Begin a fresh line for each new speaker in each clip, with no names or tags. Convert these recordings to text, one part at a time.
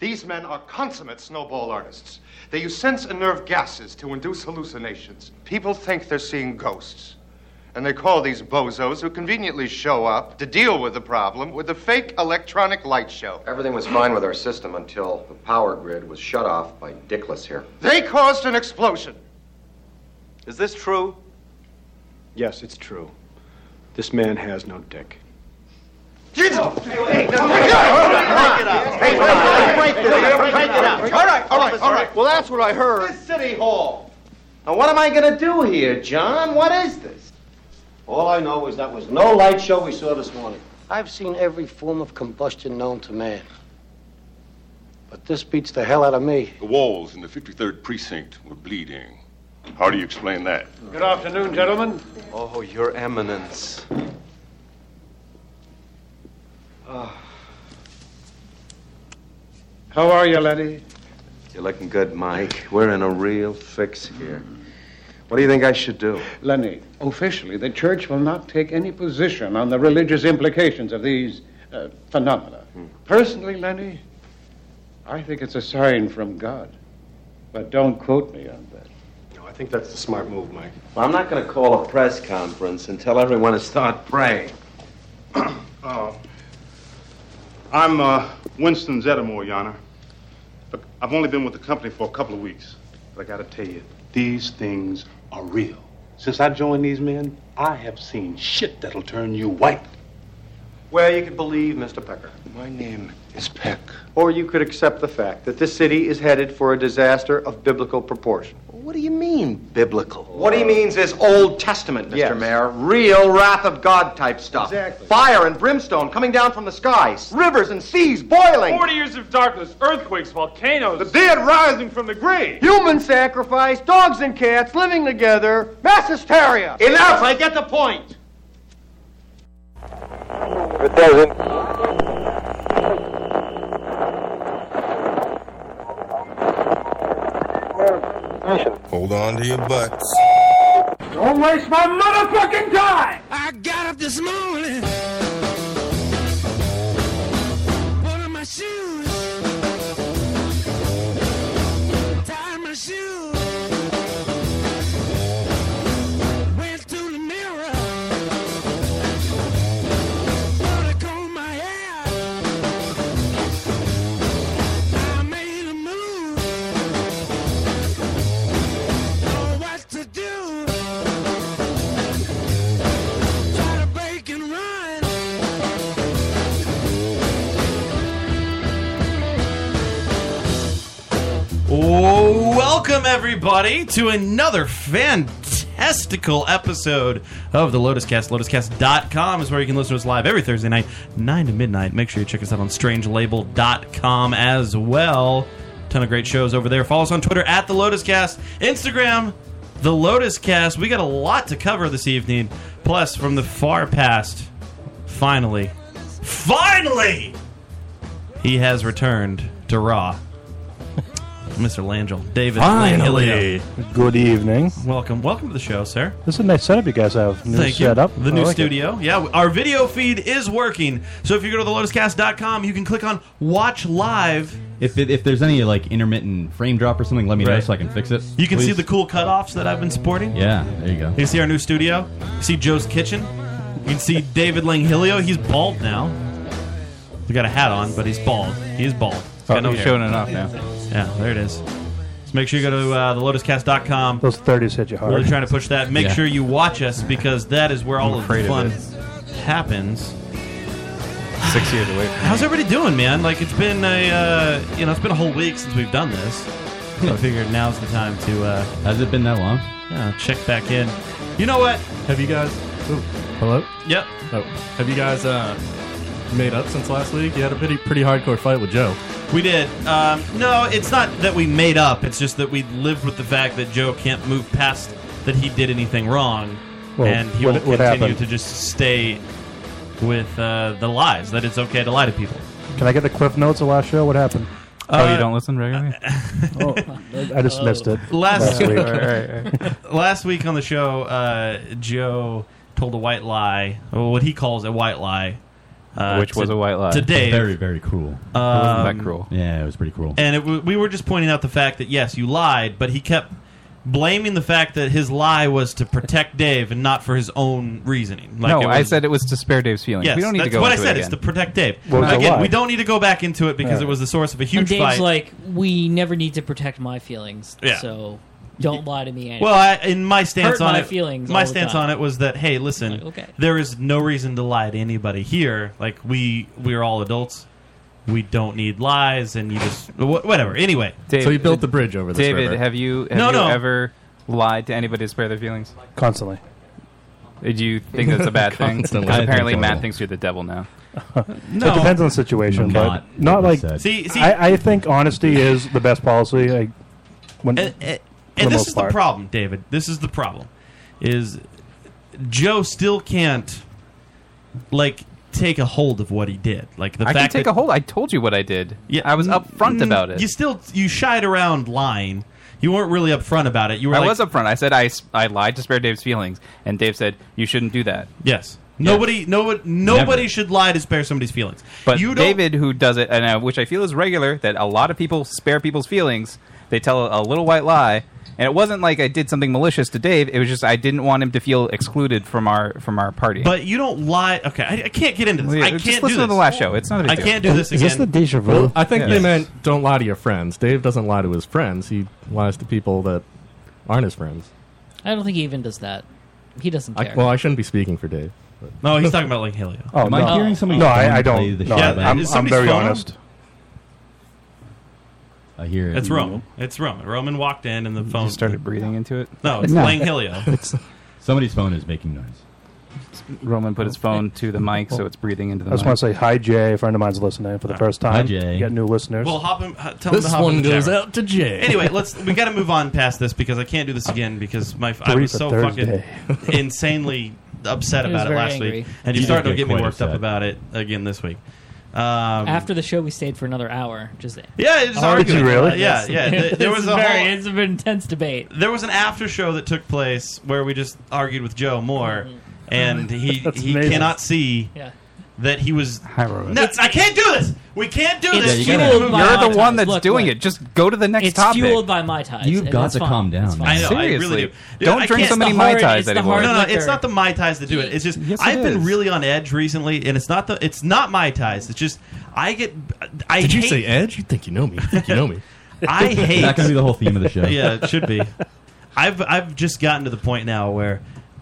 These men are consummate snowball artists. They use sense and nerve gases to induce hallucinations. People think they're seeing ghosts. And they call these bozos who conveniently show up to deal with the problem with a fake electronic light show.
Everything was fine with our system until the power grid was shut off by Dickless here.
They caused an explosion.
Is this true?
Yes, it's true. This man has no dick.
Jesus! Hey, come on. Hey, break it up. Break it up. All right, all right, all right.
Well, that's what I heard.
This City Hall. Now, what am I going to do here, John? What is this?
All I know is that was no light show we saw this morning.
I've seen every form of combustion known to man. But this beats the hell out of me.
The walls in the 53rd precinct were bleeding. How do you explain that?
Good afternoon, gentlemen.
Oh, Your Eminence.
How are you, Lenny?
You're looking good, Mike. We're in a real fix here. What do you think I should do?
Lenny, officially, the church will not take any position on the religious implications of these uh, phenomena.
Hmm.
Personally, Lenny, I think it's a sign from God. But don't quote me on that.
No, I think that's the smart move, Mike.
Well, I'm not going to call a press conference and tell everyone to start praying.
Uh,
Oh. I'm uh, Winston Zeddemore, Your Honor. Look, I've only been with the company for a couple of weeks, but I gotta tell you, these things are real. Since I joined these men, I have seen shit that'll turn you white.
Well, you could believe Mr. Pecker.
My name is Peck.
Or you could accept the fact that this city is headed for a disaster of biblical proportion.
What do you mean, biblical?
What he means is Old Testament, Mr.
Yes.
Mayor. Real wrath of God type stuff.
Exactly.
Fire and brimstone coming down from the skies, rivers and seas boiling,
40 years of darkness, earthquakes, volcanoes.
dead rising from the grave.
human sacrifice, dogs and cats living together, mass hysteria.
Enough! I get the point.
It doesn't. Hold on to your butts.
Don't waste my motherfucking time!
I got up this morning. Put on my shoes. Tied my shoes. Went to the mirror. Thought I combed my hair. I made a move. Know what to do. Try to break and run.
Welcome, everybody, to another fantastical episode of the Lotus Cast. LotusCast.com is where you can listen to us live every Thursday night, 9 to midnight. Make sure you check us out on strangelabel.com as well. Ton of great shows over there. Follow us on Twitter at the Lotus Cast, Instagram, the Lotus Cast. We got a lot to cover this evening. Plus, from the far past, finally, finally, he has returned to Raw. Mr. Langell, David Langilio.
Good evening.
Welcome, welcome to the show, sir.
This is a nice setup you guys have. New
Thank
setup.
you. The
I
new
like it.
studio. Yeah, our video feed is working. So if you go to thelotuscast.com, you can click on watch live.
If, it, if there's any like intermittent frame drop or something, let me know
Right.
so I can fix it.
You can see
please.
the cool cutoffs that I've been sporting.
Yeah, there you go.
You can see our new studio. You can see Joe's kitchen. You can see David Langhilio. He's bald now. He got a hat on, but he's bald. He's bald. He's got
Oh,
no
he's
hair.
showing it off now.
Yeah, there it is. So make sure you go to uh, thelotuscast.com.
Those 30s hit you hard.
Really trying to push that. Make
Yeah.
sure you watch us because that is where all of the
afraid of
fun happens.
Six years away.
How's everybody doing, man? Like it's been a uh, you know it's been a whole week since we've done this. So I figured now's the time to uh,
Has it been that long?
yeah, check back in. You know what?
Have you guys? Ooh, hello.
Yep.
Oh, have you guys uh, made up since last week? You had a pretty pretty hardcore fight with Joe.
We did. Um, no, it's not that we made up. It's just that we lived with the fact that Joe can't move past that he did anything wrong,
Well,
and he
what-
will
what
continue
happened?
to just stay with uh, the lies that it's okay to lie to Uh, people.
Can I get the cliff notes of last show? What happened?
oh, you don't listen regularly?
Oh, I just missed it.
Last
week.
All right, all right.
last week on the show, uh, Joe told a white lie, or what he calls a white lie, uh,
Which was
to-
a white lie.
To Dave.
Very, very cruel. It wasn't that cruel.
Yeah, it was pretty cruel. And it w- we were just pointing out the fact that, yes, you lied, but he kept blaming the fact that his lie was to protect Dave and not for his own reasoning.
no,
it
I
was-
said it was to spare Dave's feelings.
Yes,
we don't need to
that's
go
what
into
I said.
it
It's to
again.
protect Dave.
Well, it's a
again,
lie.
we don't need to go back into it because
Yeah.
it was the source of a
And
huge
Dave's
fight.
like, we never need to protect my feelings.
Yeah.
So don't lie to me. Anymore.
Well, I, in my stance
Hurt
on
my
it,
feelings.
my
all the
stance
time.
on it was that hey, listen,
okay.
there is no reason to lie to anybody here. Like we we are all adults. We don't need lies, and you just wh- whatever. Anyway,
Dave- David, have you have
no
you
no
ever lied to anybody to spare their feelings?
Constantly.
Do you think that's a bad thing?
Constantly.
Because apparently
I think
Matt
so.
thinks you're the devil now.
It depends on the situation,
I'm
but
not.
not, like.
See- see-
I, I think honesty is the best policy. Like, when,
and, and-
for
and this
most
is
part.
the problem, David. This is the problem. Is Joe still can't like take a hold of what he did? Like the
I can
fact
take
that Mm-hmm.
a hold. I told you what I did. Yeah, I was upfront about it.
you still you shied around lying. You weren't really upfront about it. You were
I
like,
was upfront. I said I, s- I lied to spare Dave's feelings, and Dave said you shouldn't do that.
Yes. Nobody, nobody, nobody should lie to spare somebody's feelings.
But
you don't.
David, who does it, and uh, which I feel is regular, that a lot of people spare people's feelings. They tell a, a little white lie, and it wasn't like I did something malicious to Dave. It was just I didn't want him to feel excluded from our from our party.
But you don't lie. Okay, I, I can't get into this. I can't
just listen
do
to the
this.
last show. It's not a big
I
deal.
can't do this again.
Well, I think they
Yes.
meant don't lie to your friends. Dave doesn't lie to his friends. He lies to people that aren't his friends.
I don't think he even does that. He doesn't care.
I, well, I shouldn't be speaking for Dave.
No, he's talking about like Haley.
Oh,
Am I
no.
hearing somebody's
No, I,
phone play
I don't.
the
No,
shit
I'm,
back?
I'm,
Is
I'm
somebody's
very
phone?
honest.
I hear
It's Roman. It's Roman. Roman walked in and the phone
started breathing into it.
No, it's playing Helio.
Somebody's phone is making noise. Roman put his phone to the mic, so it's breathing into
I
the
just
mic.
want to say hi, Jay. A friend of mine's listening for the first time.
Hi, Jay.
You got new listeners.
Well, hop him. h- Tell
This
him to hop
one
in the
goes
shower.
out to Jay.
Anyway, let's. We got to move on past this because I can't do this again because my I was
Three for
so
Thursday.
fucking insanely upset
He was
about it
very
last
angry.
week, and you're
He
starting
did
to
get
get me
quite
worked up
upset.
about it again this week. Um,
After the show, we stayed for another hour. Just
Yeah, it was
Oh,
arguing.
did you really?
Uh, yeah,
Yes.
yeah. Th-
This
there was
is
a
very-
whole,
it's an intense debate.
There was an after show that took place where we just argued with Joe Moore, and he
That's
he
amazing.
cannot see
Mm-hmm. Yeah.
that he was.
Roman.
No, I can't do this. We can't do
It's
this.
Yeah, you gotta- fueled by
You're the
my
one
ties.
that's
Look,
doing
look.
it. Just go to the next
it's
topic.
fueled by my ties.
You've
and
got
it's
to
fine.
calm down,
It's fine.
man.
I know. I
Seriously.
really do. Dude,
Don't
I
drink
can't-
so many
it's the
Mai
hard-
Tais
it's the
anymore.
hard No, no,
Liquor.
it's not the mai tais that do it. It's just
Yes, it
I've been
is.
really on edge recently, and it's not the it's not mai tais. It's just I get I
Did you
hate-
say Edge? You think you know me? You think you know me?
I hate.
That can be the whole theme of the show.
yeah, it should be. I've I've just gotten to the point now where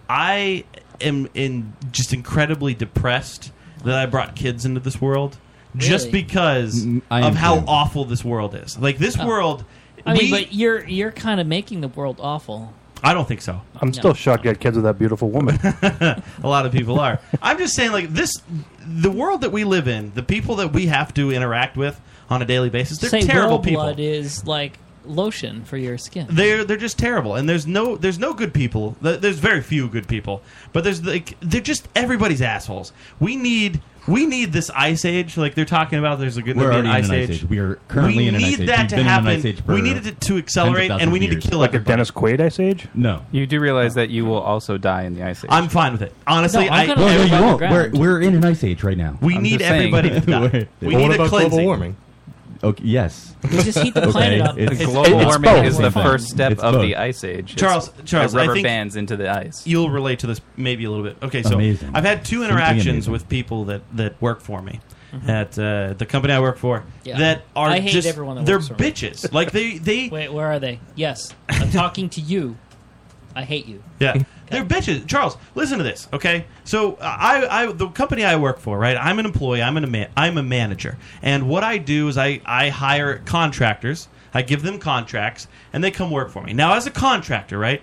I am in just incredibly depressed that I brought kids into this world just
Really?
because
I
of
am
how
too.
awful this world is. Like this
Oh.
world,
I
we-
mean, but you're you're kind of making the world awful.
I don't think so.
I'm still shocked you had kids with that beautiful woman.
a lot of people are. I'm just saying, like this, the world that we live in, the people that we have to interact with on a daily basis, they're
Say
terrible
royal
people.
blood is like lotion for your skin.
They're they're just terrible, and there's no there's no good people. Th- There's very few good people, but there's like they're just everybody's assholes. We need we need this ice age, like they're talking about. There's a good
We're
there'll be
already in an ice age. We are currently
We
in an
need
ice age.
that
We've
to
been in an
happen.
ice age
we
for
need it to
tens of
accelerate, and
thousands
we
of
need to
years.
kill
Like
a
everybody.
Dennis Quaid ice age?
No.
You do realize that you will also die in the ice age.
I'm fine with it. Honestly,
No, I'm
I,
gonna live
you won't.
underground.
We're, we're in an ice age right now.
We
I'm need just saying. everybody to die.
Wait.
We Well, need what a about global cleansing. warming?
Okay, yes.
We just heat the
Okay,
planet up.
it's-
It's global
it's
warming
both.
is the
It's both.
first step
It's
of
both.
the ice age.
Charles,
It's-
Charles,
it rubber
I think
bands into the ice.
You'll relate to this maybe a little bit. Okay, so
Amazing.
I've had two
Simply
interactions
amazing.
with people that that work for me
Mhm.
at uh, the company I work for
Mm-hmm. Yeah.
that are
I hate
just
everyone that
they're
works for me.
bitches. like they they
Wait, where are they? Yes, I'm talking to you. I hate you.
Yeah. They're bitches. Charles, listen to this, okay? So uh, I, I the company I work for, right? I'm an employee, I'm an ama- I'm a manager. And what I do is I, I hire contractors, I give them contracts, and they come work for me. Now as a contractor, right,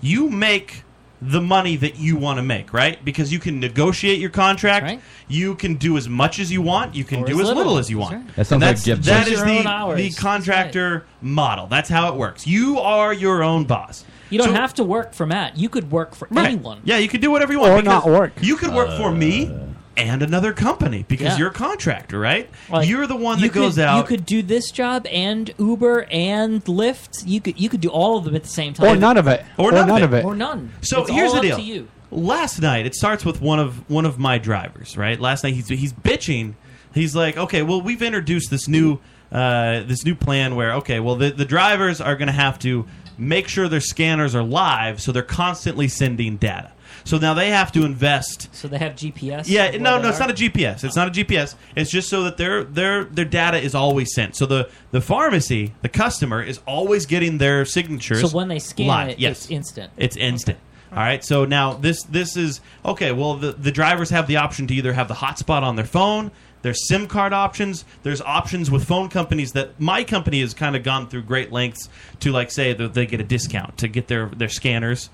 you make the money that you want to make, right? Because you can negotiate your contract. You can do as much as you want. You can
Or
do
as
as little,
little.
as you want.
That's right. That sounds
And
like
that's-
Gibson.
That
Choose
is
your own
the,
hours.
the
That's
contractor model. That's how it works. You are your own boss.
You don't
So-
have to work for Matt. You could work for anyone.
yeah, you could do whatever you want.
Or
because
not work.
You could work for me and another company because
Yeah.
you're a contractor, right?
Like,
you're the one that
you could,
goes out.
You could do this job and Uber and Lyft. You could you could do all of them at the same time,
Or none of it. Or Or none of none it. of it.
or none.
So
It's
here's
all
the deal.
up To you.
last night it starts with one of one of my drivers right last night he's he's bitching he's like okay well we've introduced this new uh, this new plan where okay well the, the drivers are going to have to make sure their scanners are live so they're constantly sending data so now they have to invest
So they have GPS.
yeah,
of where
no,
they
no, it's
are?
not a GPS. It's not a GPS. It's just so that their their their data is always sent. So the the pharmacy, the customer, is always getting their signatures.
So when they scan
live.
it,
yes.
it's instant.
It's instant. All right. So now this this is okay. Well, the the drivers have the option to either have the hotspot on their phone. There's SIM card options. There's options with phone companies that my company has kind of gone through great lengths to like say that they get a discount to get their their scanners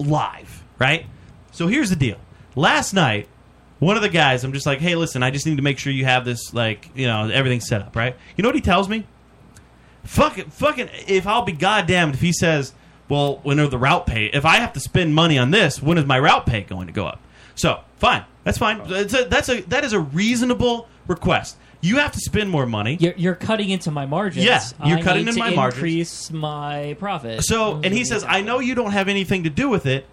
live. Right. So here's the deal. Last night, one of the guys, I'm just like, hey, listen, I just need to make sure you have this like you know everything set up right. You know what he tells me? fucking fucking if I'll be goddamned if he says, well, when are the route pay? If I have to spend money on this, when is my route pay going to go up? So fine, that's fine. That's a, that's a that is a reasonable request. You have to spend more money.
You're, you're cutting into my margins.
Yes, you're
I
cutting
need
into
to
my margins.
Increase my profit.
So, and he says, I know you don't have anything to do with it,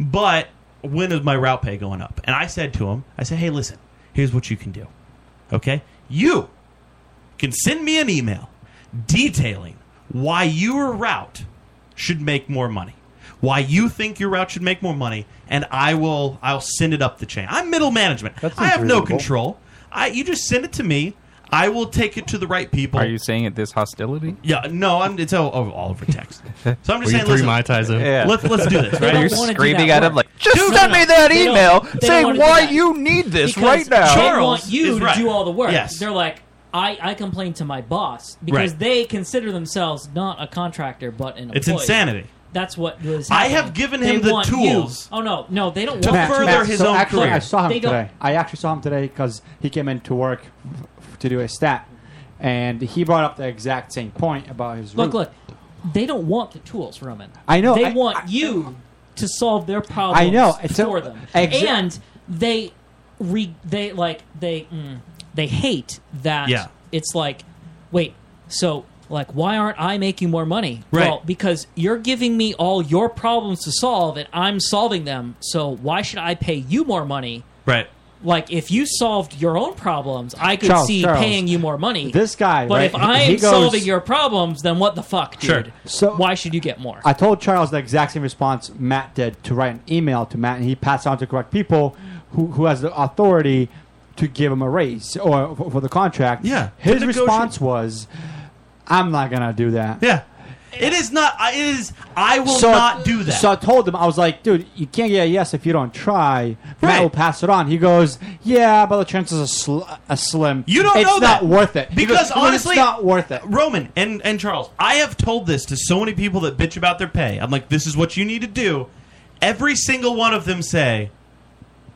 but when is my route pay going up? And I said to him, I said, hey, listen, here's what you can do. Okay? You can send me an email detailing why your route should make more money. Why you think your route should make more money, and I will I'll send it up the chain. I'm middle management. I have no
reasonable.
control. I you just send it to me. I will take it to the right people.
Are you saying it this hostility?
Yeah, no, I'm it's all, all over text. So I'm just
Were you
saying,
three
listen,
Mai Tais in?
Yeah. Let's let's do this.
They
Right?
don't You're wanna do screaming that at him work. like, "Just send me that
They don't-
email
they don't
saying
wanna do
why
that.
you need this
Because
right now."
They
Charles
want you
is
to
right.
do all the work.
Yes.
They're like, I, I complain to my boss because
Right.
they consider themselves not a contractor but an employee.
It's insanity.
That's what was.
I
happening.
have given
They
him the
want you.
tools
Oh no, no, they don't
to
want
further
Max,
his
so
own
actually,
career.
I saw him
They don't-
today. I actually saw him today because he came in to work f- to do a stat, and he brought up the exact same point about his
Look,
route.
look, they don't want the tools, Roman.
I know,
They
I-
want you to solve their problems.
I know, it's a-
for them,
exa-
and they re they like they mm, they hate that.
Yeah.
it's like, wait, so like, why aren't I making more money?
Right.
Well, because you're giving me all your problems to solve, and I'm solving them. So why should I pay you more money?
Right.
Like if you solved your own problems, I could
Charles,
see
Charles,
paying you more money.
this guy,
But
right,
if I
he
am
goes-
solving your problems, then what the fuck, dude?
Sure.
So why should you get more?
I told Charles the exact same response Matt did to write an email to Matt, and he passed on to correct people who, who has the authority to give him a raise or for, for the contract. Yeah.
to
His
negotiate.
response was, "I'm not gonna do that."
Yeah. It is not. I- It is. I will
So-
not do that.
So I told him, I was like, dude, you can't get a yes if you don't try. Matt will pass it on. He goes, yeah, but the chances are, sl- are slim.
You don't
it's
know that.
not worth it. He
Because
goes, "Dude,
honestly,
it's not worth it.
Roman and, and Charles, I have told this to so many people that bitch about their pay. I'm like, this is what you need to do. Every single one of them say,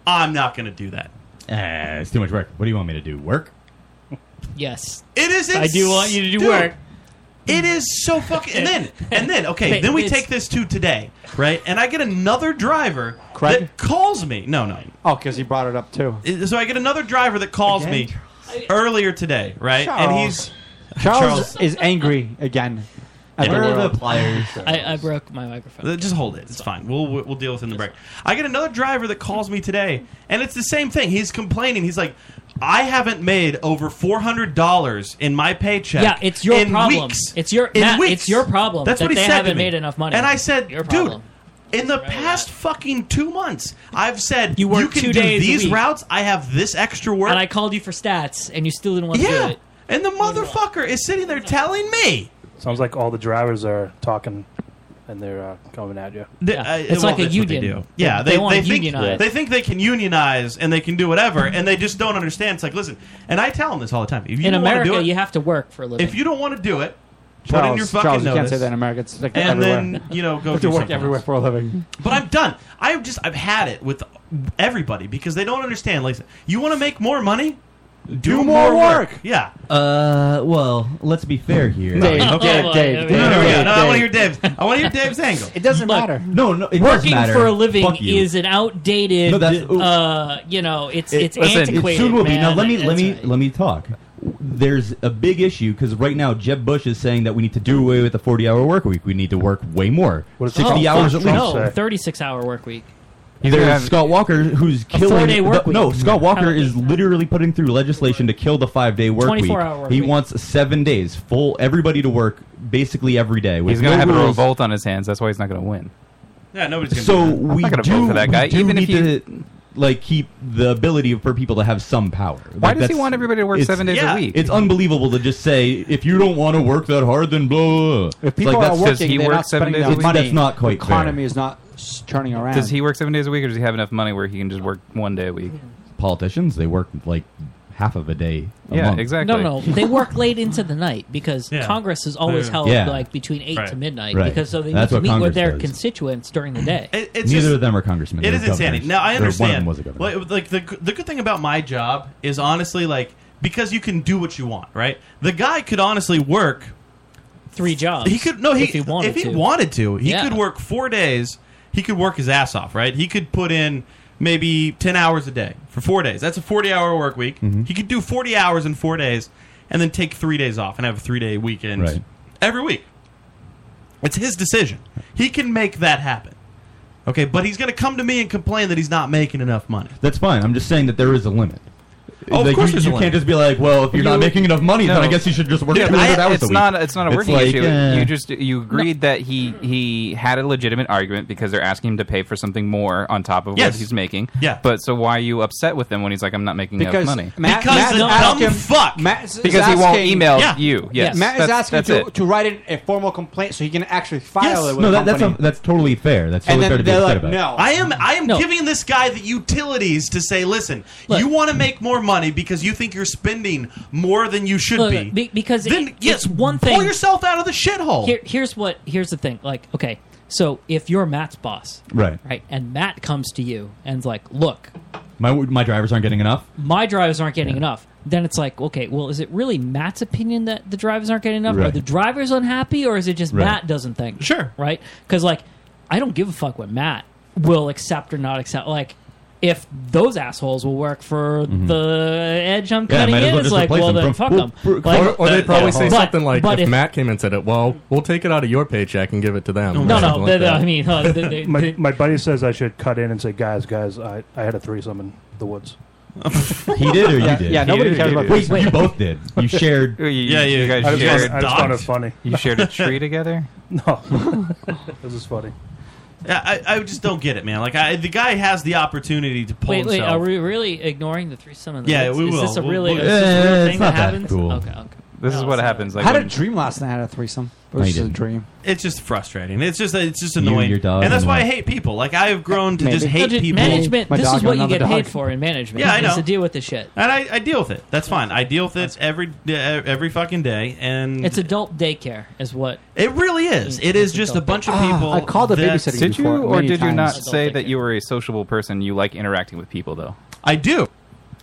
I'm not going to do that.
Eh, it's too much work. What do you want me to do? Work?
Yes.
It is.
I do want you to do work.
It is so fucking. And then, and then, okay,
Hey,
then we
it's-
take this to today, right? And I get another driver that calls me. No, no.
Oh, because he brought it up too.
So I get another driver that calls me earlier today, right? And he's
Charles, is angry again. at
Where are
world.
the pliers?
I, I broke my microphone.
Uh, Just hold it. It's fine. We'll we'll we'll deal with it in the break. I get another driver that calls me today, and it's the same thing. He's complaining. He's like, "I haven't made over four hundred dollars in my paycheck.
Yeah, it's your
in
problem.
Weeks.
It's your-
in
Matt,
weeks.
it's your problem
That's
that
what he
they
said to
haven't
me.
made enough money.
And I said,
Your
"Dude,
problem."
in the past fucking two months, I've said you,
work
can
two
do
days a
these
week.
routes. I have this extra work,
And I called you for stats, and you still didn't want to do
yeah."
it.
And the motherfucker is sitting there telling me.
Sounds like all the drivers are talking, and they're uh, coming at you.
They-
Yeah.
uh,
It's
well,
like a
that's what they
union.
do. Yeah,
They-
they,
they wanna
think,
unionize.
They think they can unionize and they can do whatever, and they just don't understand. It's like, listen, and I tell them this all the time. If you
in
don't
America,
want to do
you
it,
have to work for a living.
if you don't want to do it, put in
Charles,
your fucking
Charles, you
notice.
can't say that in America. It's like
and
everywhere.
then you know,
You
go
have to
do
work
something
everywhere
else.
for a living.
But I'm done. I've just I've had it with everybody because they don't understand. Like, you want to make more money, do,
more
work. Yeah.
Uh, well, let's be fair
Hmm.
here.
Dave,
Oh,
Dave, Dave, Dave,
No, no,
Dave,
no, no, I want
Dave.
to hear
Dave's. I want to hear Dave's angle.
It doesn't
Look,
matter.
No, no, it does
Working
matter.
for a living
Fuck you.
is an outdated,
No, that's-
uh, you know, it's it's
It
antiquated.
soon will be.
man.
Now let me
It's-
let me let me talk. There's a big issue because right now Jeb Bush is saying that we need to do away with the 40-hour work week. We need to work way more,
Oh,
60
fuck,
hours at least.
No, thirty-six hour work week.
Either
Yeah.
it's Scott Walker, who's
A
killing
four-day work
the- no,
week.
Scott Walker
Penalty.
is literally putting through legislation to kill the five-day work week.
24-hour work
he
week.
wants seven days, full everybody to work basically every day. with
He's going to
no
have a
rules.
revolt on his hands. That's why he's not going to win.
Yeah, nobody's gonna.
So
do that.
we
not gonna
do
vote for that
we
guy,
do
even if
need
he-
to, like keep the ability for people to have some power.
Why
Like,
does he
that's-
want everybody to work
it's-
seven days a Yeah. week?
It's unbelievable to just say if you don't want to work that hard, then blah. blah, blah.
If
It's
people
like,
are
that's
working, they're not spending their
It's-
money.
That's not quite
the
fair.
economy is not s- turning around.
Does he work seven days a week, or does he have enough money where he can just work one day a week?
Politicians they work like half of a day. A
Yeah,
month.
exactly.
No, no, no. they work late into the night because
Yeah.
Congress is always
Yeah.
held
Yeah.
like between eight
Right.
to midnight
Right.
because so they
That's
need to
what
meet with
Congress
their
does.
constituents during the day.
Neither of them are congressmen.
It
They're
is insanity.
governors.
Now I
Or one of them
understand.
was a governor.
Like, like the the good thing about my job is honestly like because you can do what you want, right? The guy could honestly work
three jobs.
He could no, he
if he wanted
if he
to.
wanted to, he
Yeah.
could work four days. He could work his ass off, right? He could put in maybe ten hours a day for four days. That's a forty-hour work week. He could do forty hours in four days, and then take three days off and have a three-day weekend
Right.
every week. It's his decision. He can make that happen. Okay, but he's going to come to me and complain that he's not making enough money.
That's fine. I'm just saying that there is a limit.
Oh, of
Like,
course
you,
there's a
you
limit.
can't just be like, well, if you're not
You-
making enough money,
No.
then I guess you should just work
Yeah,
200
I-
hours
it's
a week.
Not, it's not a
It's
working
like,
issue.
eh.
You just you agreed that he he had a legitimate argument because they're asking him to pay for something more on top of
Yes.
what he's making.
Yeah.
But so why are you upset with him when he's like, I'm not making
Because
enough money?
Matt-
Because
Matt's
the
asking-
dumb fuck.
Matt's- is
Because he won't
asking-
email you. Yes.
Matt is
That's-
asking
that's
to,
it.
to write in a formal complaint so he can actually file it with
no,
the
that, that's
company.
a, that's totally fair. That's
And
totally
then
fair to be
they're
upset
like,
about.
no.
I am I am giving this guy the utilities to say, listen, you want to make more money because you think you're spending more than you should
Look,
be.
be- because
then
it-
yes,
it's one thing.
Pull yourself out of the shithole.
Here, here's what. Here's the thing. Like, okay, so if you're Matt's boss,
Right.
right, and Matt comes to you and's like, "Look,
My my drivers aren't getting enough.
my drivers aren't getting enough." Then it's like, okay, well, is it really Matt's opinion that the drivers aren't getting enough? Are
Right.
the drivers unhappy, or is it just
Right.
Matt doesn't think? Sure, right? Because like, I don't give a fuck what Matt will accept or not accept. Like. If those assholes will work for the edge I'm
Mm-hmm. Yeah,
cutting
might as
in,
well
it's
just
like,
replace
well,
them
then
from-
fuck them.
Or, or they'd probably say
But-
something like,
but
if, Matt came and said it, well, we'll take it out of your paycheck and give it to them. or
No, no,
something like
they- they-
that.
I mean, uh, they- they-
my,
they-
my buddy says I should cut in and say, guys, guys, I, I had a threesome in the woods.
He did or you did?
yeah, nobody cares about
Wait,
threesomes.
you both did. You shared.
You- you- Yeah, you you guys
I just,
shared
found, it- I just found it
dogs.
funny.
You shared a tree together?
No, this is funny.
Yeah, I, I just don't get it, man. Like I, the guy has the opportunity to pull
wait, wait, are
himself.
we really ignoring the threesome? In the
Yeah,
woods?
we
is
will.
This a
We'll-
really,
we'll-
is this a real
Eh, it's
thing
not
that
that
happens?
cool.
Okay, okay.
This is
No,
what
it's
happens. Like
How
when-
did Dream last night had a threesome?
No,
Versus
he
a
didn't.
dream.
it's just frustrating. It's just it's just
You,
annoying,
your dog,
and that's
and
why I
the-
hate people. Like I have grown to
Maybe.
just hate
No, dude,
people.
Management.
My
this
dog
is what you
got
get
another
paid
dog.
for in management.
Yeah, I
is
know.
to deal with this shit.
And I, I deal with it. That's fine. I deal with it every uh, every fucking day, and
It's adult daycare, is what.
Mm. it really is. It is just a bunch of people. that-
Did you or did you not say that you were a sociable person? You like interacting with people, though.
I do.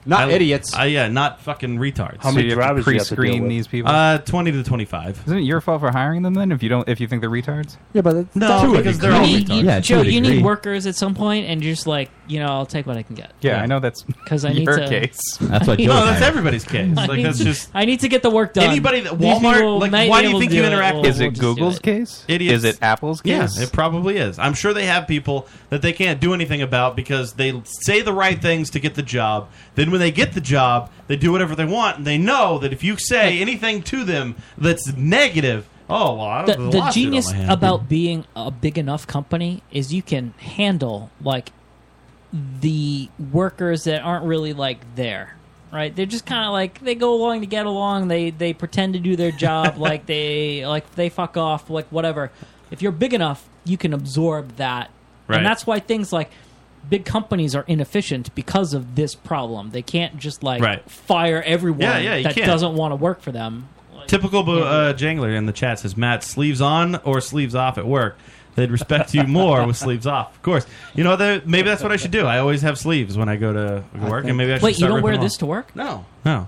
Not
I-
idiots.
I, Uh, yeah, not fucking retards.
How So many you have to drivers do you have to deal pre-screen with? these people?
Uh, twenty to twenty-five.
Isn't it your fault for hiring them then? If you don't, if you think they're retards,
Yeah, but
No,
To a
because they're
degree.
all
You-
retards.
you- Yeah, to
Joe,
a
you
degree.
need workers at some point, and you're just like, you know, I'll take what I can get.
Yeah, I know that's
because I need
your
to.
case.
That's what
No,
Joe's
that's
had.
everybody's case.
I
Like
need
that's
to-
just
I need to get the work done.
anybody that
These people
Walmart. Like,
might
why do you
be able
think
to
you
do
interact?
We'll-
with
Is
we'll
it
just do
Google's
it.
case?
Idiots.
Is it Apple's case?
Yes, it probably is. I'm sure they have people that they can't do anything about because they say the right things to get the job. Then when they get the job, they do whatever they want, and they know that if you say anything to them that's negative, oh well, I
the,
don't
the genius about being a big enough company is you can handle like the workers that aren't really like there right they're just kind of like they go along to get along they they pretend to do their job like they like they fuck off like whatever if you're big enough you can absorb that
Right.
and that's why things like big companies are inefficient because of this problem they can't just like
Right.
fire everyone
Yeah, yeah, you
that
can't.
doesn't want to work for them
Typical bo- uh, jangler in the chat says Matt sleeves on or sleeves off at work. They'd respect you more with sleeves off, of course. You know, there- maybe that's what I should do. I always have sleeves when I go to work, and maybe I should
wait you
start
don't
ripping
wear
them
this
off.
to work
No. No.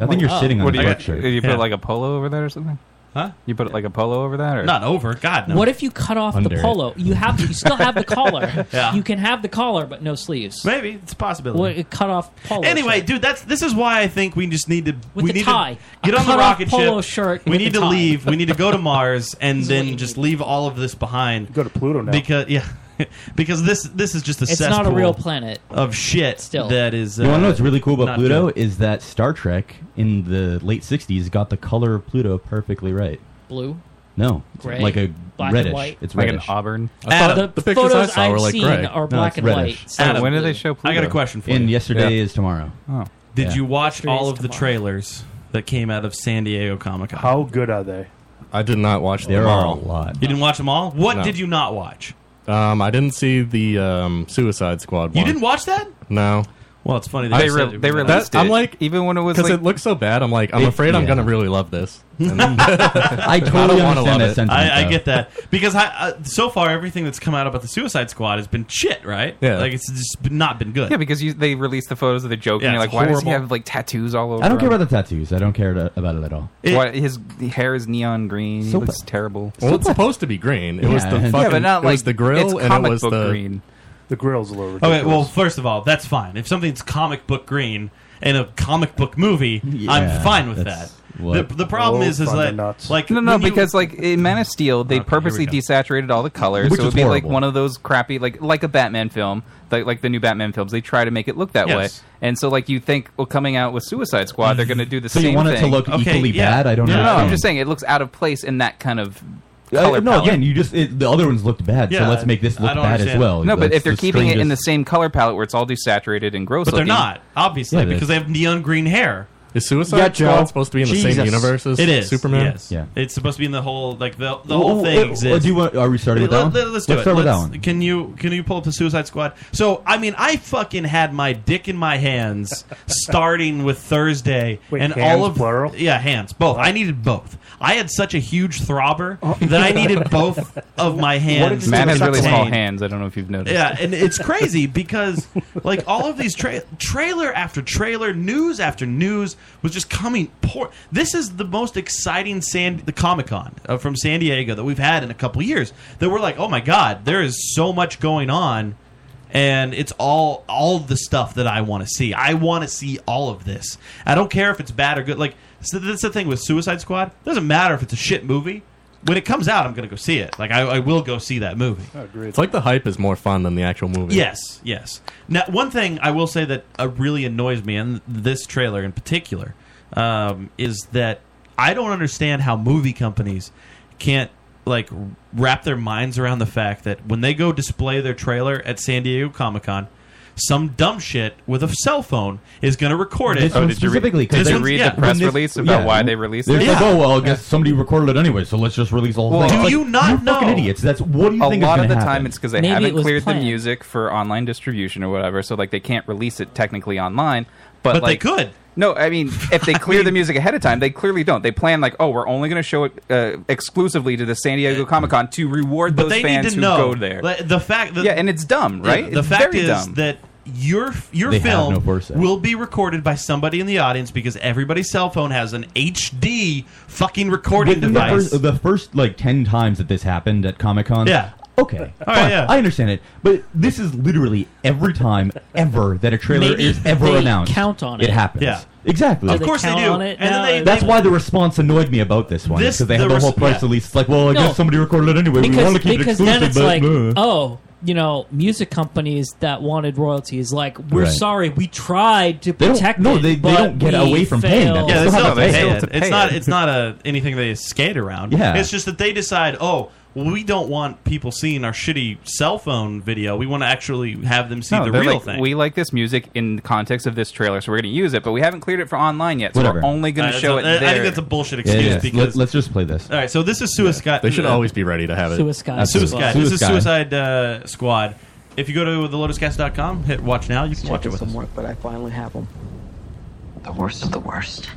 I think you're
Oh.
sitting on
What
a
do you,
butt
did
shirt.
you put
Yeah.
like a polo over that or something?
Huh?
You put like a polo over that or
Not over. God no.
What if you cut off
Under
the
it.
polo? You have you still have the collar.
Yeah.
You can have the collar but no sleeves.
Maybe it's a possibility.
What, it cut off polo.
Anyway,
shirt.
dude, that's this is why I think we just need to
With
we
the
need
tie.
to get
A
on the
cut-off
rocket
polo
ship.
shirt
we
with
need
the
to
tie.
leave. We need to go to Mars and then just leave all of this behind. Go to Pluto now because yeah. because this this is just a
It's not a
cesspool
real planet.
of shit.
Still.
that is. Uh,
you want to know what's really cool about
not
Pluto
good.
is that Star Trek in the late '60s got the color of Pluto perfectly right.
Blue?
No, it's
Gray?
like a
Black and
reddish.
white?
It's
Like an
reddish.
auburn?
I thought
Adam,
the
the
pictures I
photos
saw were
I've
like
seen
gray.
are
No,
black
it's
and
reddish.
white,
Adam,
when do they show
I got a
Pluto?
question for you.
And yesterday is tomorrow.
Oh.
Did
Yeah.
you watch
Yesterday
all
is
of the trailers that came out of San Diego Comic Con?
How good are they?
I did not watch
There
them
are
all.
a lot.
You didn't watch them all. What
No.
did you not watch?
Um, I didn't see the um, Suicide Squad.
You
one.
didn't watch that?
No.
Well, it's funny.
that They you said re- it they was out. released
I'm
it,
like,
even when it was,
because
like-
it looks so bad. I'm like, I'm
It-
afraid I'm
yeah.
gonna really love this. And
I
don't
totally
wanna love
understand that
it.
sentiment.
I, I
though.
get that because I, uh, so far everything that's come out about the Suicide Squad has been shit, right?
Yeah.
like it's just been- not been good.
Yeah, because you, they released the photos of the Joker,
Yeah,
and you're like,
it's
why does he
horrible.
have like tattoos all over?
I don't care
him?
about the tattoos. I don't care to- about it at all.
Why- his hair is neon green. He
So
looks terrible.
Well, it's supposed to be green. It was
Yeah.
the
Yeah,
fucking.
but not
it was
like-
the grill,
it's
and it
comic
was
book
the
green.
The grill's a little ridiculous.
Okay, well, first of all, that's fine. If something's comic book green in a comic book movie,
Yeah,
I'm fine with that.
Uh, that's
The,
what-
the problem
Oh,
is, is
fucking
that
nuts.
like
no, no,
when you-
because like in Man of Steel, they purposely desaturated all the colors,
Which
so it
is
would be like
horrible.
one of those crappy, like like a Batman film, like like the new Batman films. They try to make it look that
Yes.
way, and so like you think, well, coming out with Suicide Squad, they're going to do the
So you
same.
want it to
thing.
look Okay, equally yeah. bad? I don't
no, No, I'm
understand.
just saying it looks out of place in that kind of.
Uh,
Color
no,
palette.
again, you just it, the other ones looked bad, so
Yeah,
let's make this
I
look
don't
bad as
understand.
well.
No, but
That's
if they're
the
keeping it in the
strangest-
same color palette where it's all desaturated and gross,
but they're
looking,
not obviously
Yeah,
because they have neon green hair.
Is Suicide Yeah, Joe. Squad supposed to be in the same Jesus. universe as
it is,
Superman?
Yes.
Yeah.
it's supposed to be in the whole like the, the
Well,
whole
well,
thing
well,
exists.
do you want- are we starting with
Let-
that one?
let- Let's do
Let's
it.
start with that
Let's-
one.
Can you can you pull up the Suicide Squad? So I mean, I fucking had my dick in my hands starting with Thursday
Wait,
and
hands
all of plural. Yeah, hands both. I needed both. I had such a huge throbber
Oh.
that I needed both of my hands.
Man
to
has really small
contain-
hands. I don't know if you've noticed.
yeah, and it's crazy because like all of these tra- trailer after trailer, news after news was just coming. Pour- this is the most exciting San the Comic Con uh, from San Diego that we've had in a couple years. That we're like, oh my god, there is so much going on, and it's all all the stuff that I want to see. I want to see all of this. I don't care if it's bad or good. Like so that's the thing with Suicide Squad. It doesn't matter if it's a shit movie. When it comes out, I'm going to go see it. Like I, I will go see that movie.
It's like the hype is more fun than the actual movie.
Yes, yes. Now, one thing I will say that uh, really annoys me, and this trailer in particular, um, is that I don't understand how movie companies can't like wrap their minds around the fact that when they go display their trailer at San Diego Comic Con. Some dumb shit with a cell phone is going to record it.
Oh,
This one specifically, 'cause
This
they-
one's-
read
yeah.
the press release about
yeah.
why they released
They're
it?
like,
Yeah.
oh well, I guess somebody recorded it anyway, so let's just release the whole
Well,
thing.
do
It's
you
like,
not
you're fucking
know?
idiots. That's what do you
a
think? is
lot of
gonna
the
happen?
time it's because they
Maybe it
haven't
was
cleared
planned.
the music for online distribution or whatever, so like they can't release it technically online. But,
But they
like,
could.
No, I mean, if they clear the music ahead of time, they clearly don't. They plan like, oh, we're only going to show it uh, exclusively to the San Diego Comic Con to reward
But
those
they
fans
need to
who
know
go there.
Like, The fact that
yeah, and it's dumb, right?
Yeah,
It's
the fact
very
is
dumb.
that your your
They have
film
no foresight.
will be recorded by somebody in the audience because everybody's cell phone has an HD fucking recording
When
device.
The first, the first like ten times that this happened at Comic Con.
Yeah.
Okay.
All right,
fine,
yeah.
I understand it, but this is literally every time ever that a trailer
Maybe
is ever
they
announced.
count on it.
It happens.
Yeah.
Exactly.
Of Do they course they count do. on it? And then No, they-
that's
they-
why the response annoyed me about this one
This-
because they
the
had the whole
res-
press
yeah.
release. It's like, well, I
No.
guess somebody recorded it anyway. we
because
want to keep
because
it exclusive.
then it's
but, uh.
like,
blah.
oh, you know, music companies that wanted royalties, like we're
Right.
sorry, we tried to
They don't-
protect.
no,
it,
they- they
but
don't get
we
away from paying that.
failed."
yeah,
They
it's
still
not,
have to
they
pay
pay
it.
it.
Still to
It's
pay
not
it.
it's not a anything they skate around.
Yeah.
It's just that they decide, oh, we don't want people seeing our shitty cell phone video. We want to actually have them see
No,
the
they're
real
like,
thing.
We like this music in the context of this trailer, so we're going to use it, but we haven't cleared it for online yet, so
Whatever.
we're only going
Uh,
to
that's
show
a-
it
I
there.
think that's a bullshit excuse
yeah.
because
Let, us just play this.
All right, so this is Suicide.
They should always be ready to have it.
Suicide.
Absolutely.
Suicide. This is
Suicide.
Suicide uh, Squad. If you go to thelotuscast.com, hit watch now. You can watch it with us.
work, but I finally have them. The worst of the worst.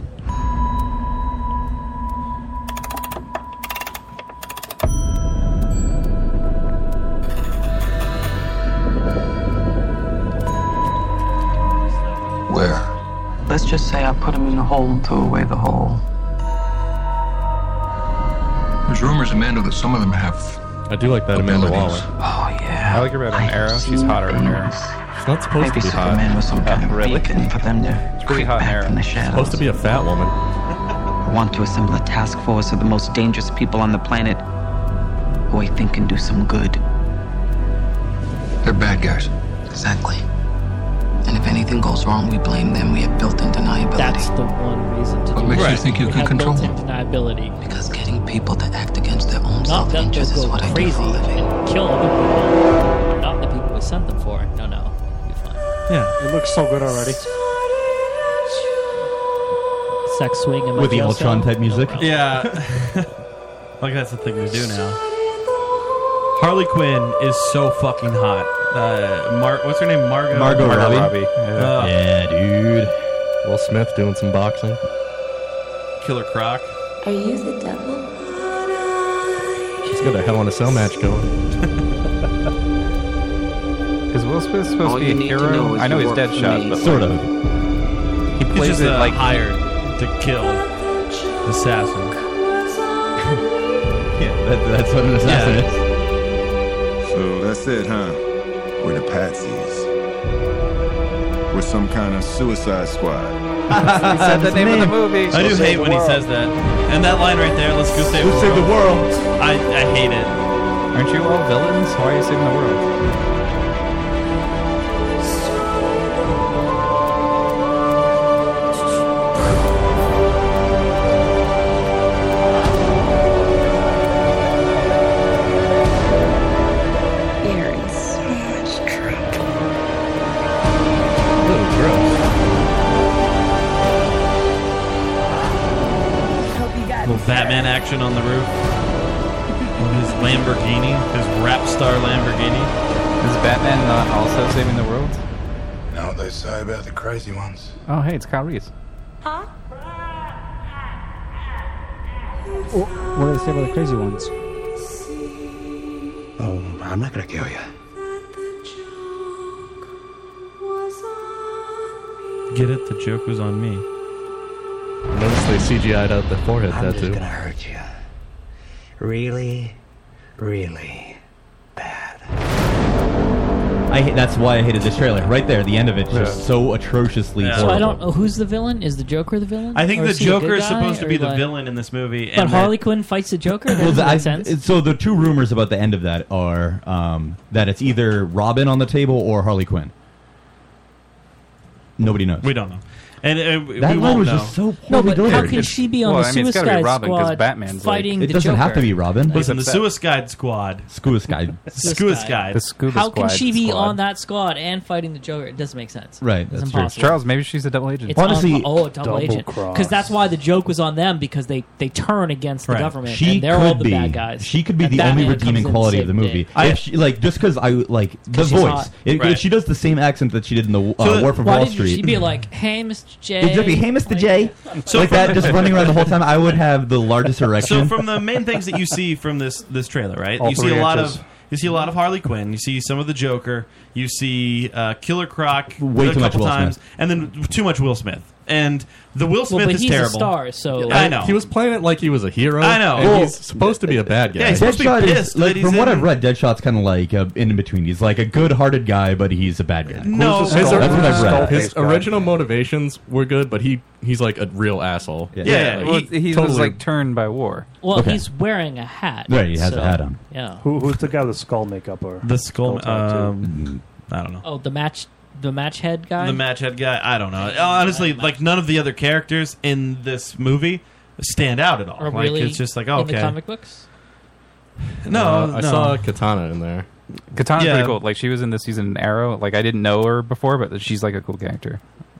Where?
Let's just say I put him in a hole and threw away the hole.
There's rumors, Amanda, that some of them have.
I do like that Amanda Waller.
Oh yeah.
I like her better on Arrow. She's hotter on Arrow.
It's not supposed
Maybe
to be
Superman
hot.
was some kind of beacon for them to
It's pretty hot in Arrow.
from the shadows.
supposed to be a fat woman.
I want to assemble a task force of the most dangerous people on the planet, who I think can do some good.
They're bad guys.
Exactly. And if anything goes wrong, we blame them. We have built in deniability.
That's the one reason to
What
do
makes
it.
you think you
We
can
have
control
built-in deniability.
Because getting people to act against their own
Not that
self-interest is
they'll
what
go
I do
crazy
for a living.
and kill other people. Not the people we sent them for. No, no. We'll be fine.
Yeah. It looks so good already.
Sex swing and
With the
mafioso?
Eltron type music.
problem.
Yeah. like that's the thing to do now. Harley Quinn is so fucking hot. Uh, Mar- what's her name? Margot. Uh, Oh.
Margot Margot Robbie. Robbie.
Yeah.
Yeah. dude. Will Smith doing some boxing.
Killer Croc.
Are you the devil?
She's got a hell on a cell match going.
Is Will Smith supposed
All
to
you
be a
need to
hero?
know is
I know
you
he's
work
dead
for
shot,
me.
but
Sort
like,
of.
He
He's
plays
just
it
uh,
like
hired to kill assassin.
yeah, that, that's what an assassin is.
So that's it, huh? We're the patsies. We're some kind of suicide squad.
said the name of the movie.
I do
We'll
hate
save
when
the
he
world.
says that. And that line right there, let's go save
We'll
the
save
world.
the
I, I hate it.
Aren't you all villains? Why are you saving the world?
You're in so much trouble.
Little Batman action on the roof. On his Lamborghini, his rap star Lamborghini.
Is Batman not also saving the world?
Now what they say about the crazy ones.
Oh, hey, it's Kyle Reese.
What do they say about the crazy ones?
Oh, I'm not gonna kill you.
Get it? The joke was on me. Notice
they CGI'd out the forehead
I'm just
tattoo.
gonna hurt you. Really, really.
I hate, that's why I hated this trailer. Right there, the end of it, just
Yeah.
so atrociously
So
horrible.
I don't know who's the villain. Is the Joker the villain?
I think
Or
the
he good
Joker is
guy,
supposed to
or
be the
like-
villain in this movie.
But
and that-
Harley Quinn fights the Joker. That
Well,
doesn't
the, I,
make sense.
so the two rumors about the end of that are um, that it's either Robin on the table or Harley Quinn. Nobody knows.
We don't know. And uh,
That
we
line
won't
was
know.
just so
No,
poorly
but how
delivered.
can she be on
Well,
the
I mean, it's
Suicide
gotta be Robin, 'cause
Squad
Batman's, like-
fighting
It
the
doesn't have to
Joker?
be Robin.
Listen, the
He's upset.
Suicide Squad.
Suicide.
Suicide.
The scuba
How can
squad
she be
squad.
on that squad and fighting the Joker? It doesn't make sense.
Right,
It's
that's true.
impossible.
Charles, maybe she's a double agent.
It's on, oh, a double, agent. Because that's why the joke was on them because they, they turn against the
Right.
government
She
and they're
could
all the
be,
bad guys.
She could be
And
the only
Batman
redeeming
comes in
quality
to
of the
save
movie.
day.
if she, like just because I like the
she's
voice.
hot.
If,
Right.
if she does the same accent that she did in the uh,
So-
War from
Why
Wall
didn't
Street,
She be like, "Hey, Mr. J."
Exactly. Hey, Mr. J.
So
like
from-
that, just running around the whole time, I would have the largest
So
erection.
from the main things that you see from this this trailer, right?
All
you see
three
a lot
inches.
of you see a lot of Harley Quinn. You see some of the Joker. You see uh, Killer Croc
Way
a
too much
couple
Will
times, and then too much Will Smith. And the Will Smith
but
is
he's a
terrible.
star, so-
I know
He was playing it like he was a hero.
I know.
and
Well,
he's supposed to be a bad guy.
Yeah, he's supposed to be
Deadshot
pissed
is like
that
from
he's
what
in-
I've read, Deadshot's kind of like uh, in between. He's like a good-hearted guy, but he's a bad guy.
No.
his,
Skull-
his-
that's what I've read.
his original motivations were good, but he he's like a real asshole.
Yeah, well, he, was
totally-
like turned by war.
Well,
Okay.
he's wearing a hat.
Right, he has a
so-
hat on.
Yeah.
Who, who's the guy with the skull makeup or
the skull.
tattoo?
Um, I don't know.
Oh, the match, the match head guy.
The match head guy. I don't know. Honestly, like none of the other characters in this movie stand out at all.
Are
like
really
it's just like oh,
in
okay.
the comic books.
no,
Uh, I
no.
saw Katana in there.
Katana's
Yeah.
pretty cool. Like she was in the season in Arrow. Like I didn't know her before, but she's like a cool character.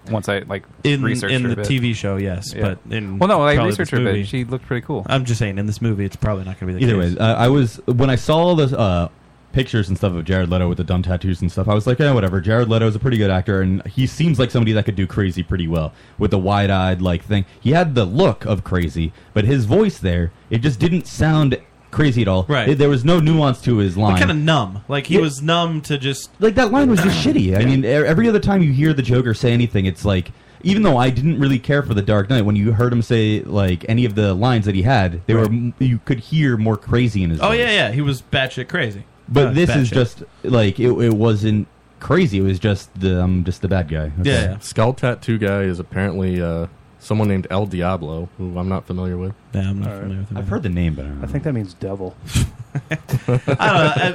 Once I like
in
researched
in
her a
the
bit.
TV show, yes,
Yeah.
but in
well, no, I
probably
researched
this
her,
movie.
but she looked pretty cool.
I'm just saying, in this movie, it's probably not going to be the
Either
case.
way, uh, I was when I saw the uh, pictures and stuff of Jared Leto with the dumb tattoos and stuff. I was like, yeah, whatever. Jared Leto is a pretty good actor, and he seems like somebody that could do crazy pretty well with the wide-eyed like thing. He had the look of crazy, but his voice there, it just didn't sound crazy at all.
Right.
It- there was no nuance to his line.
But kind of numb. Like he
Yeah.
was numb to just.
like that line was just shitty. I mean, e- every other time you hear the Joker say anything, it's like even though I didn't really care for the Dark Knight, when you heard him say like any of the lines that he had, they were m- you could hear more crazy in his.
Oh
voice.
yeah, yeah. He was batshit crazy.
But
Uh,
this is
batshit.
just like it, it wasn't crazy. It was just the I'm just the bad guy. Okay.
Skull tattoo guy is apparently uh, someone named El Diablo, who I'm not familiar with.
Yeah, I'm not
All right. familiar with
I've heard the name, but I don't
I
know.
think that means devil.
I don't know.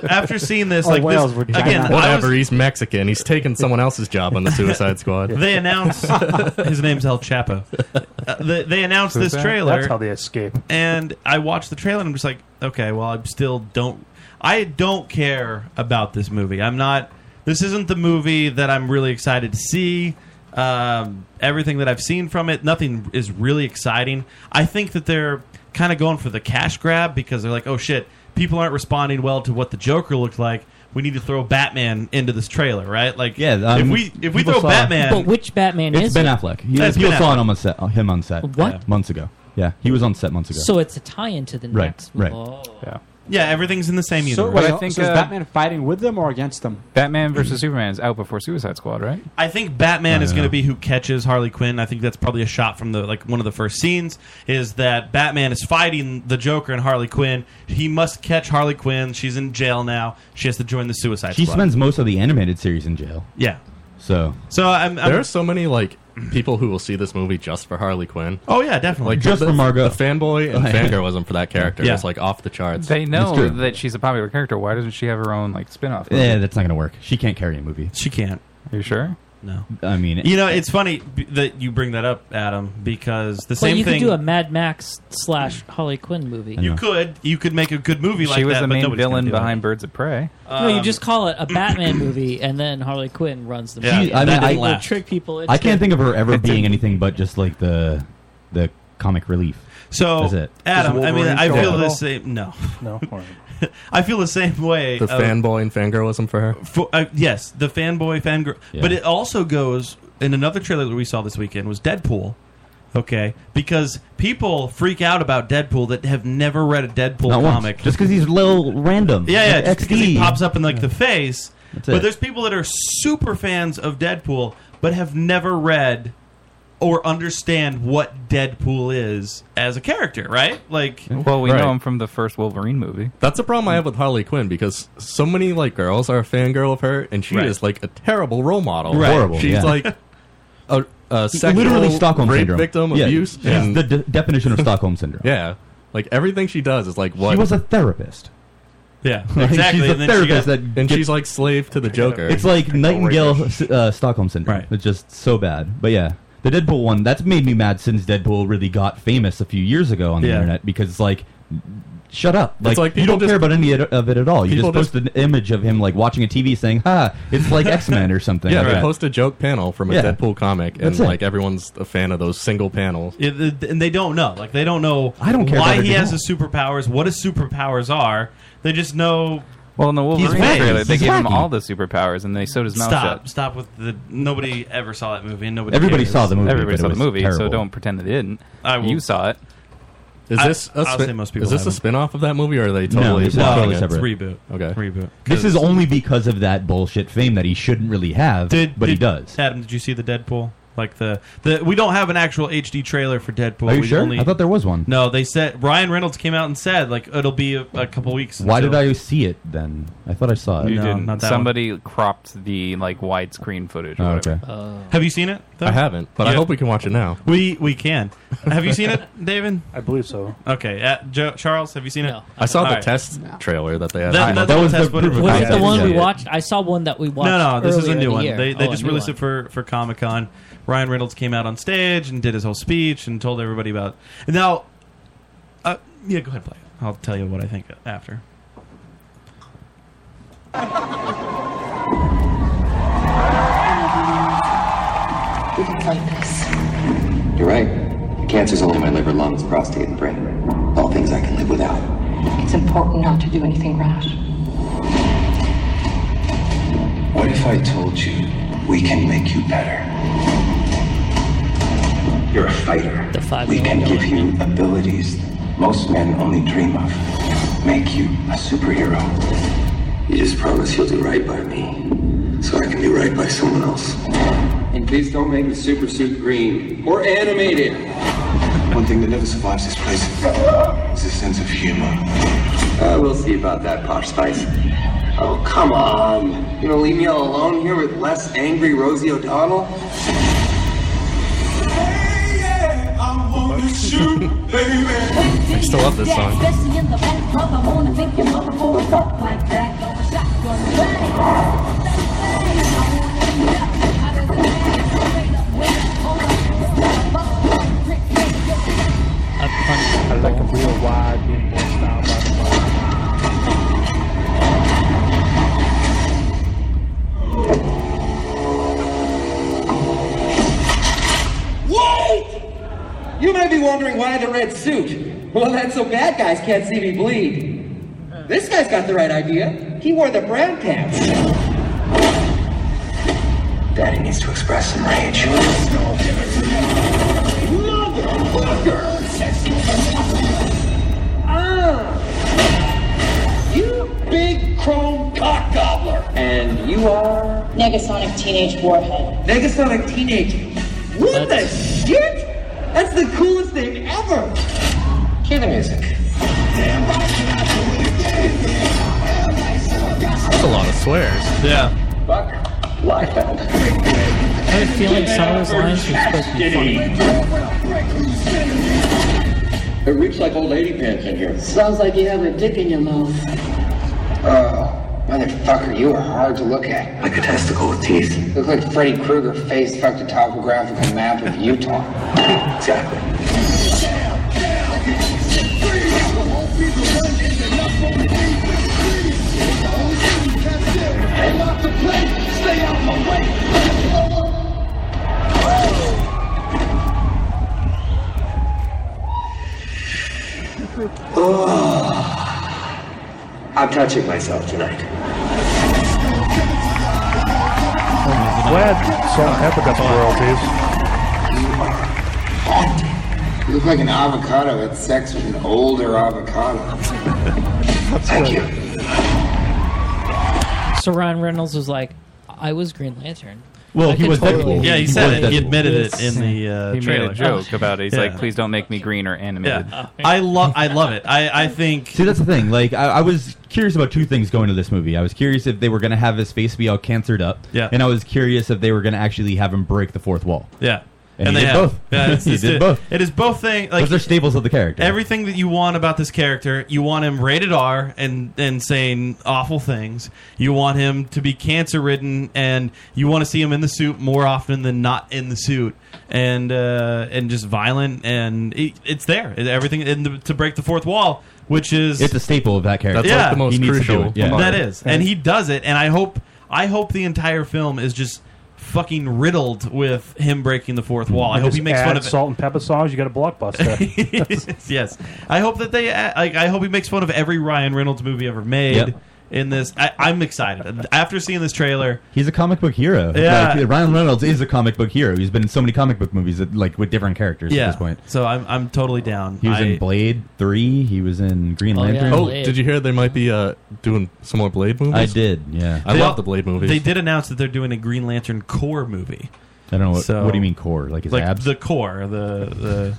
A- After seeing this, like this, again, I was-
whatever. He's Mexican. He's taking someone else's job on the Suicide Squad.
they announced his name's El Chapo. Uh, they, they announced
Who's
this
that?
trailer.
That's how they escape.
And I watched the trailer and I'm just like, okay, well, I still don't. I don't care about this movie. I'm not. This isn't the movie that I'm really excited to see. Um, everything that I've seen from it, nothing is really exciting. I think that they're kind of going for the cash grab because they're like, oh shit, people aren't responding well to what the Joker looked like. We need to throw Batman into this trailer, right? Like, yeah, if
um,
we if we
people
throw
saw-
Batman,
But which Batman
it's
is
Ben
it?
Affleck. He,
That's
people
Ben
saw it
Affleck.
on set, uh, him on set.
What? Yeah.
Months ago. Yeah, he was on set months ago.
So it's a tie-in to the
Right,
next.
right.
Oh.
Yeah.
yeah, everything's in the same
So-
universe.
but I think,
so is
uh,
Batman fighting with them or against them?
Batman versus Superman is out before Suicide Squad, right?
I think Batman
I
is
don't
going to
know.
be who catches Harley Quinn. I think that's probably a shot from the like one of the first scenes is that Batman is fighting the Joker and Harley Quinn. He must catch Harley Quinn. She's in jail now. She has to join the Suicide
she
Squad.
spends most of the animated series in jail.
Yeah.
So
So I'm, I'm
there are so many like people who will see this movie just for Harley Quinn.
Oh, yeah, definitely.
Like
Just
the,
for Margot.
the fanboy and
Like-
fangirlism for that character
Yeah.
is like off the charts.
They
It's
know
true.
that she's a popular character. Why doesn't she have her own like spin-off? movie?
yeah, that's not going to work. She can't carry a movie.
She can't.
Are you sure?
No.
I mean,
you know, it's funny b- that you bring that up, Adam, because the
Well,
same
you
thing
could do a Mad Max slash Harley Quinn movie.
you could you could make a good movie like
she was
that.
the
but
main
nobody's gonna
villain
do it. Uh,
behind Birds of Prey.
no,
um,
you just call it a Batman movie, and then Harley Quinn runs the
She-
movie.
I mean,
That
I-
will trick people. Into
I can't think of her ever being anything but just like the the comic relief.
So
that's it.
Adam, I mean,
Wolverine
I
show
feel
up?
the same. No,
no.
I feel the same way.
The
of-
fanboy and fangirlism for her.
For, uh, yes, the fanboy fangirl.
Yeah.
But it also goes in another trailer that we saw this weekend was Deadpool. Okay, because people freak out about Deadpool that have never read a Deadpool
Not once.
comic.
Just because he's little random.
Yeah, yeah,
Like,
just because
XD.
he pops up in like the face.
That's
but
it.
there's people that are super fans of Deadpool but have never read or understand what Deadpool is as a character, right? Like,
Well, we
Right.
know him from the first Wolverine movie.
That's a problem I have with Harley Quinn because so many like girls are a fangirl of her, and she
Right.
is like a terrible role model.
Right. Horrible,
She's
yeah.
like a, a sexual
literally Stockholm
rape
syndrome.
victim
Yeah.
abuse.
She's the de- definition of Stockholm syndrome.
Yeah, like everything she does is like what
She was a therapist.
Yeah,
Like, She's a therapist that
and
gets-
she's like slave to the Joker.
It's like Nightingale uh, Stockholm syndrome. It's just so bad. But yeah, the Deadpool one that's made me mad since Deadpool really got famous a few years ago on the
Yeah.
internet because it's like, shut up.
It's
Like,
like
you
people
don't
just-
care about any of it at all. You
people
just post an image of him like watching a TV saying, "Ha, it's like X Men or something."
yeah,
like
they
that.
post a joke panel from a
Yeah.
Deadpool comic, and
That's it.
like everyone's a fan of those single panels.
Yeah, the- and they don't know. Like they don't know.
I don't care
why
about it
he
at
has
all.
his superpowers. What his superpowers are. They just know.
Well, in the Wolverine
wacky.
trailer, they
He's
give him
wacky.
all the superpowers, and they sewed his mouth
Stop!
shut.
Stop with the. Nobody ever saw that movie, and nobody.
Everybody
cares.
saw the movie,
Everybody
but it
saw the
was
movie, so
terrible.
don't pretend they didn't.
I will-
You saw it.
Is
I-
this a
I'll say
spin-
most people
is this a
haven't.
spin-off of that movie, or are they
No,
totally
it's totally
blocking it?
separate.
Reboot.
Okay,
reboot.
This is only because of that bullshit fame that he shouldn't really have,
Did,
but he
did-
does.
Adam, did you see the Deadpool? Like the, the we don't have an actual HD trailer for Deadpool.
Are you
We
sure?
only-
I thought there was one.
No, they said Ryan Reynolds came out and said like it'll be a, a couple weeks.
Why
until-
did I see it then? I thought I saw it.
You No, didn't. not that one.
Somebody cropped the like widescreen footage. Or
Oh,
whatever.
okay.
Have you seen it? though?
I haven't, but I
Yeah.
hope we can watch it now.
We we can. Have you seen it, David?
I believe so.
Okay, uh, jo- Charles, have you seen it?
I saw
All
the
right.
test trailer that they had.
That- that- That was that's the what it proof of was.
Was it the
Yeah.
one we
Yeah.
watched? I saw one that we watched.
No, no, this is a
earlier in
new
the
one.
year.
They, they
Oh, a
just
new
released
one.
it for, for Comic Con. Ryan Reynolds came out on stage and did his whole speech and told everybody about. Now, uh, yeah, go ahead, play it. I'll tell you what I think after.
It's like this.
You're right. Cancer's all in my liver, lungs, prostate, and brain. All things I can live without.
It's important not to do anything rash.
What if I told you we can make you better? You're a fighter. we can give you abilities most men only dream of. Make you a superhero. You just promise you'll do right by me, so I can do right by someone else.
And please don't make the super suit green or animated.
One thing that never survives this place is a sense of humor. Uh, we'll see about that, Posh Spice.
Oh, come on. You gonna leave me all alone here with less angry Rosie O'Donnell?
I wanna
I still love this song.
I like a real wide beatbox style. by the way.
Whoa! You might be wondering why the red suit. Well, that's so bad guys can't see me bleed. This guy's got the right idea. He wore the brown pants.
Daddy needs to express some rage.
Ah! You big chrome cock gobbler! And you are?
Negasonic Teenage Warhead.
Negasonic Teenage. What the shit? That's the coolest thing ever! Cue the music.
That's a lot of swears.
Yeah.
I have a feeling some of those lines were supposed to be funny.
It reeks like old lady pants in here.
Sounds like you have a dick in your mouth.
Oh, motherfucker, you are hard to look at.
Like a testicle with teeth.
Look like Freddy Krueger face fucked a topographical map of Utah.
Exactly.
I'm touching myself tonight.
Glad South Africa's royalties.
You look like an avocado had sex with an older avocado. Thank you.
So Ryan Reynolds was like, I was Green Lantern.
Well,
I
he
could
was
totally-
Deadpool. Yeah, he said it. He admitted it in the uh,
he
trailer.
made a joke about it. He's
Yeah.
like, "Please don't make me green or animated."
Yeah, I love I love it. I, I think
See, that's the thing. Like, I, I was curious about two things going to this movie. I was curious if they were going to have his face be all cancered up.
Yeah.
And I was curious if they were going to actually have him break the fourth wall.
yeah,
And, he
they
did
have-
both.
Yeah, it's-
he
it's-
did both.
It is both things. Like
Those are staples of the character.
Everything that you want about this character, you want him rated R and and saying awful things. You want him to be cancer ridden, and you want to see him in the suit more often than not in the suit, and uh, and just violent. And it, it's there. It- everything and the, to break the fourth wall, which is
It's a staple of that character.
yeah,
He needs to do it. Yeah.
that is, and he does it. And I hope I hope the entire film is just fucking riddled with him breaking the fourth wall. I hope
Just
he makes
add
fun of it.
salt and pepper sauce. You got a blockbuster.
yes. I hope that they. uh, Like, I hope he makes fun of every Ryan Reynolds movie ever made.
Yep.
In this, I, I'm excited after seeing this trailer.
He's a comic book hero.
Yeah.
Like, Ryan Reynolds is a comic book hero. He's been in so many comic book movies, that, like with different characters
yeah.
at this point.
So I'm I'm totally down.
He was
I-
in Blade Three. He was in Green Lantern.
Oh, did you hear they might be uh, doing some more Blade movies?
I did, yeah.
I
They
love
al-
the Blade movies.
They did announce that they're doing a Green Lantern core movie.
I don't know what- what do you mean core? Like his
like
abs?
The core. The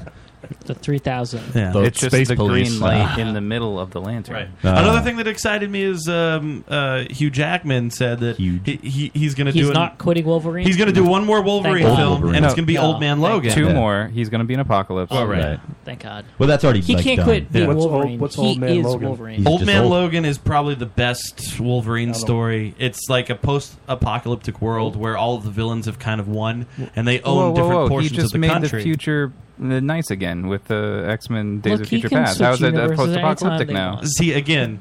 The 3000.
Yeah. The
it's just
space
the
police.
green light
Ah.
in the middle of the lantern.
Right.
Ah.
Uh,
Another thing that excited me is um, uh, Hugh Jackman said that he, he he's going to
He's
do an-
not quitting Wolverine.
He's going to do one more Wolverine
Thank
film,
God.
and it's going to be
No.
Old Man Logan.
Two more. He's going to be an apocalypse.
Well, right. Right.
Thank God.
Well, that's already,
He
like,
can't
done.
quit being
Yeah. What's
Wolverine.
old- what's
he
old man
is
Logan?
Wolverine.
He's
Old
just
Man
old.
Logan is probably the best Wolverine story. It's like a post-apocalyptic world where all of the villains have kind of won and they own
whoa, whoa,
different
whoa.
portions
he just
of the
made
country.
the future uh, nice again with the X Men Days
Look,
of
he
Future
can
Past. How is
switch
that uh,
universes anytime
post-apocalyptic
they
now?
want. See again,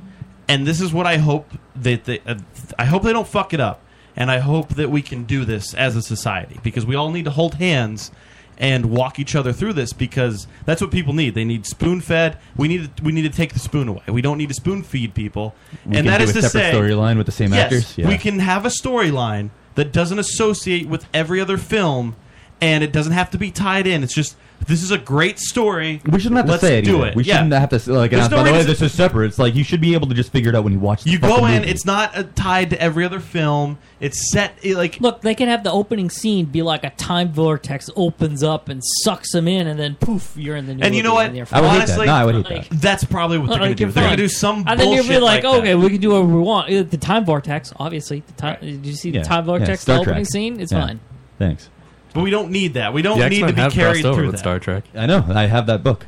and this is what I hope that they, uh, I hope they don't fuck it up, and I hope that we can do this as a society because we all need to hold hands and walk each other through this because that's what people need. They need spoon fed. We need to, we need to take the spoon away. We don't need to spoon feed people.
We
and
can
that
do
is
a
to
separate
say,
storyline with the same
yes,
actors? Yeah.
We can have a storyline that doesn't associate with every other film. And it doesn't have to be tied in. It's just this is a great story.
We shouldn't have to
Let's
say it.
Do
either.
it.
We
Yeah.
shouldn't have to say, like.
There's
announce,
no
by the way,
reason-
this is separate. It's like you should be able to just figure it out when you watch. The
You go
fucking
in.
movie.
It's not uh tied to every other film. It's set it, like
Look, they can have the opening scene be like a time vortex opens up and sucks him in, and then poof, you're in the new.
And you know what?
Honestly,
Honestly, That's probably what they're going to
Like,
do.
you're
They're going
fine.
to do some
and
bullshit
then you'll be like,
that.
okay, we can do what we want. Uh, The time vortex, obviously. The time. Did you see
Yeah.
the time
Yeah,
vortex
Star
the opening
Trek.
scene? It's
Yeah.
fine.
Thanks.
But we don't need that. We don't
The
need
X-Men
to be
have
carried
crossed over
through
with
that.
Star Trek.
I know. I have that book.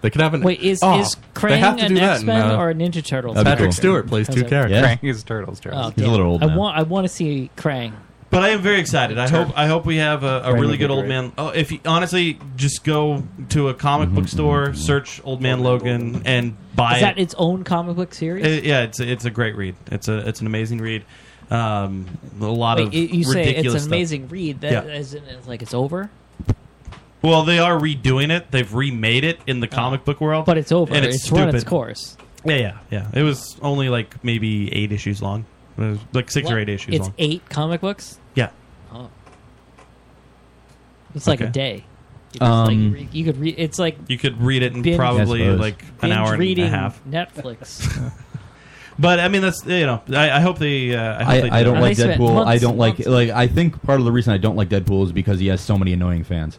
They could have an.
Wait, is
Oh,
is
they have
Krang
to do
an
that
X Men
in, uh,
or a Ninja Turtle?
That'd be Patrick cool. Stewart plays two characters. Yeah. Krang is Turtles, Charles.
Oh,
He's a
damn.
little old
I
now.
want I want to see Krang.
But I am very excited. I hope I hope we have a, a
Brandon
really
would
good
be
old
great.
man. Oh, if you, honestly, just go to a
Mm-hmm,
comic book store, search Old Man Logan, and buy
Is that
it.
its own comic book series?
Uh, yeah, it's it's a great read. It's a it's an amazing read. Um, a lot
Wait,
of
you you say it's
ridiculous
an
stuff.
amazing read. That
Yeah.
as in, it's like it's over.
Well, they are redoing it. They've remade it in the comic book world,
Oh. But it's over.
And it's,
It's
stupid.
run its course.
Yeah, yeah, yeah. It was only like maybe eight issues long, It was like six or
What?
eight issues
It's
long.
eight comic books.
Yeah.
Oh. It's like a
Okay.
day. You, just, like,
Um,
re- you could read. It's like
You could read it in
binge-
probably like an
binge
hour and
reading
a half.
Netflix.
But I mean, that's you know, I, I hope they. Uh, I, hope they
I, I don't
it.
like Deadpool. I don't like like I think part of the reason I don't like Deadpool is because he has so many annoying fans.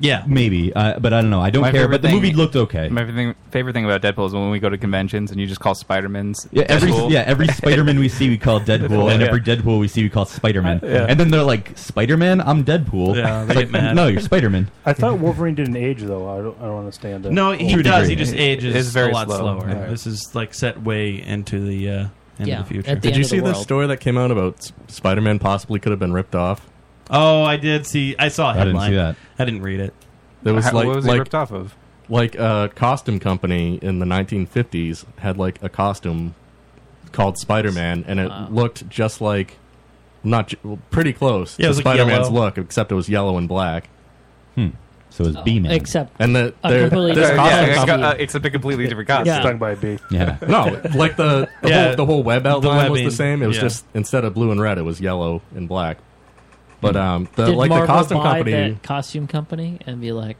Yeah.
maybe, uh, but I don't know. I don't
My
care.
favorite
But the
thing-
movie looked okay.
My thing, favorite thing about Deadpool is when we go to conventions and you just call Spider-Man's
Yeah, every
Deadpool.
yeah every Spider-Man we see we call Deadpool, and
Yeah.
every Deadpool we see we call Spider-Man.
Yeah.
And then they're like, "Spider-Man, I'm Deadpool."
Yeah, they
It's like,
get mad.
No, you're Spider-Man.
I thought Wolverine didn't age though. I don't, I don't understand. That.
No, he
To a
does. He
degree.
just ages
It's very
a lot
slow.
slower.
Right.
This is like set way into the uh, into
Yeah,
the future.
at the
Did
end
you
of the
see the
world.
story that came out about S- Spider-Man possibly could have been ripped off?
Oh, I did see. I saw a
I didn't
headline.
see that.
I didn't read it.
There was
How-
like
what was he
like,
ripped off of?
Like a costume company in the 1950s had like a costume called Spider-Man, and it looked just like not ju- well, pretty close
Yeah, it
to
was, like,
Spider-Man's
yellow.
look, except it was yellow and black.
Hmm. So it's B-Man.
Oh, Except
and the
a
their-
completely
this
different
costume
costume.
company-
Uh, except a completely different costume.
Yeah. Stung by a bee.
Yeah.
no, like the the,
Yeah.
whole, the whole web
The
outline was
webbing,
the same. It was
yeah.
just instead of blue and red, it was yellow and black. But um, the
Did
like
Marvel
the costume
buy
company,
that costume company and be like,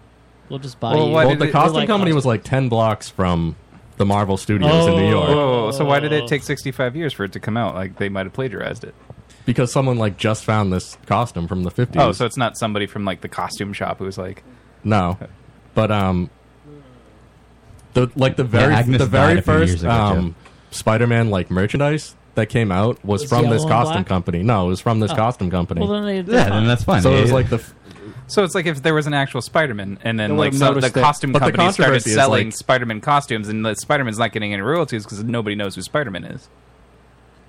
we'll just buy
well,
you.
well,
We're
the costume
like, oh,
company was like ten blocks from the Marvel Studios in New York.
Whoa, whoa, whoa. So why did it take 65 years for it to come out? Like they might have plagiarized it.
Because someone like just found this costume from the fifties.
Oh, so it's not somebody from like the costume shop who's like,
no, but um, the like the very
Yeah, Agnes
the very
died a few years
first
ago,
um Spider-Man like merchandise that came out was
Was
from
yellow
this
and
costume
black?
company. No, it was from this
Oh.
costume company.
Well, then they- they're Yeah, fine. then that's fine.
So it was
Yeah.
like the f-
so it's like if there was an actual Spider-Man, and
They
then
would've
like so the
noticed it.
costume
But the
company started
controversy is,
selling
like-
Spider-Man costumes, and the Spider-Man's not getting any royalties because nobody knows who Spider-Man is.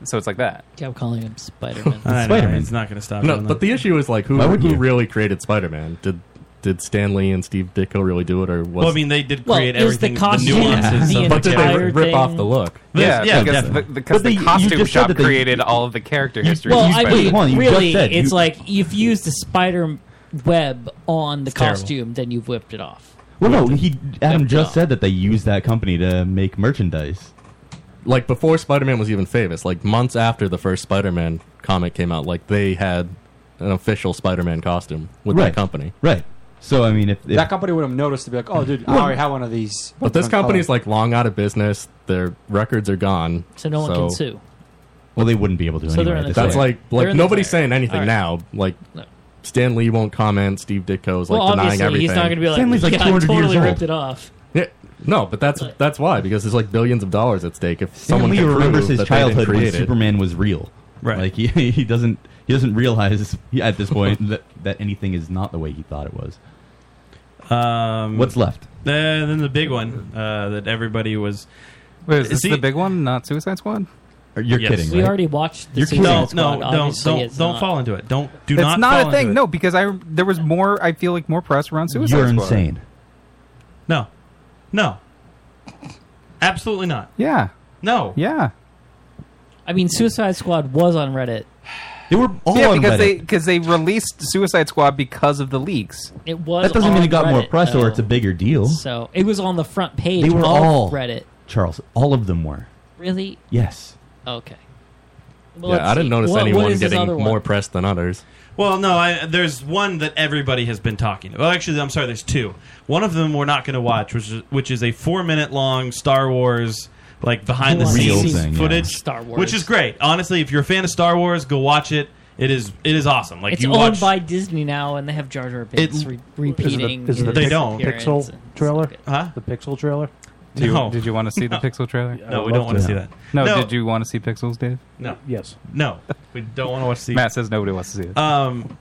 So it's like that.
Kept calling him Spider-Man.
Spider-Man.
It's not going to stop.
No,
doing
but
that.
the issue is like who
Why would
who
you?
really created Spider-Man? Did did Stanley and Steve Ditko really do it, or was
well, I mean, they did
Well,
create
is the
everything, the,
costume
nuances.
the
of
but did they
entire
rip off
thing-
the look?
Yeah,
yeah,
because
definitely.
the, because
But
the
they- you
costume
just said
shop
that they-
created all of the character history.
Well,
of
I
Spider-Man.
mean, really, it's like if you use the spider web on the
It's terrible.
costume, then you've whipped it off.
Well, no, he Adam just said that they used that company to make merchandise.
Like before Spider-Man was even famous, like months after the first Spider-Man comic came out, like they had an official Spider-Man costume with
right.
that company.
Right. So I mean, if, if
that company would have noticed to be like, oh, dude, I
Well-
already have one of these.
But this company's like long out of business. Their records are gone,
So no one can sue.
Well, they wouldn't be able to.
So they're
anyway.
in the
That's
clear.
like
They're
like
in the
nobody's
clear.
saying anything
All right.
now. Like Stan Lee won't comment. Steve Ditko's like
well,
denying
obviously,
everything.
he's not going to be like, yeah, I totally ripped it off.
Yeah, no, but that's that's why because there's like billions of dollars at stake if someone
someone Lee
can prove
remembers his
that they didn't
childhood when
create it.
Superman was real. Right. Like he, he doesn't he doesn't realize he- at this point that, that anything is not the way he thought it was.
Um,
What's left?
Uh, then the big one uh, that everybody was.
Wait, is this
See-
the big one, not Suicide Squad?
You're
Yes. kidding,
We right? already watched the Suicide
no,
Squad.
No, don't
Obviously,
don't
it's
don't
not.
fall into it. Don't do
it's
not.
not
fall
a thing.
into
No, because I there was more. I feel like more press around Suicide
You're
Squad.
insane. it. No, no, absolutely not.
Yeah.
No.
Yeah.
I mean, Suicide Squad was on Reddit.
They were
yeah, because they because they released Suicide Squad because of the leaks.
It was.
That doesn't mean
on
it got more
Reddit,
press or
though.
it's a bigger deal.
So it was on the front page.
They were
of
all
Reddit.
Charles, all of them were.
Really?
Yes.
Okay.
yeah, I didn't notice anyone getting more press than others.
Well, no, I, there's one that everybody has been talking. Well, actually, I'm sorry. There's two. One of them we're not going to watch, which is, which is a four minute long Star Wars like behind the
Real
scenes
thing, yeah.
footage,
Star Wars.
which is great. Honestly, if you're a fan of Star Wars, go watch it. It is it is awesome. Like
it's
you
owned
watch
by Disney now, and they have Jar Jar Binks re- repeating.
Is it the
his
Pix-
appearance.
Pixel trailer?
Huh?
The Pixel trailer?
Do you,
No.
Did you want to see the
No.
Pixel trailer?
No, we don't want to see that.
No,
No.
did you want to see Pixels, Dave?
No.
Yes.
No. We don't want to watch the. Uh,
Matt says nobody wants to see it.
Um,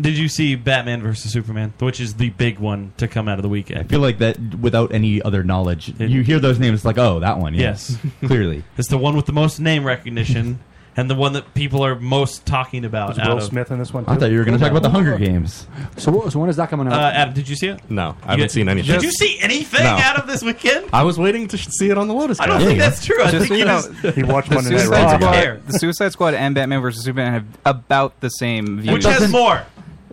Did you see Batman versus Superman, which is the big one to come out of the weekend?
I feel like that without any other knowledge, you hear those names it's like, oh, that one. Yes, clearly.
It's the one with the most name recognition and the one that people are most talking about.
Was Will
out of-
Smith in this one?
I thought you were going to talk about the Hunger Games.
So, so when is that coming
Uh, Adam, did you see it?
No, I haven't seen anything.
Did you see anything
No.
out of this weekend?
I was waiting to sh- see it on the Lotus.
I don't
Cast.
think that's true. I
Just
think
so
you
you know,
just
the Suicide Squad, the Suicide Squad and Batman vs Superman have about the same views.
Which has more?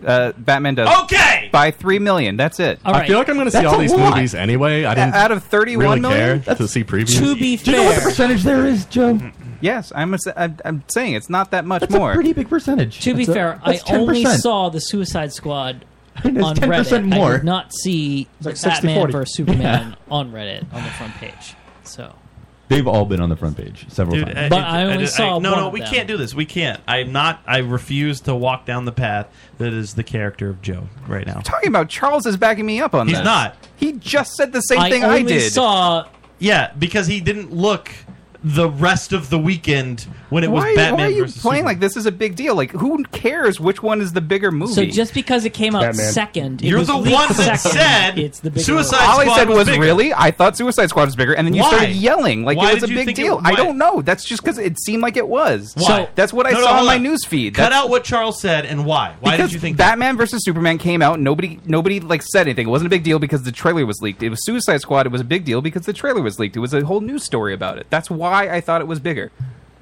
Uh, Batman does.
Okay.
By three million. That's it.
I feel like I'm going to see all these movies anyway. I didn't
out of 31
really
million?
care to see previews.
To be
Do you know what the
fair.
percentage there is, Joe?
Yes, I'm. A, I'm I'm saying it's not that much
That's
more.
a pretty big percentage.
To be
That's a-
fair, I
that's
only
10%.
saw the Suicide Squad on
it's 10%
Reddit. I
more.
did not see
It's like 60,
Batman
40.
versus Superman on Reddit on the front page. So
They've all been on the front page several
Dude, uh,
times.
But I only saw
no,
one
no.
of
We
them.
can't do this. We can't. I'm not. I refuse to walk down the path that is the character of Joe right now.
talking about Charles is backing me up on
He's
this.
not.
He just said the same
I
thing I
only
did.
saw.
Yeah, because he didn't look the rest of the weekend when it was
why,
Batman
why are you
versus
playing
Superman.
like this is a big deal? Like, who cares which one is the bigger movie?
So just because it came out
Batman.
second, it
You're
was
the
leaked
one that
second,
said
it's the bigger
All
movie.
I said was, really? I thought Suicide Squad was bigger, and then you
Why?
started yelling like
Why
it was a
did you
big
think it-
deal.
why?
I don't know. That's just because it seemed like it was.
Why?
So that's what I
No, no,
saw on
hold
my
on.
news feed.
Cut
That's-
out what Charles said and why. Why
because
did you think
Batman versus Superman came out? Nobody, nobody like said anything. It wasn't a big deal because the trailer was leaked. It was Suicide Squad. It was a big deal because the trailer was leaked. It was a whole news story about it. That's why I thought it was bigger.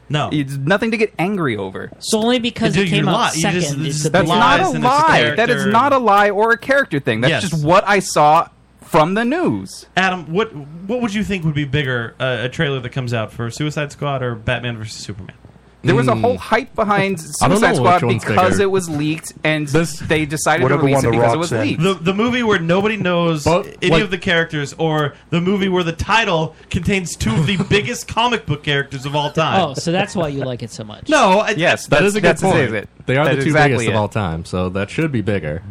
No,
it's nothing to get angry over.
So only because it came out second. is the
that's
bigger
not a
movie.
lie. That is not a lie or a character thing. That's
Yes.
just what I saw from the news.
Adam? What what would you think would be bigger uh, a trailer that comes out for Suicide Squad or Batman versus Superman?
There was a
Hmm.
whole hype behind
I don't know
Suicide
which
Squad
one's
because
bigger.
it was leaked, and they decided to
Whatever
release
one
it
The
because it
Rock's
was
in.
leaked.
The, the movie where nobody knows any
like-
of the characters, or the movie where the title contains two of the biggest comic book characters of all time.
Oh, so that's why you like it so much.
No, Oh, I,
yes,
that is a good point. They are the two biggest of all time, so that should be bigger.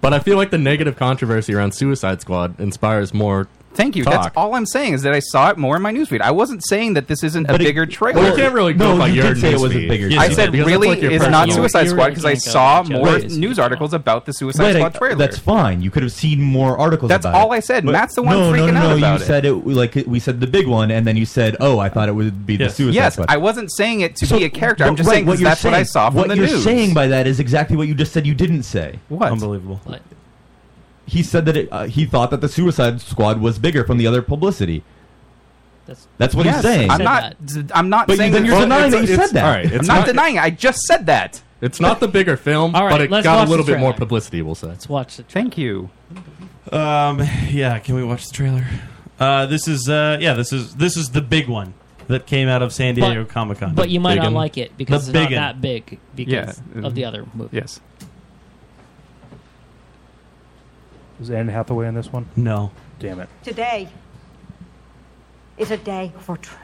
But I feel like the negative controversy around Suicide Squad inspires more.
Thank you.
Talk.
That's all I'm saying is that I saw it more in my newsfeed. I wasn't saying that this isn't a
But it-
bigger trailer.
well, you can't really go No, by you your did say it was a newsfeed. bigger
I
trailer.
said
Because that's
really
like your
is
personal-
not
You-
Suicide
you
Squad
really
because I
can't go
saw
by each other.
more
Wait.
news articles about the Suicide
Wait,
Squad
I-
trailer.
That's fine. You could have seen more articles.
That's
about
all
it.
I said.
But-
Matt's the one
no, no,
freaking
no,
out
no,
about
You
it.
said it like we said the big one, and then you said, "Oh, I thought it would be the Suicide
yes,
Squad."
I wasn't saying it to be a character. I'm
But
just
right,
saying 'cause
you're
that's what I
saying-
saw from
what
the
you're
news.
saying by that is exactly what you just said. You didn't say
what?
Unbelievable.
He said that it, uh, he thought that the Suicide Squad was bigger from the other publicity.
That's,
That's what
Yes,
he's saying.
I'm not. I'm not
But you-
saying
then you're denying that you said that.
all right,
I'm
it's
not
not-
denying it. I just said that.
It's not the bigger film,
All right,
but it
let's
got
watch
a
the
little bit more
trailer.
publicity. We'll say.
Let's watch the
Thank you.
Um, yeah, can we watch the trailer? Uh, this is uh, yeah, this is this is the big one that came out of San Diego Comic Con.
But you might not like it because it's not that big because
Yeah.
of the other movie.
um, Yes.
Is Anne Hathaway in this one?
No.
Damn it.
Today is a day for truth.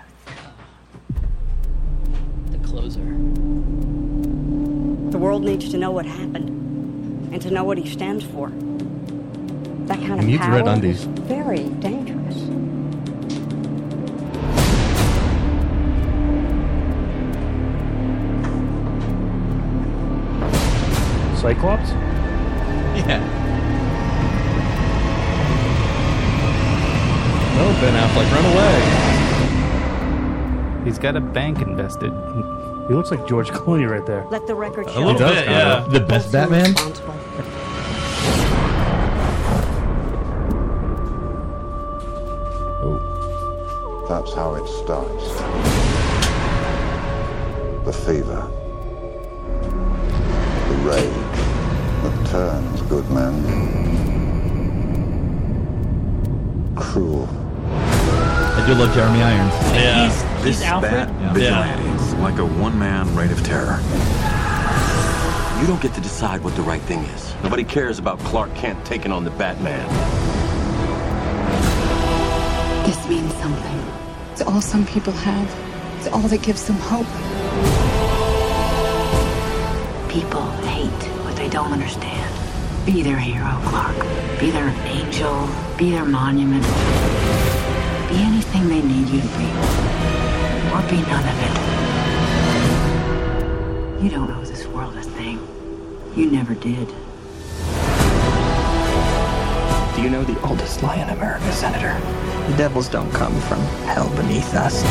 The closer.
The world needs to know what happened and to know what he stands for. That kind
He
of
needs
power
red undies.
is very dangerous.
Cyclops?
Yeah. No, Ben Affleck, run away.
He's got a bank invested.
He looks like George Clooney right there.
Let the record show.
little He does, bit, kinda. yeah.
The best Batman.
Oh. That's how it starts. The fever. The rage that turns good men cruel.
I do love Jeremy Irons.
Yeah.
This Alfred?
bat vigilante is like a one-man reign of terror. You don't get to decide what the right thing is. Nobody cares about Uh, Clark Kent taking on the Batman.
This means something. It's all some people have. It's all that gives them hope.
People hate what they don't understand. Be their hero, Clark. Be their angel. Be their monument. Be anything they need you to be. Or be none of it. You don't owe this world a thing. You never did.
Do you know the oldest lie in America, Senator? The devils don't come from hell beneath us.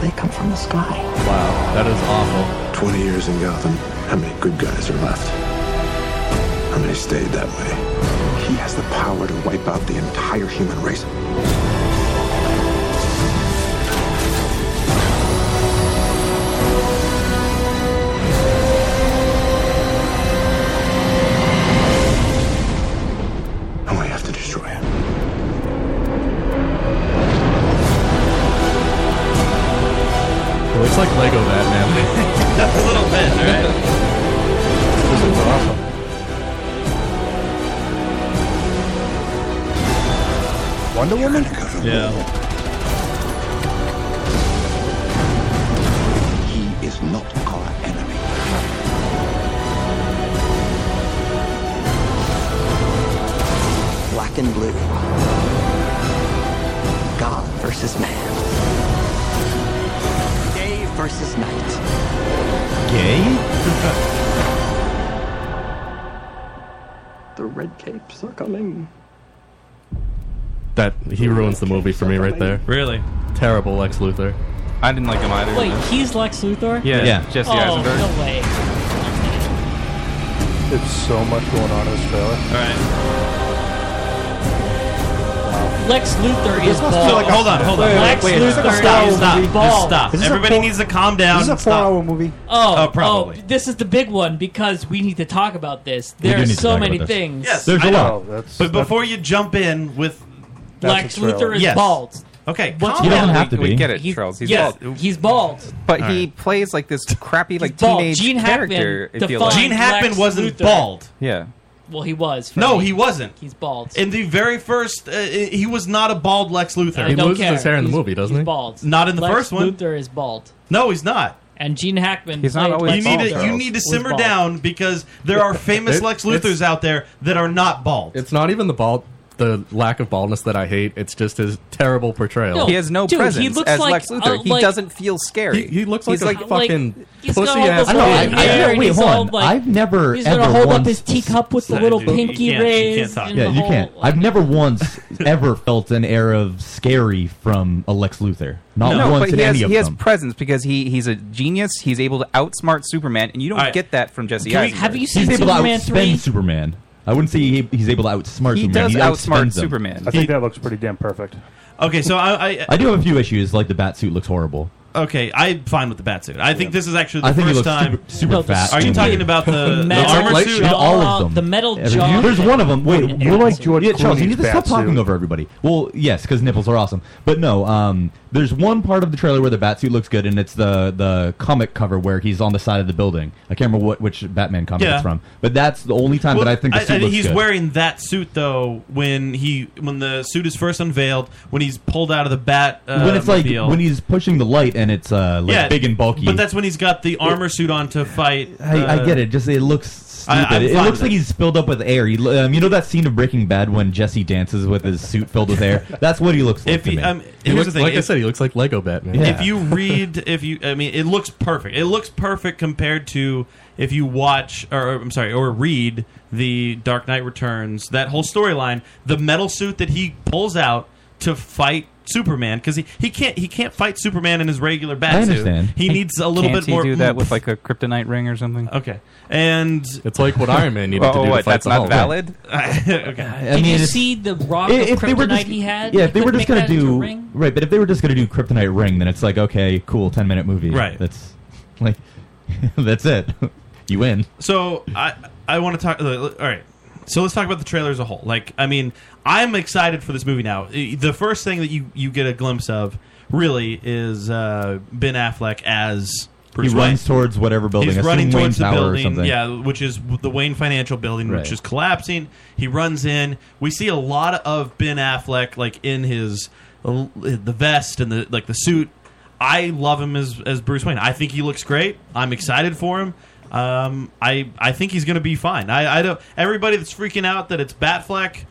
They come from the sky.
Wow, that is awful. 20 years in Gotham. How many good guys are left? How many stayed that way?
He has the power to wipe out the entire human race.
And we have to destroy him.
It looks like Lego Batman.
That's a little bit, right?
this is awesome.
Wonder Woman?
Yeah.
He is not our enemy. Black and blue. God versus man. Day versus night.
Gay?
The red capes are coming.
That he ruins the movie for me right there.
Really?
Terrible Lex Luthor.
I didn't like him either.
Wait, he's Lex Luthor?
Yeah, Yeah. Jesse
oh,
Eisenberg.
no way.
There's so much going on in this trailer.
All right.
Lex Luthor
This
is
must
bald.
be like a- Hold on, hold on. wait, wait,
Lex
wait,
Luthor
this is like a Star
is
Wars movie.
bald.
Just stop. Is this a Everybody four- needs to calm down
This is a
and stop.
four-hour movie.
Oh,
Oh, probably.
oh, this is the big one because we need to talk about this.
We
There
do
are
need to
so
talk
many
about this.
things.
Yes, There's a I lot. know. That's- But before you jump in with
Lex Luthor is
Yes.
bald.
Okay,
What's
calm
wrong?
down.
we, We get it, Charles. He's
yes,
bald.
He's bald.
But he plays like this crappy, like
bald.
teenage
Gene Hackman
character. I feel like.
defined Gene Hackman Lex wasn't Luthor. bald.
Yeah.
Well, he was. for
No,
me.
he wasn't.
He's bald.
In the very first, uh, he was not a bald Lex Luthor.
I don't care. He's- he's
he?
Bald.
Not in the
Lex
first one.
Luthor is bald.
No, he's not.
And Gene Hackman.
He's not
played
always
Lex
You need
Luthor.
to, you need to
Was
simmer
bald.
down because there are famous
It-
Lex
it's-
Luthers out there that are not bald.
It's not even the bald, the lack of baldness that I hate. It's just his terrible portrayal.
he has no presence as Lex Luthor. he doesn't feel scary.
He, he looks like
He's
a fucking pussy ass.
I know. I, I, wait, hold on. I've never
He's
ever
gonna hold
once,
up his teacup with the little pinky rays. and
Yeah,
the
you
whole-
can't. I've never once ever felt an air of scary from a Lex Luthor. Not
no,
once in
but he has,
any of
he has
them.
presence because he, he's a genius. He's able to outsmart Superman, and you don't
All right.
get that from Jesse
Can we-
Eisenberg.
have you
He's able to outspend Superman. I wouldn't say he, he's able to outsmart
He
Superman.
does
he
outsmart
outspends him.
Superman.
I think that looks pretty damn perfect.
Okay, so I, I,
I do have a few issues. Like the bat suit looks horrible.
Okay, I'm fine with the bat suit. I think this is actually the
I think he
first
looks
time.
super- super No, the fat
Are you
and
talking
weird.
about the, the
Metal
armor
plate
suit?
and all of them. Every- There's one of them. Wait,
you're like George
yeah, Charles, you
Clooney's
need to stop
bat
talking
suit.
over everybody. Well, yes, because nipples are awesome. But no, um, there's one part of the trailer where the bat suit looks good, and it's the the comic cover where he's on the side of the building. I can't remember what which Batman comic
Yeah.
it's from, but that's the only time that I think the suit looks
he's
good.
wearing that suit though when he when the suit is first unveiled when he's pulled out of the bat uh,
when it's like
mobile.
when he's pushing the light and it's uh, like
Yeah,
big and bulky.
but that's when he's got the armor suit on to fight.
I,
uh,
I get it. Just it looks
I-
stupid.
I'm
it
fine
looks
with
like
it.
he's filled up with air. He, lo- um, you know that scene of Breaking Bad when Jesse dances with his suit filled with air. That's what he looks like.
If
to
he-
me.
um, He here's looks- the thing,
like I
if-
said, he looks like Lego Batman.
If you read, if you, I mean, it looks perfect. It looks perfect compared to if you watch, or I'm sorry, or read the Dark Knight Returns. That whole storyline, the metal suit that he pulls out to fight Superman, because he, he can't he can't fight Superman in his regular bat
I
suit. He needs a little
Can't
bit more.
He do that with like a kryptonite ring or something.
Okay, and
it's like what Iron Man needed
oh,
to do.
What,
to fight
that's
the
not
Hulk.
valid.
okay.
Did you see the rock
if-
of
if they were
kryptonite
just-
he had?
yeah,
He
if they were
couldn't
just
make
gonna
that into a
do
ring?
right, but if they were just gonna do Kryptonite Ring, then it's like okay, cool, ten minute movie.
Right.
That's like that's it. you win.
So I I want to talk. All right. So let's talk about the trailer as a whole. Like, I mean, I'm excited for this movie now. I- The first thing that you you get a glimpse of really is uh, Ben Affleck as. Bruce
he
Wayne.
runs towards whatever building.
He's
assume
running
Wayne
towards the
Tower or
building,
something.
yeah, uh, which is the Wayne Financial Building,
Right.
which is collapsing. He runs in. We see a lot of Ben Affleck, like in his the vest and the like the suit. I love him as as Bruce Wayne. I think he looks great. I'm excited for him. Um, I I think he's going to be fine. I, I don't. Everybody that's freaking out that it's Batfleck,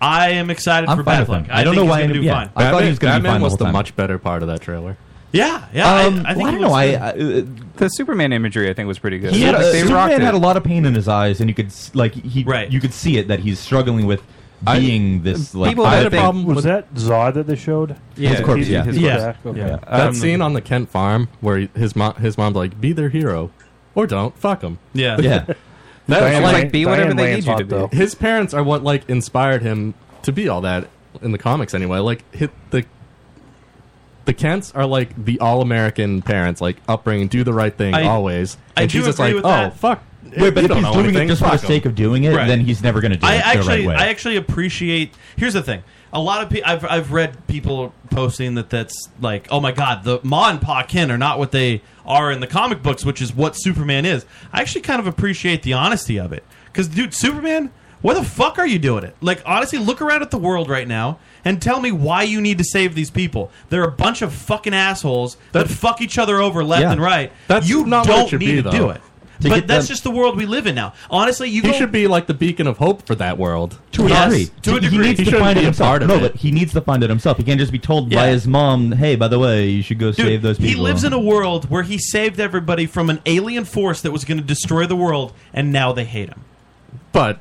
I am excited
I'm
for
fine with
Batfleck.
him. I don't
think
know
he's
why
gonna
I'm-
do
yeah.
fine.
I thought he was gonna be
Batman
fine the
was
whole
the
time.
much better part of that trailer.
Yeah,
Um, well, I don't know. I, uh,
the Superman imagery I think was pretty good.
He had
They
a, Superman
rocked it.
had a lot of pain in his eyes, and you could s- like he you could see it that he's struggling with being this. Like,
I had a problem. Was that Zod that they showed?
his corpse. Yeah,
That
Um,
scene on the Kent farm where he- his mom, his mom's like, "Be their hero, or don't fuck them."
Yeah.
yeah.
That was
Diane
like,
Lane-
be
Diane
whatever they
Lane's
need you
hot,
to be.
though. His parents are what like inspired him to be all that in the comics, anyway. Like hit the the Kents are like the all American parents, like upbringing, do the right thing
I-
always.
I
and
do
she's just
agree
like,
with
"Oh
that.
fuck."
Wait, but
you
if
don't
he's
know
doing
anything,
it just for the
fuck 'em."
sake of doing it,
Right.
then he's never going to do
I
it
actually,
the right way.
I actually appreciate. Here's the thing: a lot of people, I've, I've read people posting that that's like, oh my god, the Ma and Pa Ken are not what they are in the comic books, which is what Superman is. I actually kind of appreciate the honesty of it, because dude, Superman. Why the fuck are you doing it? Like, honestly, look around at the world right now and tell me why you need to save these people. They're a bunch of fucking assholes that, fuck each other over left
Yeah.
and right.
That's
you
not what
don't
it should
need
be,
to
though.
do it.
To
but
get
that's
them-
just the world we live in now. Honestly, you
he
go,
should be like the beacon of hope for that world
to a degree.
to a
He
degree.
needs
He
to
shouldn't
find
be
it
a
himself.
part of
no,
it.
but he needs to find it himself. He can't just be told by
Yeah.
his mom, "Hey, by the way, you should go
Dude,
save those people."
He lives in a world where he saved everybody from an alien force that was going to destroy the world, and now they hate him.
But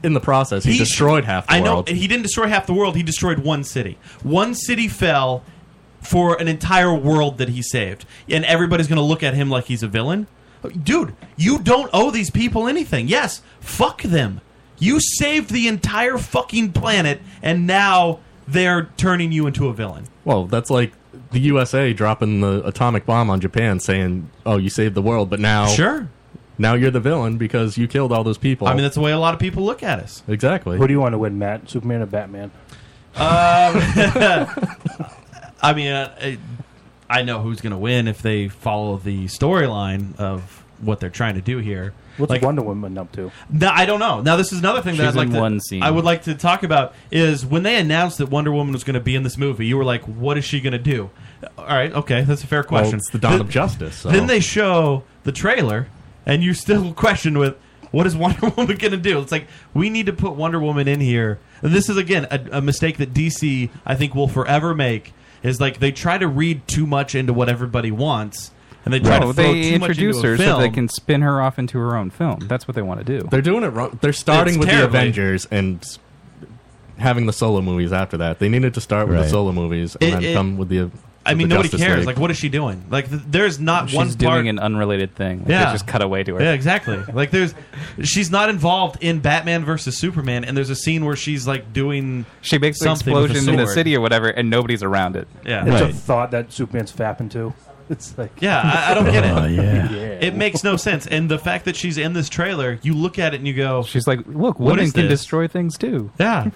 in the process, he, destroyed half the
I know
world.
and he didn't destroy half the world. He destroyed one city. One city fell for an entire world that he saved, and everybody's going to look at him like he's a villain. Dude, you don't owe these people anything. Yes, fuck them. You saved the entire fucking planet, and now they're turning you into a villain.
Well, that's like the USA dropping the atomic bomb on Japan, saying, "Oh, you saved the world," but now,
Sure.
now you're the villain because you killed all those people.
I mean, that's the way a lot of people look at us.
exactly.
Who do you want to win, Matt? Superman or Batman?
Um, I mean, uh, I- I know who's going to win if they follow the storyline of what they're trying to do here.
What's
Like-
Wonder Woman up to?
No, I don't know. Now, this is another thing that
She's
I'd like
in
to,
one scene.
I would like to talk about is when they announced that Wonder Woman was going to be in this movie. You were like, "What is she going to do?" All right, okay, that's a fair
Well,
question.
it's the dawn of justice, so-
Then they show the trailer, and you still question with, "What is Wonder Woman going to do?" It's like we need to put Wonder Woman in here. And this is again a, a mistake that DC I think will forever make. Is like they try to read too much into what everybody wants, and they try
Well,
to throw
they
too
introduce
much into
her
a film.
so they can spin her off into her own film. That's what they want to do.
They're doing it wrong. They're starting
It's
with
terribly-
the Avengers and s- having the solo movies after that. They needed to start with
Right.
the solo movies and
It-
then
it-
come with the.
I
with
mean,
the
nobody
Justice
cares.
League.
Like, what is she doing? Like, th- there's not
She's
one part.
doing an unrelated thing. Like, They just cut away to her.
Yeah, exactly. like, there's she's not involved in Batman versus Superman, and there's a scene where she's like doing
She makes an
something with a
explosion in a
sword.
city or whatever, and nobody's around it.
Yeah.
It's a
Right.
thought that Superman's fapping to. It's like
Yeah, I, I don't get it.
Oh,
yeah.
It makes no sense. And the fact that she's in this trailer, you look at it and you go,
she's like, look,
what
women
is
can
this?
destroy things too.
Yeah,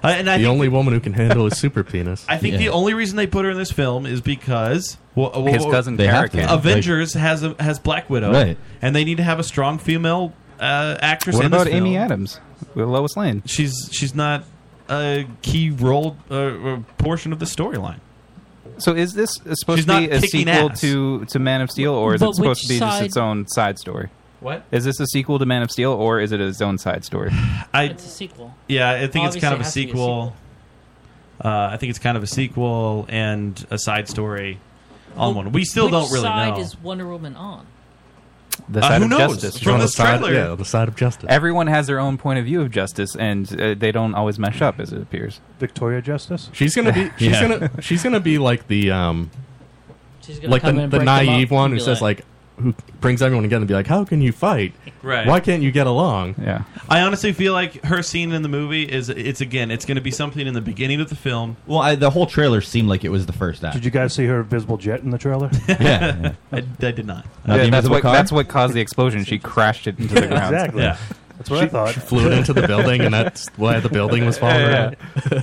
Uh, and I
the
think-
only woman who can handle a super penis.
I think the only reason they put her in this film is because well, uh, well,
His cousin They Kara have to. can.
Avengers has a, has Black Widow,
Right.
And they need to have a strong female uh, actress.
What
in this
about Amy
film.
Adams with Lois Lane?
She's she's not a key role uh, uh, portion of the storyline.
So is this supposed
She's
to be
not
a
kicking
sequel
ass.
to, to Man of Steel, or is
But
it supposed
which
to be just
side-
its own side story?
What?
is this a sequel to Man of Steel, or is it its own side story?
I,
It's a sequel.
Yeah, I think
Obviously
it's kind of
it
a
has to be a
sequel. Uh, I think it's kind of a sequel and a side story on one. We still
Which
don't really
side
know.
is Wonder Woman on?
The
Uh,
side
who
of
knows?
justice
From She's on the this side- trailer- yeah,
the side of justice.
Everyone has their own point of view of justice, and uh, they don't always mesh up as it appears.
Victoria Justice.
She's gonna be. She's gonna. She's gonna be like the um,
gonna
like
come in
the,
and
the
break 'em up
naive
and
one who
be
says like, who brings everyone together and be like, how can you fight?
Right.
Why can't you get along?
Yeah.
I honestly feel like her scene in the movie is it's again it's going to be something in the beginning of the film.
Well, I, the whole trailer seemed like it was the first act.
Did you guys see her invisible jet in the trailer?
Yeah.
I, I did not.
Not the
that's
invisible
what
car?
that's what caused the explosion. She crashed it into the ground.
Exactly. Yeah. That's what I
she,
thought.
She flew it into the building, and that's why the building was falling
Yeah,
yeah,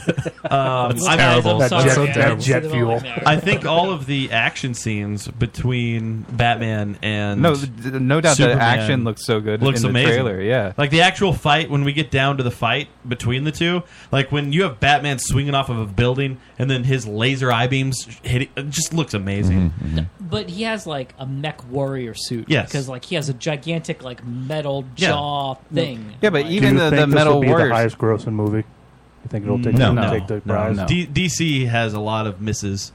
Um,
That's
I-
terrible. That jet- that jet fuel.
I think all of the action scenes between Batman and
No, th- no doubt the
Superman
action looks so good
Looks
in the
amazing.
trailer, yeah.
like the actual fight when we get down to the fight between the two. Like when you have Batman swinging off of a building and then his laser eye beams hit it just looks amazing.
Mm-hmm,
But he has like a mech warrior suit.
Yes.
because like he has a gigantic like metal
Yeah.
jaw thing.
Yeah, but
Like-
even
Do
the-
you think
the
this
Metal
will be
Warriors-
the highest grossing movie. You think it'll take, take the prize?
D- DC has a lot of misses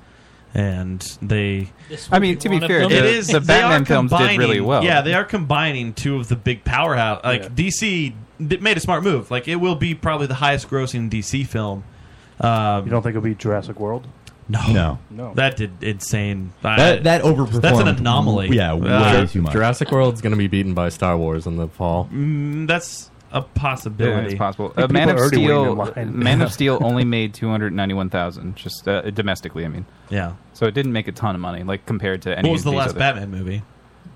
and they.
I mean, to be fair,
it
the,
is
the
they are
Batman films did really
combining-
well.
Yeah, they are combining two of the big powerhouse. Like DC d- made a smart move. Like it will be probably the highest grossing DC film. Um, you don't think it'll be Jurassic World? No,
No.
No.
That did insane.
That- that overperformed.
That's an anomaly. Uh,
Jurassic World's going to be beaten by Star Wars in the fall.
mm, that's a
Yeah,
possibility.
it's possible. Uh, Man of Steel. Man of Steel only made two hundred ninety-one thousand, just uh, domestically. I mean,
Yeah.
So it didn't make a ton of money, like compared to any.
What was
of
the
these
last
other-
Batman movie?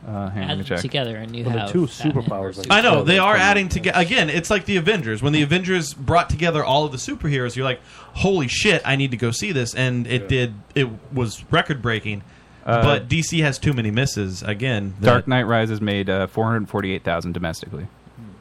Uh, hang on, let
Add
me
them
check.
together, and you
Well, the
have
two
Batman
superpowers,
versus-
I know they are adding together again. It's like the Avengers. When the Avengers brought together all of the superheroes, you're like, "Holy shit! I need to go see this." And it did. It was record breaking.
Uh,
but DC has too many misses again. that-
Dark Knight Rises made uh, four hundred forty-eight thousand domestically.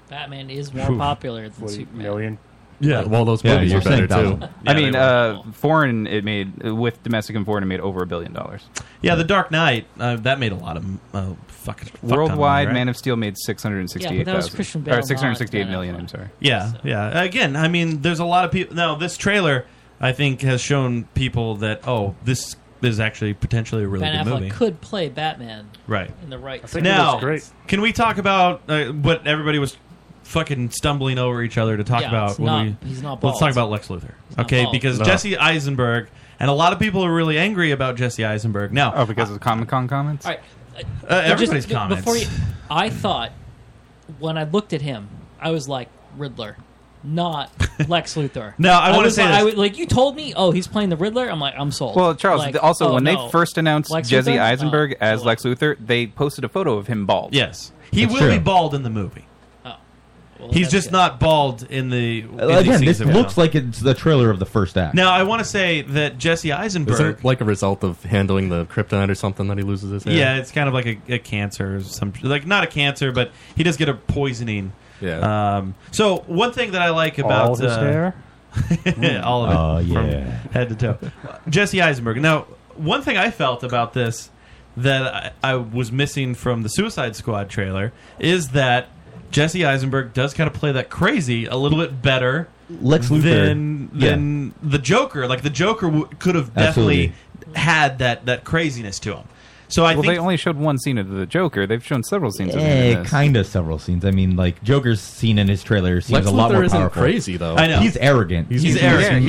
Batman is more
Phew.
popular than Superman.
Yeah, Uh, well, those
Yeah,
movies
you're
are better
saying
too.
I mean, uh, foreign it made with domestic and foreign it made over a billion dollars.
yeah, the Dark Knight uh, that made a lot of uh, fucking fuck ton of money,
Worldwide,
right?
Man of Steel made six hundred
Yeah,
sixty-eight
but that was Christian
thousand
Bale,
or
not uh,
six hundred sixty-eight million. I'm sorry.
Yeah, yeah. Again, I mean, there's a lot of people. Now, this trailer, I think, has shown people that oh, this is actually potentially a really
Ben
good
Affleck
movie.
could play Batman.
Right.
In the right.
now, can we talk about uh, what everybody was fucking stumbling over each other to talk
Yeah,
about?
it's not-
we,
he's not
Let's
bald.
talk about Lex Luthor,
He's not
okay?
bald.
Because
No.
Jesse Eisenberg and a lot of people are really angry about Jesse Eisenberg now.
Oh, because of Comic Con comments.
All right.
Uh, everybody's
just, b-
comments.
Before you, I thought when I looked at him, I was like Riddler, not Lex Luthor.
No, I wanna
was
say
like,
this.
I was- like you told me, oh, he's playing the Riddler. I'm like, I'm sold.
Well, Charles.
Like,
th- also,
oh,
when
no.
they first announced
Lex
Jesse
Luthor? Oh.
Eisenberg as Lex Luthor, they posted a photo of him bald.
Yes, he will be bald in the movie.
Oh.
He's just not bald in the in the
Uh, Again, this
season one.
looks like it's the trailer of the first act.
Now, I want to say that Jesse
Is
Eisenberg.
it like a result of handling the kryptonite or something that he loses his hair?
Yeah, it's kind of like a, a cancer, or some like not a cancer, but he does get a poisoning.
Yeah.
Um, so one thing that I like about
All his
uh,
hair?
all of it,
Oh,
from
yeah.
head to toe. Jesse Eisenberg. Now, one thing I felt about this that I, I was missing from the Suicide Squad trailer is that Jesse Eisenberg does kind of play that crazy a little bit better.
Lex Luthor.
than
Yeah.
than the Joker. Like the Joker w- could have definitely had that that craziness to him. So I
well,
think
they only showed one scene of the Joker. They've shown several scenes of him. in
Eh,
this.
kind of several scenes. I mean, like Joker's scene in his trailer seems
Lex
a lot
Luthor
more
isn't
powerful.
crazy, though.
I know he's arrogant.
He's, intelligent.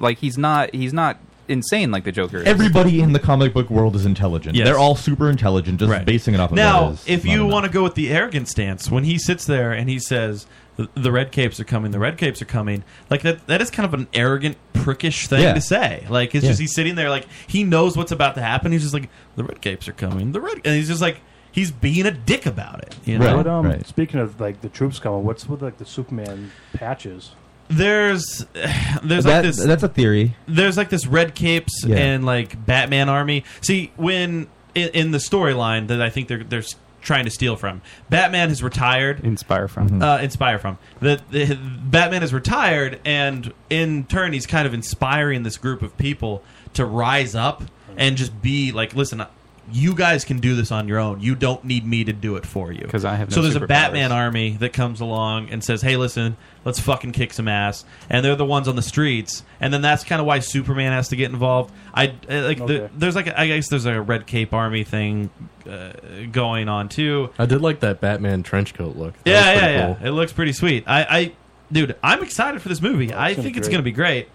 Like he's not. He's not insane like the Joker. Is.
Everybody in the comic book world is intelligent.
Yes.
They're all super intelligent. Just basing it off of that
now,
is
if
not
you
enough.
want to go with the arrogant stance, when he sits there and he says, "The- "The red capes are coming, the red capes are coming," like that—that that is kind of an arrogant, prickish thing
Yeah.
to say. Like it's
Yeah.
just he's sitting there, like he knows what's about to happen. He's just like, "The red capes are coming, the red," and he's just like he's being a dick about it. You know?
What, um, Speaking of like the troops coming, what's with like the Superman patches?
There's, there's
That-
like this.
that's a theory.
There's like this red capes
Yeah.
and like Batman army. See, when in, in the storyline that I think they're they're s- trying to steal from, Batman has retired.
Inspire
Mm-hmm.
from.
Uh, inspire from. The, the Batman is retired, and in turn, he's kind of inspiring this group of people to rise up and just be like, listen. You guys can do this on your own. You don't need me to do it for you.
'Cause I have no
so there's a
superpowers.
Batman army that comes along and says, "Hey, listen, let's fucking kick some ass," and they're the ones on the streets. And then that's kind of why Superman has to get involved. I uh, like the,
Okay.
there's like a, I guess there's a red cape army thing uh, going on too.
I did like that Batman trench coat look. That
yeah,
was
yeah,
pretty
yeah.
cool.
It looks pretty sweet. I, I dude, I'm excited for this movie. I
gonna
think
be
it's
great.
going to be great.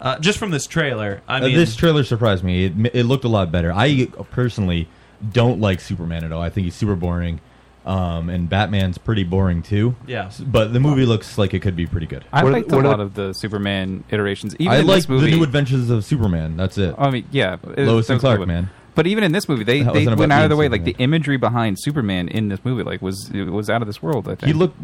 Uh, just from this trailer, I
Uh,
mean,
this trailer surprised me. It, it looked a lot better. I personally don't like Superman at all. I think he's super boring, um, and Batman's pretty boring too.
Yeah.
S- but the movie looks like it could be pretty good.
I liked a lot of the Superman iterations. Even
I
in
like
this movie,
the New Adventures of Superman. That's it.
I mean, yeah,
Lois
it- that
and
was a
Clark,
good one.
man.
But even in this movie, they,
That
they
wasn't
went
about
out of their
being
way. Like the imagery behind Superman in this movie, like was it was out of this world. I think
He looked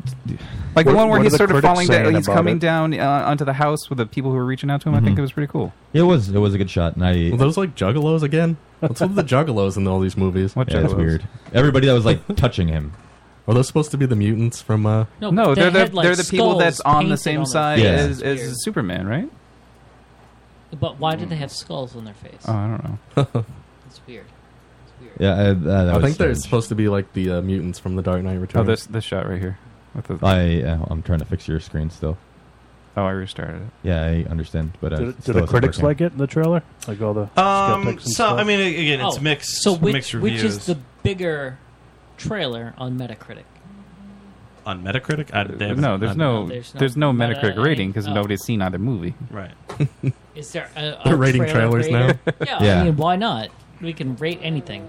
like the
What-
one where
what are
he's
the
sort of
critics
falling down.
saying
He's
about
coming
it? Mm-hmm.
down uh, onto the house with the people who are reaching out to him. I think
Mhm.
it was pretty cool.
It was it was a good shot, and I
Were those like juggalos again? What's with the juggalos in all these movies? What
Yeah, that's weird. Everybody that was like touching him.
Are those supposed to be the mutants from? uh
No, they're the they're the people that's on the same side
Yeah.
as, as Superman, right?
But why
Mm.
do they have skulls on their face?
Oh, I
don't know.
It's weird. It's weird.
Yeah, I, uh, that
I
was
think they're
strange.
supposed to be like the uh, mutants Oh, from the Dark Knight Returns.
this this shot right here.
I uh, I'm trying to fix your screen still.
Oh, I restarted it.
Yeah, I understand. But uh,
Did,
still
did the
hasn't
critics
working.
like it? The trailer, like all the
Um,
skeptics and
so
stuff?
I mean, a- again, it's
Oh,
mixed.
So which
mixed
which
reviews
is the bigger trailer on Metacritic?
on Metacritic? Ah, I, they haven't-
No, there's
I-
no,
there's no-
there's no
not a-
Metacritic rating because
oh.
nobody's seen either movie.
Right.
Is there a, a
They're rating
trailer
trailers now?
rating? Yeah,
Yeah.
I mean, why not? We can rate anything.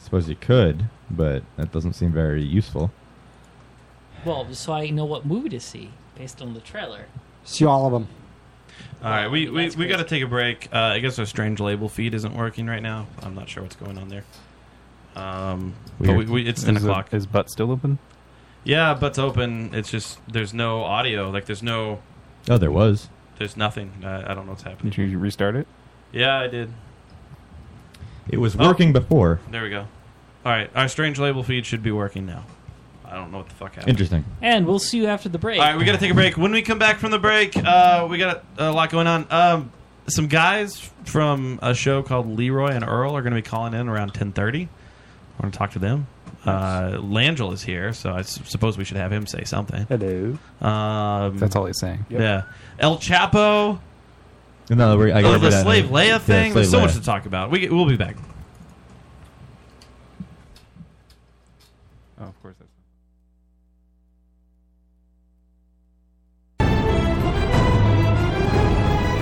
Suppose you could, but that doesn't seem very useful.
Well, so I know what movie to see based on the trailer.
See all of them.
All right, we we, we got to take a break. Uh, I guess our strange label feed isn't working right now. I'm not sure what's going on there. Um, but we,
Weird.
we, it's ten
Is it-
o'clock.
Is butt still open?
Yeah, but's open. It's just there's no audio. Like there's no.
Oh, there was.
There's nothing. I, I don't know what's happening.
Did you restart it?
Yeah, I did.
It was
Oh.
working before.
There we go. All right, our strange label feed should be working now. I don't know what the fuck happened.
Interesting.
And we'll see you after the break.
All right, we got to take a break. When we come back from the break, uh, we got a lot going on. Um, some guys from a show called Leroy and Earl are going to be calling in around ten thirty. I want to talk to them. Uh, Langell is here, so I s- suppose we should have him say something.
Hello.
Um,
That's all he's saying.
Yep.
Yeah, El Chapo.
No, we're, I
oh,
gotta do
the
that.
slave Leia
Yeah,
thing.
Slave
There's so
Leia.
much to talk about. We, we'll be back.
Oh, of course. That's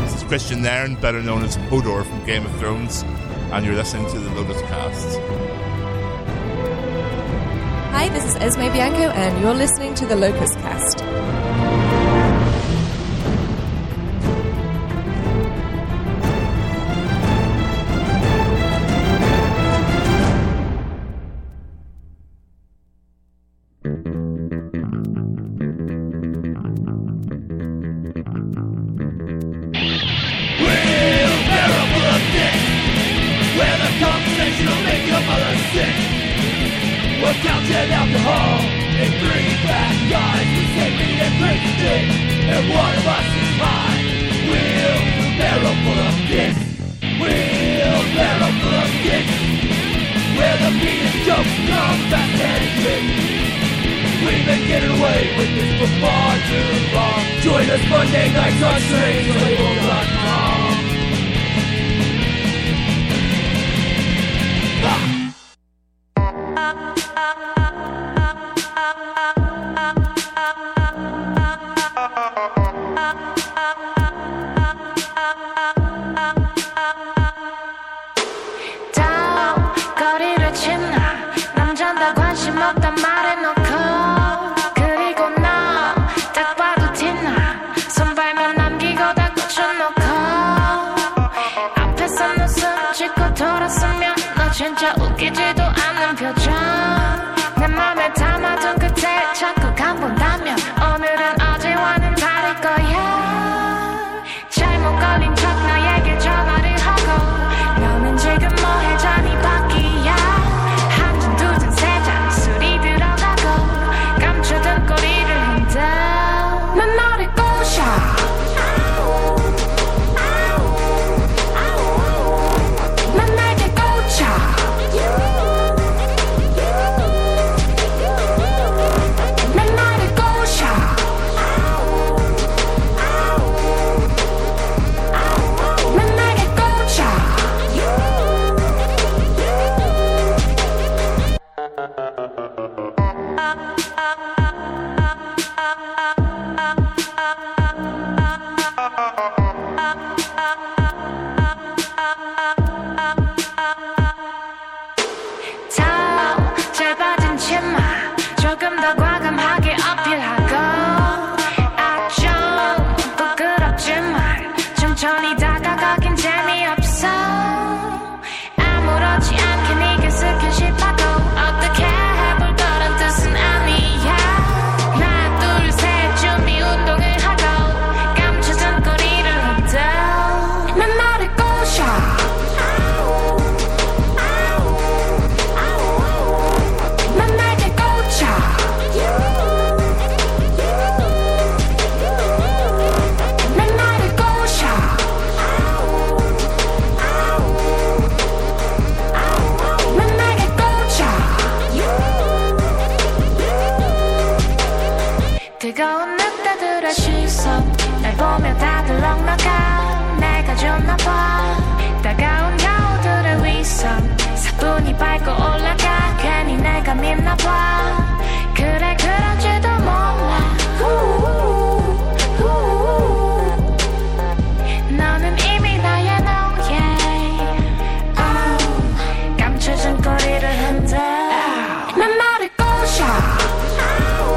This is Christian Nairn, better known as Hodor from Game of Thrones, and you're listening to the Lotus Cast.
Hi, this is Esme Bianco, and you're listening to the Locust Cast.
Where the conversation will make your mother sick. We're counting alcohol in three bad guys who say we did great thing. And one of us is high. We'll barrel full of dicks. We'll barrel full of dicks. Where the penis jokes come back and quick. We've been getting away with this for far too long. Join us Monday nights on strangelabel.com.
다음 거리를 지나 남잔다 관심 없다 말해놓고 그리고 너 딱 봐도 티나 손발만 남기고 다 꽂혀놓고 앞에서 눈썹 짓고 돌았으면 너 진짜 웃기지도 않는 표정 내 맘에 담아둔 그때 자꾸 감본다면 오늘은 어제와는 다를 거야 잘못 걸린 척 나에게 전화를 하고 너는 지금 뭐해 자니 밖이야 한 잔 두 잔 세 잔 술이 들어가고 감추던 꼬리를 흔들 난 너를 꼬셔 난 내게 꽂혀 난 너를 꼬셔 난 나게 꽂혀 다음 짧아진 치마 조금 더 과감하게 어필하고 아좀 부끄럽지만 천천히 다가가긴 재미없어 아무렇지 않게 네게 스킨 싶어도 어떻게 해볼 거란 뜻은 아니야 하나 둘셋 준비 운동을 하고 감춰진 거리를 흔들 난 너를 꼬셔 난 나게 꽂혀 난 나를 꼬셔 난 나게 꼬셔 어,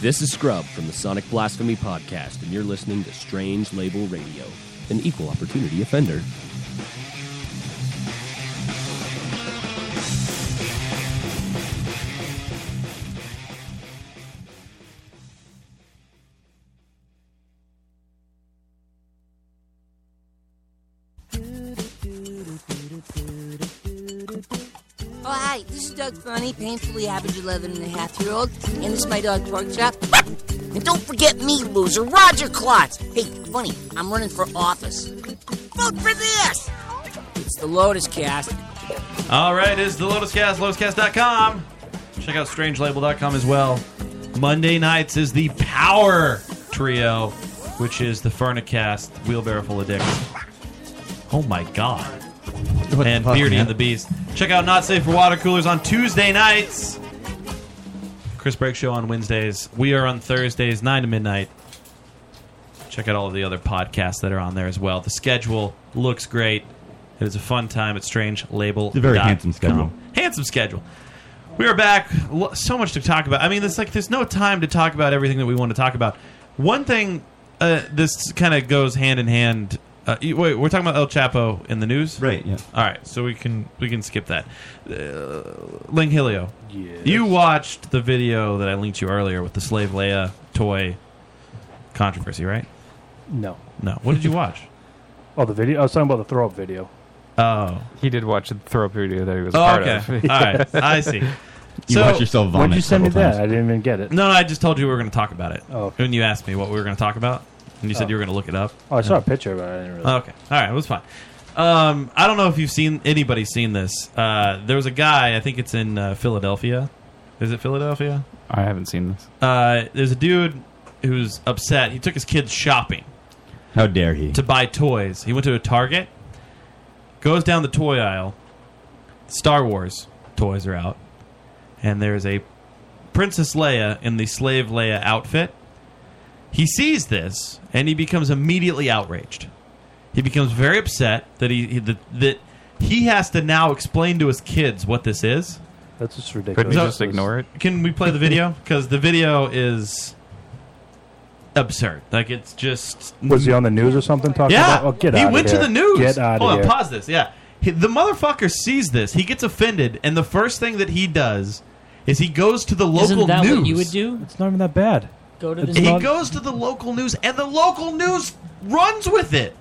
This is Scrub from the Sonic Blasphemy Podcast, and you're listening to Strange Label Radio, an equal opportunity offender.
Oh, hi, this is Doug Funny, painfully average 11 and a half year old, and this is my dog, Porkchop. And don't forget me, loser, Roger Klotz. Hey, Funny, I'm running for office. Vote for this! It's the Lotus Cast.
All right, it's the Lotus Cast, lotuscast.com. Check out strangelabel.com as well. Monday nights is the Power Trio, which is the Furnicast, Wheelbarrow Full of Dicks. Oh my god. and
fuck,
Beardy
man?
and the Beast. Check out Not Safe for Water Coolers on Tuesday nights. Chris Break Show on Wednesdays. We are on Thursdays, 9 to midnight. Check out all of the other podcasts that are on there as well. The schedule looks great. It is a fun time at Strange Label.
It's a very handsome schedule.
Handsome schedule. We are back. Lo- So much to talk about. I mean, it's like there's no time to talk about everything that we want to talk about. One thing, uh, this kind of goes hand in hand. Uh, you- wait, we're talking about El Chapo in the news, right? Yeah. All right, so we can we can skip that. Uh, Ling Helio, you watched the video that I linked you earlier with the Slave Leia toy controversy, right?
No.
No. What did you watch?
Oh, the video. I was talking about the throw up video.
Oh,
he did watch the throw up video that he was
Oh,
a part
okay.
of.
All right. I see.
So-
Why'd you send me that? I didn't even get it.
No, no, I just told you we were going to talk about it.
Oh,
When you asked me what we were going to talk about, and you said
Oh.
you were going to look it up.
Oh, I saw a
Yeah.
picture, but I didn't really.
Okay. All right. It was fine. Um, I don't know if you've seen anybody seen this. Uh, there was a guy. I think it's in uh, Philadelphia. Is it Philadelphia?
I haven't seen this.
Uh, there's a dude who's upset. He took his kids shopping
How dare he?
to buy toys. He went to a Target, goes down the toy aisle. Star Wars toys are out, and there's a Princess Leia in the Slave Leia outfit. He sees this and he becomes immediately outraged. He becomes very upset that he, he- that, that he has to now explain to his kids what this is.
That's just ridiculous.
Couldn't you just ignore it?
Can we play the video? Because the video is absurd. Like it's just
Was he on the news or something talking
Um, yeah.
about? Oh, get
he
outta
went
here.
to the news.
Get out
Hold
of
on,
here.
pause this. Yeah. He- the motherfucker sees this. He gets offended, and the first thing that he does is he goes to the local
Isn't that
news.
what you would do?
It's not even that bad.
Go to the
He
news.
goes to the local news, and the local news runs with it.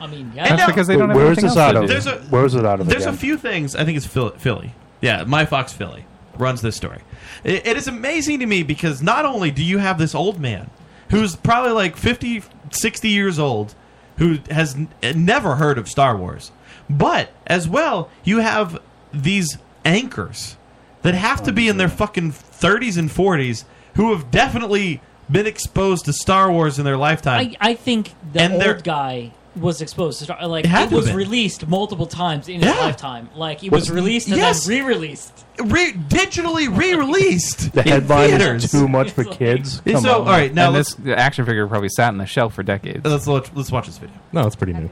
I mean, yeah.
And now-
Where's this out of?
There's a,
Where's it out of?
there's
again?
a few things. I think it's Phil- Philly. Yeah, my Fox Philly runs this story. It- it is amazing to me because not only do you have this old man who's probably like 50, 60 years old who has n- eh, never heard of Star Wars, but as well, you have these anchors that have to be in their fucking 30s and 40s who have definitely been exposed to Star Wars in their lifetime.
I, I think the
Uh, And they're-
old guy was exposed to Star. Like
It had to
it
have
was
been.
released multiple times in his
Yeah.
lifetime. Like it
What-
was released and
Yes.
then re-released.
Re- digitally re-released
The
in
headline
theaters.
is too much for kids. Come on.
and this the action figure probably sat on the shelf for decades.
Let's watch, let's watch this video.
No, it's pretty new.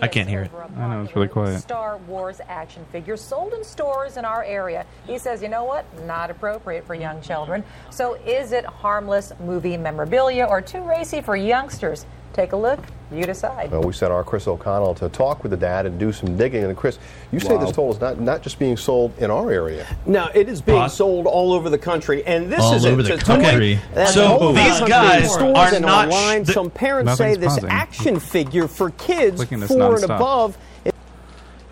I can't hear it.
I know it's really quiet.
Star Wars action figure sold in stores in our area. He says, you know what? Not appropriate for young children. So is it harmless movie memorabilia or too racy for youngsters? Take a look. You decide.
Well, we sent our Chris O'Connell to talk with the dad and do some digging. And Chris, you say
Wow.
this toll is not, not just being sold in our area.
No, it is being sold all over the country, and this
All
is
over
it.
the
It's
country.
going- that's
So
all over the
these
country,
guys
in stores
are
and
not sh-
online.
th-
Some parents say
Nothing's
this
pausing.
action figure for kids
Clicking this
four and
nonstop.
above.
All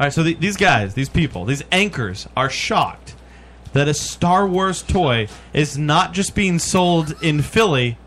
right, so the, these guys, these people, these anchors are shocked that a Star Wars toy is not just being sold in Philly,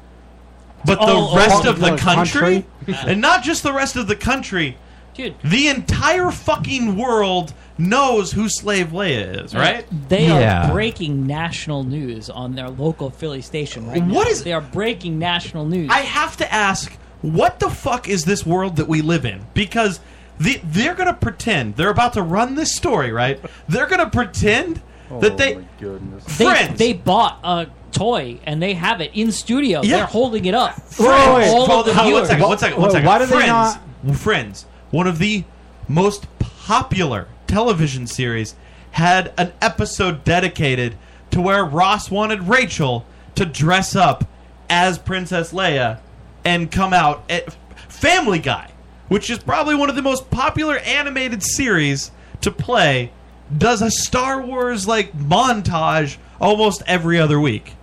but
All
the rest
over
of the
the
country,
country?
and not just the rest of the country.
Dude.
the entire fucking world knows who Slave Leia is, right?
They are breaking national news on their local Philly station right now.
What is-
They are breaking national news.
I have to ask, what the fuck is this world that we live in? Because the, they're going to pretend they're about to run this story, right? They're going to pretend that they
they,
friends.
they bought a toy and they have it in studio.
Yeah.
They're holding it up. for
Friends.
all of
Hold
the
on, one
viewers.
second. One second. One second.
why do they
Friends.
not-
Friends. One of the most popular television series had an episode dedicated to where Ross wanted Rachel to dress up as Princess Leia and come out at Family Guy, which is probably one of the most popular animated series to play, does a Star Wars like montage almost every other week.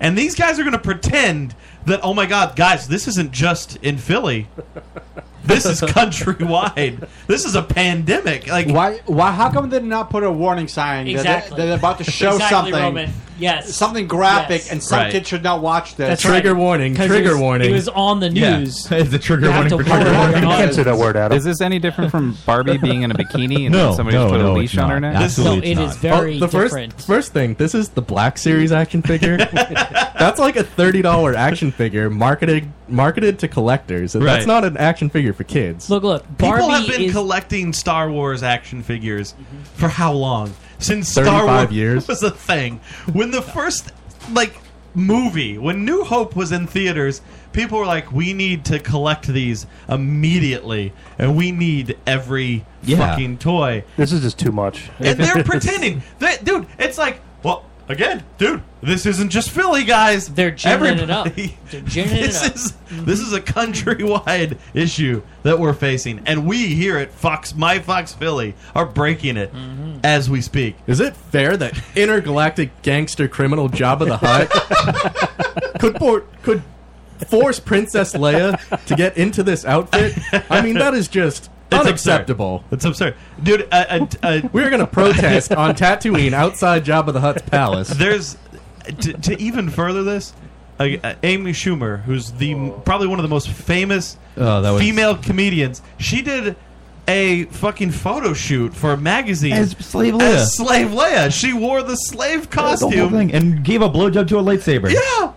And these guys are going to pretend that, oh my God, guys, this isn't just in Philly. This is countrywide. This is a pandemic. Like
why? Why? How come they did not put a warning sign? that they-
Exactly.
That they're about to show
Exactly,
something.
Roman. Yes.
Something graphic,
Yes.
and some
Right.
kid should not watch this.
That's Trigger right. warning,
'Cause
trigger
it was-
warning.
It was
on the
Yeah.
news.
It's a trigger
You have
warning
to
for
warn
trigger
the
warning.
audience.
Can't say that word, Adam.
Is this any different from Barbie being in a bikini and
No,
then somebody
no,
just put
no,
a
it's
leash on her
not.
neck?
Absolutely This- no, it is not. very
the first-
different. First thing, this is the Black Series action figure. that's like a thirty dollar action figure marketed marketed to collectors.
Right.
That's not an action figure for kids.
Look, look,
People have been collecting Star Wars action figures for how long? Since Star
35
Wars
years.
was a thing. When the first like movie, when New Hope was in theaters, people were like, "We need to collect these immediately, and we need every fucking toy."
This is just too much.
and they're pretending. They, dude, it's like, well, again, dude, this isn't just Philly guys. They're
ginning it up. They're ginning it
this
up.
is this is a countrywide issue that we're facing, and we here at Fox, my Fox Philly, are breaking it
Mm-hmm.
as we speak.
Is it fair that intergalactic gangster criminal Jabba the Hutt could por- could force Princess Leia to get into this outfit? I mean, that is just
absurd.
unacceptable.
It's absurd, dude. Uh, uh, uh,
We're gonna protest on Tatooine outside Jabba the Hutt's palace.
There's to, to even further this. Uh, uh, Amy Schumer, who's the probably one of the most famous
Oh, that was-
female comedians, she did a fucking photo shoot for a magazine
As Slave Leia.
As Slave Leia, she wore the slave
The
costume.
whole thing, and gave a blowjob to a lightsaber.
Yeah.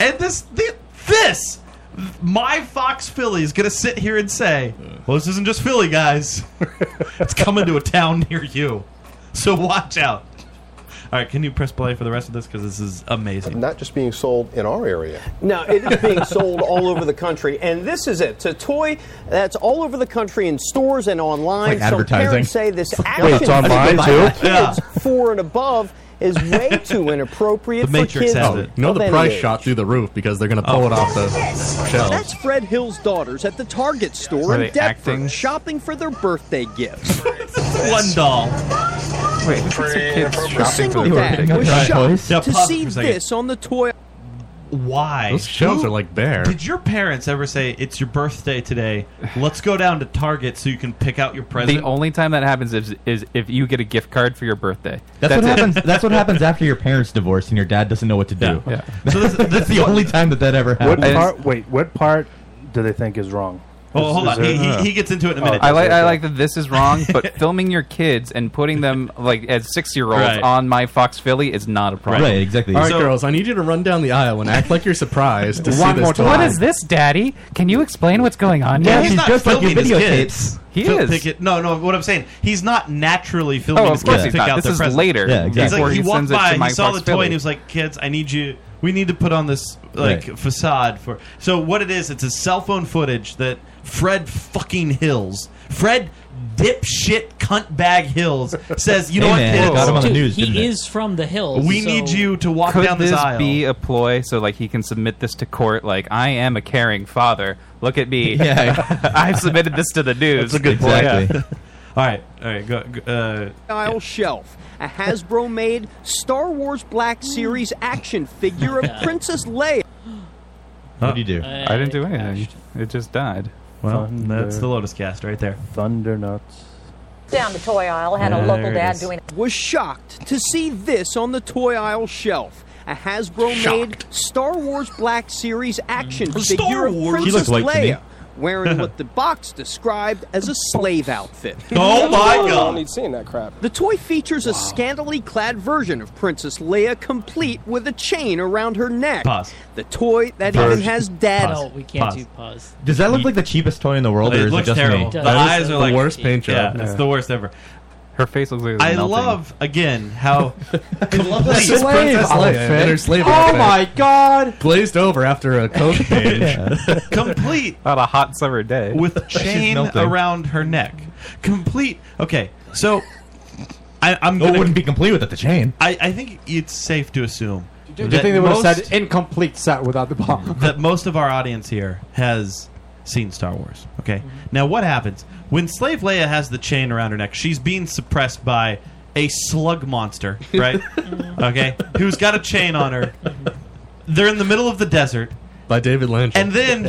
And this, thi- this, my Fox Philly is going to sit here and say, well, this isn't just Philly, guys. it's coming to a town near you. So watch out. All right, can you press play for the rest of this? Because this is amazing.
Not just being sold in our area.
No, it is being sold all over the country, and this is it. It's a toy that's all over the country in stores and online.
Like
Some
advertising.
parents say this action
it's online,
figure for
too?
kids four and above is way too inappropriate for kids.
Oh, you know
of
the
any
price
age.
shot through the roof because they're gonna pull it off the shelf.
That's Fred Hill's daughters at the Target store
Are
in
they
Deptford
acting?
shopping for their birthday gifts.
One doll.
Wait, a single
They were
dad
picking up
was
their
shocked
toys? Yeah,
to
pause
see
for a second.
this on the toy.
Why?
Those shelves
Who-
are like bare.
Did your parents ever say, it's your birthday today. Let's go down to Target so you can pick out your present?
The only time that happens is, is if you get a gift card for your birthday.
That's, what
it.
happens. That's what happens after your parents divorce and your dad doesn't know what to do.
Yeah.
So that's the only time that that ever
What
happens.
part? Wait, what part do they think is wrong?
Oh, hold
Is
on.
there-
He, he, he gets into it in a
Oh,
minute.
okay,
I like I
okay.
like that this is wrong, but filming your kids and putting them like as six year olds
Right.
on my Fox Philly is not a problem.
All right, girls, I need you to run down the aisle and act like you're surprised to see this toy.
What is this, Daddy? Can you explain what's going on?
Yeah,
here?
he's not
just like your
filming his
videotapes.
He
Phil
is.
Pickett- no, no. What I'm saying, he's not naturally filming.
Oh, of
his kids
course
to
he's
pick
not.
Out
This
their
is
presents.
later. Yeah,
He's
exactly.
like,
Before he
he, walked
sends it to
by, and he
Mike
saw
Fox
the toy,
Philly.
and he was like, "Kids, I need you. We need to put on this like facade for." So what it is? It's a cell phone footage that Fred fucking Hills, Fred dipshit cunt bag Hills says, "You know
Hey,
what,
man,
kids?
got him on the
Dude,
news, didn't
he
it?
is from the hills.
We need
so-
you to walk
Could
down this,
this
aisle."
be a ploy so like he can submit this to court? Like I am a caring father. Look at me.
Yeah.
I've submitted this to the news.
That's a good point. Exactly. All right, all right. Go, go, uh,
aisle shelf a Hasbro made Star Wars Black Series action figure of Princess Leia.
What do you do?
I didn't do anything. It just died.
well, that's the Lotus Cast right there. Thundernuts.
Down the toy aisle had a
Yeah,
local
there it
dad
is.
doing
Was shocked to see this on the toy aisle shelf. A Hasbro made Star Wars Black Series action
Star
figure of
Wars. He
Princess
looks white to me.
Leia. Wearing what the box described as a slave outfit.
Oh my God. I don't
need seeing that crap. The toy features a scantily clad version of Princess Leia, complete with a chain around her neck.
Pause.
The toy that
Pause.
even has dad.
Pause. No, we can't Pause. do
pause.
Does that look like the cheapest toy in the world,
It
or is it
looks
just
terrible.
me?
The
That is
eyes are
the
like
worst paint
Yeah,
job.
it's the worst ever.
Her face looks like it's
I
melting.
love again how complete
This is Princess Leia and her slave outfit.
god!
Glazed over after a coke page.
Complete
on a hot summer day
with chain
melting.
around her neck. Complete. Okay, so I, I'm.
Well, it wouldn't be complete without the chain.
I, I think it's safe to assume.
Do you think they would have said incomplete set without the bomb?
that most of our audience here has seen Star Wars. Okay.
Mm-hmm.
Now, what happens when Slave Leia has the chain around her neck? She's being suppressed by a slug monster, right?
Mm-hmm.
okay, who's got a chain on her? They're in the middle of the desert.
By David Lynch.
And then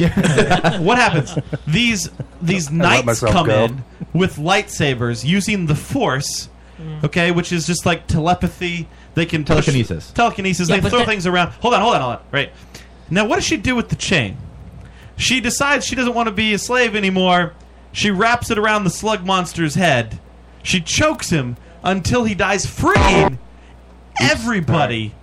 what happens? These these knights
myself
come
go.
in with lightsabers using the force.
Mm.
Okay, which is just like telepathy. They can push-
Telekinesis.
telekinesis.
Yeah,
they
but
throw
that-
things around. Hold on, hold on, hold on. Right. Now, what does she do with the chain? She decides she doesn't want to be a slave anymore. She wraps it around the slug monster's head. She chokes him until he dies, freeing everybody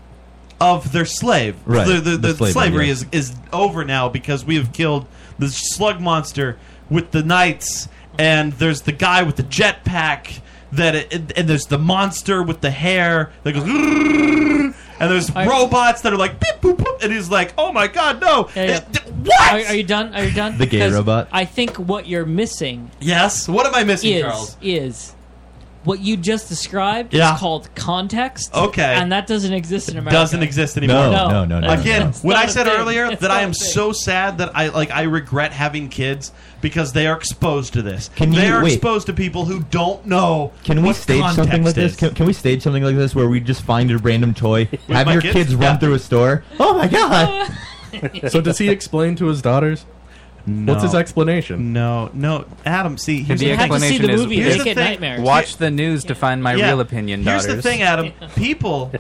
of their slave.
Right,
The, the,
the
the
slave
slavery
idea.
is, is over now because we have killed the slug monster with the knights, and there's the guy with the jetpack. That it, and there's the monster with the hair that goes, and there's robots that are like, beep, boop, boop, and he's like, oh my god, no! What?
Are, are you done? Are you done?
The gay
Because
robot.
I think what you're missing.
Yes. What am I missing,
is,
Charles?
Is what you just described
Yeah.
is called context.
Okay.
And that doesn't exist in America.
doesn't exist anymore.
No, no, no, no, no.
Again,
It's
when
not
I
a
said
thing.
earlier
It's
that
not
I
a
am
thing.
so sad that I like I regret having kids because they are exposed to this.
Can you-
they are
wait.
exposed to people who don't know.
Can we
what
stage something
context
like this?
is.
Can, can we stage something like this where we just find a random toy, have
my
your
kids?
kids, run
Yeah.
through a store? Oh my god!
so does he explain to his daughters? What's his
No.
explanation?
No, no, Adam. See,
here's
the
the thing.
explanation
Have to see the
is
movie,
is
Make It Nightmares.
watch the news to find my
Yeah.
real opinion.
Here's
daughters. Oh,
the thing, Adam. People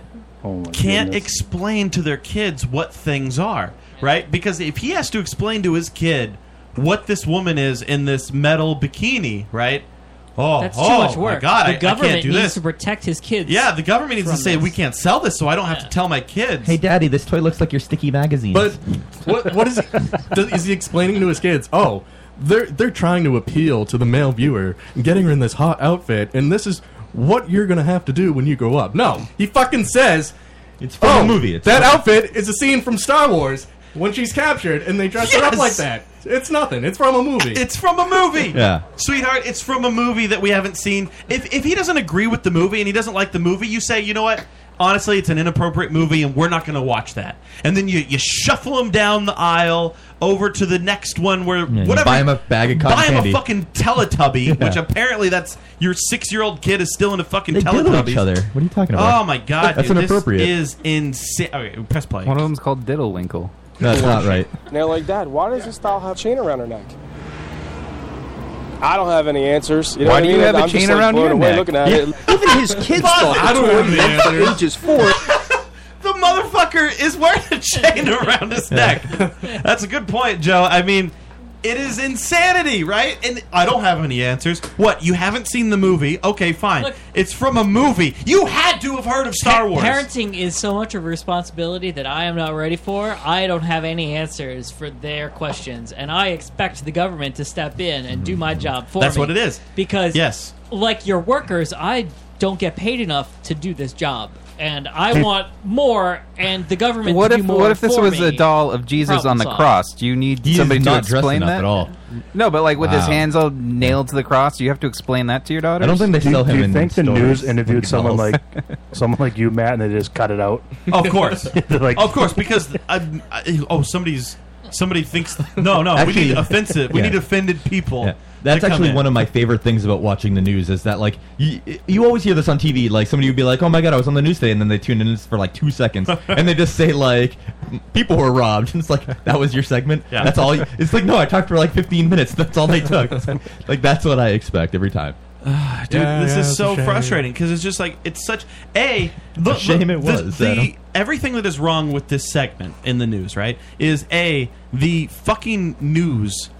can't
goodness.
explain to their kids what things are, right? Because if he has to explain to his kid what this woman is in this metal bikini, right? Oh,
That's
oh
too much work.
my God! I-
the government
I can't do
needs
this.
to protect his kids.
Yeah, the government needs to
from
say we can't sell this, so I don't have to tell my kids.
Hey, Daddy, this toy looks like your sticky magazine.
But what what is does, is he explaining to his kids? Oh, they're they're trying to appeal to the male viewer, getting her in this hot outfit, and this is what you're gonna have to do when you grow up. No, he fucking says
it's
from
a movie. It's
that
from-
outfit is a scene from Star Wars when she's captured and they dress her up
Yes!
like that. It's nothing. It's from a movie.
It's from a movie.
Yeah.
Sweetheart, it's from a movie that we haven't seen. If if he doesn't agree with the movie and he doesn't like the movie, you say, you know what? Honestly, it's an inappropriate movie and we're not gonna watch that. And then you, you shuffle him down the aisle over to the next one where
you
whatever
buy him a bag of cotton
Buy him
candy.
a fucking Teletubby,
Yeah.
which apparently that's your six year old kid is still in a fucking
they
Teletubby.
diddle each other. What are you talking about?
Oh my god,
that's
dude,
inappropriate.
This is insane. Okay, press play.
One of them's called Diddle Winkle.
no, that's not right.
Now, like, Dad, why does this doll have a chain around her neck? I don't have any answers. You know
Why
what
do
I
you
mean?
have a
I'm just,
chain
like,
around
blown
your
away
neck?
Looking at it. Even his kids thought
I don't have the answers.
ages four.
the motherfucker is wearing a chain around his neck. That's a good point, Joe. I mean, it is insanity, right? And I don't have any answers. What? You haven't seen the movie? Okay, fine. it's from a movie. You had to have heard of Star Wars.
Parenting is so much of a responsibility that I am not ready for. I don't have any answers for their questions, and I expect the government to step in and do my job for
That's
me.
what it is.
Because
Yes.
like your workers, I don't get paid enough to do this job, and I want more, and the government.
Hmm. What
to
if
do more
what if this
for
was
me.
a doll of Jesus
Problem
on the
solved.
cross? Do you need
He is
somebody to
not dressed
explain
enough
that
at all.
No, but like with his
Wow.
hands all nailed to the cross, do you have to explain that to your daughter?
do, Do you think the news interviewed someone like someone like you, Matt, and they just cut it out?
Of course,
They're like,
of course, because I, I, oh, somebody's somebody thinks no, no. we
Actually-
need offensive. We
Yeah.
need offended people.
Yeah. That's
to come
actually
in.
one of my favorite things about watching the news is that like you, you always hear this on TV like somebody would be like oh my god I was on the news today and then they tune in for like two seconds and they just say like people were robbed and it's like that was your segment
Yeah.
that's all you, it's like no I talked for like 15 minutes that's all they took It's like, like, that's what I expect every time
dude this is so
frustrating.
frustrating because it's just like it's such a look,
shame
look,
it
the-
was,
the-
Adam.
everything that is wrong with this segment in the news right is a the fucking news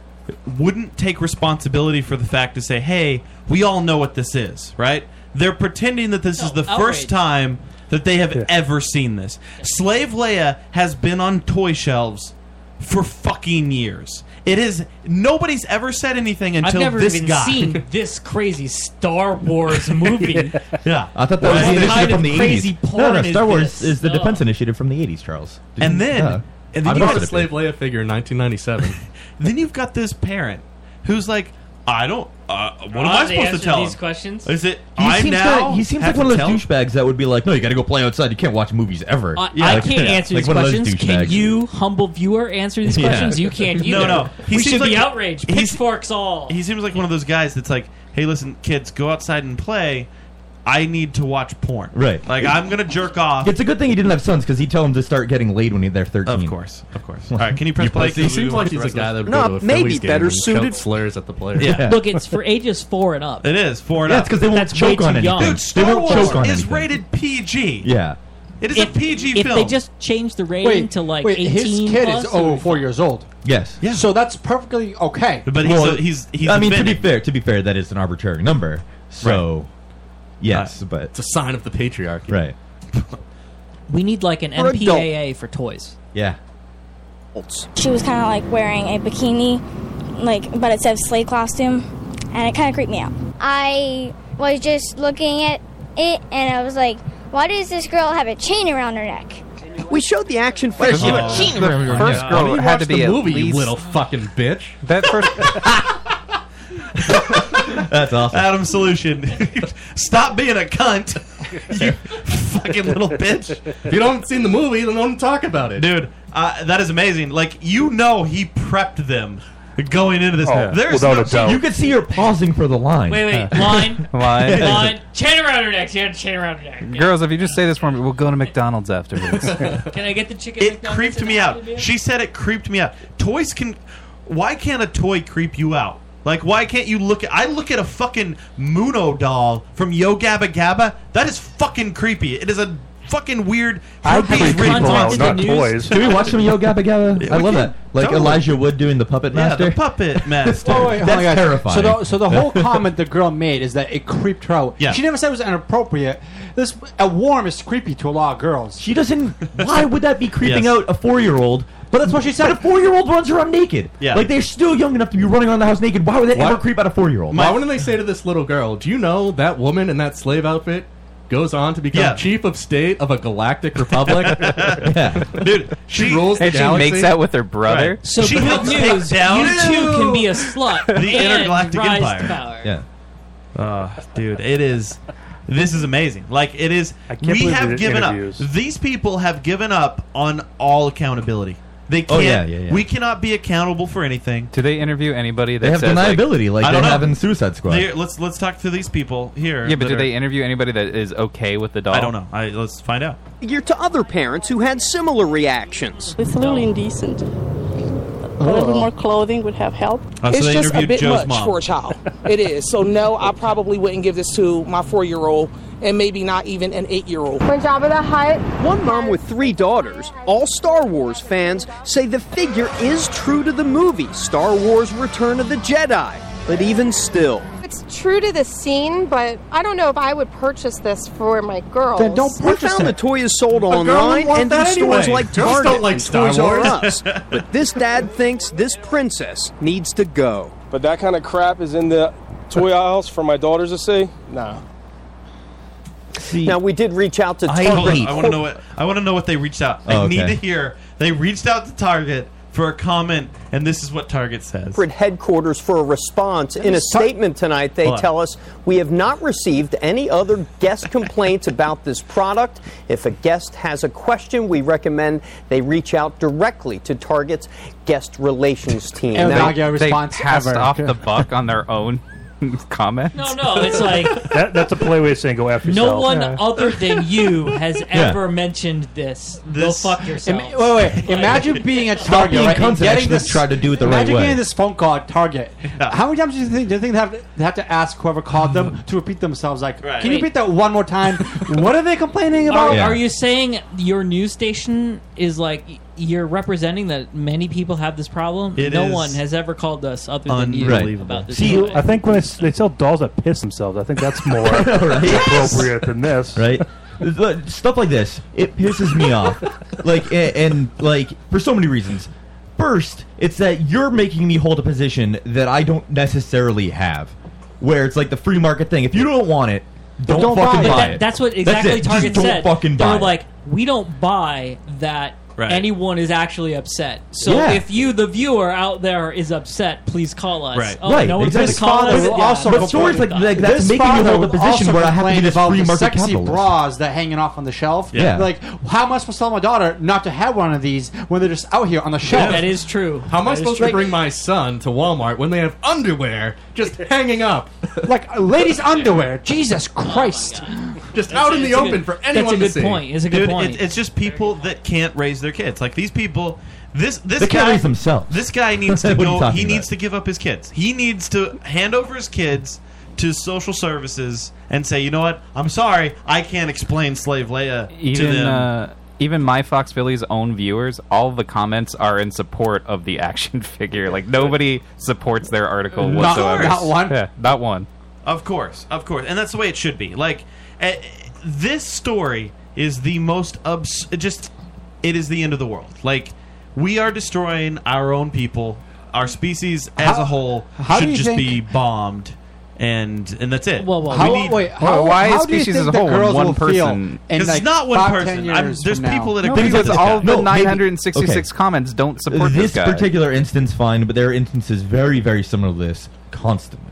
wouldn't take responsibility for the fact to say hey we all know what this is right they're pretending that this is the first time that they have ever seen this slave leia has been on toy shelves for fucking years it is nobody's ever said anything
I've
until
never
this
even
guy
seen this crazy Star Wars movie.
yeah,
I thought that was
What
the
kind
initiative
of
from the
crazy
80s.
porn
no, no,
is
Star Wars
this?
is the
Ugh.
defense initiative from the 80s, Charles. Did
And
you-
then-
Duh.
and then
I
you
bought
have-
a slave Leia figure in 1997.
then you've got this parent who's like, I don't. Uh, what am
I'll
I supposed
have to
to
answer
tell
these
him?
questions.
Is it
He
I
seems
now?
kinda- he seems like
have
one of
to
those
tell-
douchebags that would be like, "No, you got to go play outside. You can't watch movies ever."
I,
Yeah,
I
like-
can't answer
like
these
one of those
questions. Can
douchebags.
you, humble viewer, answer these
Yeah.
questions? You can't either.
No, no. He
we
seems
should be
like-
outraged. Pitchforks all.
He seems like one of those guys that's like, "Hey, listen, kids, go outside and play. I need to watch porn.
Right.
Like I'm gonna jerk off.
It's a good thing he didn't have sons because he tell them to start getting laid when they're thirteen. Of course,
of course. All right, can you press play?
He seems like he's a guy that would go to a Phillies game and shout slurs at the players.
Look, it's for ages four and up.
It is four and
Yeah,
up.
it's 'cause they won't
That's
choke
way
on
too
anything.
Dude,
They
Star
won't
Wars
choke on
is
anything.
rated PG.
Yeah.
It is a PG
If
film.
they just change the rating
Wait,
to like
wait, his
eighteen,
kid
plus,
is over four years old.
Yes.
Yeah.
So that's perfectly okay.
Well, I mean, to be fair, to be fair, that is an arbitrary number. So, yes, but it's
a sign of the patriarchy,
right?
we need like an
We're adult.
MPAA for toys.
Yeah.
She was kind of like wearing a bikini, like, but it said sleigh costume, and it kind of creeped me out.
I was just looking at it and I was like, why does this girl have a chain around her neck?
We showed the action first.
Oh. The first
Yeah.
girl
Why don't you
had to
watch the
be at
movie, you
least-
little fucking bitch.
That first
That's awesome.
Adam's solution: stop being a cunt. you fucking little bitch.
If you don't seen the movie, then don't talk about it,
dude. Uh, that is amazing. Like you know, he prepped them going into this.
Oh,
There's
without
no
a doubt. You could see her pausing for the line.
Wait, wait, line, line, chain around her neck. She had a chain around her neck.
Girls, if you just say this for me, we'll go to McDonald's afterwards.
Can I get the chicken?
It creeped me out. She said it creeped me out. Toys can. Why can't a toy creep you out? Like, why can't you look at. I look at a fucking Muno doll from Yo Gabba Gabba. That is fucking creepy. It is a fucking weird. herpes ridden monster.
Did we watch some Yo Gabba Gabba? I love that. Like
Totally.
Elijah Wood doing the puppet
Yeah,
master.
the puppet master.
Oh, wait, hold on,
That's
guys.
terrifying.
So the, so the whole comment the girl made is that it creeped her out.
Yeah.
She never said it was inappropriate. This a warm is creepy to a lot of girls.
She doesn't. Why would that be creeping
Yes.
out a four-year-old? But that's what she said. But a four-year-old runs around naked.
Yeah.
Like they're still young enough to be running around the house naked. Why would that
Why-
ever creep out a four-year-old?
Why wouldn't they say to this little girl, "Do you know that woman in that slave outfit goes on to become
Yeah.
chief of state of a galactic republic?"
dude,
she, rules the
and she
galaxy.
makes out with her brother.
So
She
the good
helps take
news,
down-
you too can be a slut.
The
and
intergalactic
rise to
empire.
power.
Yeah.
Oh, dude, it is. This is amazing. Like it is.
can't
We
believe
have
the
given
interviews.
up. These people have given up on all accountability. They
Oh,
can't.
yeah, yeah, yeah.
We cannot be accountable for anything.
Do they interview anybody that
They have
says, like-
deniability, like,
I
they
don't know.
have in Suicide Squad.
They- let's let's talk to these people here.
Yeah, but
that
do
are-
they interview anybody that is okay with the doll?
I don't know. I, let's find out.
You're to other parents who had similar reactions. Uh-huh.
It's a little indecent. A little bit more clothing would have helped.
Oh, so
it's
they
just a
interviewed
bit
Joe's
much
mom.
for a child. it is. So no, I probably wouldn't give this to my four-year-old, and maybe not even an eight-year-old.
Jabba the Hutt
One mom with three daughters, all Star Wars fans, say the figure is true to the movie Star Wars Return of the Jedi. But even still,
It's true to the scene, but I don't know if I would purchase this for my girls.
Then don't purchase I found the toy is sold
girl wouldn't
online
want
and in
that
stores anyway. like Girls Target don't like and Star Toys R Wars. Us. But this dad thinks this princess needs to go.
But that kind of crap is in the toy aisles for my daughters to see? Nah.
now we did reach out to
I, hold on,
Target.
I want to know what I want to know what they reached out. I
Oh,
need
okay.
to hear. They reached out to Target for a comment, and this is what Target says.
corporate headquarters for a response. In a statement tonight, they
Hold on.
tell us we have not received any other guest complaints about this product. If a guest has a question, we recommend they reach out directly to Target's guest relations team.
And
Now-
not get a
they
response
passed
ever.
off
The buck on their own comment.
No, no, it's like
That, that's a playway saying go after
no
yourself.
one other than you has ever mentioned this.
This-
Go fuck yourself.
Ima- wait, wait. Imagine being at
Stop
Target
being
right, and
cunts and
getting
actually
this.
try to do it the right
imagine
way.
getting this phone call at Target. How many times do you think do you think they have to, they have to ask whoever called
Mm.
them to repeat themselves? Like,
Right.
can you
Wait.
repeat that one more time? what are they complaining about?
Oh,
Are, are you saying your news station is like y- you're representing that many people have this problem?
It
no
is
one has ever called us other than you about this.
See,
topic.
I think when it's, they sell dolls that piss themselves, I think that's more appropriate than this.
Right? But Stuff like this, it pisses me off. Like a- and like for so many reasons. First, it's that you're making me hold a position that I don't necessarily have. Where it's like the free market thing. If you don't want it, don't,
But
fucking buy,
that-
it.
That's what
it.
exactly
Just
Target
don't
said.
fucking buy
They're
it.
like, we don't buy that
Right.
anyone is actually upset. So
Yeah.
if you, the viewer out there, is upset, please call us.
Right.
Oh,
Right,
No one's
exactly.
been calling us.
But
Yeah,
also-
that's
but stories
what
like-
we thought.
like that- That's
this
making you
father
hold a
would
position
also
where I have to
complain
be this
about
free
the
market
sexy
capitalist.
bras that hanging off on the shelf.
Yeah.
Like, how am I supposed to tell my daughter not to have one of these when they're just out here on the shelf?
That is true.
How am I
That is
supposed
true.
to bring my son to Walmart when they have underwear just hanging up?
like ladies' underwear. Jesus Christ.
Just out in the open for anyone to see.
Dude, it- it's just people that can't raise their kids. Like these people, this this
They
guy,
can't raise themselves.
This guy needs to
What are you
go.
talking
He
about?
needs to give up his kids. He needs to hand over his kids to social services and say, you know what? I'm sorry, I can't explain slave Leia to
even
them.
uh, even my Fox Philly's own viewers, all the comments are in support of the action figure. Like nobody supports their article
Not-
whatsoever.
not one.
Yeah, not one.
Of course, of course, and that's the way it should be. Like eh, this story is the most obs- just it is the end of the world. Like we are destroying our own people, our species as
How-
a whole
how do
should
you
just
think-
be bombed, and and that's it. Well,
How, wait, how, how do you think the girls will feel in,
Because
like,
it's not one
five, ten
person. I'm,
years
there's
from now?
people that
No,
agree
because
with this
all
guy.
of the No, maybe-
966
okay.
comments don't support this,
this
guy.
particular instance, fine, but there are instances very, very similar to this constantly.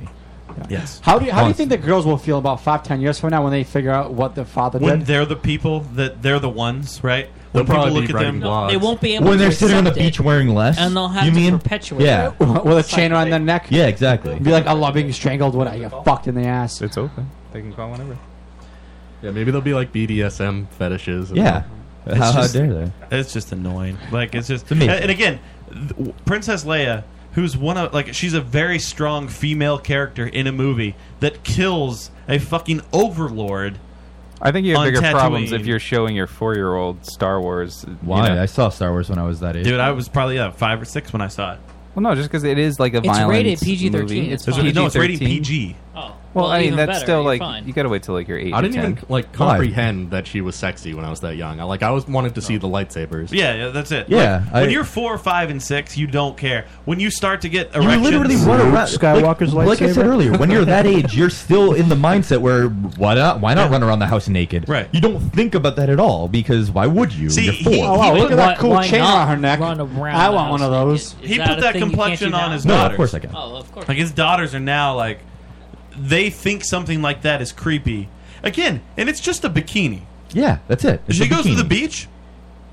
Yes.
How do you, how do you think the girls will feel about five, ten years from now when they figure out what their father
when
did?
they're the people that they're the ones, right? When
They'll
people
probably
look
be
at them,
writing blogs.
They won't be able to accept it. and they'll have to perpetuate.
Yeah.
it.
With a chain around their neck?
Yeah, exactly.
Be like, I love being strangled when I get fucked in the ass.
It's open. They can call whenever.
Yeah, maybe they'll be like BDSM fetishes.
Yeah.
It's
How- how
just-
dare they?
It's just annoying. Like it's just.
amazing.
and again, th- Princess Leia, who's one of like she's a very strong female character in a movie that kills a fucking overlord.
I think you have
on
bigger
Tatooine.
problems if you're showing your four year old Star Wars. you
Why?
know.
I saw Star Wars when I was that age.
Dude, I was probably yeah, five or six when I saw it.
Well, no, just because it is like a
It's
violent
rated PG-13,
movie.
it's fine. No, it's rated PG.
Oh,
well,
well,
I mean
even
that's
better,
still
you're
like
fine.
you got to wait till like you're eight.
I
or
didn't
10.
even like comprehend that she was sexy when I was that young. I like I was wanted to see the lightsabers.
Yeah, yeah, that's it.
Yeah,
Like, when
I-
you're four, five, and six, you don't care. When you start to get
You
erections,
literally run around like, Like I said earlier, when you're that age, you're still in the mindset where why not? Why not run around the house naked? Right. You don't think about that at all because why would you? you're four.
oh, wow, look at
why-
that cool
why
chain
not
on her neck.
run around
I
the
want one
house
of those.
naked? Is
he
that
put
a
that
thing you can't
complexion
do
on
now?
his
No, of
daughters.
course I can.
Oh, of course.
Like his daughters are now like they think something like that is creepy. Again, and it's just a bikini.
Yeah, that's it. It's
she
a
goes to
bikini.
the beach.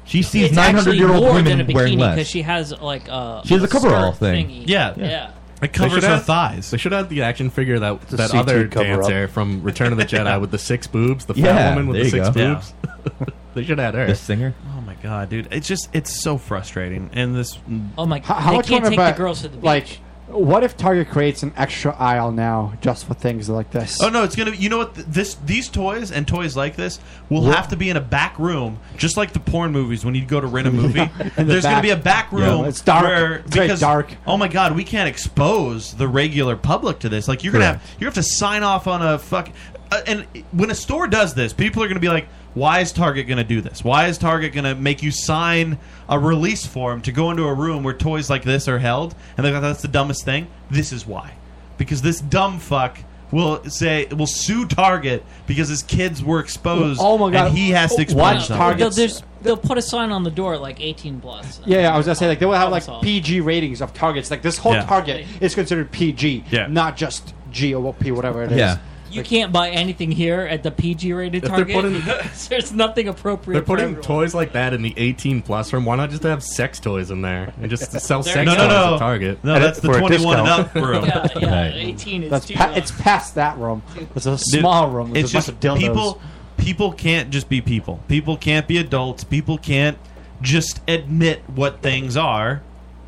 She sees
It's
900
actually
year old
more
women
than a bikini
wearing
because
less.
she has like a
She has a coverall
skirt
thing.
thingy.
Yeah.
yeah.
It covers
They should
her
add-
thighs.
They should add the action figure that
a
that
C2
other
cover-up.
dancer from Return of the Jedi with the six boobs, the
Yeah,
fat woman with
there
the
you
six
go.
boobs. they should add her.
The singer.
Oh my god, dude! It's just it's so frustrating. And this
Oh my!
How, how
they
much
can't
more
take the
about-
girls to the beach.
Like, what if Target creates an extra aisle now just for things like this?
Oh no, it's gonna. You know what? th- This these toys and toys like this will
Wha-
have to be in a back room, just like the porn movies when you go to rent a movie.
the
There's gonna
back.
be a back
Yeah.
room.
It's dark.
Where,
It's very dark.
Oh my god, we can't expose the regular public to this. Like you're gonna have you have to sign off on a fuck. Uh, and when a store does this, people are gonna be like. Why is Target going to do this? Why is Target going to make you sign a release form to go into a room where toys like this are held? And they're like, that's the dumbest thing. This is why because this dumb fuck will say will sue Target because his kids were exposed.
Oh my God.
And he has to
Watch
explain something.
They'll, just, they'll put a sign on the door like 18 plus.
Yeah, yeah, I was gonna say like they will have like
Problem solved.
PG ratings of targets. Like this whole
Yeah.
target is considered PG,
Yeah.
not just G or P, whatever it is.
Yeah. You can't buy anything here at the PG rated
If they're
Target.
putting-
because there's nothing appropriate.
They're
for
putting
everyone.
toys like that in the 18 plus room. Why not just have sex toys in there and just sell
There
sex
you
toys
go. No, no,
at
no.
Target?
No, that's the For a 21 and discount. up room. Yeah, yeah, Right.
18 is
That's
too
pa-
much.
it's past that room. It's a
Dude,
small room. There's
It's
a bunch
just
of dildos.
people. People can't just be people. People can't be adults. People can't just admit what things are,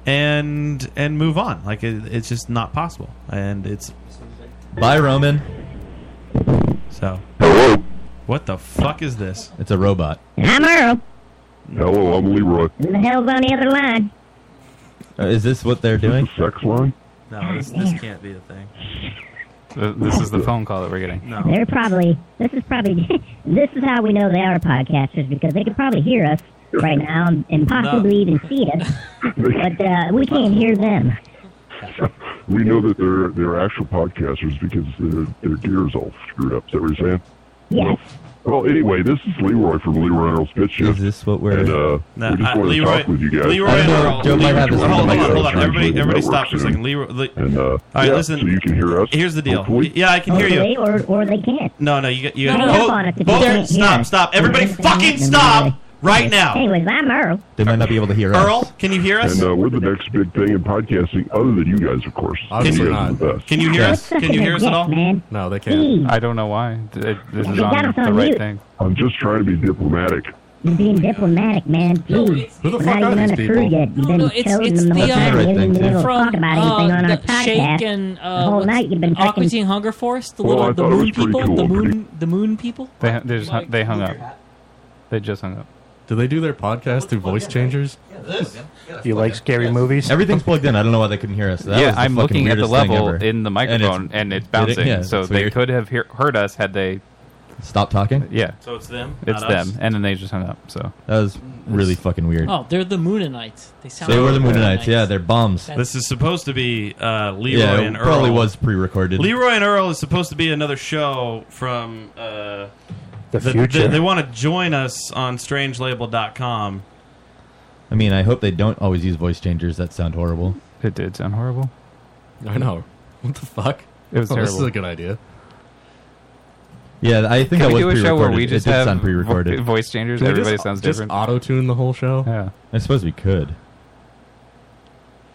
and and move on. Like it, it's just not possible. And it's
Bye, Roman.
So. What the fuck is this?
It's a robot.
I'm Earl.
Hello, I'm Leroy.
Who the hell's on the other line?
Uh, is this what they're doing?
sex line?
No, this, this can't be a thing.
Th- This is the phone call that we're getting.
No.
They're probably. This is probably. this is how we know they are podcasters because they could probably hear us right now and, and possibly even see us, but uh, we can't hear them.
We know that they're they're actual podcasters because their their gear's all screwed up. Is that what you're saying?
Yes.
Well, anyway, this is Leroy from Leroy Earl's Pitch Shift. Is this what we're? And, uh,
Nah,
we just
I-
wanted
Leroy-
to talk with you guys.
Leroy and Earl. Joe might have his own
Hold on,
mic.
hold on, hold on.
Hold on, everybody- everybody stop for a second.
Leroy, and, uh, All
right,
yeah,
listen.
So you can hear us.
Here's the deal.
Hopefully.
Yeah, I can hear
They-
you.
or, or they can't.
No, no, you got you.
Don't
got-
jump on us if
Both,
you
both-
can't hear
stop,
us.
stop! Everybody,
Listen,
fucking
listen,
stop
everybody.
right now.
Anyways, I'm Earl.
They might not be able to hear
Earl, can you hear us?
And uh, we're the next big thing in podcasting, other than you guys, of course.
Obviously
you guys are the
not.
best.
Can you hear Yes. us?
Can you hear us at all? Man.
No, they
can't.
I don't know why. Th- This is
You got
on
us on
the right
mute.
thing.
I'm just trying to be diplomatic.
You're being diplomatic, man. Jeez.
Who the
We're
fuck
not
are
even on
these
a crew
people?
yet. You've been
No, it's-
chosen
it's
the
the,
whole time.
um,
You haven't been able to
from,
talk about
uh,
anything on
the
our podcast.
Shake and, uh,
the whole
what's-
night you've been
Aqua
fucking...
Teen Hunger Force, the
Well,
little
I
the
thought it was
moon
pretty
people,
cool.
the
Pretty-
moon the moon people.
They, hun- they, just, hun- they hung up. They just hung up.
Do they do their podcast through voice changers?
You like scary movies? Everything's plugged in. I don't know why they couldn't hear us. That
yeah,
was the
I'm
fucking
looking at the
weirdest thing
level
ever.
in the
And it's-
microphone, and it's, bouncing.
yeah,
so
it's
they
weird.
could have hear, heard us had they
stopped talking.
Yeah.
So it's them,
It's
not
them,
us?
and then they just hung up. So
that was really fucking weird.
Oh, they're the Moonanites. They sound.
They were
like
the Moonanites. Yeah, they're bums.
This is supposed to be uh, Leroy
Yeah, it
and Earl.
probably was pre-recorded.
Leroy and Earl is supposed to be another show from uh,
The future.
They, want to join us on strangelabel.com.
I mean, I hope they don't always use voice changers. That sound horrible.
It did sound horrible.
I know. What the fuck?
It was
Oh, This is
terrible.
a good idea.
Yeah, I think
Can
that
we
was
do
pre-recorded.
a show where we just
it did
have
sound pre-recorded.
vo- voice changers?
Can we
Everybody
just,
sounds different.
Just auto tune the whole show.
Yeah.
I suppose we could.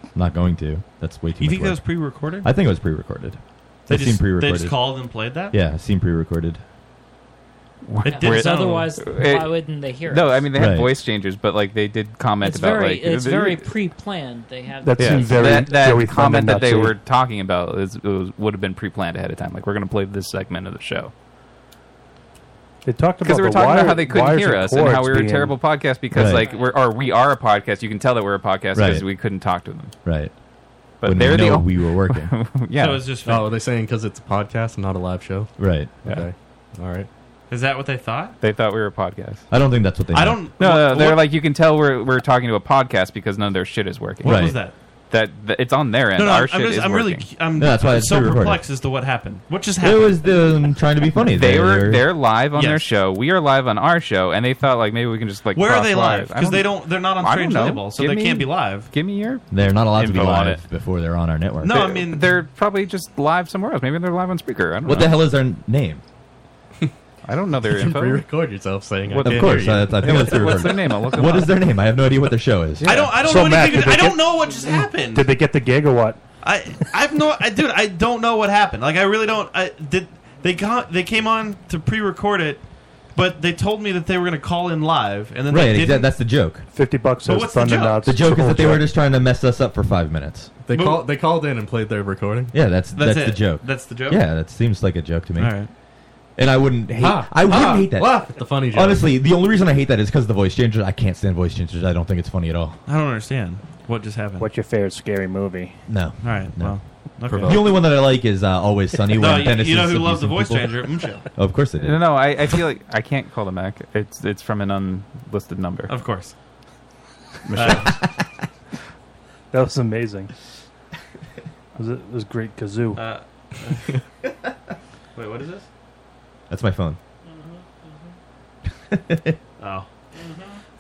I'm not going to. That's way too. much
You think that
work.
was pre-recorded?
I think it was pre-recorded.
They
It
just-
seemed pre-recorded.
they just called and played that?
Yeah, it seemed pre-recorded.
It did sound-
Otherwise,
It-
why wouldn't they hear?
No,
us?
I mean they had
Right.
voice changers, but like they did comment
It's
about
very,
like
it's
the-
very pre-planned. They have
Yeah. that, that comment that they
Nazi.
were talking about is, was, would have been pre-planned ahead of time. Like we're going to play this segment of the show
They talked about
because we were
the
talking
wire-
about how they couldn't
wires
hear us and
cords
how we were a
being-
terrible podcast because
Right.
like we're or we are a podcast. You can tell that we're a podcast because
Right.
we couldn't talk to them.
Right.
But
Wouldn't
they're the
know
o-
we were working.
yeah.
So it's just-
Oh, are they saying because it's a podcast and not a live show?
Right.
Okay. All right.
Is that what they thought?
They thought we were a podcast.
I don't think that's what they.
I
meant.
don't. No, no, they're like you can tell we're we're talking to a podcast because none of their shit is working.
What was Right. that?
That, that- it's on their end.
No, no,
Our
I'm,
shit
I'm, just,
is
I'm
working.
really, I'm
No, that's why it's
so
pre-recorded.
perplexed as to what happened. What just
It
happened?
was them trying to be funny.
They
They
were
were-
they're live on their
Yes.
show. We are live on our show, and they thought like maybe we can just like
Where are
cross
they live?
I
'Cause they don't- they're not on
I
Strange
don't know.
Label, so
Give
they
me-
can't be live.
Give me your
They're not allowed to be
info on it.
live before they're on our network.
They're- they're probably just live somewhere else. Maybe they're live on Spreaker. I don't
What
know.
the hell is their name?
I don't know their
You can
info.
pre-record yourself saying it.
What-
of course, uh, I, I think
What's-
that's their
what's their name? I'll look them
What
up.
is their name? I have no idea what their show is.
I don't, I don't
So,
know
Matt,
anything.
did
I
they
don't
get-
know what just happened.
Did they get the gig or what?
I I've no I dude I don't know what happened. Like I really don't. I did they got they came on to pre-record it, but they told me that they were going to call in live, and then
Right,
they
exa-
didn't.
that's the joke.
Fifty bucks
But says what's the Thunder joke? Nuts.
The joke is that they
Joke.
were just trying to mess us up for five minutes.
They call, they called in and played their recording.
Yeah, that's
That's
that's,
it.
the joke.
That's the joke?
Yeah, that seems like a joke to me.
All right.
And I wouldn't hate.
Ah,
I wouldn't
ah,
hate that.
laugh at the funny joke.
Honestly, the only reason I hate that is because the voice changers. I can't stand voice changers. I don't think it's funny at all.
I don't understand what just happened.
What's your favorite scary movie?
No.
All right.
No.
Well, okay.
The only one that I like is uh, Always Sunny.
No,
when
you-
Dennis
you know
is
who loves the
abusing
voice
people.
changer? Michelle.
Of course they did.
No, no. I, I feel like I can't call them back. It's it's from an unlisted number.
Of course.
Michelle.
That was amazing. was it was great kazoo.
Uh, Wait, what is this?
That's my phone.
Oh,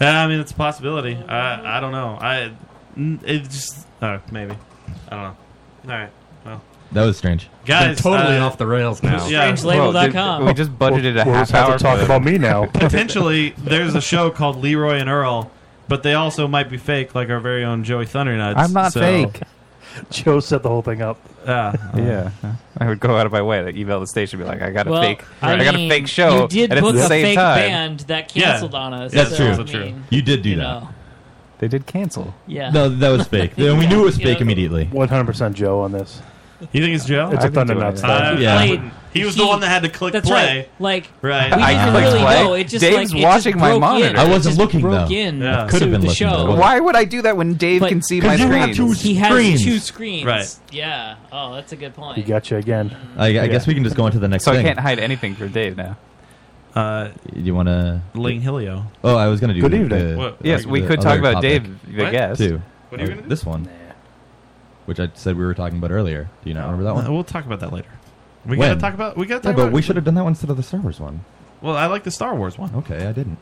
Yeah, I mean it's a possibility. I I don't know. I n- it just uh, maybe I don't know. All right. Well,
That was strange.
Guys, They're totally uh, off the rails now. yeah. Strangelabel.com.
We just budgeted a
We'll- we'll
half
just have to
hour.
talk
for-
about me potentially there's a show called Leroy and Earl, but they also might be fake, like our very own Joey Thundernuts.
I'm not
so- uh,
fake. Joe set the whole thing up.
Yeah.
Yeah, I would go out of my way to email the station, and be like, "I got a
Well,
fake,
I
I, got a
mean,
fake show."
you did
and at
book
the
a
same
fake
time,
band that canceled on us,
That's
so,
true.
I That's true. mean,
You did do that.
They did cancel.
Yeah.
No, that was fake. Then we knew it was fake immediately.
One hundred percent Joe on this.
You think it's Joe?
It's a thunder nuts.
Uh,
Yeah.
I wouldn't. He was the one that had to click
That's
play.
right. Like
Right.
we
I
didn't
clicked
really
play.
know. It just
Dave's
like, it
watching
just
my
broke
monitor.
In.
I
It
wasn't
just
looking,
broke
though.
In
Yeah.
to
Could've been
the
looking,
show.
though, wasn't it? Why would I do that when Dave can see 'Cause my you have two screens?
He has
screens.
two screens.
Right.
Yeah. Oh, that's a good point.
He got you again.
I, I guess we can just go on to the next
So
thing.
I can't hide anything from Dave now.
Uh,
you want to?
Ling Helio.
Oh, I was going to do.
Good
the-
evening.
the-
What?
the-
Yes, we
the
could
other
talk about
topic,
Dave, the What? guest.
Too.
What are you
Uh, This one, which I said we were talking about earlier. Do you not remember that one?
we'll talk about that later. We
When?
gotta talk about. We gotta
Yeah,
talk
but
about.
we should have done that one instead of the Star Wars one.
Well, I like the Star Wars one.
Okay, I didn't.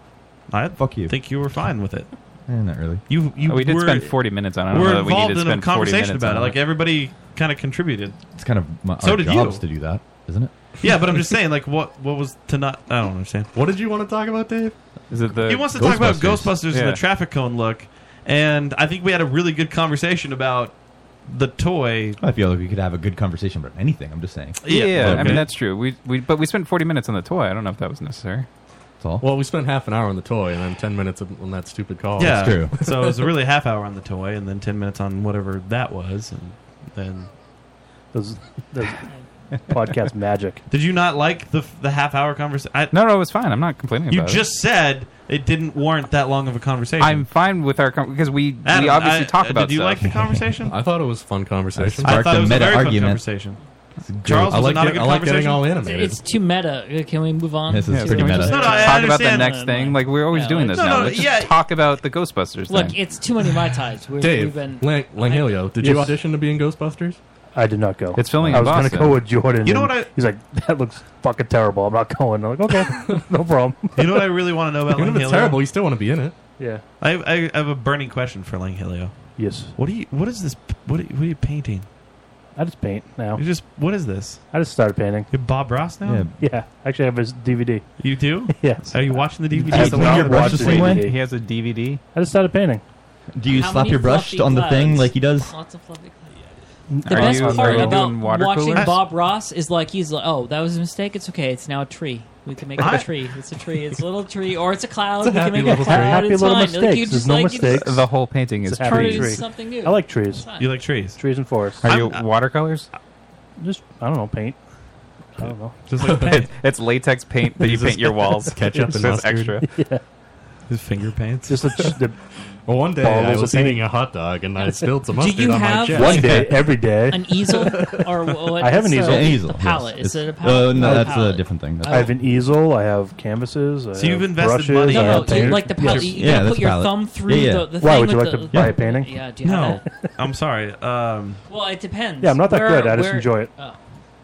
I
fuck you.
Think you were fine with it?
not really.
You, you
we did
were-
spend 40 minutes on it. I don't
We're
know that we
involved
needed to spend
in
40
a conversation
minutes
about it.
on
Like everybody kind of contributed.
It's kind of my,
So
our
did
jobs
you.
to do that, isn't it?
Yeah, but I'm just saying, like, what what was to not? I don't understand.
What did you want to talk about, Dave?
Is it the
He wants to talk about
Ghostbusters?
Ghostbusters and
Yeah.
the traffic cone look, and I think we had a really good conversation about the toy.
I feel like we could have a good conversation about anything. I'm just saying.
Yeah, I mean
Okay.
that's true. We, we but we spent 40 minutes on the toy. I don't know if that was necessary.
That's all.
Well, we spent half an hour on the toy and then 10 minutes on that stupid
Oh,
call.
yeah, so it was really half hour on the toy, and then ten minutes on whatever that was, and then
Those, those podcast magic.
Did you not like the the half hour conversation?
No, no, it was fine. I'm not complaining.
You
about it.
just said it didn't warrant that long of a conversation.
I'm fine with our com- because we
Adam,
we obviously
I-
talk
uh,
about.
Did you
stuff.
like the conversation?
I thought it was a fun conversation.
I thought it was a very fun conversation. Charles,
I
was
like
it not a
get-
good
I like getting
conversation?
all
animated.
It's too meta. Uh, Can we move on?
Yeah, can we just
No, no, I
talk about the
understand.
next thing. Like we're always
Yeah,
doing
like-
this
No,
now.
no,
Let's just
yeah.
talk about the Ghostbusters.
Look,
thing.
it's too many my types. We've, we've
Dave,
been
Lang- Langhelio, did you
Yes.
audition to be in Ghostbusters?
I did not go.
It's filming
I
in
was gonna
Boston.
go with Jordan.
You know
and
what I-
He's like, that looks fucking terrible. I'm not going. I'm like, okay, no problem.
You know what I really want to know about
Even if
Lang
it's terrible, you still
want to be in it.
Yeah.
I have, I have a burning question for Lang Helio.
Yes.
What do you? What is this? What are, what are you painting?
I just paint now.
You just what is this?
I just started painting.
You're Bob Ross now.
Yeah. Actually, I have his DVD.
You do?
yes.
Are you watching the DVD?
I
Is that what you're watching?
He has a DVD.
I just started painting.
Do you slap your brush on the thing like he does?
The
Are
best
you- are
part
you
about
doing water
watching
coolers?
Bob Ross is like he's like, oh, that was a mistake. It's okay. It's now a tree. We can make it
I-
a tree. It's a tree. It's a little tree, or it's a cloud.
It's a
we can make
happy little
a cloud.
tree. Happy
it's
little
fine.
mistakes.
Like, you just
There's no
like, you
mistakes.
just-
the whole painting is
It's a happy
trees.
tree.
something new.
I like trees.
You like trees?
Trees and forests.
Are you watercolors?
Just I don't know paint. I don't know.
Just like paint.
It's- it's latex paint that you
Just-
paint your walls.
Ketchup
It's
and
just
mustard.
extra.
Yeah.
His finger paints.
Just the,
Well, one day
Balls
I
of
was
paint.
eating a hot dog and I spilled some
Do
mustard
you
on my
have-
chest.
One day, every day.
An easel or what?
I have an
it's
easel.
A, A palette.
yes.
Is it a
It's-
palette?
uh, no,
Not
that's a
palette.
different thing. That's
I have an easel. I have canvases. I
So you've
have
invested
brushes,
money
I
in
have
it. No, you
paint.
like the palette.
Yes.
You- you gotta Yeah, put that's your a palette. thumb
through Yeah, yeah. the- the
Why
thing
would you
with
like
the-
to buy
Yeah.
a painting?
Yeah, do you have
No, I'm sorry. Um,
Well, it depends.
Yeah, I'm not that
Where-
good. I just
where-
enjoy it.
oh.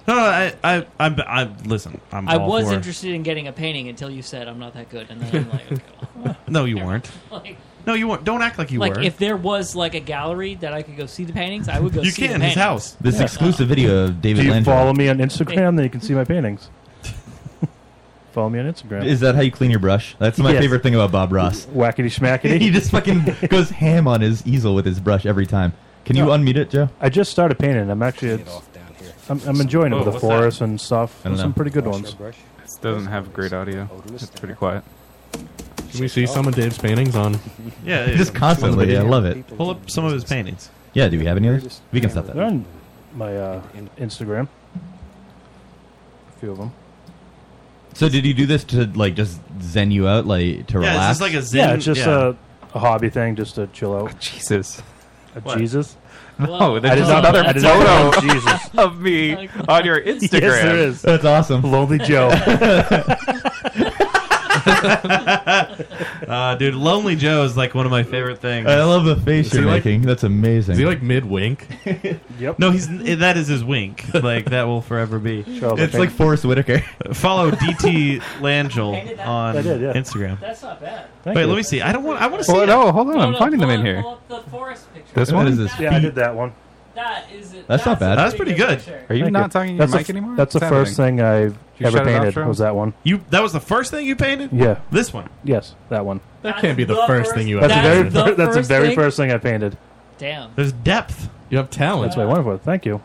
no, no, I, I, I'm, I, listen. I'm
I
all
was
for-
interested in getting a painting until you said I'm not that good, and then I'm like, okay, well,
No, you weren't.
like,
No, you weren't. Don't act like you
like
were.
if there was like a gallery that I could go see the paintings, I would go.
You
see the
can, his
paintings.
house.
This
Yeah.
exclusive video of David
Do you
Landry.
follow me on Instagram? Then you can see my paintings. follow me on Instagram.
Is that how you clean your brush? That's my
Yes.
favorite thing about Bob Ross.
Wackety schmackety.
he just fucking goes ham on his easel with his brush every time. Can you unmute it, Joe?
I just started painting. I'm actually. It's, I'm, I'm enjoying
Whoa,
it with the
what's that?
forest and stuff.
I don't
There's some
know.
pretty good
Wash
ones.
your It doesn't have great audio. It's pretty quiet.
Can we see some of Dave's paintings on?
yeah, yeah,
Just
yeah.
constantly. I love it.
Pull up some of his paintings.
Yeah, do we have any others? We can stop
They're
that.
on my uh, Instagram. A few of them.
So did you do this to like just zen you out, like to relax?
Yeah, it's just uh, A, a hobby thing, just to chill out.
Jesus.
A
What?
Jesus.
No,
I
Oh, there's
did
just
not-
another
I did not know Oh,
photo
Jesus.
of me on your Instagram.
Yes, there is.
That's awesome.
Lonely Joe.
Uh, dude, Lonely Joe is like one of my favorite things.
I love the face you're making. That's amazing.
Is he like mid wink?
yep.
No, he's that is his wink. Like that will forever be.
Charles, I It's think- like Forrest Whitaker.
Follow DT Langell
Painted that?
on
I did, yeah.
Instagram.
That's not bad.
Thank
Wait,
you.
let me see. I don't want. I want to see.
Well,
it.
no, hold on. No, I'm no, finding them in here. This one?
Yeah, I did that one.
That is it.
That's not bad.
That's pretty good.
Are you
Thank
not talking to your
That's the
mic
f-
anymore?
That's the
What's
first
happening?
thing I've
You
ever
shut it off,
painted.
Charles?
was that one?
You that was the first thing you painted.
Yeah.
This one.
Yes, that one.
That can't be the the first thing you
That's
ever
the very.
painted.
fir-
The
that's the
first
very
thing?
first thing I painted.
Damn.
There's depth.
You have talent.
That's my wonderful. Thank you.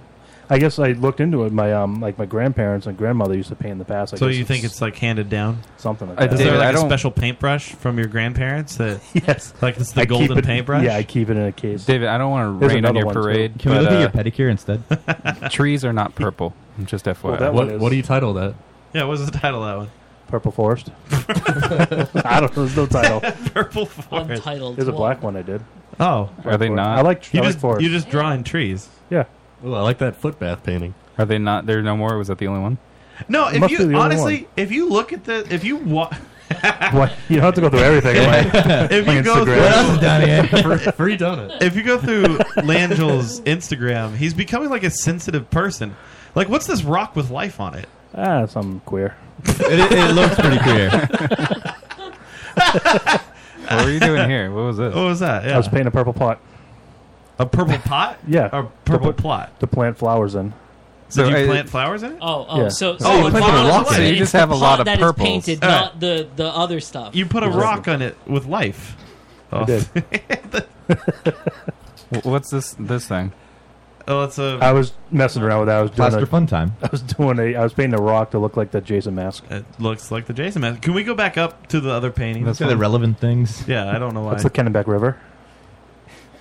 I guess I looked into it. My um, like my grandparents and grandmother used to paint in the past. I
so
guess
you think it's like handed down?
Something like I that.
Is there
did. I
like a
don't-
special paintbrush from your grandparents that?
yes.
Like it's the
I keep
golden
it-
paintbrush.
Yeah, I keep it in a case.
David, I don't want to
There's
rain on your
another one, too.
parade.
Can we
but,
look
uh,
at your pedicure instead?
trees are not purple. Just FYI.
Well, that one What- is- what do you
title that?
Yeah, what was the title of that one?
Purple Forest. I don't know. There's no title.
Purple forest. Untitled
There's a
one.
black one I did.
Oh,
Are they not?
I like.
You
I like
just
forest.
you just drawing trees.
Yeah.
Oh, I like that footbath painting.
Are they not there no more? Was that the only one?
No,
Must
if
be the
you
only
honestly,
one.
if you look at the, if you wa-
Why- you don't have to go through everything. Right?
if you go through,
free donut.
If you go through Langel's Instagram, he's becoming like a sensitive person. Like, what's this rock with life on it?
Ah, something queer.
it, it looks pretty queer.
what were you doing here? What was this?
What was that?
I was painting a purple pot.
A purple pot?
yeah.
A purple plot.
To plant flowers in.
So
uh,
Did you plant flowers in it?
Oh, oh,
Yeah.
so,
So you
so,
put
it's
a
not-
rock in it.
it's
You just
the
have a
pot
lot of
that is
purples.
painted,
All right.
not the the other stuff.
You put a rock on it with life. Oh.
I did.
Wh- What's this this thing?
Oh, it's a.
I was messing around with that. I was doing
Plaster
a,
fun time.
I was doing a. I was painting a rock to look like the Jason mask.
It looks like the Jason mask. Can we go back up to the other painting?
That's Look at the fine. relevant
things.
Yeah, I don't know why.
That's the Kennebec River.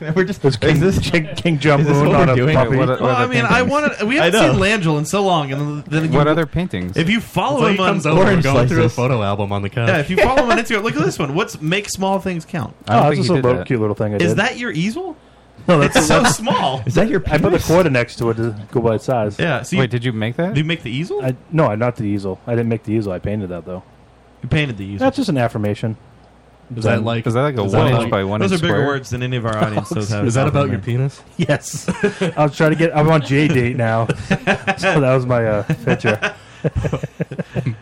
We're just
There's King, King, King Jump
Is this
Moon
what
on
we're
a
doing?
puppy.
What- what Well, I other mean, I paintings? wanted- we haven't seen Langell in so long, and then you-
what other paintings?
If you follow him on
comes over and going through a photo album on the couch.
Yeah, if you follow him on Instagram, look at this one. What's make small things count?
I don't Oh, think that's he just a did little- that. cute little thing I
Is
did.
that your easel?
No, that's
it's so small.
Is that your? I put the quarter next to it to go by its size.
Yeah, so you- Wait,
did you make that?
Did you make the easel?
I, no, I not the easel. I didn't make the easel. I painted that though.
You painted the easel.
That's just an affirmation.
Is that like- Is that like a
one inch by one Those inch are bigger square? words than any of our audience knows how to
Is that about your
compliment.
penis?
Yes. I was trying to get. I'm on J date now, so that was my uh, picture.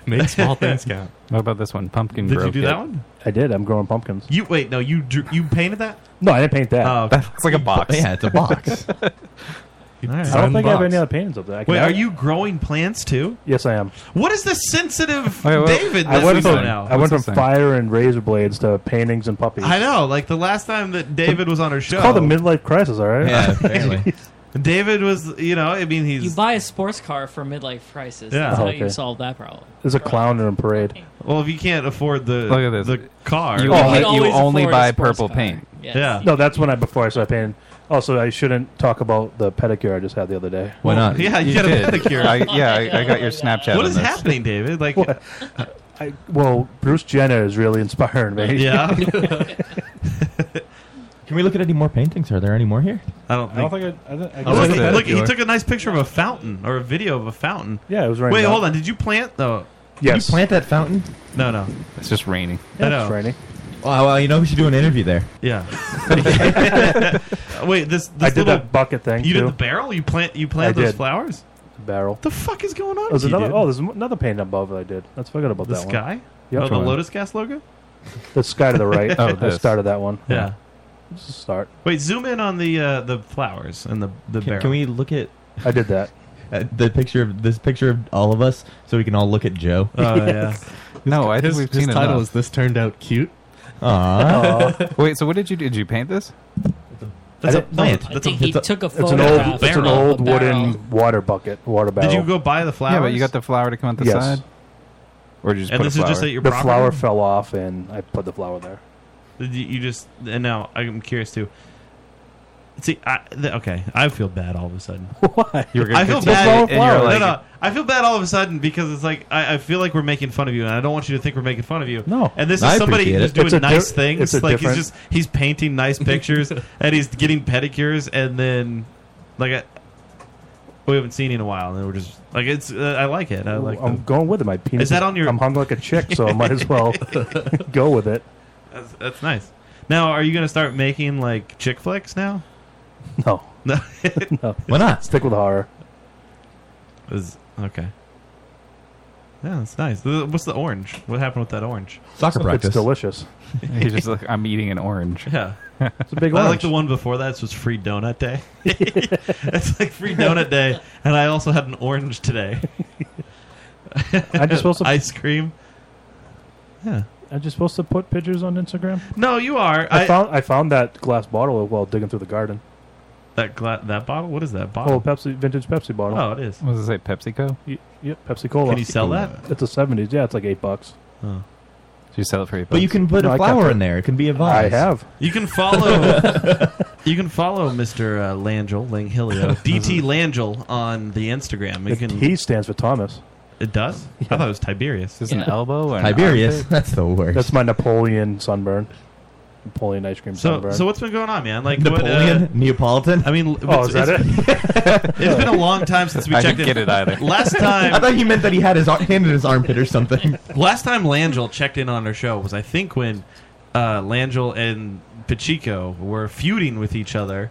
Make small things count.
What about this one? Pumpkin.
Did you
broke
do
it.
that one?
I did. I'm growing pumpkins.
You wait, no, you drew, you painted that?
No, I didn't paint that.
Oh, okay. That looks like a box. Yeah, it's a box.
I don't think I have any other paintings up there. I can
Wait,
have-
are you growing plants too?
Yes, I am.
What is the sensitive
Wait, wait.
David
I
that
went
we
from,
know now?
I went from fire and razor blades to paintings and puppies.
I know, like the last time that David was on our show.
It's called the midlife crisis, all right?
David was, you know, I mean, he's
You buy a sports car for midlife crisis.
Yeah.
That's
Oh,
how
okay.
you solve that problem.
There's a clown in a parade.
Well, if you can't afford the
Look at this.
the car,
You Oh, only- you you only afford a buy sports purple car. paint. Yes.
Yeah.
No, that's when I before I started painting. Also, I shouldn't talk about the pedicure I just had the other day.
Why not?
Yeah, you,
You
got
did.
a pedicure.
I- yeah, I- I got your Snapchat
What
on
is
this.
happening, David? Like,
I, well, Bruce Jenner is really inspiring me.
Yeah.
Can we look at any more paintings? Are there any more here?
I don't
I
think.
don't think I- I don't- I
Oh,
guess
look,
I-
look, he
Pedicure.
took a nice picture of a fountain or a video of a fountain.
Yeah, it was raining
Wait,
out.
hold on. Did you plant the?
Yes.
You plant
that fountain?
No, no.
It's just raining.
I know.
Well, well, you know we should do an interview there.
Yeah. Wait, this. this
I did
little,
that bucket thing,
You
too.
did the barrel. You plant. You planted
I
those
did.
flowers.
barrel.
The fuck is going on?
There's
with you,
another,
dude?
oh, there's m- another painting above that I did. Let's forget about
the
that one.
sky.
Yep.
Oh, the Lotus Gas logo.
The sky to the right.
Oh,
I
this.
started that one.
Yeah.
This is a start.
Wait, zoom in on the uh, the flowers and the the
Can,
barrel.
can we look at?
I did that.
Uh, the picture of this picture of all of us, so we can all look at Joe.
Oh, Yes.
yeah. No, I think
his,
we've
his
seen
title
enough.
is "This Turned Out Cute."
Uh-huh.
Aw.
Wait, so what did you do? Did you paint this?
That's a plant.
I think he took a
It's an
photograph
old, it's
of
an old
a barrel.
wooden water bucket, water barrel.
Did you go buy the flowers?
Yeah, but you got the flower to come out the
Yes.
side? Or did you just
And
put
this
a
is
flower?
just at your
the
property?
flower fell off, and I put the flower there.
Did You you just and now I'm curious too. See, I, th- okay, I feel bad all of a sudden.
Why?
You were gonna
I feel
critique
bad.
it, and you're like-
no, no, I feel bad all of a sudden because it's like I, I feel like we're making fun of you, and I don't want you to think we're making fun of you.
No.
and this is
I
somebody
appreciate
who's
it.
doing
It's a
nice
diff-
things.
it's a
Like
different-
he's just he's painting nice pictures and he's getting pedicures, and then like I, we haven't seen you in a while, and we're just like it's. Uh, I like it. I like.
I'm
the-
going with it. My penis
that on your-
I'm hung like a chick, so I might as well go with it.
That's, that's nice. Now, are you going to start making like chick flicks now?
No,
No.
no.
Why not?
Stick with horror.
Is okay. Yeah, that's nice. Th- What's the orange? What happened with that orange?
Soccer practice.
It's delicious.
He's just like, I'm eating an orange.
Yeah.
It's a big
I
orange.
like the one before that was free donut day. it's like free donut day, and I also had an orange today.
I just supposed to-
ice cream. Yeah.
Are you supposed to put pictures on Instagram?
No, you are.
I,
I-
found I found that glass bottle while digging through the garden.
That gla- that bottle. What is that
Oh,
bottle?
Pepsi vintage Pepsi bottle.
Oh, it is.
What does it say? PepsiCo?
Y- yep, Pepsi Cola.
Can you sell that?
It's a seventies. Yeah, it's like eight bucks.
Oh.
So you sell it for eight
But you
bucks?
can put
No,
a
I kept
flower
it.
in there. It can be a vase.
I have.
You can follow. you can follow Mr. Uh, Langell Langhilio DT Langell on the Instagram. You
It-
can.
he stands for Thomas.
It does. I thought it was Tiberius.
Is this an elbow? Or an
Tiberius.
armpit?
That's the worst.
That's my Napoleon sunburn. Napoleon ice cream
So,
sunburn.
so what's been going on, man? Like what, uh,
Napoleon Neapolitan.
I mean,
Oh, is that
it? has been a long time since we
I
checked
didn't
in.
get it either.
Last time,
I thought he meant that he had his ar- hand in his armpit or something.
last time Langell checked in on our show was I think when uh, Langell and Pachico were feuding with each other,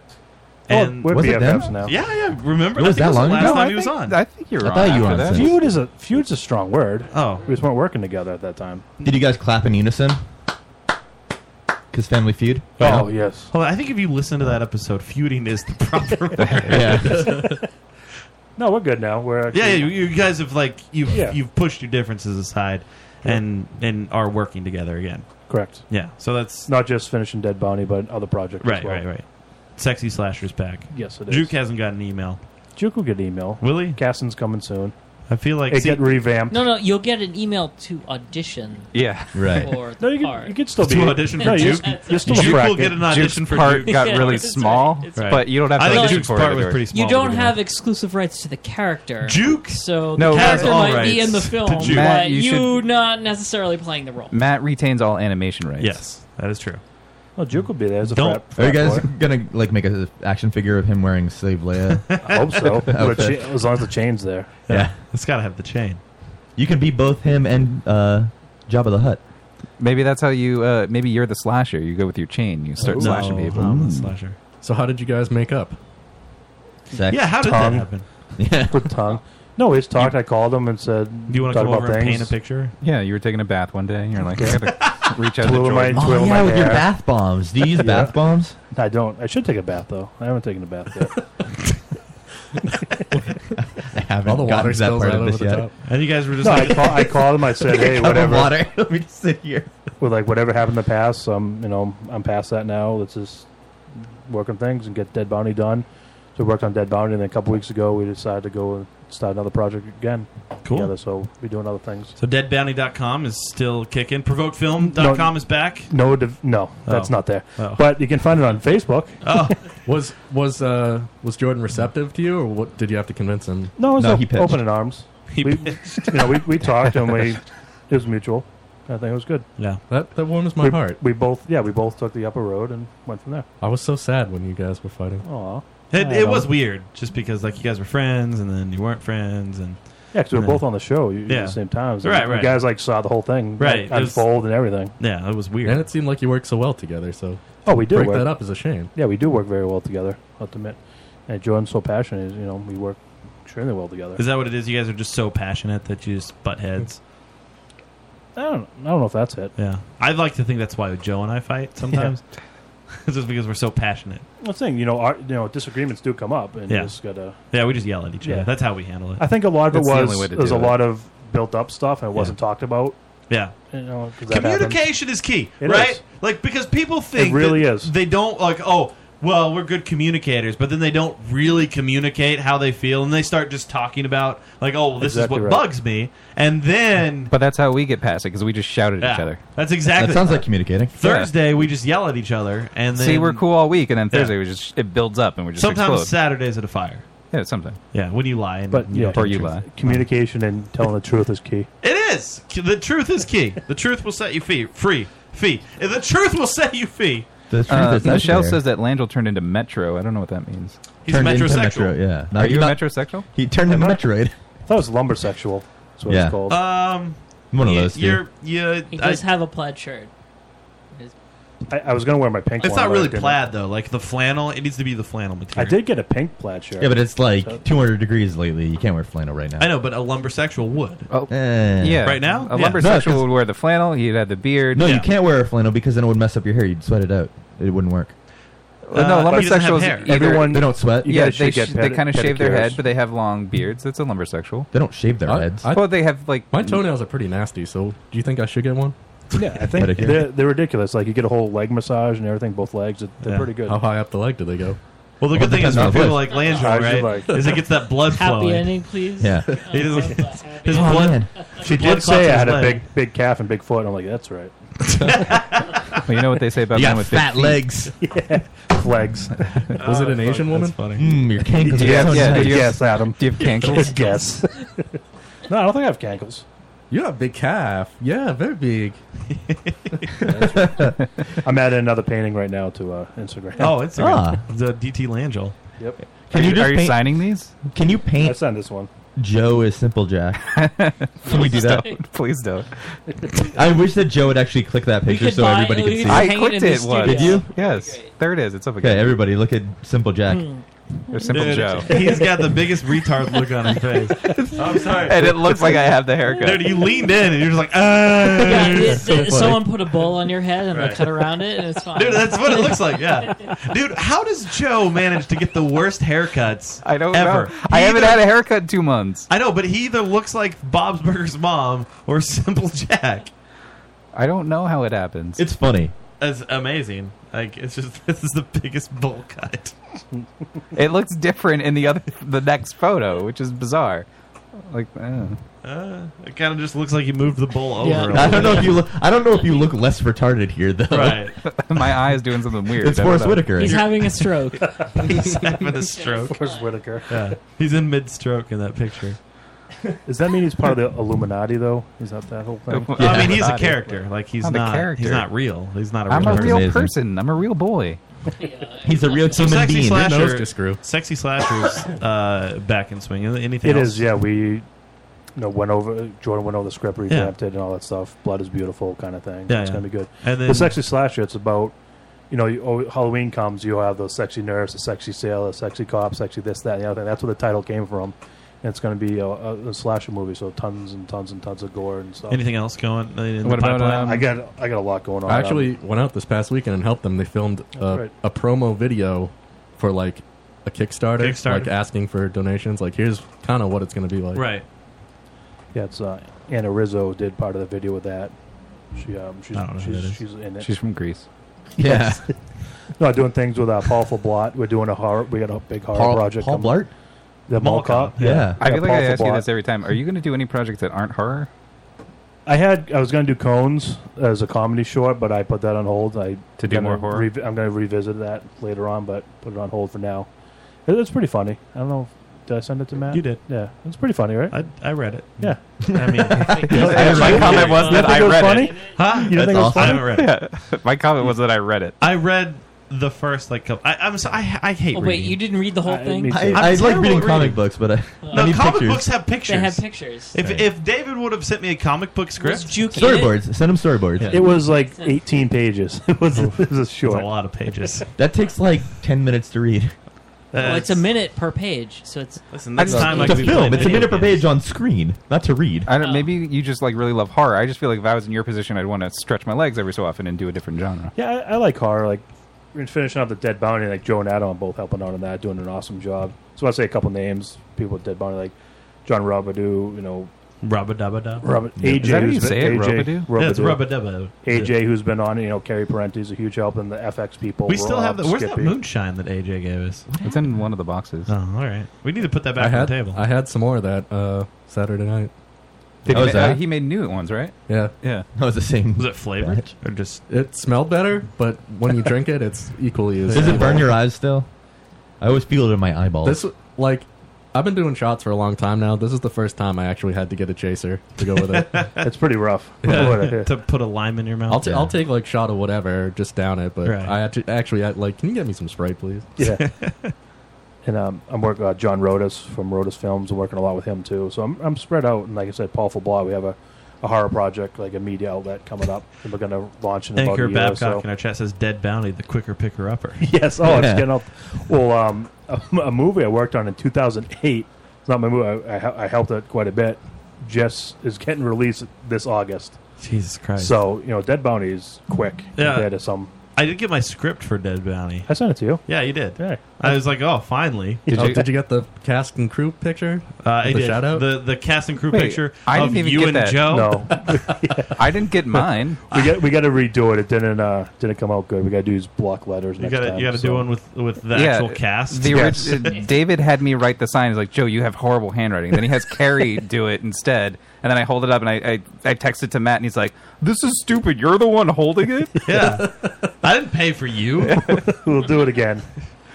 And
Oh, we're Was it BFFs then? now.
Yeah, yeah. Remember?
It was
I think
that long
the last
ago?
time
No,
he
I
was
think-
on.
I think
you're I thought you were on
that.
since.
Feud is a feud's a strong word.
Oh,
we just weren't working together at that time.
Did you guys clap in unison? Because Family Feud.
Oh,
yes. Well, I think if you listen to that episode, feuding is the proper word.
Yeah. No, we're good now. We're
yeah, yeah,
actually-
you, you guys have like you've
Yeah.
you've pushed your differences aside, and and are working together again.
correct.
Yeah. So that's
not just finishing Dead Bounty, but other projects.
Right,
as well.
right, right. Sexy slashers back.
Yes, it is.
Juke hasn't got an email.
Juke will get email.
Will he?
Caston's coming soon.
I feel like
it
see-
get revamped.
No, no, you'll get an email to audition.
Yeah.
Right.
For the
No, you
part.
could, you could still
To
be
audition for
no, you're-
Juke?
You're still
Juke
a
will
bracket.
get an audition
Juke's part got really small, but you don't have to
I think
audition
Juke's
for
part
it.
was pretty small.
You
to
don't
begin
have exclusive rights to the character.
Juke?
So
No,
the
he has
character
all
might be
rights
in the
to
film,
Juke. Matt,
but
you
you,
should-
not necessarily playing the role.
Matt retains all animation rights.
Yes, that is true.
Well, Juke will be there as a
Don't-
frat-
Are you
frat
guys
boy.
gonna like make an action figure of him wearing Slave Leia?
I hope so. But
outfit?
she- as long as the chain's there.
yeah.
it's gotta have the chain.
You could be both him and uh, Jabba the Hutt.
Maybe that's how you. Uh, maybe you're the slasher. You go with your chain. You start
Ooh.
slashing
No,
people.
I'm the
slasher.
So how did you guys make up?
Sex.
Yeah, how did that
tongue.
happen?
With tongue. No, we just talked. I called him and said,
Do you wanna
talk
come
about
over and
things.
paint a picture?
Yeah, you were taking a bath one day, and you're like, I gotta reach out to
Twirl my-
Jordan.
twirl
Oh, yeah,
my
with your
hair.
bath bombs. Do you use
Yeah.
bath bombs?
I don't. I should take a bath though. I haven't taken a bath yet.
I haven't gotten to that part of this yet.
And you guys were just
No,
like-
I, call, I called him. I said,
Get a
"Hey,
cup of
whatever.
water. Let me just sit here."
With like whatever happened in the past, um, you know, I'm past that now. Let's just work on things and get Dead Bounty done. So we worked on Dead Bounty, and then a couple weeks ago, we decided to go and start another project again.
Cool.
Together, so we're doing other things.
So deadbounty.com is still kicking. Provokefilm.com is back.
No, div- no, that's
Oh.
not there.
Oh.
But you can find it on Facebook.
Oh. was was uh, was Jordan receptive to you, or what did you have to convince him?
No, it was op- open in arms. we, you know, we, we talked and we it was mutual. I think it was good.
Yeah,
that that warms my
we,
heart.
We both, yeah, we both took the upper road and went from there.
I was so sad when you guys were fighting.
Oh,
It, it was weird, just because like you guys were friends and then you weren't friends, and
Yeah, 'cause we were
and then-
both on the show u- at the same time, so
right,
you
right.
guys, like, saw the whole thing,
right? It
like,
was-
unfold and everything.
Yeah, it was weird.
And it seemed like you worked so well together. So
Oh, we do
break
work.
that up is a shame.
Yeah, we do work very well together. I'll have to admit, and Jordan's so passionate. You know, we work extremely well together.
Is that what it is? You guys are just so passionate that you just butt heads.
I don't, I don't know if that's it.
Yeah, I like to think that's why Joe and I fight sometimes. it's just because we're so passionate.
I'm not saying you know, our, you know, disagreements do come up, and
yeah,
you just gotta.
yeah, we just yell at each other.
Yeah.
That's how we handle it.
I think a lot of
That's
it
the
was
only way to
there was
do
a
it.
lot of built up stuff and it wasn't talked about.
Yeah.
You know, 'cause that happened.
Communication is key,
It
right?
is.
Like because people think
really
that
is.
They don't like oh. Well, we're good communicators, but then they don't really communicate how they feel, and they start just talking about like, "Oh, well, this
Exactly
is what
right.
bugs me," and then
But that's how we get past it because we just shout at each
Yeah.
other.
That's exactly.
communicating.
Thursday, we just yell at each other, and then
See, we're cool all week, and then Thursday we just it builds up, and we just
sometimes
explode.
Saturdays at a fire.
yeah, something.
Yeah, when you lie, and
But
you
yeah,
don't tell
Or you
the truth.
lie.
communication and telling the truth is key.
It is the truth is key. the truth will set you free. Free. Fee. The truth will set you free.
The truth
Uh,
is out
Michelle
there.
says that Landrill turned into Metro. I don't know what that means.
He's Turned into metrosexual. Metro,
yeah. No,
Are
he's
you
not-
a metrosexual?
He turned into Metroid.
I thought it was lumbersexual. That's what
Yeah.
it's called.
Um,
One of
y-
those, dude.
You're, you
He
I-
does have a plaid shirt.
I, I was gonna wear my pink.
it's
one,
not
but I
really
didn't.
plaid though. Like the flannel, it needs to be the flannel
I
material.
did get a pink plaid shirt.
Yeah, but it's like
So-
200 degrees lately. You can't wear flannel right now.
I know, but a lumbersexual would.
Oh,
Eh.
yeah.
Right now?
a
Yeah.
lumbersexual
No, 'cause-
would wear the flannel. He'd have the beard.
No,
yeah.
you can't wear a flannel because then it would mess up your hair. You'd sweat it out. It wouldn't work.
Well, no,
Uh, he doesn't have
lumbersexuals.
hair.
either-
Everyone- They don't sweat. you
Yeah,
guys
they,
should get
sh- they
pedi-
kind of shave their
pedicures.
head, but they have long beards. That's a lumbersexual.
They don't shave their
I-
heads.
I-
well, they have like
My toenails are pretty nasty. So do you think I should get one?
Yeah, I think
Pedicure.
they're, they're ridiculous. Like you get a whole leg massage and everything, both legs. They're they're
Yeah.
pretty good.
How high up the leg do they go?
Well, the
Well,
good thing
depends
is for
on the
people like
place.
Landry,
How's your
right,
leg?
is it gets that blood
Happy
flowing.
ending, please?
Yeah.
he doesn't. His, his
Oh,
blood.
man. She
blood
did
clots in
say I
his
had a
leg.
big, big calf and big foot. I'm like, that's right.
Well, you know what they say about
You
men
got
with big
fat
feet.
legs. Yeah, legs. Uh,
Was it an Asian woman?
funny.
Mm, your cankles are
yes,
so
yeah,
nice.
yes, Adam.
Do you have cankles?
Guess. no, I don't think I have cankles.
You have a big calf. Yeah, very big.
I'm adding another painting right now to uh, Instagram.
Oh,
Ah.
Instagram. The DT Langell.
Yep.
Can you just paint-
signing these?
Can you paint?
I signed this one.
Joe is simple Jack. Can we do that?
Please don't.
I wish that Joe would actually click that picture so everybody could see.
I clicked it once.
Did you?
Yes. There it is. It's up again.
Okay, everybody, look at simple Jack.
Or Simple
Dude,
Joe.
He's got the biggest retard look on his face. I'm sorry.
And it looks like I have the haircut.
Dude, you leaned in and you're just like,
Yeah,
ah.
it- it- someone put a bowl on your head and they cut around it, and it's fine.
Dude, that's what it looks like. Yeah, dude, how does Joe manage to get the worst haircuts? I
don't
ever.
know. I haven't had a haircut in two months.
I know, but he either looks like Bob's Burgers mom or Simple Jack.
I don't know how it happens.
It's funny.
That's amazing. Like it's just this is the biggest bowl cut.
It looks different in the other the next photo, which is bizarre. Like, I don't know.
Uh, it kind of just looks like he moved the bowl over. a
I
little
don't know
bit.
if you look. I don't know if you look less retarded here though.
Right.
my eye is doing something weird.
It's
I don't
Forrest
know.
Whitaker.
He's having a stroke.
He's having a stroke.
Forrest Whitaker.
Yeah, he's in mid-stroke in that picture.
Does that mean he's part of the Illuminati though? He's not that whole thing.
I mean, he's a character. Like he's
I'm a
not.
character.
He's not real. He's not a
I'm
real
a
person.
real person. I'm a real boy.
He's a real
So
human
sexy
being.
slasher, sexy slashers uh, back in swing. Anything
It
else?
is, yeah. We you know, went over Jordan went over the script, revamped
Yeah.
it, and all that stuff. Blood is beautiful, kind of thing.
Yeah,
it's
yeah.
gonna be good.
And then-
the sexy slasher. It's about you know you, oh, Halloween comes, you have those sexy nurse, the sexy sailor, sexy cop, sexy this, that, and the other thing. That's where the title came from. And it's going to be a, a, a slasher movie, so tons and tons and tons of gore and stuff.
Anything else going? In
What
the
about,
pipeline?
um,
I got I got a lot going on.
I actually went out this past weekend and helped them. They filmed a,
right.
a promo video for like a Kickstarter,
Kickstarter.
like asking for donations. Like, here's kind of what it's going to be like.
Right.
Yeah, it's uh, Anna Rizzo did part of the video with that. She um, she's
I don't know who
she's,
that is.
she's in it.
She's from Greece.
Yeah.
no, doing things with uh, Paul Blart. We're doing a horror. We got a big horror
Paul-
project.
Paul
coming.
Blart?
The mall cop.
I feel like
Paul
I ask you
Blart.
this every time. Are you going to do any projects that aren't horror?
I had I was going to do Cones as a comedy short, but I put that on hold. I
To do
gonna
more horror?
revi- I'm going to revisit that later on, but put it on hold for now. It, it's pretty funny. I don't know. if- Did I send it to Matt?
You did.
Yeah, it's pretty funny, right?
I, I read it.
Yeah.
I mean,
my comment was
You
that
think
I
it was
read
funny?
it.
Huh?
You don't think it
I
was funny?
haven't read it.
Yeah. My comment was that I read it.
I read the first like couple. I, I'm so, I I hate.
Oh, wait,
reading.
you didn't read the whole thing?
I,
I'm
I like
terrible
reading
at
comic books, but I,
No,
I need
comic
pictures.
books have pictures.
have pictures.
If,
Right.
if David would have sent me a comic book script,
storyboards. Send them storyboards.
It was like 18 pages. It was, it was a short.
a lot of pages.
that takes like ten minutes to read.
Well, it's a minute per page, so it's.
Listen,
It's a film. It's a minute per page on screen, not to read.
I
Oh.
don't. Maybe you just like really love horror. I just feel like if I was in your position, I'd want to stretch my legs every so often and do a different genre.
Yeah, I, I like horror. Like in finishing up the Dead Bounty, like Joe and Adam are both helping out on that, doing an awesome job. So I say a couple names, people at Dead Bounty, like John Robidoo, you know,
Rubba dubba dub.
Robert, AJ, who's been- AJ,
Yeah, it's rubba dubba.
AJ, who's been on, you know, Kerry Parenti's a huge help, and the FX people.
We still have
Rob,
the. Where's that
Skippy.
moonshine that AJ gave us?
It's in one of the boxes.
Oh, all right. We need to put that
I
back on
had,
the table.
I had some more of that uh, Saturday night.
Did
Oh,
he, ma- uh, he made new ones, right?
Yeah.
Yeah.
That was the same.
Was it flavored or just?
It smelled better, but when you drink it, it's equally as.
Does it burn
evil.
your eyes still? I always feel it in my eyeballs.
This like I've been doing shots for a long time now. This is the first time I actually had to get a chaser to go with it.
it's pretty rough.
Yeah, to put a lime in your mouth.
I'll, t- I'll take like shot of whatever, just down it. But
Right.
I actu- actually I, like, can you get me some sprite, please?
Yeah. and um, I'm working uh, John Rodas from Rodas Films. I'm working a lot with him too. So I'm, I'm spread out. And like I said, Paul Fabla, we have a, a horror project, like a media outlet coming up, and we're going to launch in about a
Anchor
year
Babcock
or so.
in our chat says "Dead Bounty, the quicker picker upper."
Yes. Oh, it's getting up. Well, um, a, a movie I worked on in 2008. It's not my movie. I, I, hel- I helped it quite a bit. Jess is getting released this August.
Jesus Christ.
So you know, Dead Bounty is quick
Yeah.
compared to some.
I did get my script for Dead Bounty.
I sent it to you.
Yeah, you did. I was like, oh, finally.
Did, you, did you get the cast and crew picture?
Uh, I
With the
did.
shout out?
The the cast and crew
Wait,
picture
I
of
didn't even
you
get
and
that.
Joe.
No,
I didn't get mine.
we got we got to redo it. It didn't uh, didn't come out good. We got to do these block letters.
You
next
gotta-
time,
you gotta do
so.
one with- with the actual cast?
The
Yes.
orig- David had me write the sign. He's like, Joe, you have horrible handwriting. Then he has Carrie do it instead. And then I hold it up and I, I, I text it to Matt and he's like, this is stupid. You're the one holding it?
yeah. I didn't pay for you.
we'll do it again.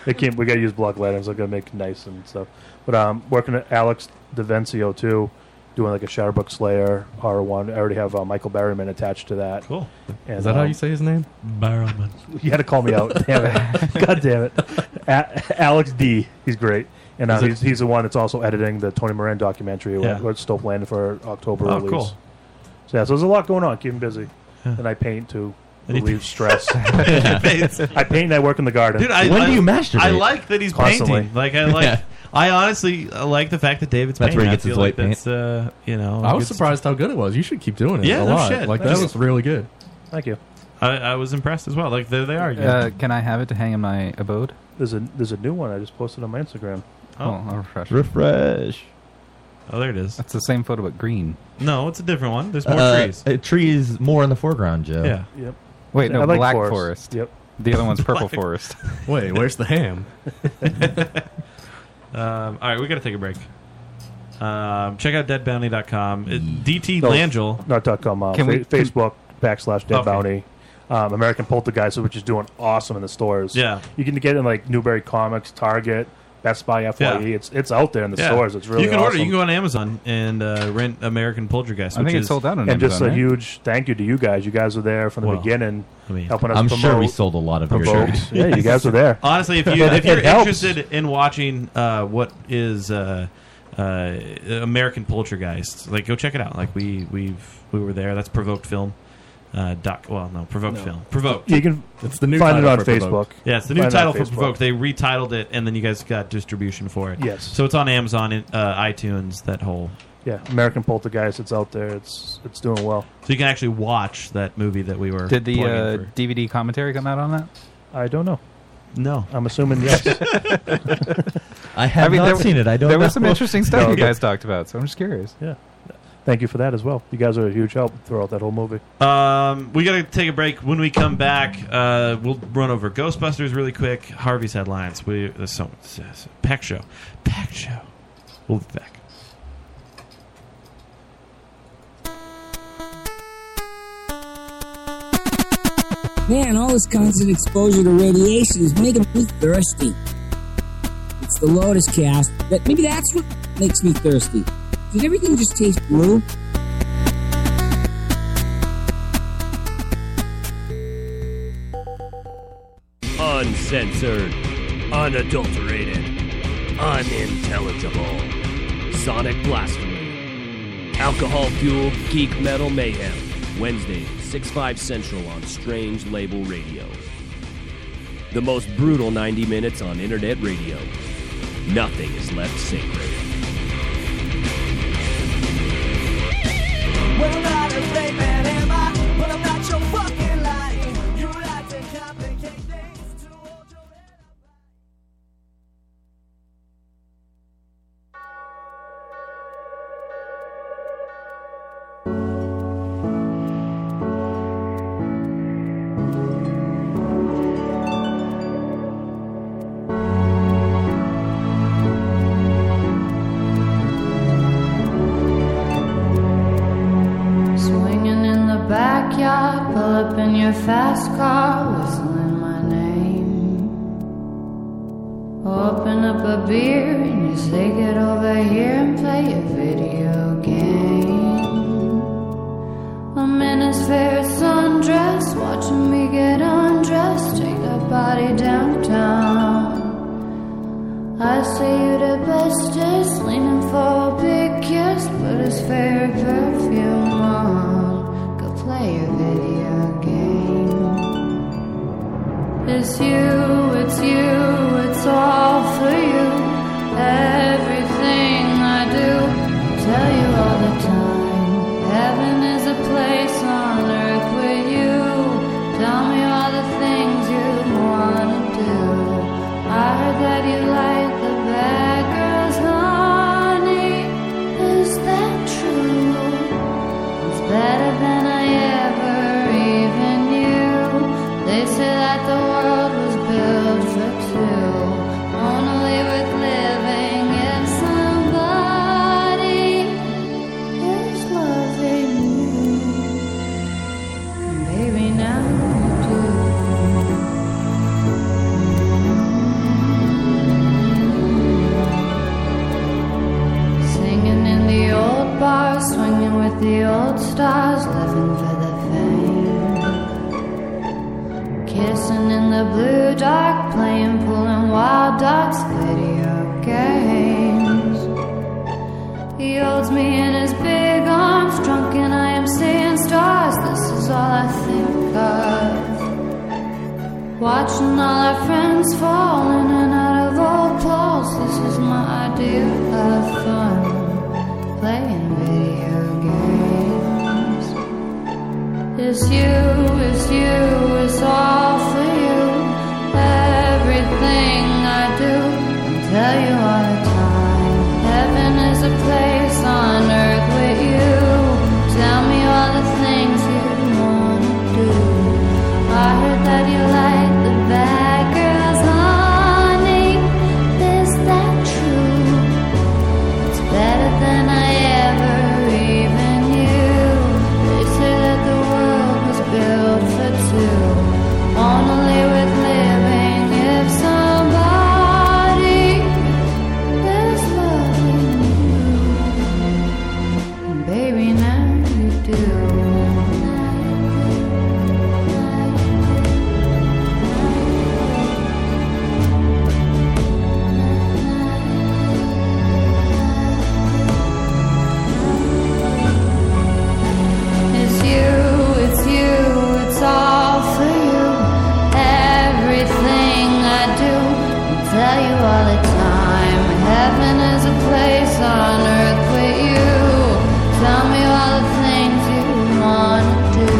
It came, we got to use block letters. I'm gonna make nice and stuff. But um, working at Alex DaVencio too, doing like a Shadowbook Slayer horror one. I already have uh, Michael Barryman attached to that.
Cool.
And,
Is that how
um,
you say his name?
Barrowman.
You had to call me out. Damn it. God damn it. A- Alex D. He's great. And
Is
uh,
it-
he's, he's the one that's also editing the Tony Moran documentary,
Yeah.
yeah. which still planned for October
Oh,
release.
cool.
So, yeah, so there's a lot going on. Keep him busy. And I paint to
And he
relieve stress.
paints.
I paint and I work in the garden.
Dude, I, I, I like that he's
Constantly.
painting. Like I like.
Yeah.
I honestly uh, like the fact that David's
That's
painting.
where he gets
I
his
feel like
white paint.
that's, Uh, you know,
I was
it's-
surprised how good it was. You should keep doing it
Yeah,
a
no
lot.
shit.
Like that
Thanks.
was really good.
Thank you.
I, I was impressed as well. Like there they are. again.
Uh, can I have it to hang in my abode?
There's a there's a new one I just posted on my Instagram.
Oh, I'll refresh.
Refresh.
Oh, there it is.
That's the same photo, but green.
no, it's a different one. There's more
Uh,
trees.
A tree is more in the foreground, Joe.
Yeah.
Yep.
Wait, no,
I like
black
forest.
forest.
Yep.
The other one's purple
Black-
forest.
Wait, where's the ham?
Um, all right, we got to take a break. Um, check out deadbounty.com. It,
Mm.
DT
No,
Langell.
Not dot com. Uh,
Can
fa-
we- can-
Facebook backslash Dead
Okay.
Bounty. Um, American Poltergeist, which is doing awesome in the stores.
Yeah.
you can get it in like Newberry Comics, Target, Best Buy, FYE.
Yeah.
It's it's out there in the stores. It's really
you can order.
awesome.
You can go on Amazon and uh, rent American Poltergeist. which is,
and just
eh?
a huge thank you to you guys. You guys were there from the
Well,
beginning,
I mean-
helping us.
I'm
promote,
sure we sold a lot of your
promote.
shirts.
Yeah, you guys were there.
Honestly, if you
It-
if
it
you're
helps.
interested in watching uh, what is uh, uh, American Poltergeist, like go check it out. Like we we've we were there. That's Provoked Film. Uh, doc, well, no, Provoked
No.
Film. Provoked.
You can It's the new find it title on for Provoked. Facebook.
Yeah, it's the new
Find it on
title for
Facebook.
Provoked. They retitled it, and then you guys got distribution for it.
Yes.
So it's on Amazon, and, uh, iTunes, that whole.
Yeah, American Poltergeist. It's out there. It's it's doing well.
So you can actually watch that movie that we were.
Did the uh,
plugging for.
DVD commentary come out on that?
I don't know.
No,
I'm assuming yes.
I have not seen it. I don't.
There
know.
was some interesting stuff
No,
you
yeah.
guys talked about, so I'm just curious.
Yeah. Thank you for that as well. You guys are a huge help throughout that whole movie.
Um, we got to take a break. When we come back, uh, we'll run over Ghostbusters really quick. Harvey's headlines. We uh, so, so, so- Pack show, pack show. We'll be back.
Man, all this constant exposure to radiation is making me thirsty. It's the Lotus Cast, but maybe that's what makes me thirsty. Did everything just taste blue?
Uncensored, unadulterated, unintelligible. Sonic Blasphemy. Alcohol Fuel Geek Metal Mayhem. Wednesday, 6 5 Central on Strange Label Radio. The most brutal 90 minutes on internet radio. Nothing is left sacred.
Well, not a fake man am I, but I'm not your fucking lying. You like to complicate things to hold your
Swinging in the backyard, pull up in your fast car, whistling my name. Open up a beer and you say, Get over here and play a video game. I'm in his favorite sundress, watching me get undressed, take that body downtown. I say you're the bestest, leaning for a big kiss, put his favorite perfume on. Go play a video game. It's you, it's you, it's all for you. Everything I do, tell you all the time. Heaven is a place on earth with you. Tell me all the things you wanna do. I heard that you like the bad girls, honey. Is that true? It's better than I ever even knew. They say that the world was built for two. Only worth living if somebody is loving you. And Baby, now you do. Singing in the old bar, swinging with the old stars, living for the fame. Kissing in the blue dark, playing pool and wild dogs video game. He holds me in his big arms, drunk, and I am seeing stars. This is all I think of. Watching all our friends fall in and out of old clothes. This is my idea of fun. Playing video games. It's you, it's you, it's all for you. Everything I do, I tell you all the time. Heaven is a place on earth with you. Tell me all the things you want to do. I heard that you like the bad girls, honey. Is that true? It's better than I ever even knew. They say that the world was built for two. Only with living if somebody is loving you. And baby, now you do. It's you, it's you, it's all for you. Everything I do, I tell you all the time. Heaven is a place on earth with you. Tell me all the things you want to do.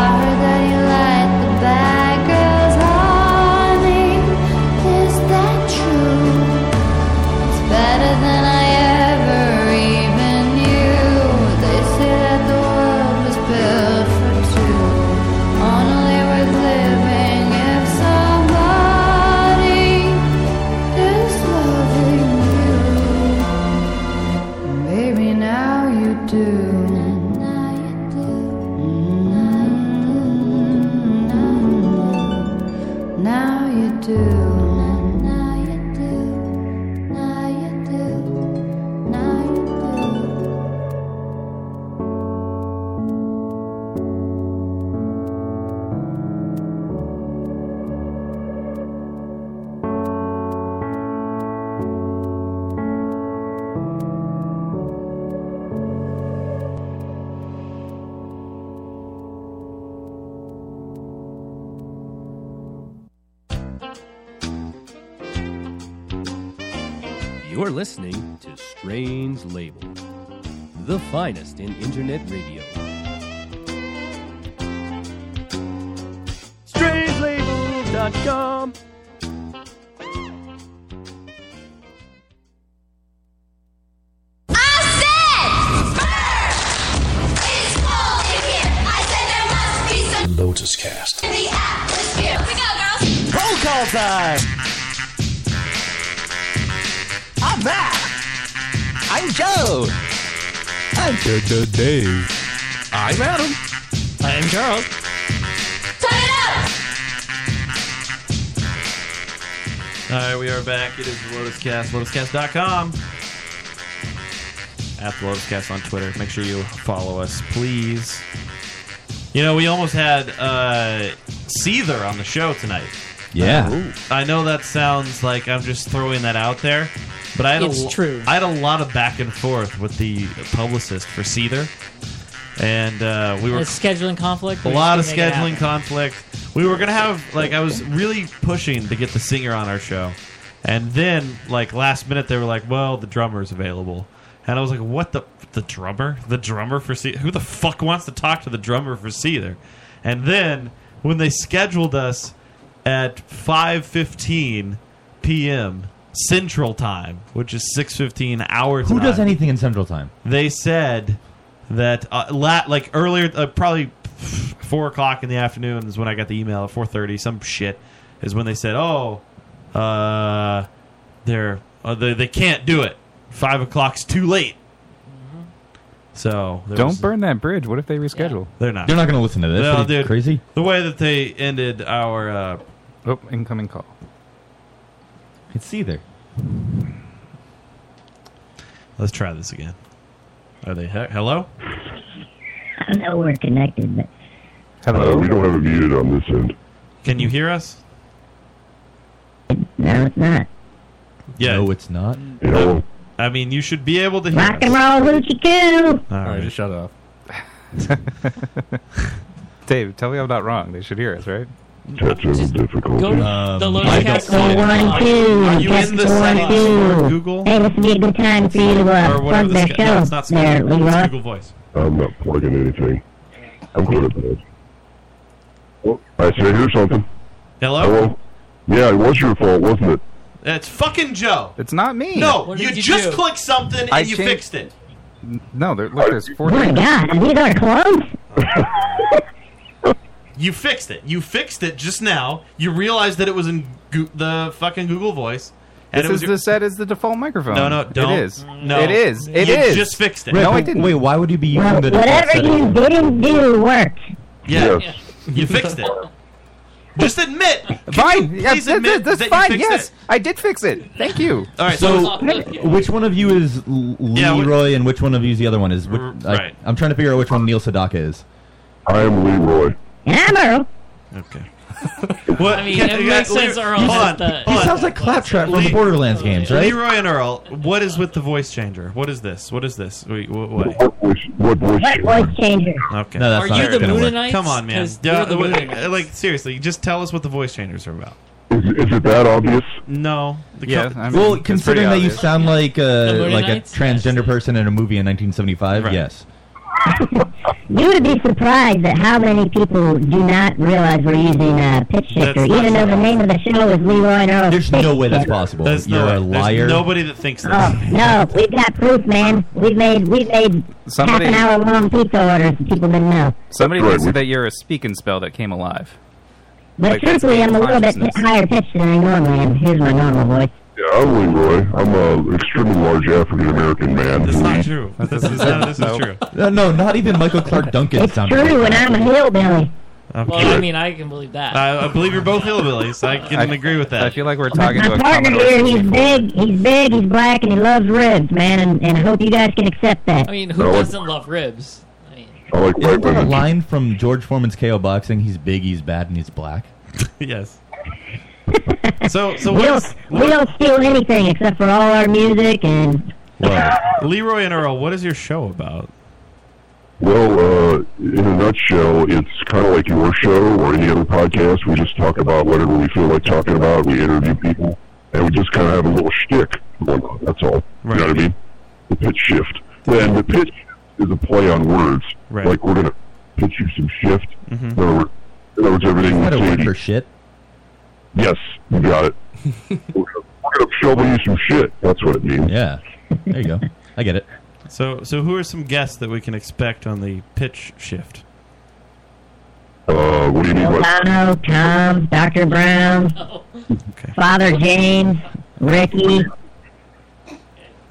I heard that you like the bad girls, honey. Is that true? It's better than I ever even knew. They say that the world was built for two. Only worth living if somebody is loving you. Maybe now you do. Now you do. Now you do. Now you do. Now you do.
You're listening to Strange Label, the finest in internet radio.
Strangelabel.com.
Lotus Cast.
Roll call time. I'm back. I'm Joe.
I'm Dave. I'm Adam. I'm Charles.
Turn it up.
All right, we are back. It is the Lotus Cast, lotuscast.com. At the Lotus Cast on Twitter. Make sure you follow us, please. You know, we almost had uh, Seether on the show tonight.
Yeah.
Uh, I know that sounds like I'm just throwing that out there, but I had
It's
a, lo-
true.
I had a lot of back and forth with the publicist for Seether, and uh, we were
It's scheduling conflict.
a
we
lot of
just couldn't make
scheduling
it
conflict. We were gonna have like I was really pushing to get the singer on our show, and then like last minute they were like, "Well, the drummer's available," and I was like, "What the the drummer? The drummer for Seether? Who the fuck wants to talk to the drummer for Seether?" And then when they scheduled us at five fifteen p.m. Central Time, which is six fifteen hour
Who
time,
does anything in Central Time?
they said that uh, la- like earlier uh, probably four o'clock in the afternoon is when i got the email at 4.30 some shit is when they said oh uh, they're uh, they, they can't do it five o'clock's too late so there was-
Don't burn that bridge. What if they reschedule?
They're not.
They're not going to listen to this.
No,
What are you,
dude.
crazy.
the way that they ended our uh,
oh incoming call
It's either.
let's try this again are they he- hello
I know we're connected, but
Uh, we don't have it muted on this end.
can you hear us
no, it's not.
yeah
no it's not
Yeah, well,
I mean, you should be able to hear.
Rock and roll,
us.
Lucy Coo.
All right.
just shut up.
Dave, tell me I'm not wrong. They should hear us, right?
Technical difficulties.
Um,
the
Lotus
One, two.
Are you
Test
in the
one,
settings
two.
for
Google?
Hey, this would be a good time for you to uh,
Or whatever
plug
this
their
guy- no,
show
it's not
there,
Google. It's
Leroy.
Google Voice.
I'm not plugging anything. I'm going to bed. Oh, I say, here's something.
Hello?
Yeah, it was your fault, wasn't it?
That's fucking Joe.
It's not me.
No,
What
you,
did you
just
do?
clicked something and
I
you
changed-
fixed it.
No, there, look, there's
Oh
four.
my God, are these our clothes?
You fixed it. You fixed it just now. You realized that it was in Goo the fucking Google Voice. And
This
it was
is
your-
the set is the default microphone.
No, no, don't.
It is.
No.
it is. It is.
You just fixed it.
No, I
Wait,
didn't.
Wait, why would you be using the default
Whatever
setting?
you didn't do worked.
Yeah. You fixed it. Just admit.
Fine. Yeah,
please
that-
admit
that- that's
that you
fine.
fixed
Yes,
it?
I did fix it. Thank you.
All right.
So, which one of you is L- Leroy and which one of you is the other one? Is which, like,
right.
I'm trying to figure out which one Neil Sedaka is.
I am Leroy.
Hammer.
Okay. What?
I mean, it makes sense, Earl,
Hold
that
on.
the-
Hold
He
on.
sounds like Claptrap from the
Le-
Borderlands games, right?
Leroy and Earl, what is with the voice changer? What is this? What is this? Wait, what? what?
What voice?
What voice changer?
Okay.
No, that's Are not you the gonna work. Moonanites?
Come on, man.
'Cause you're the
Duh, wait,
Moonanites.
like seriously, just tell us what the voice changers are about.
Is it that obvious?
No. The
Yeah,
com-
I mean,
well,
it's
considering that
pretty
you
obvious.
sound like a
Moon
like a
Knights?
transgender person in a movie in 1975, yes.
You would be surprised at how many people do not realize we're using uh, pitch shifter,
That's not
even though
true.
the name of the show is Leroy and Earl.
There's no way that's possible.
There's
You're
no,
a
there's
liar.
nobody that thinks this.
Oh no, we've got proof, man. We've made we've made
Somebody-
half an hour long pizza orders. and People didn't know.
Somebody
Right,
thinks
we-
that you're a speaking spell that came alive.
But
Like, that's
truthfully, I'm a little bit
consciousness.
higher pitched than I normally am. Here's my normal voice.
Yeah, I'm Leroy. I'm an extremely large African American man. That's not
true.
This is,
this is true.
No, no, not even Michael Clark Duncan sounded like
True, and I'm a hillbilly.
Well, I mean, I can believe
Ah.
that.
I, I believe you're both hillbillies. I can agree with that. I feel
like we're
talking
My partner here, he's big, he's big, he's black, and he loves ribs, man. And, and I hope you guys can accept that.
I mean, who doesn't love ribs?
I like
Isn't there a line from George Foreman's KO Boxing? He's big, he's bad, and he's black.
yes. So, so
we
what
don't
is
we don't steal anything except for all our music and
Leroy and Earl? What is your show about?
Well, uh, in a nutshell, it's kind of like your show or any other podcast. We just talk about whatever we feel like talking about. We interview people, and we just kind of have a little shtick going on. That's all. You know what I mean? The pitch shift. And the pitch is a play on words.
Right.
Like we're gonna pitch you some shift. In
Mhm.
other wor- in other words, everything
Is that a
we
word
say.
for shit?
Yes, you got it. we're gonna- we're gonna shovel you some shit. That's what it means.
Yeah. There you go. I get it.
So, so who are some guests that we can expect on the pitch shift?
Uh, what do you mean
Bono, Tom, Dr. Brown, Father James, Ricky,
Do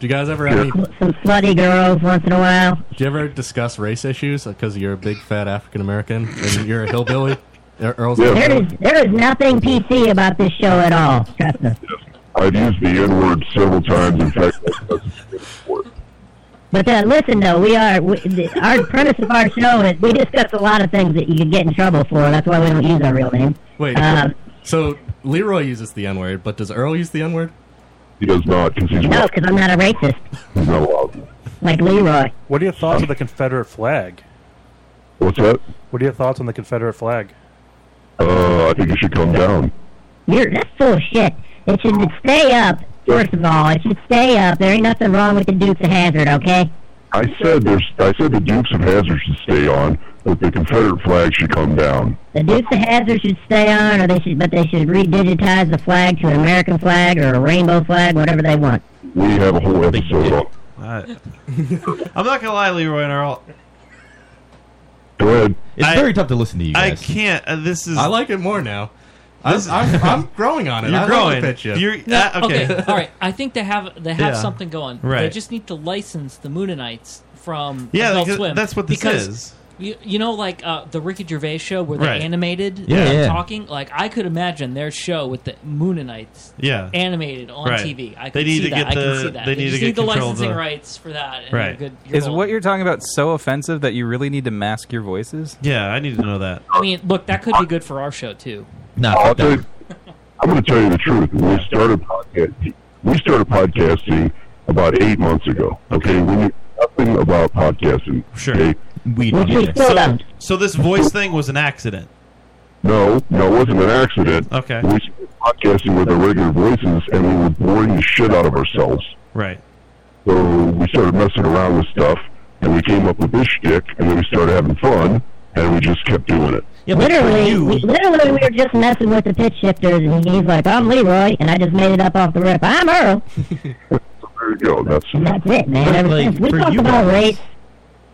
you guys ever have any? Do
some slutty girls once in a while.
you ever discuss race issues because you're a big fat African American and you're a hillbilly? Er- Earl's
There is there is nothing PC about this show at all. Trust me.
I've used the N word several times. In fact,
But uh, listen, though, we are we, the, our premise of our show is we discuss a lot of things that you could get in trouble for. That's why we don't use our real name.
Wait.
Uh-huh.
Um,
so Leroy uses the N word, but does Earl use the N word?
He does not, because he's
no, because I'm not a racist
not allowed.
like Leroy.
What are your thoughts on the Confederate flag?
What's that?
What are your thoughts on the Confederate flag?
Uh, I think it should come down.
You're that's full of shit. It should stay up. First of all, it should stay up. There ain't nothing wrong with the Dukes of Hazard, okay?
I said there's. I said the Dukes of Hazzard should stay on, but the Confederate flag should come down.
The Dukes of Hazard should stay on, or they should, but they should redigitize the flag to an American flag or a rainbow flag, whatever they want.
We have a whole episode on.
Uh, I'm not gonna lie, Leroy and Earl.
Go ahead.
It's
I-
very tough to listen to you
I
guys.
can't. Uh, this is.
I like it more now. I'm,
This-
I'm, I'm growing on it.
You're
I
growing.
Like the pitch, yeah.
You're-
No,
uh, okay.
All right. I think they have they have
Yeah.
something going. They
Right.
just need to license the Moonanites from
Yeah,
Adult
because
Swim.
that's what this
because
is.
You, you know, like uh, the Ricky Gervais show where they
Right.
animated
Yeah,
them
yeah.
talking. Like I could imagine their show with the Moonanites.
Yeah.
Animated on
Right.
TV. I
They
could
need
see
to
that.
get
I can
the-
see that.
they need
just
to
need
get
the
control of
licensing
the-
rights for that. And
Right.
Good, you're
Is
golden.
what you're talking about so offensive that you really need to mask your voices?
Yeah, I need to know that.
I mean, look, that could be good for our show too.
I'll tell you, I'm going to tell you the truth. When we started podcast, we started podcasting about eight months ago. Okay, we knew nothing about podcasting.
Sure.
We
So, so this voice thing was an accident.
No, no, it wasn't an accident.
Okay.
We started podcasting with our regular voices, and we were boring the shit out of ourselves.
Right.
So we started messing around with stuff, and we came up with this shtick, and then we started having fun, and we just kept doing it.
literally, we, literally, we were just messing with the pitch shifters, and he's like, "I'm Leroy," and I just made it up off the rip. I'm Earl.
There you go. That's
That's it, man.
But,
Ever
like,
since we
for
talked
you
about
guys-
race,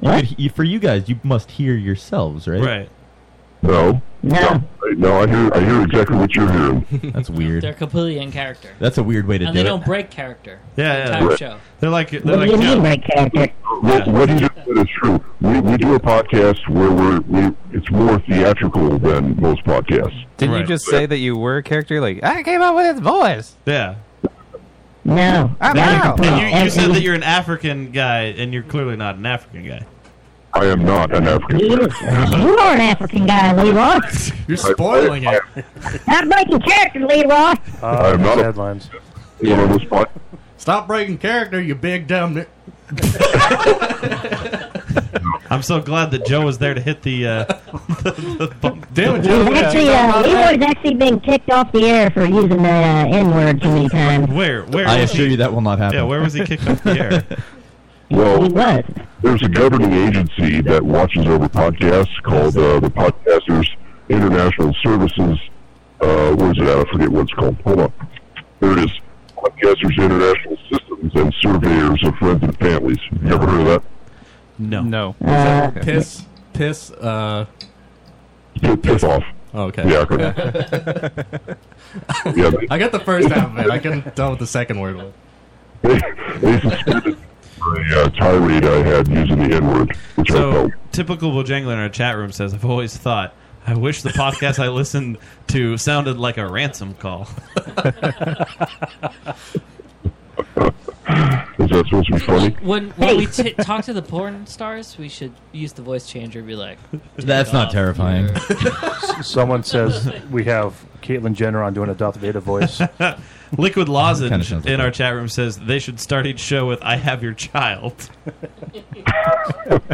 You could- you- for you guys, you must hear yourselves, right?
Right.
no.
No.
No, I hear, I hear exactly what you're hearing.
That's weird.
They're completely in character.
That's a weird way to
and
do
they
it.
don't break character.
Yeah,
the entire show.
They're like, they're
What do
like,
you mean
yeah.
by character?
What, what he just said is true. We, we do a podcast where we're we, it's more theatrical than most podcasts.
Didn't you just say that you were a character? Like, I came up with his voice.
Yeah.
No.
I'm
Yeah.
Earl.
And you, you said that you're an African guy, and you're clearly not an African guy.
I am not an African.
you are an African guy, Leroy.
You're
spoiling
it.
Stop breaking character, Leroy.
Uh,
I'm not a-
headlines.
One of those pod-
Stop breaking character, you big dumb. Ni-
I'm so glad that Joe was there to hit the. Uh, the, the bump.
He's actually, uh, Leroy's actually been kicked off the air for using the uh, N word too many times.
Where? Where?
I
was
assure
he-
you that will not happen.
Yeah, where was he kicked off the air?
Well,
was.
there's a governing agency that watches over podcasts called uh, the Podcasters International Services. Uh, what is it? I forget what it's called. Hold on. There it is. Podcasters International Systems and Surveyors of Friends and Families. You ever heard of that?
No.
No.
piss, piss, uh, Oh,
Piss, piss off.
Okay.
Yeah. Yeah.
I got the first half of it. I couldn't tell what the second word was.
They suspended a uh, tirade I had using the N word, which I
So
felt.
typical Bojangler in our chat room says, "I've always thought." I wish the podcast I listened to sounded like a ransom call.
Is that supposed to be funny?
When, when we t- talk to the porn stars, we should use the voice changer and be like,
That's not terrifying.
S- Someone says we have Caitlyn Jenner on doing a Darth Vader voice.
Liquid
Kinda
Lozenge
sounds
in our chat room says they should start each show with "I have your child."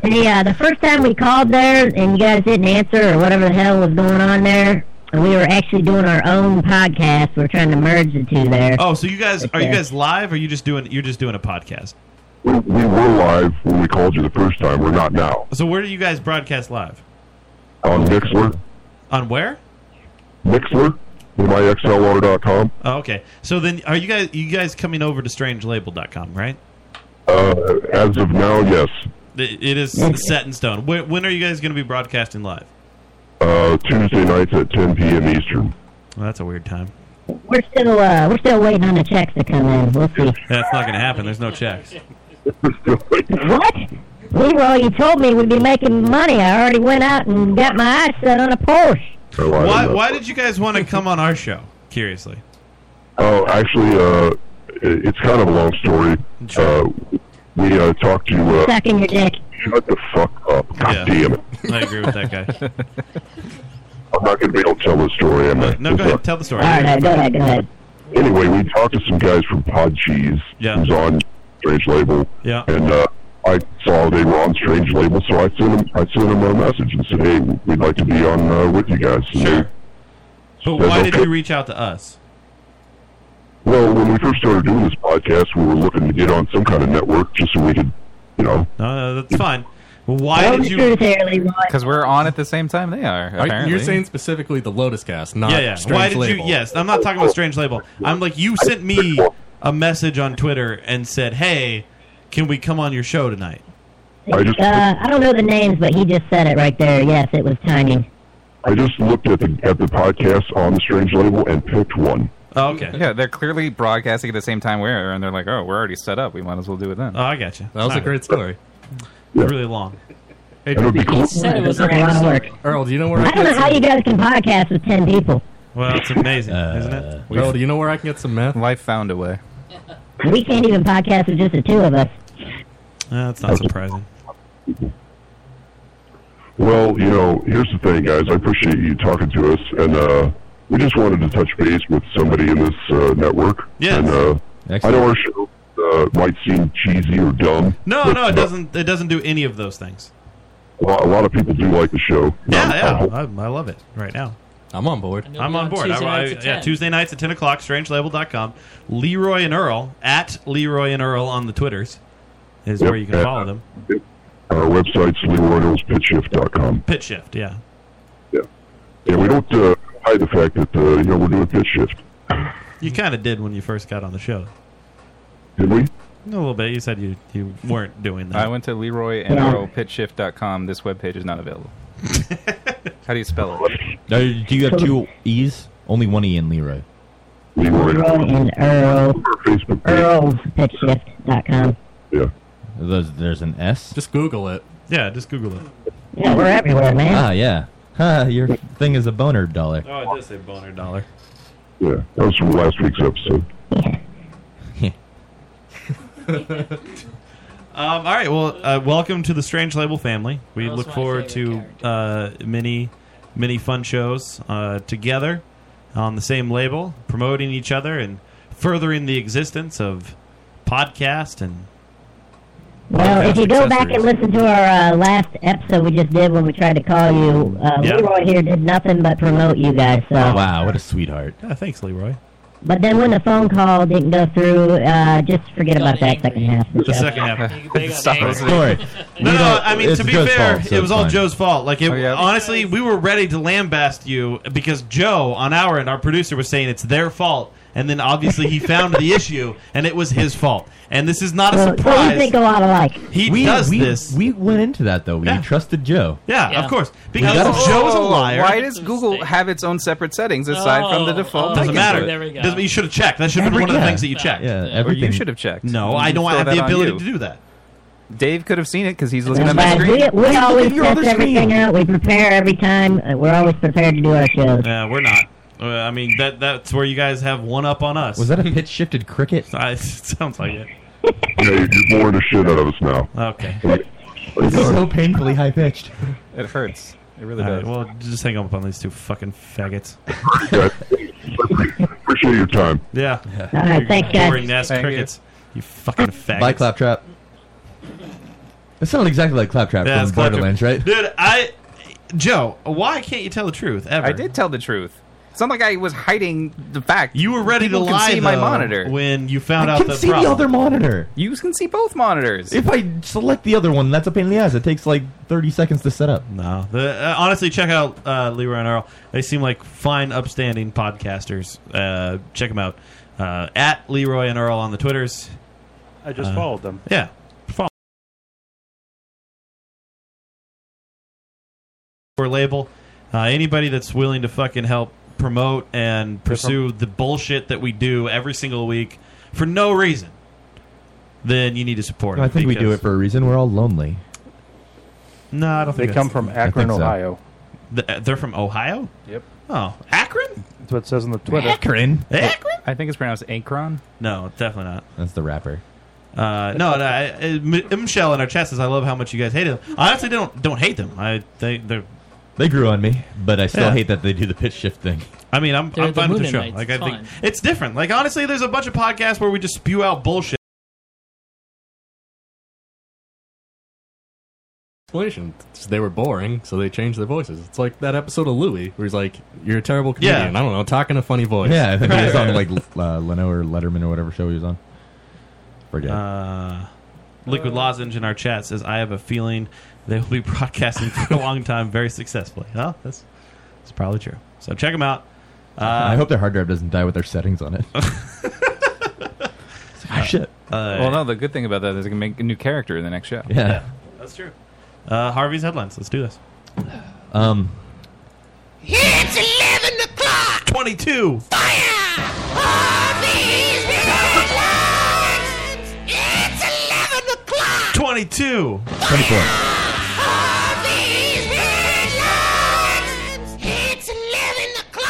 The, uh, the first time we called there and you guys didn't answer or whatever the hell was going on there, and we were actually doing our own podcast. We were trying to merge the two there.
Oh, so you guys are you
Okay.
guys live? Or are you just doing you're just doing a podcast?
We, we were live when we called you the first time. We're not now.
So where do you guys broadcast live?
On Mixler,
On where?
Mixler, myxlr.com.
Oh, okay. So then are you guys you guys coming over to strangelabel.com, right?
Uh, as of now, yes.
It it is
Okay.
set in stone. When, when are you guys going to be broadcasting live?
Uh, Tuesday nights at 10 p.m. Eastern.
Well, that's a weird time.
We're still uh, we're still waiting on the checks to come in. We'll see.
That's not going to happen. There's no checks.
what? Leroy, you told me we'd be making money. I already went out and got my eyes set on a Porsche.
Why why did you guys want to come on our show? Curiously.
Oh, actually, uh, it- it's kind of a long story. Uh, we uh, talked to. Uh,
Sucking your dick.
Shut the fuck up. God
Yeah.
damn it.
I agree with that guy.
I'm not going to be able to tell the story, am I?
No, go ahead. Tell the story.
Anyway, we talked to some guys from Pod Cheese, who's on Strange Label.
Yeah.
And uh, I saw they were on Strange Label, so I sent them, I sent them a message and said, hey, we'd like to be on uh, with you guys. And they-
But why did you reach out to us?
well, when we first started doing this podcast, we were looking to get on some kind of network just so we could, you know.
No, no, that's fine. Well, why
Well,
did
sure,
you
there,
Because we're on at the same time they are.
Are- you're
Apparently,
saying specifically the Lotus Cast,
yeah, yeah. Why did you? Yes, I'm not talking about strange label. I'm like you sent me a message on Twitter and said, "Hey, can we come on your show tonight?"
Uh, I don't know the names, but he just said it right there. Yes, it was tiny.
I just looked at the at the podcast on the Strange Label and picked one.
Oh, okay.
Yeah, they're clearly broadcasting at the same time we're, and they're like, "Oh, we're already set up. We might as well do it then."
Oh, I got you.
That was a great story.
Really long.
Hey,
That would be cool. He
said it was a lot of work.
Earl, do you know where I
I
can
don't know
get
how
some,
you guys can podcast with ten people.
Well, it's amazing, isn't it?
Earl, do you know where I can get some meth?
Life found a way.
We can't even podcast with just the two of us.
Uh, that's not surprising.
Well, you know, here's the thing, guys. I appreciate you talking to us, and uh, we just wanted to touch base with somebody in this uh, network.
Yes.
And uh, I know our show is uh, might seem cheesy or dumb.
No,
but
no, it doesn't. It doesn't do any of those things.
A lot, a lot of people do like the show.
Yeah, yeah, I, I love it right now.
I'm on board.
I'm on board.
Tuesday
I, I,
nights at
yeah,
10.
Tuesday nights at 10 o'clock, strangelabel.com. Leroy and Earl, at Leroy and Earl on the Twitters, is
Yep,
where you can
and
follow them.
Our website's LeroyNoelsPitchShift.com.
Pitch Shift, yeah.
Yeah, we don't uh, hide the fact that uh, you know we're doing pitch shift,
You kind of did when you first got on the show.
did we?
A little bit. You said you, you weren't doing that.
I went to Leroy and
Yeah.
Earl pitchshift.com. This webpage is not available. How do you spell it?
Now, do you have two E's? Only one E in Leroy.
Leroy and Earl. EarlsPitchShift.com.
Yeah.
There's, there's an S.
Just Google it.
Yeah, just Google it.
Yeah, we're everywhere, man.
Ah, yeah. Huh, your thing is a boner dollar.
Oh, it does say boner dollar.
Yeah, that was from last week's episode.
um, all right. Well, uh, welcome to the Strange Label family. We look forward to uh, many, many fun shows uh, together on the same label, promoting each other and furthering the existence of podcast and.
Well, if you go back and listen to our uh, last episode we just did when we tried to call you, uh,
Yeah. Oh,
Leroy here did nothing but promote you guys. So,
Wow, what a sweetheart.
Yeah, Ah, thanks, Leroy.
but then when the phone call didn't go through, uh, just forget about that second half.
The second half.
Stop angry. Sorry.
No,
We
no.
don't-
I mean,
it's
to be
Joe's
fair,
fault, so
it
it's
was all
fine.
Joe's fault. Like, it,
Oh, yeah.
honestly, we were ready to lambast you because Joe, on our end, our producer, was saying it's their fault, and then obviously he found the issue, and it was his fault. And this is not a
Well, well, we
surprise.
think a lot alike.
He does
we,
this.
We went into that though. We trusted Joe.
Yeah, of course. Because
We gotta-
Joe's a liar.
Oh, Why does Google have its own separate settings aside from the default?
doesn't matter.
Oh, There we
Doesn't- you should have checked. That should have been one of the things that you checked.
or you should have checked.
No,
You
I don't
throw
have
that
the
on
ability
you.
to do that.
Dave could have seen it because he's listening
That's
on my
right. uh,
screen.
We, we
Look
always
at your other
test everything
screen.
out. We prepare every time. Uh, We're always prepared to do our shows.
Yeah, we're not. Uh, I mean, that that's where you guys have one up on us.
Was that a pitch shifted cricket?
I, it sounds like it.
Yeah, you're boring the shit out of us now.
Okay.
It's so painfully high pitched.
It hurts. It really
All
does.
right, well, just hang up on these two fucking faggots.
Appreciate your time.
Yeah.
All right,
You
thanks, guys.
Boring ass
Thank you.
crickets. You fucking faggots.
By claptrap. It sounded exactly like claptrap
Yeah, it's
from
claptrap.
Borderlands, right?
Dude, I. Joe, why can't you tell the truth ever?
I did tell the truth. It's not like I was hiding the fact.
You were ready
People
to
can
lie
see my
though,
monitor.
when you found
I
out
can
the
see
problem.
the other monitor.
You can see both monitors.
If I select the other one, that's a pain in the ass. It takes like 30 seconds to set up.
No. The, uh, honestly, check out uh, Leroy and Earl. They seem like fine, upstanding podcasters. Uh, check them out uh, at Leroy and Earl on the Twitters.
I just
Uh,
followed them.
Yeah, follow. Or label uh, anybody that's willing to fucking help promote and pursue the bullshit that we do every single week for no reason. Then you need to support.
I think we do it for a reason. We're all lonely.
No, I don't
They
think
come
that's-
from
I
Akron,
think so.
Ohio.
Th- uh, they're from Ohio.
Yep.
Oh, Akron.
That's what it says on the Twitter.
Akron.
I think it's pronounced Akron.
No, definitely not.
That's the rapper.
Uh, no, no I, I- M- Michelle in our chat says I love how much you guys hate them. I honestly don't don't hate them. I they they're
They grew on me, but I still
Yeah.
hate that they do the pitch shift thing.
I mean, I'm,
They're
I'm
the
fine with the
Moon
show.
Knights.
Like,
It's
I think
fine.
it's different. Like, honestly, there's a bunch of podcasts where we just spew out bullshit.
Explanation. They were boring, so they changed their voices. It's like that episode of Louie, where he's like, "You're a terrible comedian."
Yeah.
I don't know, talking a funny voice.
Yeah, I think he was on like L- uh, Leno or Letterman or whatever show he was on. Forget.
Uh, Liquid Lozenge in our chat says I have a feeling they will be broadcasting for a long time, very successfully. Huh? That's that's probably true. So check them out. Uh,
I hope their hard drive doesn't die with their settings on it. Ah, shit.
Uh,
well, no. The good thing about that is it can make a new character in the next show.
Yeah.
that's true. Uh, Harvey's headlines. Let's do this.
Um,
It's 11 o'clock!
22!
It's 11 o'clock!
22!
24.
It's 11 o'clock!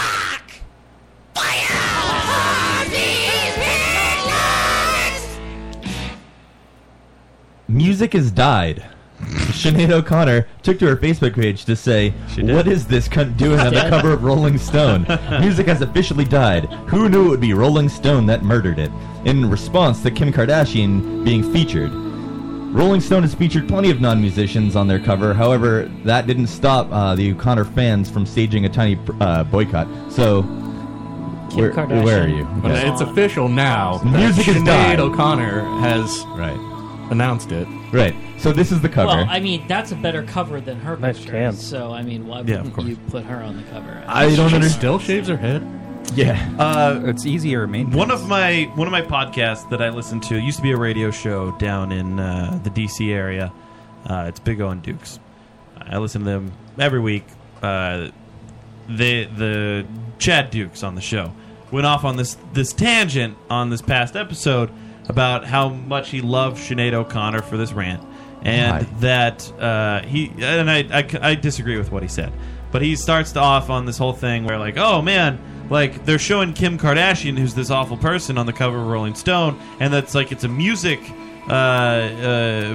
music has died. Sinead O'Connor took to her Facebook page to say, What is this cunt doing on the
Yeah.
cover of Rolling Stone? Music has officially died. Who knew it would be Rolling Stone that murdered it? In response to Kim Kardashian being featured. Rolling Stone has featured plenty of non musicians on their cover. However, that didn't stop uh, the O'Connor fans from staging a tiny uh, boycott. So, where, where are you?
Okay,
Okay.
It's official now. that
Music has
Sinead
died.
O'Connor has
right.
announced it.
Right. So this is the cover.
Well, I mean, that's a better cover than her
Nice
picture.
chance.
So, I mean, why
Yeah, of
wouldn't
course.
you put her on the cover?
I don't
She
understand.
still
shaves her head.
Yeah.
Uh,
it's easier maintenance.
One of my one of my podcasts that I listened to it used to be a radio show down in uh, the DC area. Uh, it's Big O and Dukes. I listen to them every week. Uh, the the Chad Dukes on the show went off on this this tangent on this past episode about how much he loved Sinead O'Connor for this rant, and that uh, he and I, I c- I disagree with what he said, but he starts to off on this whole thing where like oh man like they're showing Kim Kardashian who's this awful person on the cover of Rolling Stone, and that's like it's a music. Uh,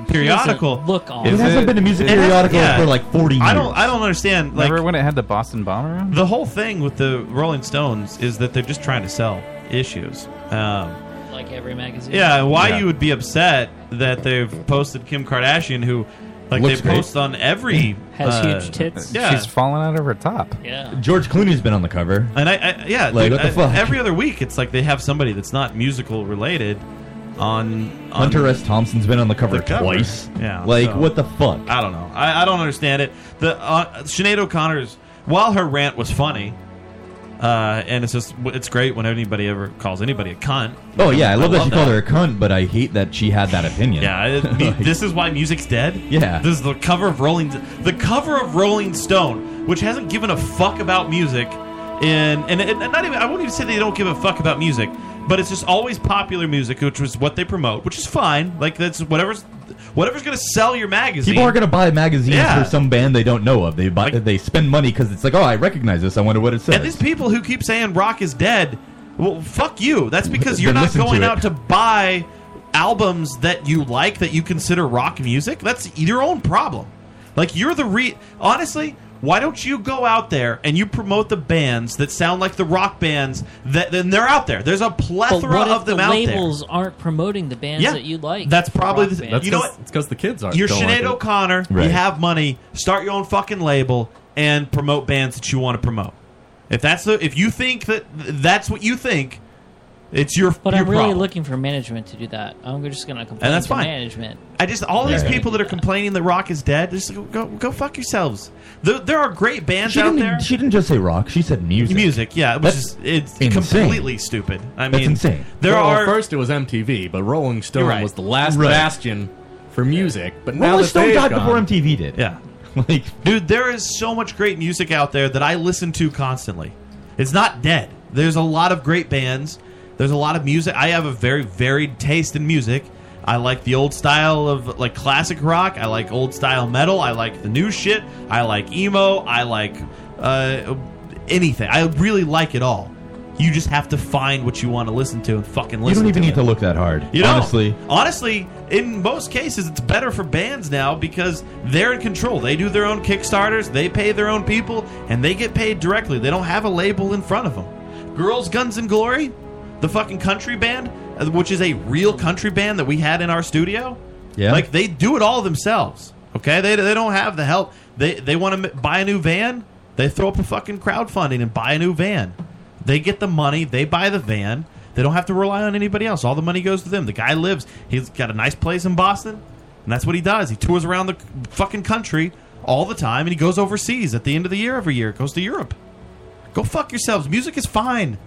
uh, periodical.
look
It hasn't been a music
It hasn't-
periodical
yeah.
for like 40 years.
I don't. I don't understand. Like,
Remember when it had the Boston bomber on?
the whole thing with the Rolling Stones is that they're just trying to sell issues. Um,
Like every magazine.
yeah, why you would be upset that they've posted Kim Kardashian, who like
Looks
they
great.
post on every
Has
uh,
huge tits.
Yeah,
She's falling out of her top.
Yeah.
George Clooney's been on the cover.
and I, I yeah,
Like,
dude,
what the
I-
fuck?
every other week it's like they have somebody that's not musical related on, on
Hunter S. Thompson's been on the cover
the cover.
twice.
Yeah,
Like,
so-
what the fuck?
I don't know. I, I don't understand it. The uh, Sinead O'Connor's while her rant was funny, uh, and it's just it's great when anybody ever calls anybody a cunt.
Oh, yeah, I love that she
that.
called her a cunt, but I hate that she had that opinion.
Yeah, it- me- this is why music's dead.
Yeah.
this is the cover of Rolling, the cover of Rolling Stone, which hasn't given a fuck about music, and and, and not even I won't even say they don't give a fuck about music, but it's just always popular music, which was what they promote, which is fine. Like that's whatever's whatever's gonna sell your magazine.
People are going to buy magazines
Yeah.
for some band they don't know of. They buy, they spend money because it's like, oh, I recognize this. I wonder what it says.
And these people who keep saying rock is dead, well, fuck you. That's because you're
Then
not
listen to
going
it.
out to buy albums that you like that you consider rock music. That's your own problem. Like you're the re. Honestly, why don't you go out there and you promote the bands that sound like the rock bands that then they're out there. There's a
But
plethora
what if
of them
the
out
labels
there.
aren't promoting the bands
Yeah,
that you like?
that's probably
Rock
the-
bands.
that's You know 'cause- what?
It's because the kids are.
You're Sinead O'Connor.
Right.
You have money. Start your own fucking label and promote bands that you want to promote. If that's the, if you think that that's what you think, it's your.
But
your
I'm really
problem.
looking for management to do that. I'm just going to complain
And that's
to
fine.
management.
I just all these
Yeah.
people that are complaining that rock is dead. Just go go, go fuck yourselves. There, there are great bands
she,
out
didn't,
there.
she didn't just say rock. She said music.
Music, yeah, which
That's
is it's
insane.
completely stupid. I mean,
That's insane.
There
Well,
are
First, it was MTV, but Rolling Stone
You're right.
was the last
Right.
bastion for music. But now
Rolling
that
Stone
they've
died
gone-
before
MTV did.
Yeah. Like, dude, there is so much great music out there that I listen to constantly. It's not dead. There's a lot of great bands. There's a lot of music. I have a very varied taste in music. I like the old style of like classic rock. I like old style metal. I like the new shit. I like emo. I like uh, anything. I really like it all. You just have to find what you want to listen to and fucking
You
listen.
don't
to
even
it.
need to look that hard.
You don't.
honestly.
Honestly, in most cases, it's better for bands now because they're in control. They do their own Kickstarters, they pay their own people, and they get paid directly. They don't have a label in front of them. Girls, Guns, and Glory, the fucking country band, uh, which is a real country band that we had in our studio.
Yeah.
Like, they do it all themselves. Okay? They, they don't have the help. They, they want to buy a new van, they throw up a fucking crowdfunding and buy a new van. They get the money. They buy the van. They don't have to rely on anybody else. All the money goes to them. The guy lives. He's got a nice place in Boston, and that's what he does. He tours around the fucking country all the time, and he goes overseas at the end of the year every year. Goes to Europe. Go fuck yourselves. Music is fine.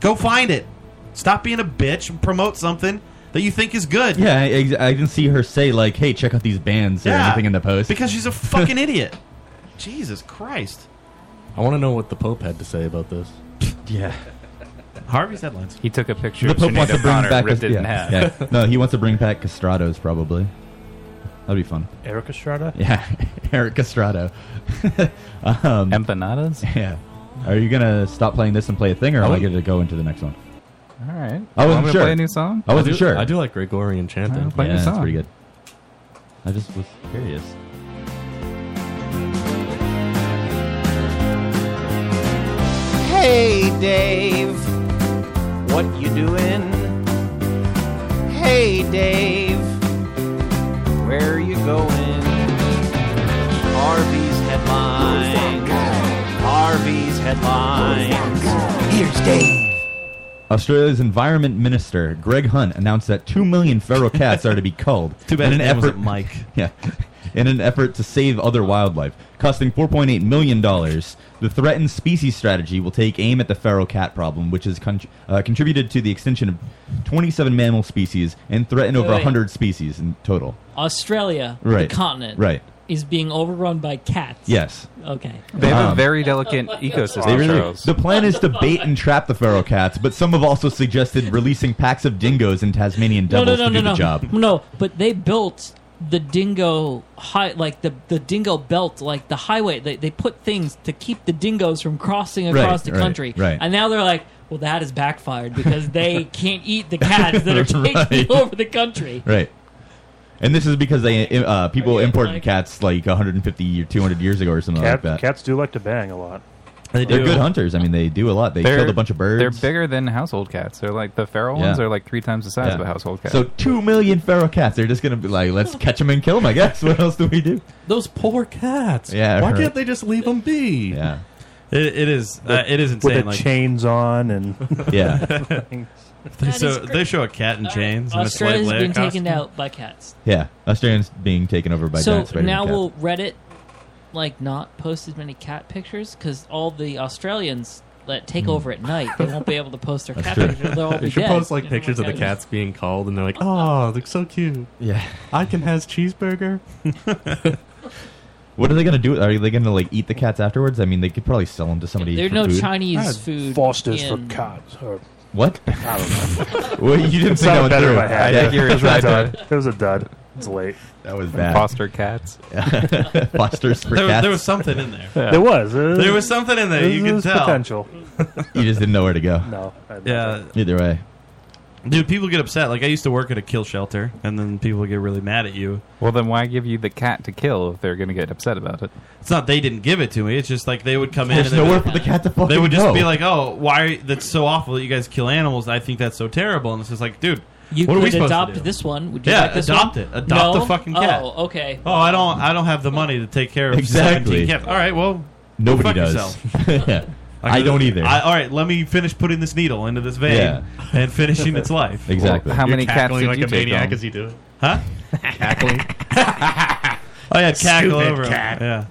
Go find it. Stop being a bitch and promote something that you think is good.
Yeah, I, I didn't see her say like, "Hey, check out these bands" or
Yeah.
anything in the post
Because she's a fucking idiot. Jesus Christ.
I want to know what the Pope had to say about this.
yeah.
Harvey's headlines.
He took a picture.
the Pope
of
wants to
Sinead
bring
O'Connor,
back
ripped it in
yeah,
half.
yeah. No, he wants to bring back Castrados probably. That'd be fun.
Eric Estrada?
Yeah, Eric Castrado. um,
Empanadas.
Yeah. Are you gonna stop playing this and play a thing, or
I
am I
would-
gonna go into the next one?
All right.
I
Want
wasn't
me to
sure.
Play a new song.
I wasn't
do-
sure.
I do like Gregorian chanting.
Play a new
yeah,
song.
that's pretty good. I just was curious.
Hey Dave, what you doing? Hey Dave, where you going? Harvey's headlines. Harvey's headlines. Here's Dave.
Australia's Environment Minister Greg Hunt announced that two million feral cats are to be culled.
Too bad
in
his
an
name
effort,
wasn't Mike.
Yeah, in an effort to save other wildlife, costing 4.8 million dollars. The threatened species strategy will take aim at the feral cat problem, which has con- uh, contributed to the extinction of 27 mammal species and threatened
Wait,
over
wait.
100 species in total.
Australia,
Right.
the continent,
Right.
is being overrun by cats.
Yes.
Okay.
They have a
Um,
very delicate ecosystem.
They really-
Charles.
the plan is to bait and trap the feral cats, but some have also suggested releasing packs of dingoes and Tasmanian
No,
devils
no, no,
to
no,
do
no.
the job.
No, but they built the dingo high, like the the dingo belt, like the highway. They they put things to keep the dingoes from crossing
Right,
across the
right,
country.
right.
And now they're like, well, that has backfired because they can't eat the cats that are taking
Right.
over the country.
Right. And this is because they uh, people imported cats like 150 or 200 years ago or something like
Cat,
that.
cats do like to bang a lot.
They are good hunters. I mean, they do a lot. They killed a bunch of birds.
They're bigger than household cats. They're like the feral
Yeah.
ones are like three times the size
Yeah.
of a household cat.
So two million feral cats. They're just gonna be like, let's catch them and kill them. I guess. What else do we do?
Those poor cats.
Yeah,
Why
right.
can't they just leave them be?
Yeah.
It, it is. Uh, it is
With
insane.
the
like,
chains on and
they, so, they show a cat in chains. and a slight
Australia's
layer
been
costume.
taken out by cats.
Yeah, Australians being taken over by
so
giant spider
now
cats.
will Reddit like not post as many cat pictures because all the Australians that
Hmm.
take over at night they won't be able to post their cat pictures. They'll all
They
be
should
dead.
post like
Everyone
pictures of the
goes-
cats being called, and they're like, "Oh, they're so cute."
Yeah.
I can has cheeseburger.
what are they gonna do? Are they gonna like eat the cats afterwards? I mean, they could probably sell them to somebody.
There are
for
no
food.
Chinese
Ah,
food.
Foster's
in,
for cats. Or,
What?
I don't know.
Well, you didn't think that
It sounded
one
better
through.
if I had.
I
it.
think you're
it was a
excited.
dud. It was a dud. It's late.
That was bad.
Foster cats.
Foster's for
There was-
cats.
there was something in there.
There was. Uh,
There was something in there,
This
you could
is
tell.
Potential.
you just didn't know where to go.
No. I didn't.
Yeah.
Either way.
Dude, people get upset. Like I used to work at a kill shelter, and then people would get really mad at you.
Well, then why give you the cat to kill if they're going to get upset about it?
It's not they didn't give it to me. It's just like they would come
There's
in. and they
nowhere
would-
for the cat to
They
fucking
would just
go.
be like, "Oh, why? That's so awful that you guys kill animals. I think that's so terrible." And it's just like, dude,
You
what are we
could
supposed
adopt
to do?
this one. Would you
yeah,
like this
adopt
one?
it. Adopt
no?
the fucking cat.
Oh, okay.
Oh, I don't. I don't have the money to take care of
Exactly.
17 cats. All right. Well,
Nobody
fuck
does.
yourself.
Yeah.
Like,
I don't either.
I, all right, let me finish putting this needle into this vein
Yeah.
and finishing its life.
Exactly. Well, how
You're
many cats
cackling
did
like
you
a
take
maniac
on?
as you do it, huh?
Cackling.
I had cackle
Stupid
over him.
cat.
Yeah.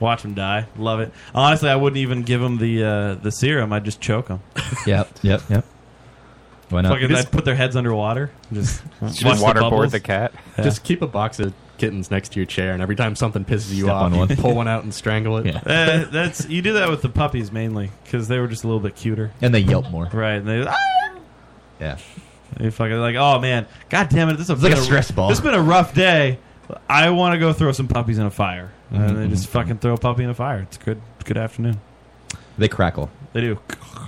Watch him die. Love it. Honestly, I wouldn't even give him the uh, the serum. I'd just choke him.
Yep. Yep. Yep. Why not?
Fucking, I'd put their heads underwater. Just,
Just
watch
waterboard
bubbles.
the cat.
Yeah.
Just keep a box of kittens next to your chair, and every time something pisses you
Step
off,
on
you
one.
pull one out and strangle it. Eh,
Uh, that's you do that with the puppies mainly because they were just a little bit cuter
and they yelp more.
Right? And they, "Ah!"
yeah.
They fucking like, oh man, god damn it, this has
like
been
a stress ball.
This has been a rough day. I want to go throw some puppies in a fire,
Mhm,
and they just fucking throw a puppy in a fire. It's good. Good afternoon.
They crackle
They do.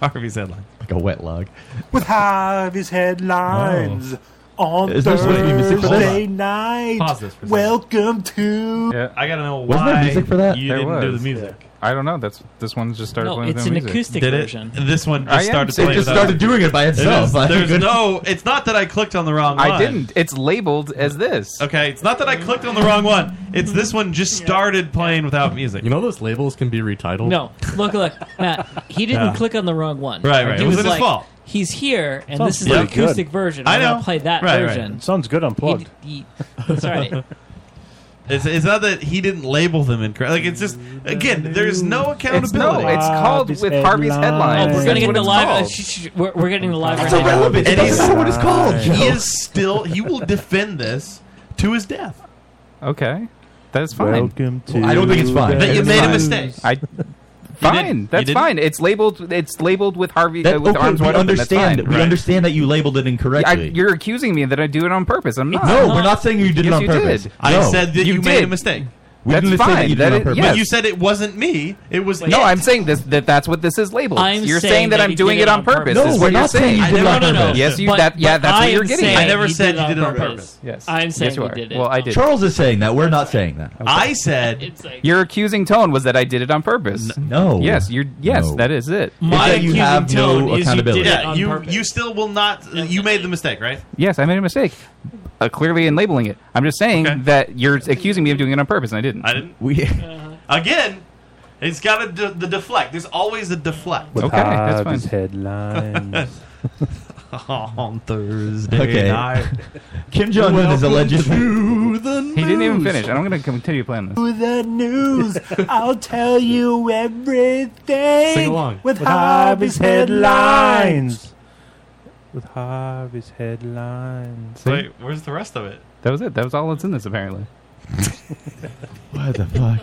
Harvey's headline.
like a wet log.
with Harvey's headlines
Oh.
on
Is there supposed to be music for this?
Thursday night.
Pause this for a second.
Welcome to.
I gotta know
Wasn't there
why
music for that?
you
There
didn't do
was.
the music.
I don't know. That's this one just started.
No,
playing
it's
without
an
music.
acoustic Did it? version. This one just
I am-
started playing without music. It is- there's no- It's not that I clicked on the wrong.
I
line.
didn't. It's labeled as this.
Okay, it's not that I clicked on the wrong one. It's this one just started playing without music. You
know those labels can be retitled.
No, look, look, Matt. He didn't
Yeah.
click on the wrong one.
Right, right.
He
It
was
wasn't his
like,
fault.
He's here, and
Sounds
this is the
pretty good.
acoustic version.
I
I'm
know.
gonna play that
Right, right.
version.
Sounds good unplugged.
He- he- sorry.
It's, it's not that he didn't label them incorrect. Like it's just again, there's no accountability.
It's no. It's called with Harvey's headlines.
Oh, we're
That's
gonna get
what
the
it's
live.
called.
uh, sh- sh- we're, we're getting the live.
That's
right now.
irrelevant. It doesn't matter what it's called. He is still. He will defend this to his death.
Okay, that's fine.
Welcome to
I don't think it's fine. That you
It's
made a
fine.
mistake.
I. Fine, that's
didn't?
fine. It's labeled. It's labeled with Harvey
That,
uh, with
okay,
arms
we
wide
understand. We
Open. That's fine.
understand that you labeled it
I,
incorrectly.
you're accusing me that I do it on purpose. I'm not.
No, we're not saying you did it
Yes,
on
you
purpose.
did.
I No. said
that you made a
did.
mistake.
We
that's
didn't say that
fine.
you did it on
is-
purpose.
yes.
But you
said it wasn't me. It was
no. I'm saying this that that's what this is labeled.
I'm
you're
saying
saying, that,
that he
I'm doing
did
it on purpose.
No,
is
we're
what you're
not saying
saying.
you I did it never- on no, no, no. purpose.
Yes, you.
But-
that, yeah,
but
that's
I
what you're
am
getting.
saying I
at.
never he said did it
you
he
did it on purpose. Yes,
I'm saying
yes, you
he
are.
did it
Well, I
on
did.
Charles
is saying that. We're not saying that.
I said
Your accusing tone was that I did it on purpose. No. Yes, you're. Yes,
No.
that is it.
my accusing tone is
accountability.
You,
Yeah,
did it on
you-
purpose. you still will not. You made the mistake, right?
Yes, I made a mistake. Uh, clearly in labeling it. I'm just saying that you're accusing me of doing it on purpose, and I didn't. I
didn't.
We.
Again, it's got a de- the deflect. There's always the deflect.
With
Okay, that's
Hodges
fine.
headlines.
on Thursday
Okay.
night.
Kim Jong Un is allegedly.
He didn't even finish. I'm going to continue playing this.
With the news, I'll tell you everything.
Sing along.
With,
With
Harvey's
Harvey's
headlines.
With Harvey's headlines.
See?
Wait, where's the rest of it?
That was it. That was all that's in this, apparently.
What the fuck?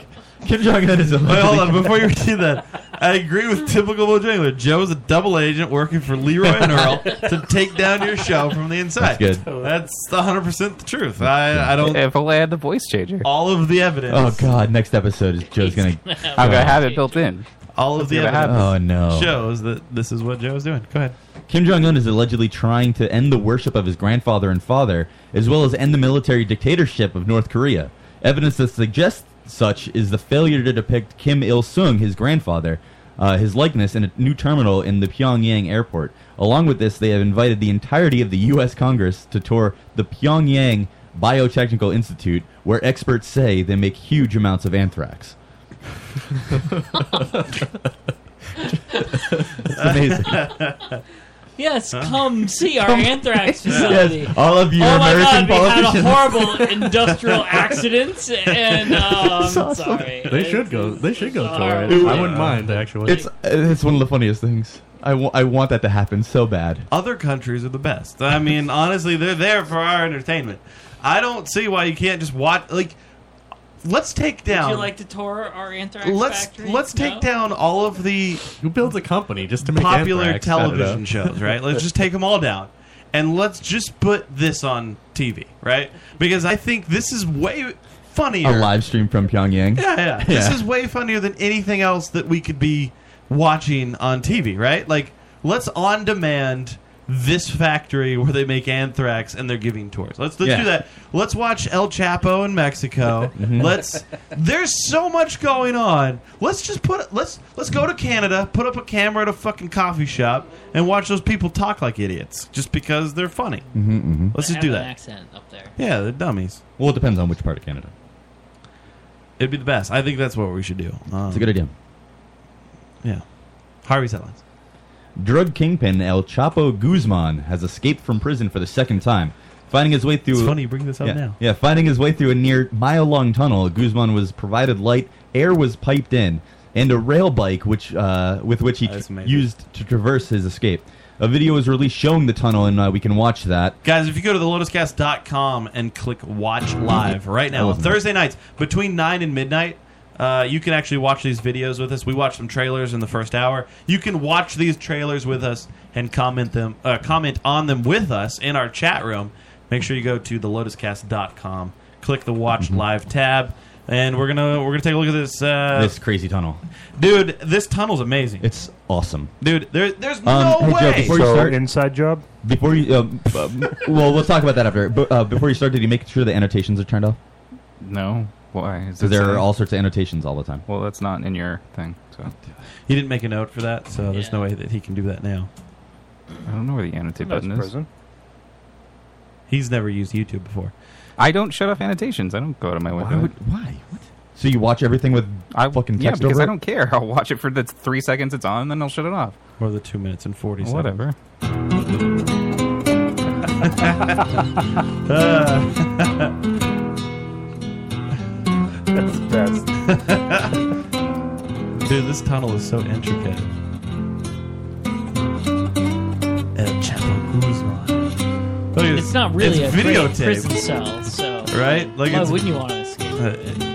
Kim Jong Un is allegedly.
Wait, hold on. Before you do that, I agree with typical Bojangler. Joe's a double agent working for Leroy and Earl to take down your show from the inside.
That's
good. That's 100% the truth. I, I don't.
If only I had the voice changer.
All of the evidence.
Oh god! Next episode is Joe's gonna.
I'm gonna have it built in.
All of the
Let's see what
evidence
happens. Oh, no.
shows that this is what Joe's doing. Go ahead.
Kim Jong Un is allegedly trying to end the worship of his grandfather and father, as well as end the military dictatorship of North Korea. Evidence that suggests such is the failure to depict Kim Il Sung, his grandfather, uh, his likeness in a new terminal in the Pyongyang airport. Along with this, they have invited the entirety of the U.S. Congress to tour the Pyongyang Biotechnical Institute, where experts say they make huge amounts of anthrax. it's amazing.
Yes, come see our
Come-
anthrax
Yes,
facility.
all of you
oh
American
my God, we
politicians.
had a horrible industrial accident, and um, sorry.
They should go. They should go tour it.
Sorry.
I wouldn't mind actually.
It's it's one of the funniest things. I wa- I want that to happen so bad.
Other countries are the best. I mean, honestly, they're there for our entertainment. I don't see why you can't just watch. Like, let's take
Would
down.
you like to tour our anthrax
let's
factory?
let's take
No?
down all of the
who builds a company just to make
popular
anthrax? I don't know.
television shows, right? Let's just take them all down, and let's just put this on TV, right? Because I think this is way funnier.
A live stream from Pyongyang.
Yeah, yeah. This is way funnier than anything else that we could be watching on TV, right? Like, let's on demand this factory where they make anthrax and they're giving tours. Let's let's
Yeah. Mm-hmm.
do that. Let's watch El Chapo in Mexico. Let's there's so much going on. Let's just put let's let's go to Canada, put up a camera at a fucking coffee shop and watch those people talk like idiots just because they're funny.
Mhm, mhm.
Let's just
They have
do
an
that.
accent up there.
Yeah, they're dummies.
Well, it depends on which part of Canada.
It'd be the best. I think that's what we should do. Um,
It's a good idea.
Yeah. Harvey's headlines.
Drug kingpin El Chapo Guzman has escaped from prison for the second time, finding his way through.
It's funny you bring this up
yeah,
now.
Yeah, finding his way through a near mile-long tunnel, Guzman was provided light, air was piped in, and a rail bike which uh, with which he
That's amazing.
used to traverse his escape. A video was released showing the tunnel, and uh, we can watch that.
Guys, if you go to thelotuscast.com and click watch live right
I
now,
wasn't
Thursday nights between 9 and midnight, uh, you can actually watch these videos with us. We watched some trailers in the first hour. You can watch these trailers with us and comment them, uh, comment on them with us in our chat room. Make sure you go to thelotuscast.com, click the
Mm-hmm.
watch live tab, and we're gonna we're gonna take a look at this. Uh,
this crazy tunnel,
dude, this tunnel's amazing.
It's awesome, Um,
dude. There, there's no
hey,
way.
Joe, before you start,
inside job.
Before you, um, um, well, we'll talk about that after. But uh, before you start, did you make sure the annotations are turned off?
No. Why? Is
So
it
there are
saying-
all sorts of annotations all the time.
Well, that's not in your thing. So
he didn't make a note for that, so there's no way that he can do that now.
I don't know where the annotate
That's
button is.
prison. He's never used YouTube before.
I don't shut off annotations. I don't go out of my way.
Why? Would, why? What? So you watch everything with I, fucking
yeah,
text
because
over
I
it?
don't care. I'll watch it for the three seconds it's on, and then I'll shut it off.
Or the two minutes and forty.
Whatever.
That's the best. Dude, this tunnel is so intricate. El Chapo Guzman. Look at
It's not really
it's
a great
videotape.
prison cell, so
right?
why wouldn't you want to escape?
Uh,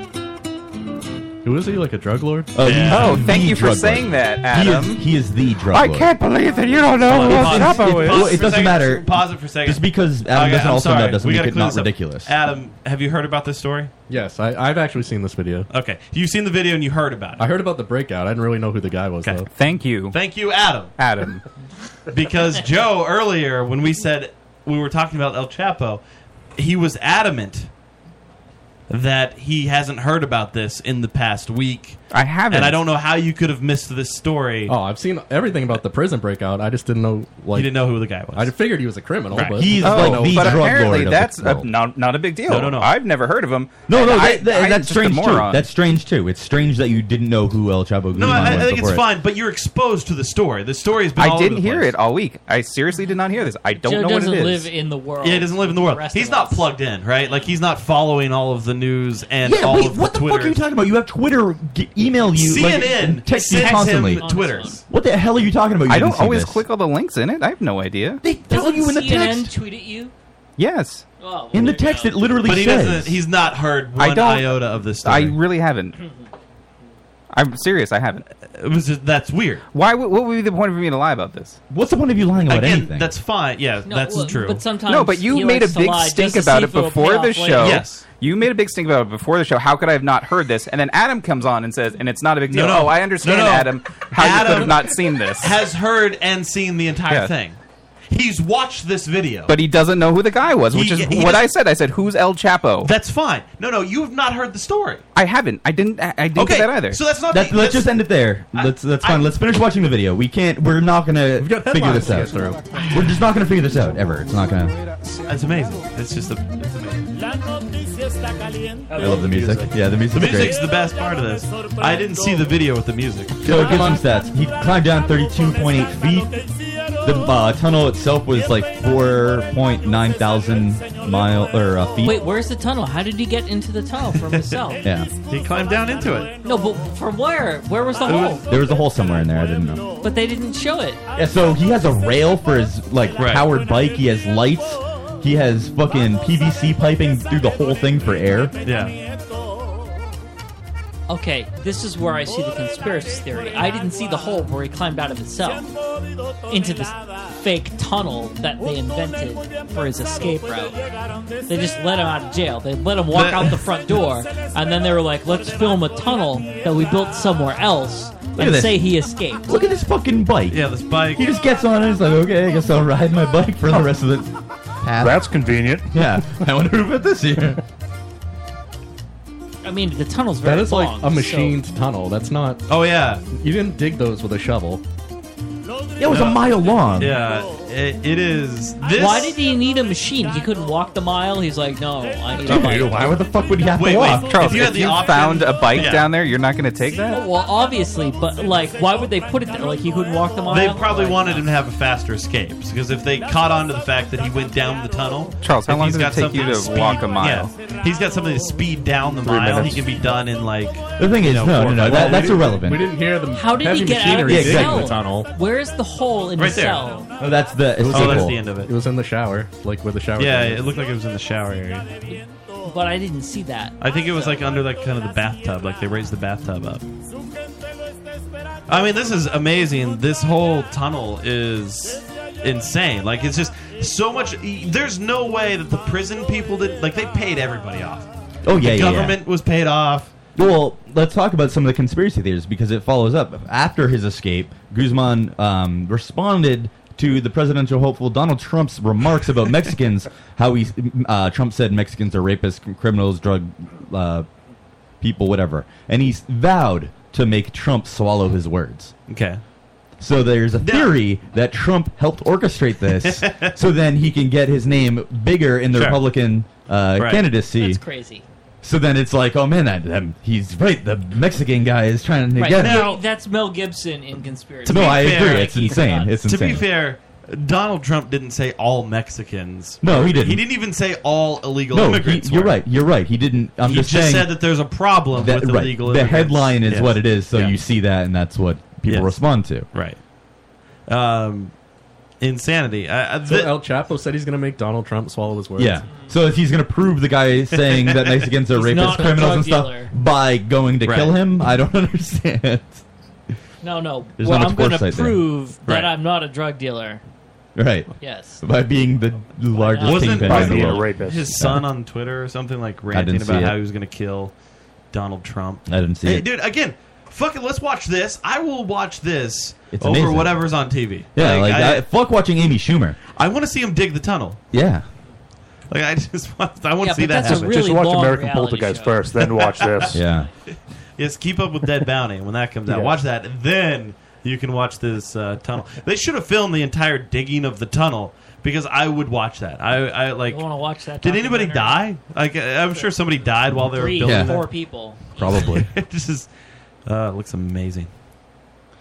Who is he? Like a drug lord?
Uh, he's
Oh,
the
thank you for
drug
saying that, Adam.
He is, he is the drug
I
lord.
can't believe that you don't know
Well,
who
it's-
Gestapo
it's-
is.
well,
Pause
it
for
doesn't
a second.
matter.
Pause it for a second.
Just because Adam
Okay,
doesn't
I'm
also know
sorry.
doesn't
We
make
gotta
it
clear
not
this up.
ridiculous.
Adam, have you heard about this story?
Yes, I, I've actually seen this video.
Okay, you've seen the video and you heard about it.
I heard about the breakout. I didn't really know who the guy was, though.
Thank you.
Thank you, Adam.
Adam.
because Joe earlier, when we said we were talking about El Chapo, he was adamant that he hasn't heard about this in the past week.
I haven't.
and I don't know how you could have missed this story.
Oh, I've seen everything about the prison breakout. I just didn't know. Like,
You didn't know who the guy was.
I figured he was a criminal,
Right.
but
He's
I
Oh,
don't know
but
who the
apparently
drug lord of
that's
the
a,
world.
not not a big deal.
No, no, no.
I've never heard of him.
No, no,
And I-
that, that-
I'm
that's
just a
strange too.
moron.
That's strange too. It's strange that you didn't know who El Chapo Guzman
no, I, I
was
think it's
before it.
fine, but you're exposed to the story. The story has been. all
I
over
didn't
the
hear
place.
it all week. I seriously did not hear this. I don't
Joe
know what it is.
doesn't live in the world.
Yeah, he doesn't live in the world. He's not plugged in, right? Like he's not following all of the news and
Yeah,
all
wait,
of
what
the
the fuck are
Twitter.
you talking about? You have Twitter g- email you, like,
CNN
and text you
sends him
constantly.
Twitters.
What the hell are you talking about? You
I don't
didn't see
always
this.
click all the links in it. I have no idea.
They
Doesn't
tell you in the
CNN
text.
tweet at you?
Yes.
Oh,
In the text, it literally
But he
says.
doesn't. He's not heard
I
one
don't-
iota of this story.
I really haven't. I'm serious. I haven't.
It was just, that's weird.
Why? would- What would be the point of me to lie about this?
What's the point of you lying
Again, that's fine. Yeah,
No,
that's
well,
true.
but sometimes
no, but you
he
made a
likes to
big
lie just
stink
to
about it
see if it'll
before
pay
the
off later.
show.
Yes.
You made a big stink about it before the show. How could I have not heard this? And then Adam comes on and says, and it's not a big deal.
No, no.
Oh, I understand,
No, no.
Adam, how you could
Adam
have not seen this.
Has heard and seen the entire
Yeah.
thing. He's watched this video.
But he doesn't know who the guy was, which
He-
is
he
what
doesn't-
I said. I said, "Who's El Chapo?"
That's fine. No, no, you have not heard the story.
I haven't. I didn't. I I didn't
Okay,
do that either.
so that's not
That-
the-
let's
that's-
just end it there. Let's that's fine. let's finish watching the video. We can't. We're not gonna figure this
headlines to
out.
get through.
We're just not gonna figure this out ever. It's not gonna.
That's amazing. It's just a. It's amazing.
I love the music. Yeah, the music's
The music's
great.
the best part of this. I didn't see the video with the music.
So give some stats. He climbed down 32.8 feet. The uh, tunnel itself was like 4.9 thousand mile or uh, feet.
Wait, where's the tunnel? How did he get into the tunnel from himself?
Yeah.
He climbed down into it.
No, but from where? Where was the hole?
There was a hole somewhere in there. I didn't know.
But they didn't show it.
Yeah, so he has a rail for his like powered bike. He has lights. He has fucking PVC piping through the whole thing for air.
Yeah.
Okay, this is where I see the conspiracy theory. I didn't see the hole where he climbed out of itself into this fake tunnel that they invented for his escape route. They just let him out of jail. They let him walk
But-
out the front door, and then they were like, "Let's film a tunnel that we built somewhere else
at
and
this.
say he escaped."
Look at this fucking bike.
Yeah, this bike.
He just gets on it. He's like, okay, I guess I'll ride my bike for the rest of the path.
That's convenient.
yeah. I wonder who put this here.
I mean, the tunnel's very
That is
long.
like a
so-
machined tunnel. That's not.
Oh yeah.
You didn't dig those with a shovel.
It was a mile long.
Yeah, it, it is. This.
Why did he need a machine? He couldn't walk the mile. He's like, "No, I need a bike."
Dude, why would the fuck would he have
Wait,
to
wait.
walk?
Charles,
If
if
you
you,
had the option-
found a bike
Yeah.
down there, you're not going to take that.
Well, obviously, but like, why would they put it there? Like, he couldn't walk the mile.
They probably
Like,
wanted him to have a faster escape because if they caught on to the fact that he went down the tunnel,
Charles, how
if
long
he's
does it
got
take you
something
to walk a mile?
Yeah, he's got something to speed down the
Three
mile.
minutes.
He can be done in like.
The thing
you
is,
know,
no,
four-
no, no,
Well,
that, that's
we-
irrelect.
We didn't hear the
How did
heavy
he get out of
machinery
the
Yeah,
digging
exactly.
cell?
the tunnel.
Where's the hole in
Right
the
there.
cell?
Oh, that's the.
It was
Oh,
in-
that's the end of it.
It was in the shower, like where the shower.
Yeah,
thing is.
it looked like it was in the shower area.
But I didn't see that.
I think it was like under like kind of the bathtub, like they raised the bathtub up. I mean, this is amazing. This whole tunnel is insane. Like it's just so much. e, There's no way that the prison people did. Like they paid everybody off.
Oh yeah,
the
yeah, yeah.
government was paid off.
Well, let's talk about some of the conspiracy theories because it follows up. After his escape, Guzman um, responded to the presidential hopeful Donald Trump's remarks about Mexicans, how he uh, Trump said Mexicans are rapists, criminals, drug uh, people, whatever, and he vowed to make Trump swallow his words.
Okay.
So there's a theory that Trump helped orchestrate this, so then he can get his name bigger in the
Sure.
Republican uh,
Right.
candidacy.
That's crazy.
So then it's like, oh man, that, that- he's right. The Mexican guy is trying to
Right.
get him.
Now, that's Mel Gibson in conspiracy.
No, I
fair,
agree. It's insane. It's
To be
insane.
fair, Donald Trump didn't say all Mexicans.
No,
were-
he didn't.
He didn't even say all illegal
no, he,
immigrants.
you're
were.
right. You're right. He didn't. I'm
he
just
just,
saying
said that there's a problem
that-
with
right,
illegal
The
immigrants.
headline is
Yes.
what it is. So
Yeah.
you see that, and that's what people
Yes.
respond to.
Right. Um, insanity. I, I,
So
th-
El Chapo said he's going to make Donald Trump swallow his words.
Yeah. So if he's going to prove the guy saying that Mexicans are
He's
rapists,
not a
criminals,
drug
and stuff
dealer.
by going to
Right.
kill him, I don't understand.
No, no.
There's
well,
not much
I'm going to
foresight there.
prove
Right.
that I'm not a drug dealer.
Right.
Yes.
By being the largest
wasn't
kingpin in the world.
his son on Twitter or something like ranting
didn't see
about
it.
how he was going to kill Donald Trump?
I didn't see
hey,
it.
dude, again, fuck it. Let's watch this. I will watch this
It's
over
amazing.
whatever's on TV.
Yeah, like,
I,
I, fuck watching Amy Schumer.
I want to see him dig the tunnel.
Yeah.
Like I just want, I want
Yeah,
to see
but
that.
that's a
happen.
really Just watch long American reality
Poltergeist show. first, then watch this.
Yeah.
Yes, keep up with Dead Bounty when that comes out.
Yeah.
Watch that, then you can watch this uh, tunnel. They should have filmed the entire digging of the tunnel because I would watch that. I, I like.
I want to watch that.
Did anybody
documentary.
die? Like I- I'm sure somebody died while they were
Three,
building.
four
that.
people.
Probably.
this is. Uh, it looks amazing.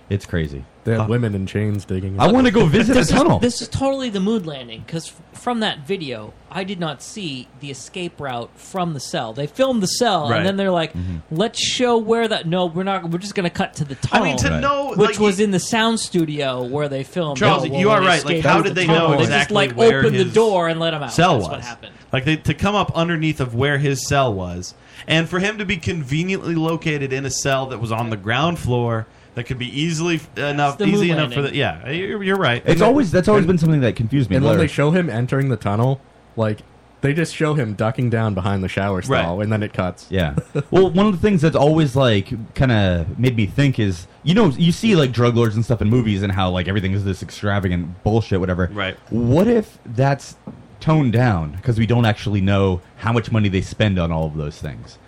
It's crazy.
They had women in chains digging.
I want to go visit the
this
tunnel.
Is, this is totally the mood landing because from that video, I did not see the escape route from the cell. They filmed the cell,
Right.
and then they're like,
Mm-hmm.
"Let's show where that." No, we're not. We're just going to cut to the
I
tunnel.
mean, to know,
which
like,
was in the sound studio where they filmed.
Charles,
oh, well,
you
when
are
they
right. Like,
escaped
how
out
did
the
they
tunnel,
know
They just
exactly
like
where
opened the
his
door and let him out.
Cell
That's
was.
what happened.
Like they, to come up underneath of where his cell was, and for him to be conveniently located in a cell that was on the ground floor that could be easily f- enough,
the moon
easy enough for
landing.
the. Yeah, you're, you're right.
It's always that's always been something that confused me.
And when
Larry.
they show him entering the tunnel, like they just show him ducking down behind the shower stall, Oh, and then it cuts.
Yeah. well, one of the things that's always like kind of made me think is you know you see like drug lords and stuff in movies and how like everything is this extravagant bullshit whatever.
Right.
What if that's toned down because we don't actually know how much money they spend on all of those things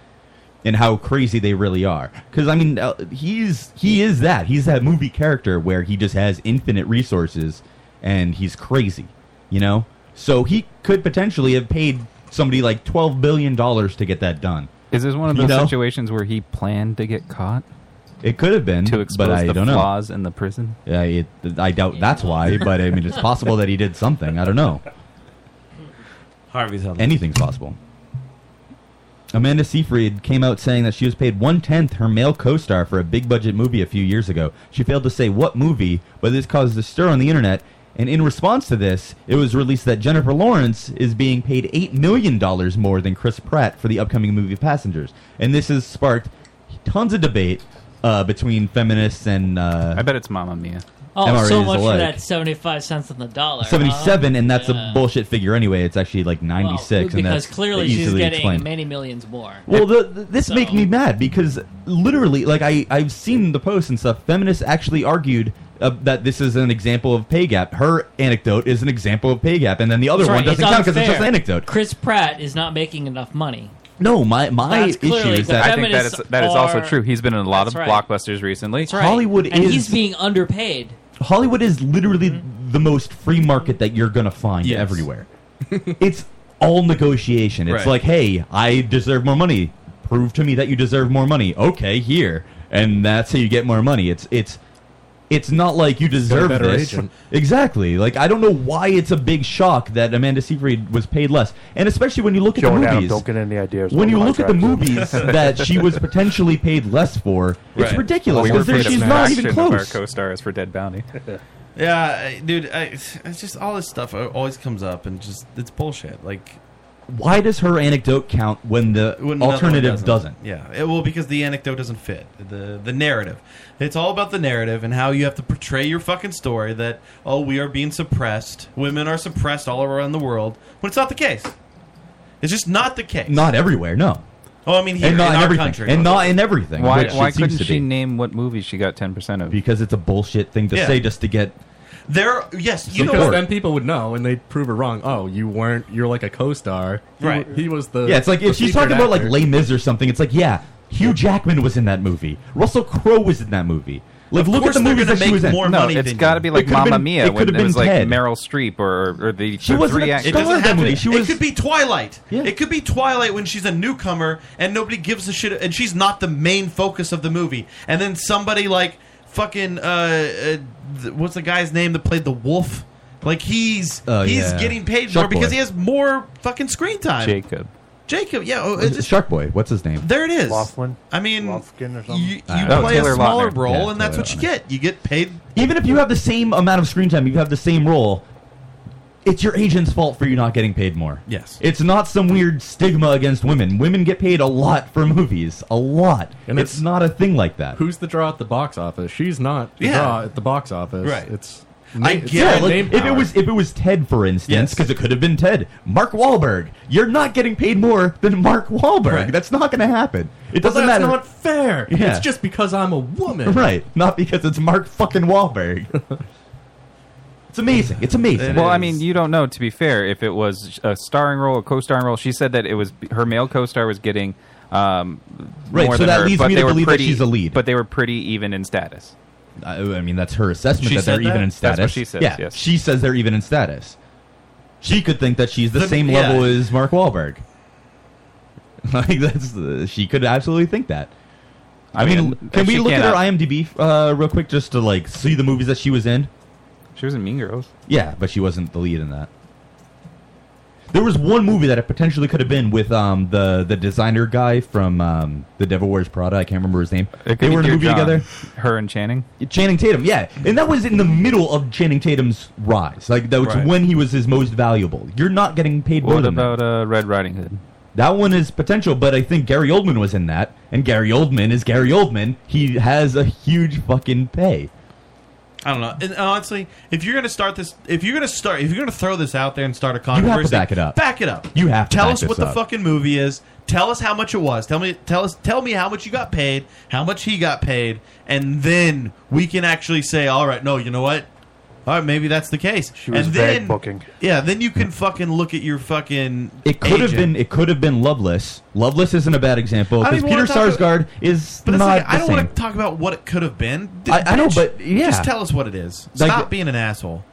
and how crazy they really are. Because I mean, uh, he's he is that he's that movie character where he just has infinite resources and he's crazy, you know. So he could potentially have paid somebody like twelve billion dollars to get that done.
Is this one of
You
those
know?
situations where he planned to get caught?
It could have been
to expose
but I
the
don't
flaws
know.
in the prison.
Yeah, it, I doubt that's why, but I mean, it's possible that he did something. I don't know.
Harvey's held.
Anything's possible. Amanda Seyfried came out saying that she was paid one tenth her male co-star for a big budget movie a few years ago. She failed to say what movie, but this caused a stir on the internet. And in response to this, it was released that Jennifer Lawrence is being paid eight million dollars more than Chris Pratt for the upcoming movie Passengers, and this has sparked tons of debate uh, between feminists and uh, I
bet it's Mamma Mia.
Oh, so much for that seventy-five cents on the dollar. huh?
77, and that's a bullshit figure anyway. It's actually like 96, and
because
that's
clearly
easily
she's getting
explained.
many millions more.
Well, the, the- this makes me mad because literally, like I I've seen the posts and stuff. Feminists actually argued uh, that this is an example of pay gap. Her anecdote is an example of pay gap, and then the other
That's right,
one doesn't
it's
count because it's
unfair.
just anecdote.
Chris Pratt is not making enough money.
No, my my
That's
issue
clearly
is
the
that
I think that is
feminists
that is also
are-
true. He's been in a lot of
That's right.
blockbusters recently.
That's right.
Hollywood
and
is-
he's being underpaid.
Hollywood is literally the most free market that you're gonna find
Yes.
everywhere. it's all negotiation. It's
Right.
like, hey, I deserve more money. Prove to me that you deserve more money. Okay, here, and that's how you get more money. It's it's it's not like you deserve
better
this.
agent.
Exactly. Like I don't know why it's a big shock that Amanda Seyfried was paid less, and especially when you look
Joe
at
and
the
Adam,
movies.
don't get any ideas.
when you look at the
Contract.
movies that she was potentially paid less for, it's
Right.
ridiculous
We were
because
paid a
she's not even
fraction of
close.
Our co-stars for Dead Bounty.
Yeah, I- dude, I, it's just all this stuff uh, always comes up, and just it's bullshit. Like
why does her anecdote count when the
When another one
alternative doesn't?
Yeah, it, well, because the anecdote doesn't fit the the narrative. It's all about the narrative and how you have to portray your fucking story. That oh, we are being suppressed. Women are suppressed all around the world. When it's not the case. It's just not the case.
Not everywhere, no.
Oh, I mean, here
and not
in,
in
our
everything,
country,
and not in everything.
Why?
which
Why
it seems
couldn't
to
she
be.
name what movie she got ten percent of?
Because it's a bullshit thing to
Yeah.
say just to get.
There, yes, you
because
know,
then people would know, and they'd prove her wrong. Oh, you weren't. You're like a co-star, He-
Right.
He, was the.
yeah, it's like
the
if she's
featured
talking about like
actor.
Les Mis or something. It's like yeah, Hugh Jackman was in that movie. Russell Crowe was in that movie. Like
Of
look at
course
the
they're
movies
gonna
that she was in.
no, It's got to be like
It could've
Mamma
been-
Mia
It
when
could
it
have been
was like
Ted.
Meryl Streep or, or the
She
the
wasn't
three
a
actors.
it doesn't have to be. it could be Twilight. It could be Twilight when she's a newcomer and nobody gives a shit, and she's not the main focus of the movie. And then somebody like fucking uh, uh th- what's the guy's name that played the wolf? Like he's
Oh,
he's
yeah.
getting paid
Shark
more because
Boy.
he has more fucking screen time.
Jacob.
Jacob, yeah, oh,
What
it's
is it? Shark Boy. What's his name?
There it is.
Laughlin.
I mean, you, you
I don't know. Uh,
play
Oh, Taylor
a smaller
Lautner.
role,
Yeah,
and that's
Taylor
what you get. You get paid.
Even if you have the same amount of screen time, you have the same role. It's your agent's fault for you not getting paid more.
Yes.
It's not some weird stigma against women. Women get paid a lot for movies, a lot.
And
it's not a thing like that.
Who's the draw at the box office? She's not the
Yeah.
draw at the box office.
Right.
It's
I
it's
get
got
it.
name
If it
power.
was if it was Ted, for instance, because it could have been Ted, Mark Wahlberg. You're not getting paid more than Mark Wahlberg. That's not going to happen. It
Well,
doesn't
that's
matter.
not fair.
Yeah.
It's just because I'm a woman.
right? Not because it's Mark fucking Wahlberg. it's amazing. It's amazing.
well, I mean, you don't know. To be fair, if it was a starring role, a co-starring role, she said that it was her male co-star was getting um,
Right,
More
so
than
that
her,
leads
but
me
they
to
were
believe that
pretty,
she's a lead.
but they were pretty even in status.
I, I mean, that's her assessment
She
that they're
said
even
that?
in
That's what
status.
she says,
Yeah,
yes.
she says they're even in status. She could think that she's the,
The-
same
yeah.
level as Mark Wahlberg. Like that's uh, she could absolutely think that. I,
I
mean,
mean,
can
if
we
she
look at her
cannot-
IMDb uh, real quick just to like see the movies that she was in?
She was in Mean Girls.
Yeah, but she wasn't the lead in that. There was one movie that it potentially could have been with um, the the designer guy from um, The Devil Wears Prada. I can't remember his name.
It could
They
be
were in a
Dear
movie
John,
together.
Her and Channing.
Channing Tatum, yeah, and that was in the middle of Channing Tatum's rise. Like that was
Right.
when he was his most valuable. You're not getting paid more
What
than that.
about uh, Red Riding Hood?
That one is potential, but I think Gary Oldman was in that, and Gary Oldman is Gary Oldman. He has a huge fucking pay.
I don't know. And uh, honestly, if you're gonna start this, if you're gonna start, if you're gonna throw this out there and start a
to
controversy,
back it up.
Back it up.
You have to
tell
back
us
this
what the
up.
fucking movie is. Tell us how much it was. Tell me. Tell us. Tell me how much you got paid. How much he got paid, and then we can actually say, all right, no, you know what? All right, maybe that's the case. She
was
and
vague
then,
booking.
Yeah, then you can fucking look at your fucking.
It could have
agent.
been. It could have been Loveless. Loveless isn't a bad example
I don't
because
even wanna
Peter
talk
Sarsgaard is
But
not
it's like,
the
I don't
same.
want to talk about what it could have been. D-
I- I know,
bitch,
but, yeah.
just tell us what it is.
Like-
Stop being an asshole.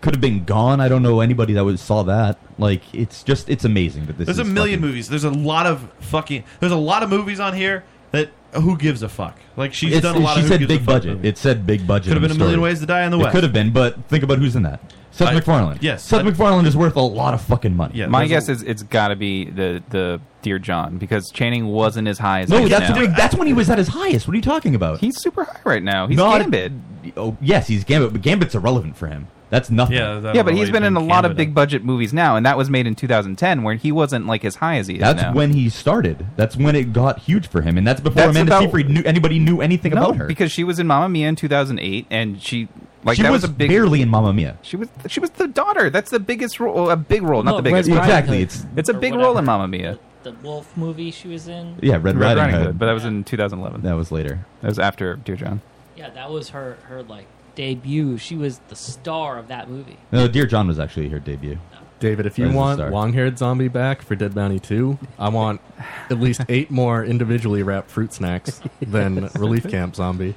Could have been gone. I don't know anybody that would saw that. Like it's just it's amazing that this.
There's a
is
million movies. There's a lot of fucking. There's a lot of movies on here that who gives a fuck. Like she's
It's-
done a lot
She
of. who
said
gives a
big
fuck
budget.
movies.
It said big budget.
Could have
in
been a million
story.
ways to die in the
it
West.
Could have been, but think about who's in that. Seth MacFarlane.
yes,
Seth
I-
MacFarlane is worth a lot of fucking money.
My guess is it's got to be the the Dear John because Channing wasn't as high as he
No,
is
that's
now.
the big, that's when he was at his highest. What are you talking about?
He's super high right now. He's Gambit.
Oh yes, he's Gambit, but Gambit's irrelevant for him. That's nothing.
yeah, but he's been in a lot of big budget movies now, and that was made in 2010, where he wasn't like as high as he is
That's
now.
when he started. That's when it got huge for him, and that's before
That's
Amanda
about-
Seyfried knew anybody knew anything
no,
about her.
because she was in Mamma Mia in 2008, and she like
she
that
was,
was, a big
barely in Mamma Mia.
She was she was the daughter. That's the biggest role, a big role, not
No,
the biggest.
Red
role.
Riding Exactly, Hood. it's-
it's a
Or
big
whatever.
role in Mamma Mia.
The wolf movie she was in.
Yeah, Red Riding Hood.
but that was in 2011.
That was later.
That was after Dear John.
Yeah, that was her her like debut. She was the star of that movie.
No, Dear John was actually her debut.
David, if you
As a
want
star.
long-haired zombie back for Dead Bounty Two, I want at least eight more individually wrapped fruit snacks than Relief Camp Zombie.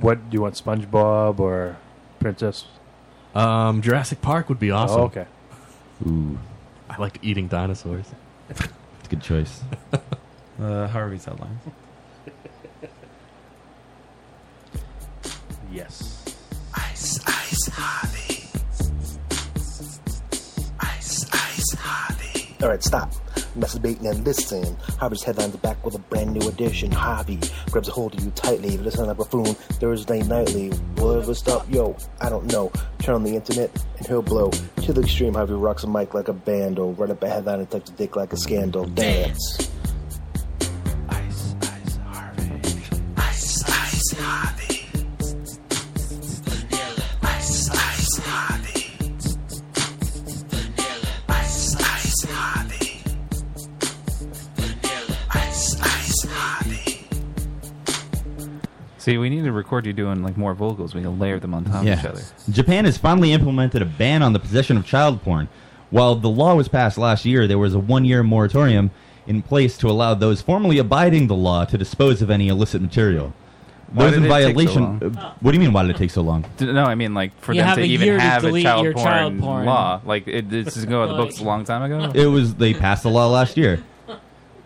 What do you want, SpongeBob or Princess?
Um, Jurassic Park would be awesome.
Oh, okay.
Ooh,
I like eating dinosaurs.
it's a good choice.
Uh, Harvey's headline.
Yes.
Ice, ice, Harvey. Ice, ice, Harvey.
All right, stop. Masturbating and listen. Harvey's headlines are back with a brand new edition. Harvey grabs a hold of you tightly. Listen like a buffoon Thursday nightly. Will it ever stop? Yo, I don't know. Turn on the internet and he'll blow. To the extreme, Harvey rocks a mic like a bando. Run up a headline and touch the dick like a scandal. Dance.
Ice, ice, Harvey. Ice, ice, Harvey. Ice, ice, Harvey. Ice, ice, Harvey. Ice, ice, Harvey.
See, we need to record you doing like more vocals. We can layer them on top of each other.
Japan has finally implemented a ban on the possession of child porn. While the law was passed last year, there was a one year moratorium in place to allow those formally abiding the law to dispose of any illicit material.
Why
Those
did
in
it take so
violation.
long?
uh, What do you mean, why did it take so long?
D- No, I mean like for
You
them
have
to
a
even
year to
have a
delete
child
your
porn,
child porn.
law. Like it, this is going out of the books a long time ago.
It was they passed the law last year.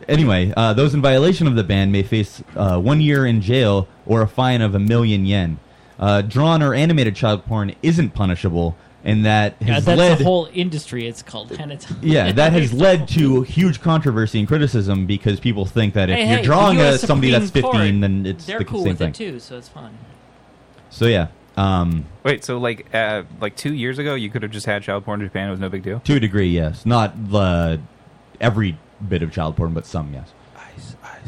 Anyway, uh, those in violation of the ban may face uh, one year in jail or a fine of a million yen. Uh, drawn or animated child porn isn't punishable, and that
Yeah,
has
that's
led
the whole industry. It's called Henatine.
yeah, that has led to huge controversy and criticism because people think that if
Hey,
you're
hey,
drawing
the
a,
US
somebody that's
Supreme
15,
Court,
then it's
they're
the
cool
same
with
thing.
it too, so it's fine.
So yeah, um,
Wait, so like uh, like two years ago, you could have just had child porn in Japan. It was no big deal.
to a degree, yes, not the every bit of child porn, but some, yes.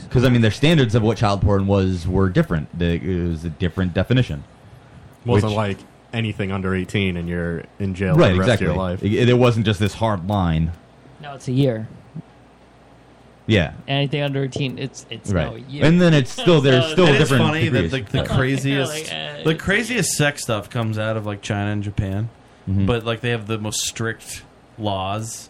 Because I mean, their standards of what child porn was were different. They, it was a different definition.
Wasn't
Which-
like anything under 18 and you're in jail
right,
for the rest
exactly.
of your life.
It, it wasn't just this hard line.
No, it's a year.
Yeah,
Anything under eighteen, it's it's
Right.
no year.
And then it's still- there's
So-
still
It Oh, is
different
funny
degrees.
that the, the
Yeah.
craziest,
Yeah, like, uh,
the craziest sex stuff comes out of like China and Japan,
Mhm.
but like they have the most strict laws.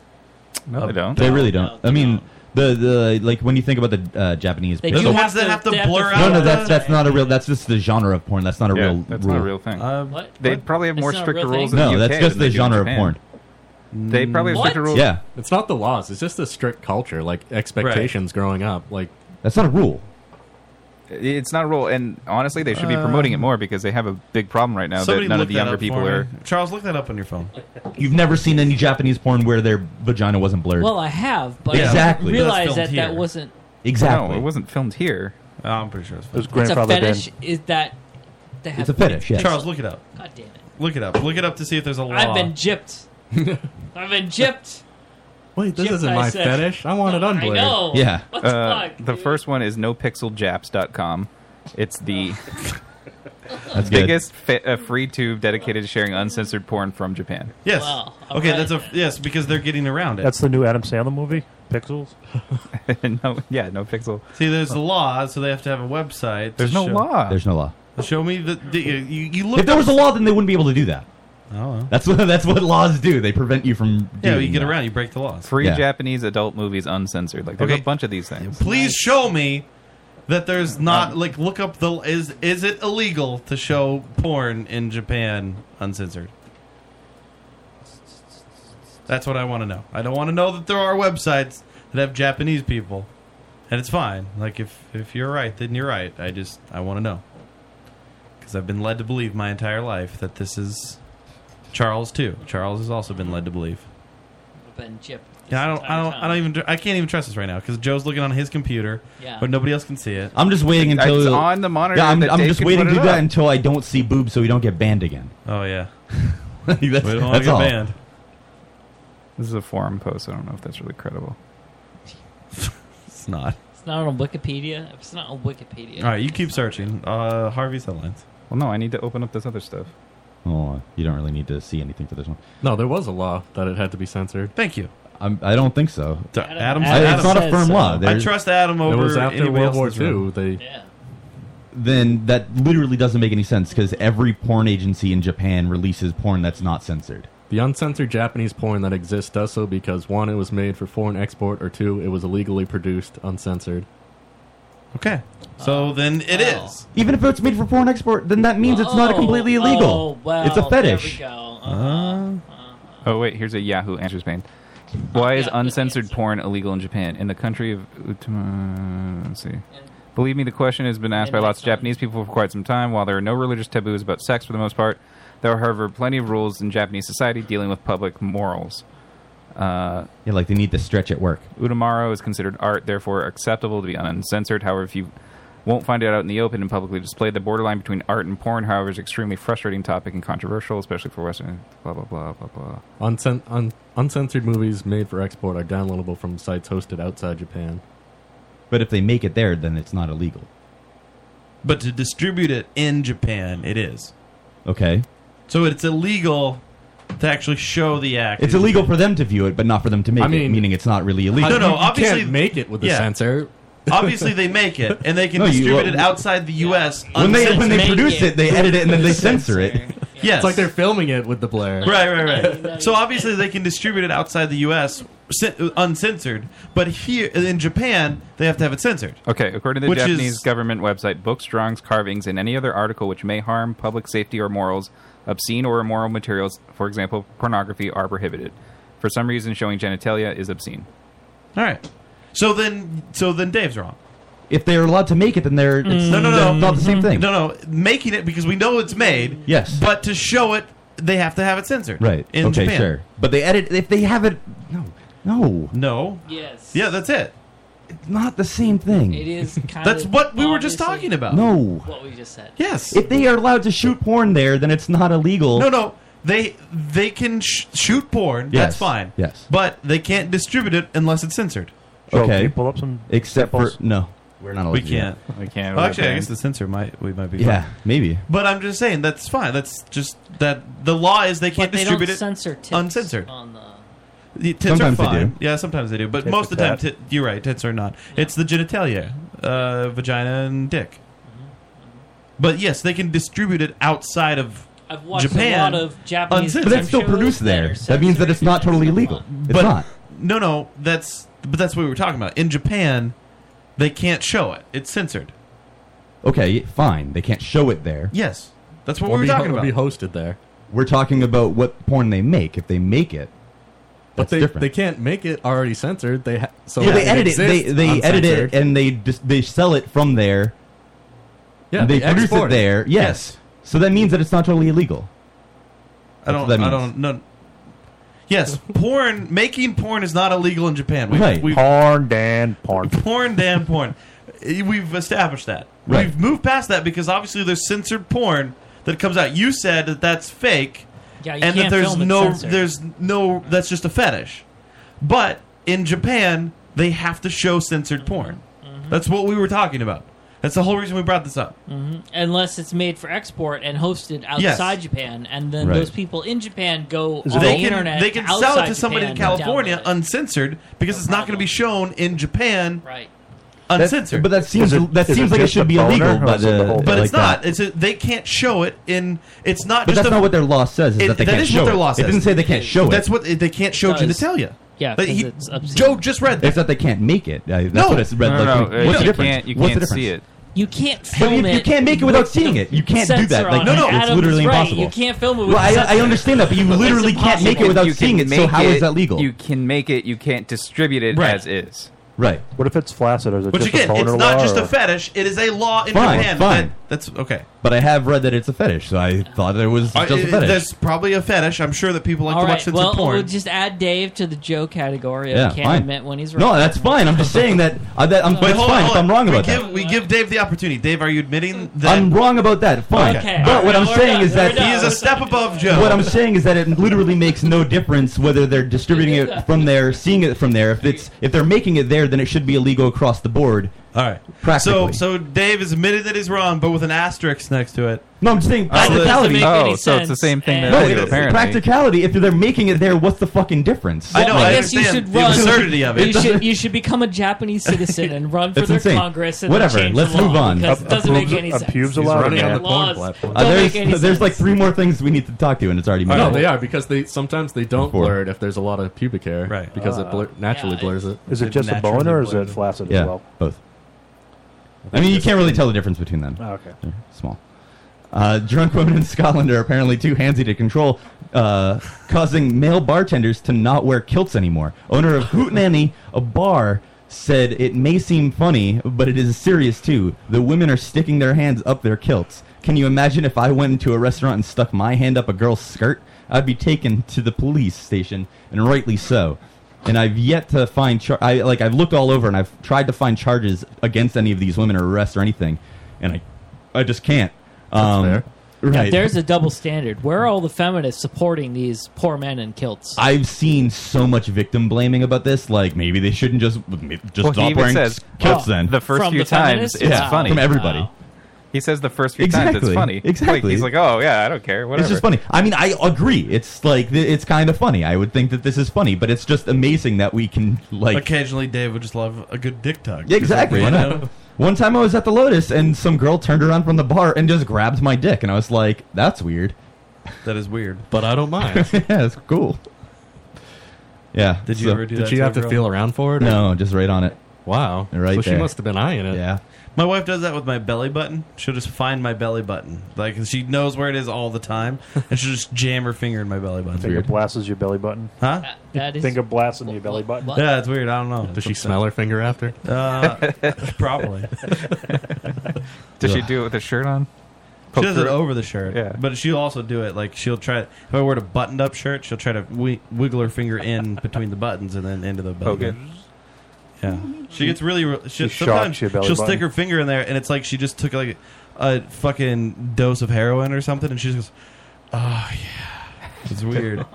No, they don't.
They really don't. I mean, the the like when you think about the uh, Japanese,
They do
the
have Ones that to- have to they have to blur
No,
out
no,
the-
that's that's not a real. That's just the genre of porn. That's not a
Yeah,
real.
that's
rule.
not a real thing.
Uh,
What?
Um, They
What?
probably have
It's
more
not a
stricter
real
rules
thing?
in the
No,
UK.
that's just
than
the
they do in
genre of
Japan.
porn.
They probably have stricter rules.
Yeah,
It's not the laws, it's just the strict culture, like expectations growing up. Like
that's not a rule.
It's not a rule, and honestly, they
Uh,
should be promoting it more because they have a big problem right now that
Somebody
none
look
of the
that
younger
up
people
for me.
are.
Charles, look that up on your phone.
You've never seen any Japanese porn where their vagina wasn't blurred.
Well, I have, but
exactly.
I realized that that wasn't.
exactly.
No, it wasn't filmed here.
I'm pretty sure it
was
It's a fetish. Is that they have
a fetish, yes.
Charles, look it up.
God damn it!
Look it up. Look it up to see if there's a law.
I've been gypped. I've been gypped.
Wait,
this Gypped, isn't I my said. fetish. I want it No, I unblurred. know.
Yeah.
What the
Uh, the first one is nopixeljaps.com. It's the
That's good.
biggest fa- uh, free tube dedicated to sharing uncensored porn from Japan.
Yes.
Wow.
Okay, that's a yes because they're getting around it.
That's the new Adam Sandler movie, Pixels.
no, yeah, no pixel.
See, there's the law, so they have to have a website. to
There's no
show-
law.
There's no law.
Show me the, the you, you look.
If there was a law, then they wouldn't be able to do that.
Oh,
that's what that's what laws do. They prevent you from.
yeah, you
doing
get
that.
around, you break the laws.
Free
Yeah.
Japanese adult movies uncensored. Like there's
Okay.
a bunch of these things.
Please show me that there's not like look up the is is it illegal to show porn in Japan uncensored? That's what I want to know. I don't want to know that there are websites that have Japanese people, and it's fine. Like if if you're right, then you're right. I just I want to know because I've been led to believe my entire life that this is Charles too. Charles has also been led to believe.
I've been gypped.
Yeah, I don't, I don't, I don't even, I can't even trust this right now because Joe's looking on his computer,
Yeah.
but nobody else can see it.
I'm just waiting until
it's on the monitor
Yeah, I'm,
that
I'm
Dave
just
can
waiting
put
to
it
do that
up.
until I don't see boobs, so we don't get banned again.
Oh yeah,
that's,
we don't want to
that's
get
all.
banned.
Oh. This is a forum post. I don't know if that's really credible.
it's not.
It's not on Wikipedia. It's not on Wikipedia.
All right, you keep searching. Uh, Harvey's headlines.
Well, no, I need to open up this other stuff.
Oh, you don't really need to see anything for this one.
No, there was a law that it had to be censored.
Thank you.
I'm, I don't think so.
Adam,
I- it's not a firm law.
I
There's-
trust Adam over
It was after
anybody
World
else in
War
this room.
II. They
Then that literally doesn't make any sense because every porn agency in Japan releases porn that's not censored.
The uncensored Japanese porn that exists does so because one, it was made for foreign export, or two, it was illegally produced, uncensored.
Okay,
Oh.
so then it is.
Even if it's made for porn export, then that means it's not
Oh,
completely illegal. it's a fetish.
Oh wait, here's a Yahoo answers pane. Why is uncensored porn illegal in Japan? In the country of Utama- let's see. Believe me, the question has been asked by lots of Japanese people for quite some time. While there are no religious taboos about sex for the most part, there are, however, plenty of rules in Japanese society dealing with public morals. Uh,
yeah, like they need to stretch at work.
Udamaro is considered art, therefore acceptable to be uncensored. However, if you won't find it out in the open and publicly displayed, the borderline between art and porn, however, is an extremely frustrating topic and controversial, especially for Western. Blah blah blah blah blah.
Uncen- un- uncensored movies made for export are downloadable from sites hosted outside Japan.
But if they make it there, then it's not illegal.
But to distribute it in Japan, it is.
Okay.
So it's illegal to actually show the act.
It's
in
illegal for them to view it, but not for them to make
I
it,
mean-
meaning it's not really illegal.
No, no, obviously yeah.
censor.
obviously, they make it and they can
No, you-
distribute
well-
it outside the U.S.
When they when
uncensored.
they produce it, they edit it and then they censor it.
Yes.
It's like they're filming it with the blare.
Right, right, right. So obviously they can distribute it outside the U.S. cen- uncensored, but here in Japan they have to have it censored.
Okay, according to the
Which is-
Japanese government website, books, drawings, carvings, and any other article which may harm public safety or morals, obscene or immoral materials, for example, pornography, are prohibited. For some reason, showing genitalia is obscene.
All right. So then, so then Dave's wrong.
If they're allowed to make it, Mm. then they're
Mm.
it's,
No, no, no, Mm-hmm.
then it's not the same thing.
No, no, making it because we know it's made.
Yes.
But to show it They have to have it censored.
Right.
In
okay,
Japan.
sure. But they edit if they have it. No, no,
no.
Yes.
Yeah, that's it.
It's not the same thing.
It is kind
That's
of
what we were just talking about.
No.
what we just said.
Yes.
If they are allowed to shoot porn there, then it's not illegal.
No, no. They they can sh- shoot porn. That's
Yes,
fine.
yes.
But they can't distribute it unless it's censored.
Okay. Except for no, we're not allowed.
We
to do
can't.
that.
Well, actually, I guess the censor might we might be.
Yeah,
fine.
maybe.
But I'm just saying that's fine. That's just that the law is they can't
But they don't
distribute it
censor tits
uncensored.
on the-
The tits are
Sometimes they
fine.
do.
Yeah, sometimes they do. But
Tits
most
are
of the time,
fat.
tit, you're right. Tits are not. It's the genitalia, uh, vagina and dick. But yes, they can distribute it outside of
I've watched
Japan.
a lot of Japanese
uncensored.
But that's still produced there. That means that it's not totally legal. It's
but
not.
no, no, that's but that's what we were talking about. In Japan, they can't show it. It's censored.
Okay, fine. They can't show it there.
Yes, that's what
Or
we were
be-
talking
or
about.
be hosted there.
We're talking about what porn they make. If they make it,
But
that's
they,
different.
they can't make it already censored. They ha- so
Well, they
it
edit it. They,
exists
they edit
uncensored.
it and they dis- they sell it from there.
Yeah,
they,
they
produce
export
it
it.
there. Yes.
Yes.
So that means that it's not totally illegal.
I don't.
That's
I
what that
don't. No. Yes, porn making porn is not illegal in Japan. We've,
Right.
We've,
Porn, Dan, porn.
porn, damn porn. Eh, We've established that.
Right.
We've moved past that because obviously there's censored porn that comes out. You said that that's fake,
Yeah, you
and that
can't
there's
film it
no,
censored.
there's no. That's just a fetish. But in Japan, they have to show censored porn.
Mm-hmm.
That's what we were talking about. That's the whole reason we brought this up.
hmm Unless it's made for export and hosted outside Japan, and then
Right.
those people in Japan go on
they
the
can,
internet.
They can sell it
outside
to somebody in
Japan and
California
download
uncensored because it's not going to be shown in Japan.
Right.
Uncensored,
But that seems that seems like it should be illegal. But, uh,
But
like
it's not.
That.
It's a, they can't show it in. It's not.
But
just
that's
a-
not what their law says. Is
It-
that they
that
can't
is
show
what their
it.
law
It
says.
doesn't say they can't show
That's
it.
what they can't show
No, it's-
genitalia.
yeah,
But
'cause
he-
it's
Joe just read that.
It's that they can't make it. I, that's
No.
what it's read.
No,
like,
no,
what's
no,
the
you
difference?
can't- you
what's the
can't
difference?
see
it.
You can't
But
film
you,
it.
you can't make it without seeing it. You can't do
Censor
that. Like
on
no,
it.
no, it's
Adam's
literally
right.
impossible.
You can't film it
Well,
without
I, I
censoring.
understand that, but you
It's
literally can't make it
impossible.
without
You can
seeing it. So
make
how is
it-
that legal?
You can make it. You can't distribute it
Right.
as is.
Right.
What if it's flaccid or is it
Which
just
again,
a boner
it's not
law
just
or-
a fetish. It is a law in
fine,
Japan.
fine.
that's okay.
But I have read that it's a fetish, so I thought it was
That,
just a
I-
fetish.
There's probably a fetish. I'm sure that people like
All
to
right.
watch censored
well,
porn.
we'll just add Dave to the Joe category. Of
Yeah,
can't
fine.
admit when he's right.
No, that's fine. I'm just saying that. I, that I'm,
Wait,
that's
hold on,
fine.
hold
if I'm
on.
wrong
we
about
give,
that,
We give Dave the opportunity. Dave, are you admitting that?
I'm wrong about that. Fine.
Okay.
But what
All
I'm
right,
saying
we're
is
done.
that
He is a step above Joe.
What I'm saying is that it literally makes no difference whether they're distributing it from there, seeing it from there. If it's if they're making it there, then it should be illegal across the board.
All right. So,
Practically.
so Dave is admitted that he's wrong, but with an asterisk next to uh, it.
no, I'm just saying practicality.
Oh,
No, Oh, it's practicality. If they're making it there, what's the fucking difference?
I know,
Well,
I
guess you
understand
should
the
run.
absurdity of it.
You should, you should become a Japanese citizen and run for
It's
their
insane.
Congress. And
Whatever,
Change
let's
the law
move on.
because it
A- a
doesn't make
pubes-
any
a
sense.
pubes allowed, He's running man. on the porn
Laws
platform.
don't
Uh, there's
make any
there's like three more things we need to talk to, and it's already moved
No,
on.
they are because they sometimes they don't
Before.
blur it if there's a lot of pubic hair, right? Because it blur- naturally blurs it.
Is it just a boner or is it flaccid
Yeah,
as well?
both. I mean, you can't really tell the difference between them.
Oh, okay.
They're small. Uh, drunk women in Scotland are apparently too handsy to control, uh, causing male bartenders to not wear kilts anymore. Owner of Hootenanny, a bar, said it may seem funny, but it is serious too. The women are sticking their hands up their kilts. Can you imagine if I went into a restaurant and stuck my hand up a girl's skirt? I'd be taken to the police station, and rightly so. And I've yet to find char- I like I've looked all over and I've tried to find charges against any of these women or arrests or anything, and I, I just can't. Um,
Yeah,
Right.
there's a double standard. Where are all the feminists supporting these poor men in kilts?
I've seen so much victim blaming about this. Like maybe they shouldn't just m- just
Well, he
stop
even
wearing
says,
kilts.
well,
then
the first From few the times, feminists? it's
Yeah,
funny.
from everybody.
Wow. He says the first few times it's
Exactly.
funny. Like,
Exactly.
he's like, oh yeah, I don't care. Whatever.
It's just funny. I mean, I agree. It's like th- it's kind of funny. I would think that this is funny, but it's just amazing that we can like
Occasionally, Dave would just love a good dick tug.
Yeah, exactly. Why
You
not?
know?
One time I was at the Lotus and some girl turned around from the bar and just grabbed my dick, and I was like, "That's weird."
That is weird,
but I don't mind.
yeah, it's cool. Yeah.
Did you ever do Did that
you to have a to girl? feel around for it, or-
No, just right on it.
Wow.
Right
So she
there.
must have been eyeing it.
Yeah.
My wife does that with my belly button. She'll just find my belly button, like she knows where it is all the time, and she'll just jam her finger in my belly button.
Finger blasts is your belly button.
Huh?
That is
finger blasts in your belly button.
Yeah, it's weird. I don't know.
Does she smell her finger after?
Uh, probably.
Does she do it with a shirt on?
She does it
through.
over the shirt. Yeah. But she'll also do it like she'll try. If I wear a buttoned-up shirt, she'll try to wi- wiggle her finger in between the buttons and then into the
Poke
button.
it.
Yeah. She gets really. re- She,
She
sometimes
shocks your
she'll
belly
stick
button.
her finger in there, and it's like she just took like a fucking dose of heroin or something, and she just goes, "Oh yeah." It's weird.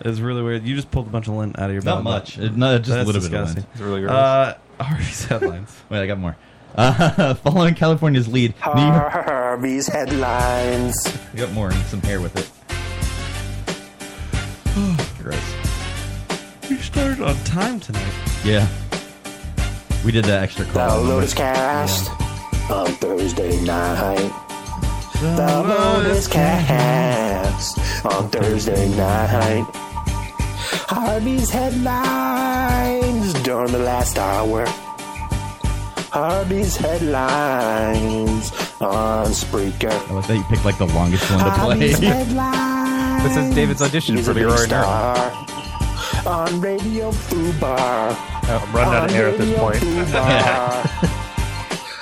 it's really weird. You just pulled a bunch of lint out of your
Not
belly button.
much. It- no, just a
That's
little
disgusting.
bit of lint. It's really gross.
Uh, Harvey's headlines.
Wait, I got more. Uh, following California's lead, New York-
Harvey's headlines.
I got more and some hair with it. Gross.
We started on time tonight.
Yeah. We did that extra call.
The
remember?
Lotus Cast on Thursday night. The Lotus Cast on Thursday night. Harvey's headlines during the last hour. Harvey's headlines on Spreaker.
I like that you picked like the longest one to play.
Harvey's headlines.
This is David's audition
He's
for
a
the
big
Aurora Nerve.
star On Radio Fubar.
Oh, I'm running out of air at this point.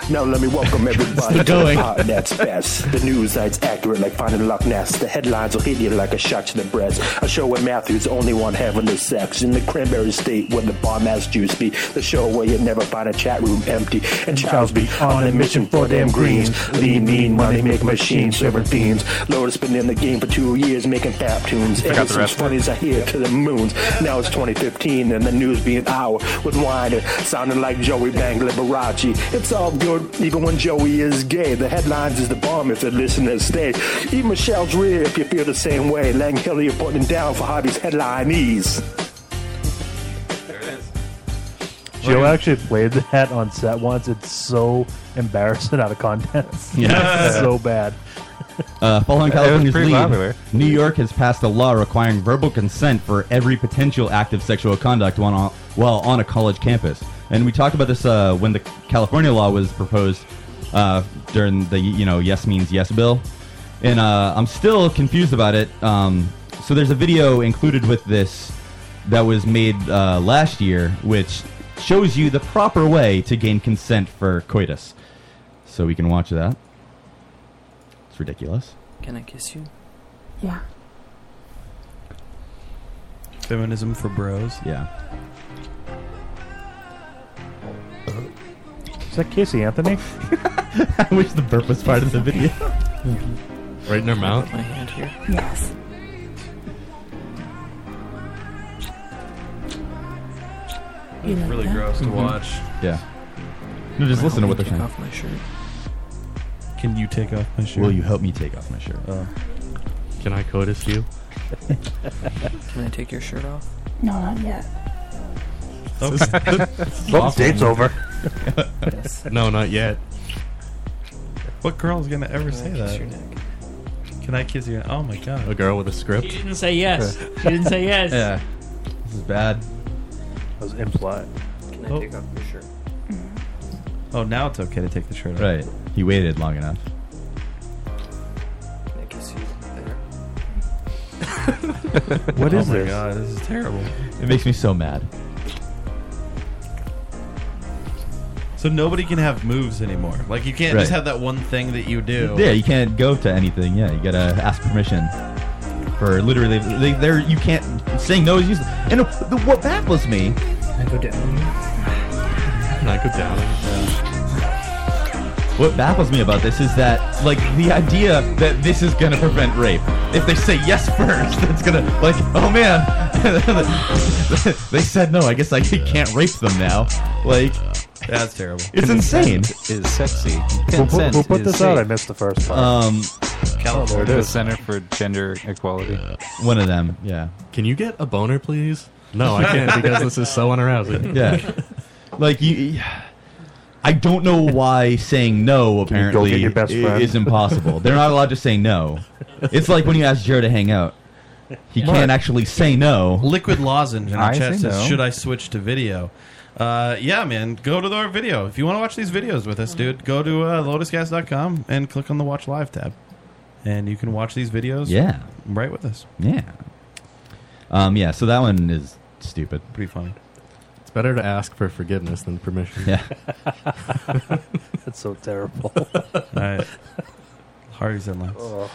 Now let me welcome everybody
the
to
going.
the part that's best. The news that's accurate like finding Loch Ness. The headlines will hit you like a shot to the breast. A show where Matthew's the only one having the sex. In the cranberry state where the bomb ass juice be. The show where you never find a chat room empty. And Charles be on a mission for them greens. Lean, mean, money make machines, serving fiends. Lotus been in the game for two years making fap tunes.
Forgot
Ever
the
since
rest.
20s are here to the moons. Now it's 2015 and the news being our with wine sounding like Joey Bang Liberace. It's all good, even when Joey is gay. The headlines is the bomb if the listeners stay. Even Michelle Dreer if you feel the same way. Lang Hilly are putting down for Harvey's headlinees.
Joe actually played that on set once. It's so embarrassing out of context.
Yeah.
It's so bad.
Uh, following
It was
California's
pretty
lead,
popular.
New York has passed a law requiring verbal consent for every potential act of sexual conduct while on, while on a college campus. And we talked about this uh, when the California law was proposed uh, during the you know yes means yes bill, and uh, I'm still confused about it. Um, so there's a video included with this that was made uh, last year, which shows you the proper way to gain consent for coitus. So we can watch that. It's ridiculous.
Can I kiss you? Yeah.
Feminism for bros.
Yeah.
Is that Casey Anthony?
I wish the burp was part of the video.
Right in her mouth.
My hand here. Yes. You like
really
that?
gross to
Mhm.
watch.
Yeah. No, just
Can I
listen to what
help
they're
you
saying.
Take off my shirt.
Can you take off my shirt?
Will you help me take off my shirt?
Oh.
Can I codice you?
Can I take your shirt off?
No, not yet.
Well, the date's over.
no, not yet.
What girl is gonna ever say
Can I kiss your
that?
neck?
Can I kiss you? Oh my god.
A girl with a script.
She didn't say yes. She didn't say yes.
Yeah. This is bad.
That was implied.
Can I
Oh.
take off your shirt?
Oh, now it's okay to take the shirt off.
Right. He waited long enough.
Can I kiss you there?
What is
oh my
this?
god, this is terrible.
It makes me so mad.
So nobody can have moves anymore. Like you can't just
Right.
have that one thing that you do.
Yeah, you can't go to anything. Yeah, you gotta ask permission. For literally, they, they're you can't saying no is useless. And the, what baffles me,
Can I go down?
Can I go down?
what baffles me about this is that like the idea that this is gonna prevent rape. If they say yes first, it's gonna like oh man, they said no. I guess I can't rape them now. Like
That's terrible.
it's insane.
Is sexy.
We'll put, we'll put this out. I missed the first part. Oh,
Um,
California.
The Center for Gender Equality.
one of them. Yeah.
Can you get a boner, please? No, I can't because this is so unarousing.
Yeah. like you I don't know why saying no
you go
apparently
get your best
i-
friend?
is impossible. They're not allowed to say no. It's like when you ask Jared to hang out. He can't actually say no.
Liquid lozenge in our
I
chat
say
says,
no.
"Should I switch to video?" Uh, yeah, man, go to our video if you want to watch these videos with us, dude. Go to uh, lotuscast.com and click on the watch live tab, and you can watch these videos.
Yeah.
right with us.
Yeah. Um yeah, so that one is stupid.
Pretty funny.
It's better to ask for forgiveness than permission.
Yeah.
That's so terrible.
All right. Hardy's headlines.
Oh.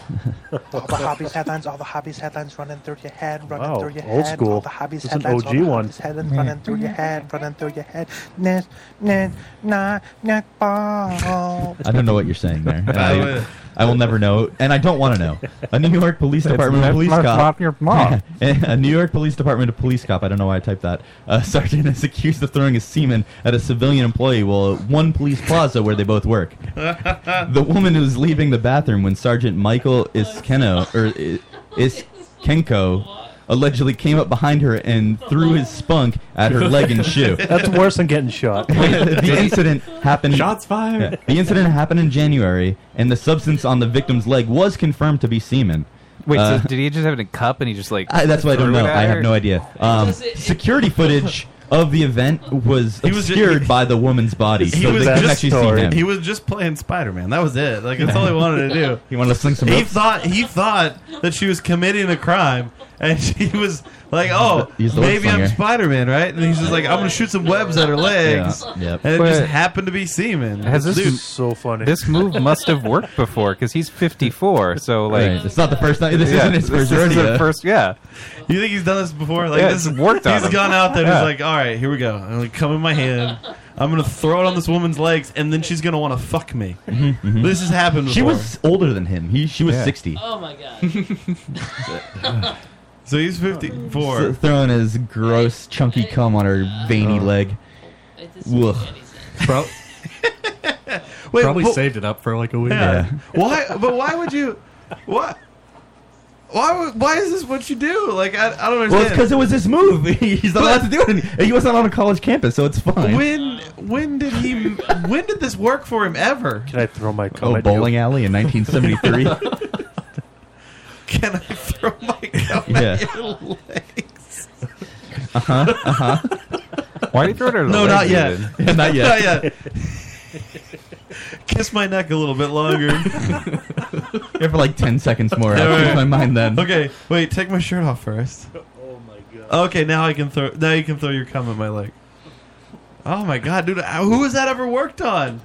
All the hobbies headlines, all the hobbies headlines running through your head, running
Wow,
through your
old
head.
school.
All the hobbies
This is an
headlines, all
OG
the
one.
hobbies headlines
Man.
running through your head, running through your head. Nes, nes, na, net ball.
I don't know what you're saying there. and
Uh,
I, I will never know, and I don't want to know. A New York Police
It's
Department
not-
police
not-
cop.
not your mom.
a New York Police Department police cop. I don't know why I typed that. A sergeant is accused of throwing a semen at a civilian employee while at one police plaza where they both work. The woman was leaving the bathroom when Sergeant Michael Iskeno or I- Iskenko allegedly came up behind her and threw his spunk at her leg and shoe.
That's worse than getting shot.
the incident happened.
Shots fired.
Yeah. The incident happened in January, and the substance on the victim's leg was confirmed to be semen.
Wait,
Uh,
so did he just have it in a cup and he just like?
I, that's why I don't
threw it
know.
at
I
her?
have no idea. Um, security footage of the event was
He was-
obscured by the woman's body,
He
so
was
they couldn't
just-
actually see him.
He was just playing Spider Man. That was it. Like that's all he wanted to do.
He wanted to sling some
He
ropes.
thought he thought that she was committing a crime, and she was like, "Oh,
He's the web
maybe I'm
slinger.
Spider Man, right?" And he's just like, "I'm gonna shoot some webs at her legs,"
Yeah, yep.
and it just
But-
happened to be semen.
Has this
Dude,
This move must have worked before because he's 54. So like,
Right. It's not the first time- this
Yeah,
isn't his
this
first
isn't the
rodeo.
first- yeah.
You think he's done this before? Like
Yeah,
this
it's worked on
He's
him.
gone out there.
Yeah.
and He's like, all right, here we go. I'm gonna come in my hand. I'm gonna throw it on this woman's legs, and then she's gonna want to fuck me.
mhm.
This has happened.
She
before.
was older than him. He she was 60.
Oh my god.
So he's 54.
S- throwing his gross chunky cum on her veiny leg. Ugh.
Pro-
Wait,
Probably
but-
saved it up for like a week.
Yeah. why? But why would you? What? Why? would- Why is this what you do? Like I, I don't understand.
Well, it's because it was his move. He's not allowed to do it. and He wasn't on a college campus, so it's fine.
When when did he when did this work for him ever?
Can I throw my cum
Oh,
at you?
bowling alley in 1973.
Can I throw my cum
Yeah.
at your legs?
uh huh. Uh huh.
Why do you throw it at her
No,
legs
not yet.
even?
not
Not
yet.
yet.
Kiss my neck a little bit longer.
Here for like 10 seconds more. I'll
All
change
right.
my mind then.
Okay, wait. Take my shirt off first. Oh my god. Okay, now I can throw. Now you can throw your cum at my leg. Oh my god, dude! how- Who has that ever worked on?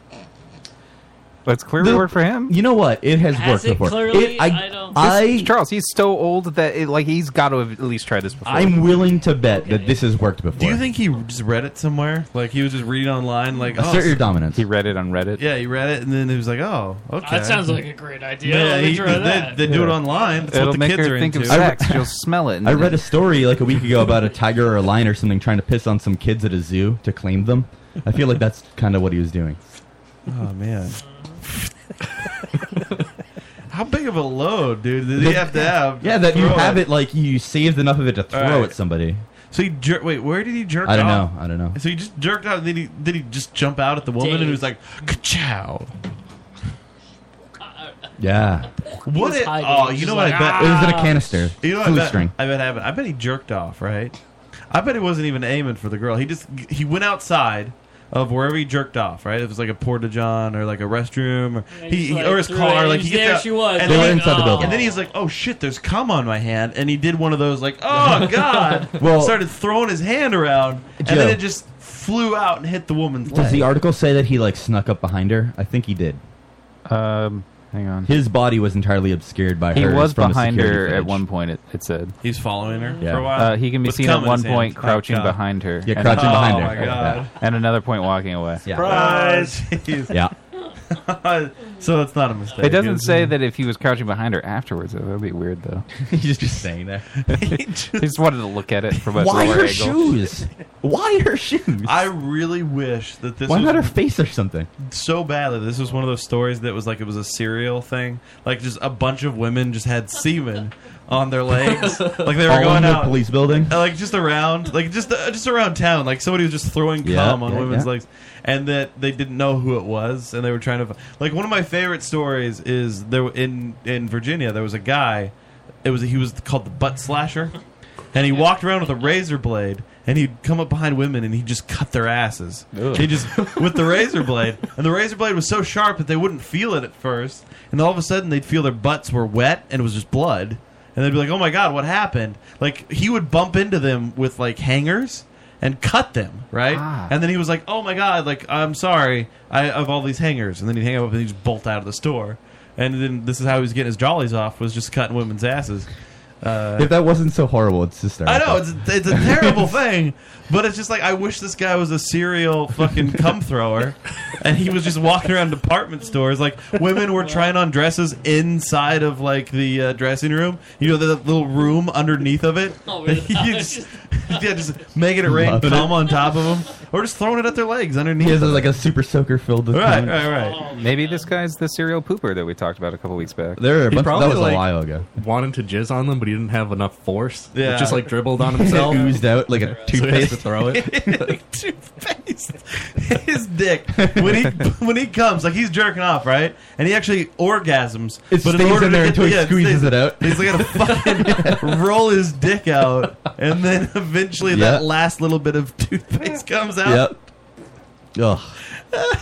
That's clearly worked for him.
You know what? It has,
worked before.
clearly? It- I- I don't-
This- Charles, he's so old that it, like he's got to have at least tried this before.
I'm willing to bet that this has worked before.
Do you think he just read it somewhere? Like he was just reading online, like oh,
Assert your dominance.
He read it on Reddit.
Yeah, he read it and then he was like, "Oh, okay."
That sounds like
a great idea.
Yeah,
Let me
he-
try
they,
that.
they do it
Yeah.
online. That's what the kids are into.
You'll smell it.
I read a story like a week ago about a tiger or a lion or something trying to piss on some kids at a zoo to claim them. I feel like that's kind of what he was doing.
Oh man. How big of a load, dude? Did he have to have?
Yeah, that you
Throw
have it like you saved enough of it to throw
Alright.
at somebody.
So he jer- wait, where did he jerk?
I don't
off?
know, I don't know.
So he just jerked out, and then he did he just jump out at the woman, and he was like, "Chow."
Yeah.
What?
was
It,
hiding.
oh,
He's
you know
just
what? I
like,
bet
It was in a
Ah.
canister.
You know what? I
Fluid
bet,
string.
I bet happened. I bet he jerked off, right? I bet he wasn't even aiming for the girl. He just he went outside of wherever he jerked off, right? It was like a porta john or like a restroom or
And he's
he
like,
or his
threw
car.
it.
Like he
He's
gets
there
out-
she was.
and
They
then
were
he-
inside the building.
And then he's like, "Oh shit, there's cum on my hand," and he did one of those like, "Oh god!"
Well-
started throwing his hand around, and
Joe.
then it just flew out and hit the woman's
Does
leg.
the article say that he like snuck up behind her? I think he did.
Um, hang on.
His body was entirely obscured by
He
hers
was
from the
behind
security
her at
footage.
one point. It, it said
He's following her
Yeah.
for a while.
Uh, he can be
With
seen at
cum in his
one
hand.
point
Oh,
crouching
God.
behind her.
Yeah,
And-
crouching
Oh,
behind
my
her.
God.
Yeah. And another point walking away.
Surprise! Jeez.
Yeah.
so it's not a mistake.
It doesn't say that if he was crouching behind her afterwards. Though. That would be weird, though.
He's just saying that.
he just wanted to look at it from a
Why
lower
her
angle.
shoes? Why her shoes?
I really wish that this.
Why
was
not her face or something?
So badly. This was one of those stories that was like it was a serial thing. Like just a bunch of women just had semen on their legs. like they were
All
going
in the
out
police building?
Uh, Like just around, like just uh, just around town. Like somebody was just throwing
Yeah,
cum on
yeah,
women's
yeah.
legs, and that they didn't know who it was, and they were trying to. Like one of my favorite stories is there in in Virginia. There was a guy. It was he was called the butt slasher, and he walked around with a razor blade, and he'd come up behind women and he'd just cut their asses.
Ugh.
He just with the razor blade, and the razor blade was so sharp that they wouldn't feel it at first, and all of a sudden they'd feel their butts were wet and it was just blood, and they'd be like, "Oh my god, what happened?" Like he would bump into them with like hangers and cut them, right? And then he was like, "Oh my god, like I'm sorry, I have all these hangers," and then he'd hang up and he'd just bolt out of the store. and then this is how he was getting his jollies off was just cutting women's asses. Uh,
if that wasn't so horrible, it's just
I know it's it's a terrible thing, but it's just like I wish this guy was a serial fucking cum thrower, and he was just walking around department stores like women were trying on dresses inside of like the uh, dressing room, you know, the little room underneath of it.
Oh,
You
really?
just, yeah, just making it rain,
Loving
cum
it.
on top of them, or just throwing it at their legs underneath.
He has
them.
like a super soaker filled with
Right,
cum.
right, right.
Maybe this guy's the serial pooper that we talked about a couple weeks back.
There are a
He
bunch, that
probably,
was
like,
a while ago.
Wanted to jizz on them, but he didn't have enough force. It
Yeah.
just like dribbled on himself,
Oozed out like a
So he had
toothpaste.
to throw it.
toothpaste. His dick when he when he comes, like he's jerking off, right? And he actually orgasms.
It stays in there until he squeezes it out.
He's like gonna fucking roll his dick out, and then eventually that
Yeah.
last little bit of toothpaste comes out.
Yep. Ugh.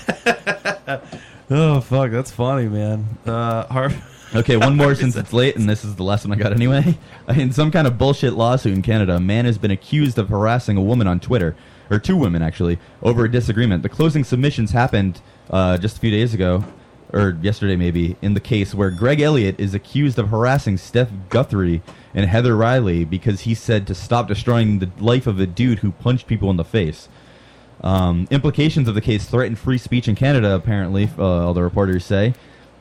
oh fuck, that's funny, man. Uh, Harv.
Okay, one more since it's late, and this is the last one I got anyway. In some kind of bullshit lawsuit in Canada, a man has been accused of harassing a woman on Twitter, or two women actually, over a disagreement. The closing submissions happened uh, just a few days ago, or yesterday maybe, in the case where Greg Elliott is accused of harassing Steph Guthrie and Heather Riley because he said to stop destroying the life of a dude who punched people in the face. Um, implications of the case threaten free speech in Canada, apparently, uh, all the reporters say.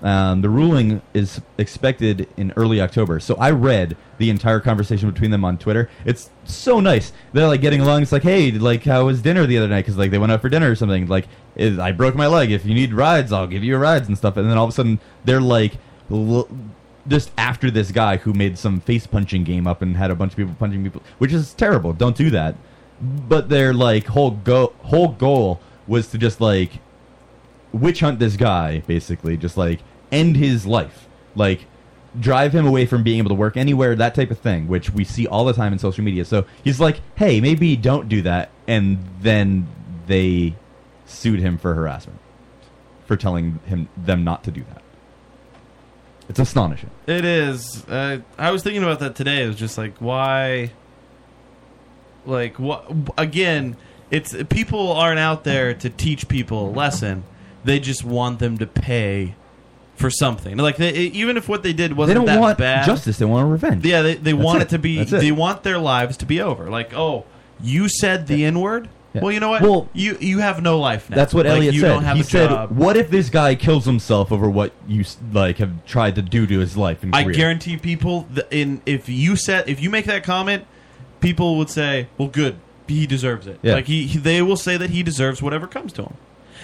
Um, the ruling is expected in early October. So I read the entire conversation between them on Twitter. It's so nice. They're like getting along. It's like, hey, like how was dinner the other night? Because like they went out for dinner or something. Like "Is- I broke my leg. If you need rides, I'll give you rides and stuff. And then all of a sudden they're like. L- just after this guy who made some face punching game up and had a bunch of people punching people, which is terrible. Don't do that but their like whole go whole goal was to just like witch hunt this guy basically just like end his life like drive him away from being able to work anywhere that type of thing which we see all the time in social media so he's like hey maybe don't do that and then they sued him for harassment for telling him them not to do that it's astonishing
It is. Uh, I was thinking about that today. It was just like, why? Like, what? Again, it's people aren't out there to teach people a lesson. They just want them to pay for something. Like, they, even if what they did
they
wasn't
don't
that
want
bad,
justice they want revenge
yeah, they, they
That's
want
it.
it. to be.
That's it.
They want their lives to be over. Like, oh, you said the n word.
Yeah.
Well, you know what?
Well,
you you have no life now.
That's what
Like,
Elliot
you
said.
Don't have
he
a
said,
job.
"What if this guy kills himself over what you s- like have tried to do to his life and
I
career?"
guarantee people th- in if you said if you make that comment, people would say, "Well, good, he deserves it."
Yeah.
Like he, he- they will say that he deserves whatever comes to him,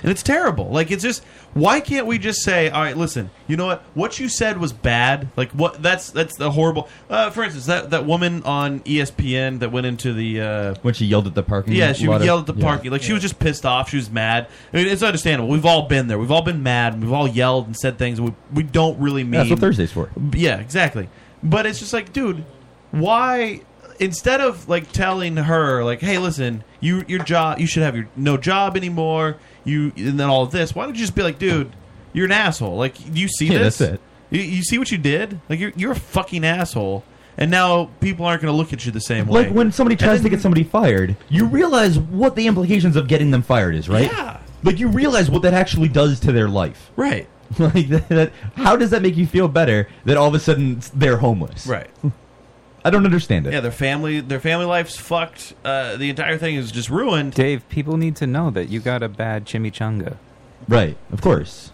and it's terrible. Like it's just why can't we just say, "All right, listen, you know what? What you said was bad. Like what? That's that's the horrible." Uh, for instance, that that woman on E ESPN that went into the. Uh,
when she yelled at the parking.
yeah, she
lot of-
yelled at the
yeah.
parking. Like she was just pissed off. She was mad. I mean, it's understandable. We've all been there. We've all been mad. and We've all yelled and said things we we don't really mean.
Yeah, that's what Thursday's for.
Yeah, exactly. But it's just like, dude, why? Instead of like telling her, like, hey, listen, you your job, you should have your no job anymore. You and then all of this. Why don't you just be like, dude, you're an asshole. Like, do you see
Yeah,
this?
that's it.
You, you see what you did? Like, you're you're a fucking asshole. And now people aren't going to look at you the same way.
Like when somebody tries to get somebody fired, you realize what the implications of getting them fired is, right? Yeah. Like you realize what that actually does to their life,
right?
Like that, that- how does that make you feel better that all of a sudden s- they're homeless?
Right.
I don't understand it.
Yeah, their family their family life's fucked. Uh, the entire thing is just ruined.
Dave, people need to know that you got a bad chimichanga.
Right, of course.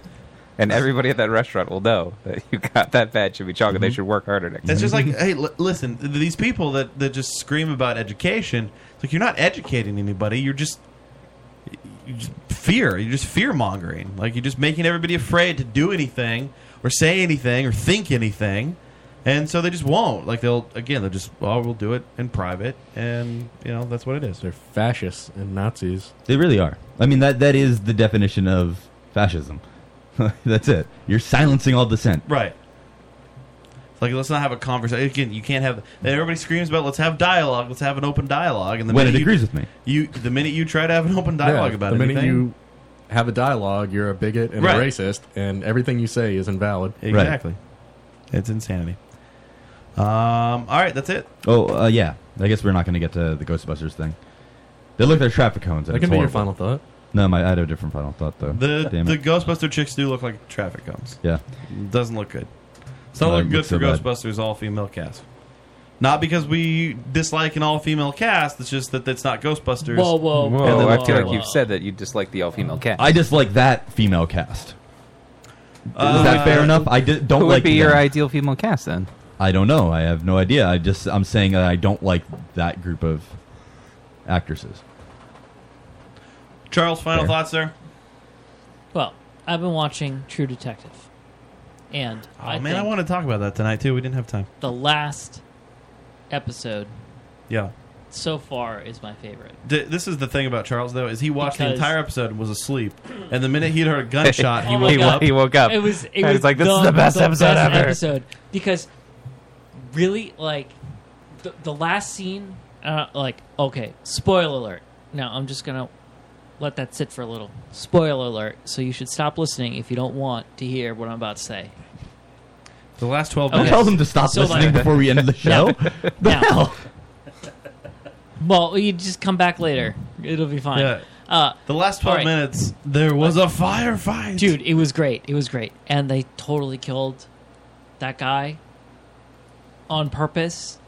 And everybody at that restaurant will know that you got that bad chimichanga.
Mm-hmm.
They should work harder next time.
It's just like, hey, l- listen, th- these people that, that just scream about education, it's like you're not educating anybody. You're just, you just fear. You're just fear mongering. Like you're just making everybody afraid to do anything or say anything or think anything, and so they just won't. Like they'll again, they'll just, oh, we'll do it in private, and you know that's what it is. They're
fascists and Nazis.
They really are. I mean that that is the definition of fascism. That's it. You're silencing all dissent.
Right. It's Like let's not have a conversation. Again, you can't have. Everybody screams about let's have dialogue. Let's have an open dialogue. And the
When
minute
it
you-
agrees with me.
you the minute you try to have an open dialogue
Yeah,
about
the
anything,
minute you have a dialogue, you're a bigot and
Right.
a racist, and everything you say is invalid.
Exactly. It's insanity. Um. All right, that's it.
Oh uh, yeah, I guess we're not going to get to the Ghostbusters thing. They looked at traffic cones. And
That
it's
can be your
horrible.
final thought.
No, my, I had a different final thought though.
The
Damn
the
it.
Ghostbuster chicks do look like traffic cones.
Yeah.
doesn't look good. It's not
No, it
looking good
looks
for
so bad.
Ghostbusters all female cast. Not because we dislike an all female cast. It's just that it's not Ghostbusters.
Whoa, Mm-hmm. I feel like
you
you've said that you dislike the all female cast.
I dislike that female cast.
Uh,
Is that fair enough? I di- don't
who would
like
be your
them.
ideal female cast then?
I don't know. I have no idea. I just I'm saying that I don't like that group of actresses.
Charles, final
Fair.
thoughts, sir.
Well, I've been watching True Detective, and
Oh
I
man, I
think
want to talk about that tonight too. We didn't have time.
the last episode
Yeah.
so far is my favorite.
D- this is the thing about Charles though is he watched the
Because-
entire episode and was asleep, and the minute he'd heard a gunshot, he
Oh my
woke
God.
up.
It was. It was best episode. because really, like the, the last scene, uh, like okay, spoiler alert. Now I'm just gonna let that sit for a little. Spoiler alert. So you should stop listening if you don't want to hear what I'm about to say.
The last twelve
Okay.
minutes.
Tell them to stop
So,
listening
like-
before we end the show. the
Now-
hell?
Well, you just come back later. It'll be fine.
Yeah.
Uh,
the last 12 minutes, there was a firefight.
Dude, it was great. It was great. And they totally killed that guy on purpose.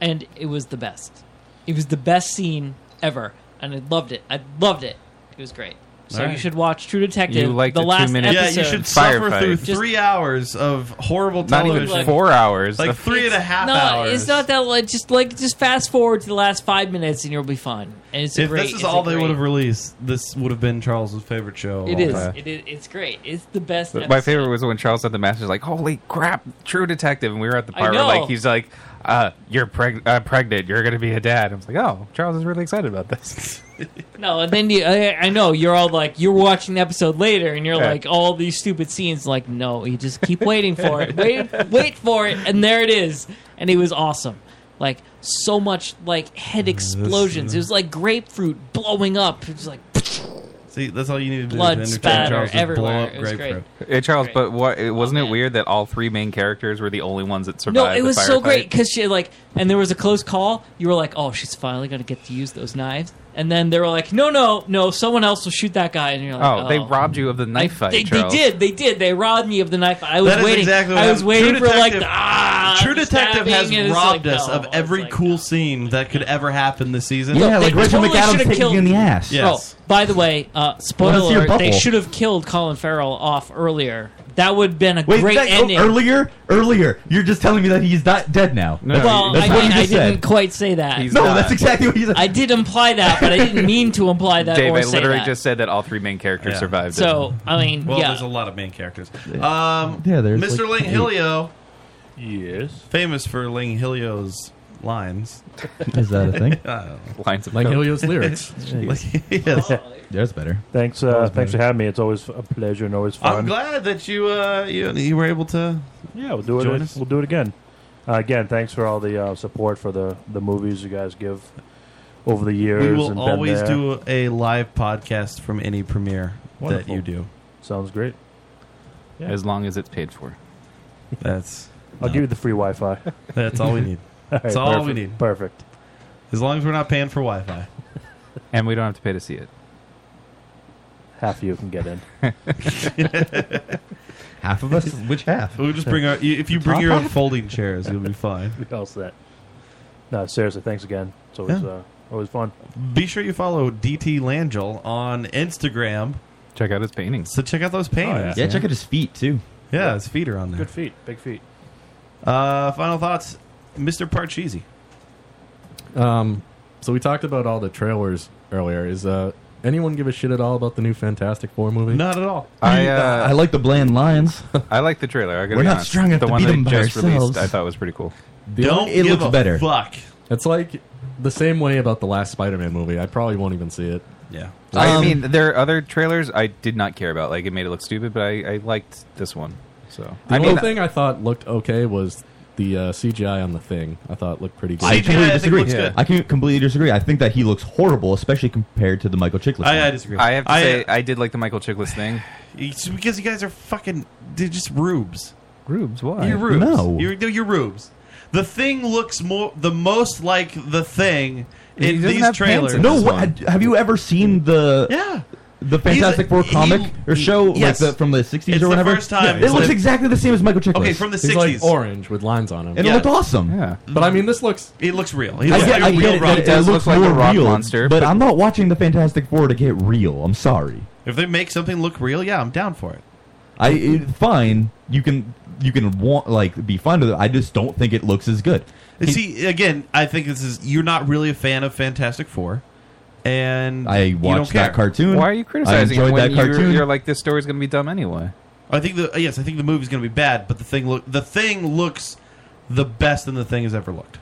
And it was the best. It was the best scene ever. And I loved it. I loved it. It was great. So
All right.
you should watch True Detective.
You liked
the
the
last
two-minute
episode.
Yeah, you should suffer
Firefight.
through
Just-
three hours of horrible
Not even
television.
four hours.
Like
It's-
three and a half
no,
hours.
it's not that. Like, just like just fast forward to the last five minutes, and you'll be fine. And it's a
if
great.
this is
it's a
all they
great-
would have released, this would have been Charles's favorite show. of
It
all
is.
time.
It is. It's great. It's the best.
But
episode.
My favorite was when Charles had the master's like, "Holy crap, True Detective!" And we were at the
I
part where
know.
like he's like, uh, "You're preg- uh, pregnant. You're gonna be a dad." I was like, "Oh, Charles is really excited about this."
No, and then you, I, I know you're all like you're watching the episode later, and you're
Yeah.
like all these stupid scenes. Like, no, you just keep waiting for it, wait, wait for it, and there it is, and it was awesome. Like so much like head explosions. It was like grapefruit blowing up. It was like
See, that's all you need to do.
Blood
to entertain
spatter
Charles is
everywhere.
Blow up
It was Oh,
grapefruit.
Hey, Charles, but what? It, wasn't it weird that all three main characters were the only ones that survived?
no, it
the
was so
firefight?
great because she like, and there was a close call. You were like, oh, she's finally gonna get to use those knives, and then they were like, no, no, no, someone else will shoot that guy, and you're like,
Oh, they robbed you of the knife fight.
They, they
Charles.
did. They did. They robbed me of the knife. I was
That is
waiting.
exactly what
I was
happened.
waiting
True
for like
Detective-
the, ah,
True Detective
stabbing,
has
and it's
robbed
like,
us
no.
of every cool scene that could ever happen this season.
Yeah, like
They
Rachel
totally
McAdams
should've
kicking
killed-
you in the ass. Yes.
Oh, by the way, uh, spoiler
Wanna see a
alert, they
bubble.
should have killed Colin Farrell off earlier. That would have been a great
that- oh,
ending.
earlier, earlier, you're just telling me that he's not dead now.
No, well,
that's
I,
what
didn't-
he
I
just said.
didn't quite say that.
He's No, not. that's
exactly what he said.
I did imply that, but I didn't mean to imply that
Dave,
or
I
say
literally
that.
just said that all three main characters
Yeah.
survived. it.
So I mean,
Well,
yeah.
there's a lot of main characters.
Yeah.
Um,
Yeah, there's
Mr.
like
Ling
eight.
Hilio. Yes. Famous for Ling Hilio's lines. Uh,
Is that a thing?
Uh,
lines of
Ling
coke.
Hilio's lyrics. yes.
That's better.
Thanks,
That
uh,
was
thanks for
better.
having me. It's always a pleasure and
Uh,
always fun.
I'm glad that you uh you, you were able to.
Yeah, we'll do it.
Join us.
We'll do it again. Uh, again, thanks for all the uh, support for the the movies you guys give over the years.
We will
and been
always
there.
do a live podcast from any premiere that
Wonderful.
you do.
Sounds great. Yeah.
as long as it's paid for.
That's
I'll
no.
give you the free Wi-Fi.
That's all we need.
All right,
That's all we
perfect.
need.
Perfect.
As long as we're not paying for Wi-Fi.
and we don't have to pay to see it.
Half of you can get in.
half of us? Which half?
We'll just bring our. you- If you
The
bring
top
your own
half?
folding chairs, you'll be fine.
We all set. No, seriously, thanks again. It's always
Yeah.
uh, always fun.
Be sure you follow DT Langell on Instagram.
Check out his paintings.
So check out those paintings.
yeah, check out his feet too.
Yeah, his feet are on there.
Good feet, big feet.
Uh, final thoughts, Mr. Parcheesi.
Um, so we talked about all the trailers earlier. Is uh, anyone give a shit at all about the new Fantastic Four movie?
Not at all.
I, uh,
I like the bland lions.
I like the trailer. I gotta
We're
be
not
honest.
strong enough
The
to
one
beat
they
'em by
just released,
ourselves.
I thought was pretty cool.
The
Don't
only-
give a fuck.
It's like the same way about the last Spider-Man movie. I probably won't even see it.
Yeah.
I
Um,
mean, there are other trailers I did not care about. Like it made it look stupid, but I, I liked this one. So
The
I
only
mean,
thing I thought looked okay was the uh, CGI on the thing. I thought looked pretty good.
I completely disagree. I can completely disagree. I think that he looks horrible, especially compared to the Michael Chiklis. one.
I have to say,
uh,
I did like the Michael Chiklis thing.
It's because you guys are fucking. They're just rubes.
Rubes? Why?
You're rubes.
No.
You're, no, you're rubes. The thing looks more the most like the thing in these trailers.
No, what, have you ever seen the
Yeah.
the Fantastic Four comic or show
yes.
like the, from the 60s
It's
or
the
whatever.
first time-
It looks
Yeah.
exactly the same as Michael Chiklis.
Okay, from the
He's like,
sixties,
"Oh,
orange with lines on him.
And it looked awesome. Yeah.
But I mean, this looks
it looks real.
I get, I get it. that It, looks more real, But, I'm not watching the Fantastic Four to get real. I'm sorry.
If they make something look real, yeah, I'm down for it.
I
Mm-hmm.
it, fine. You can you can want like be fine with it. I just don't think it looks as good.
You See, again, I think this is you're not really a fan of Fantastic Four, and
I
you
watched
don't care.
that cartoon.
Why are you criticizing
I
it
enjoyed
when
that cartoon.
You're, you're like this story's going to be dumb anyway?
I think the yes, I think the movie's going to be bad, but the thing look the thing looks the best than the thing has ever looked.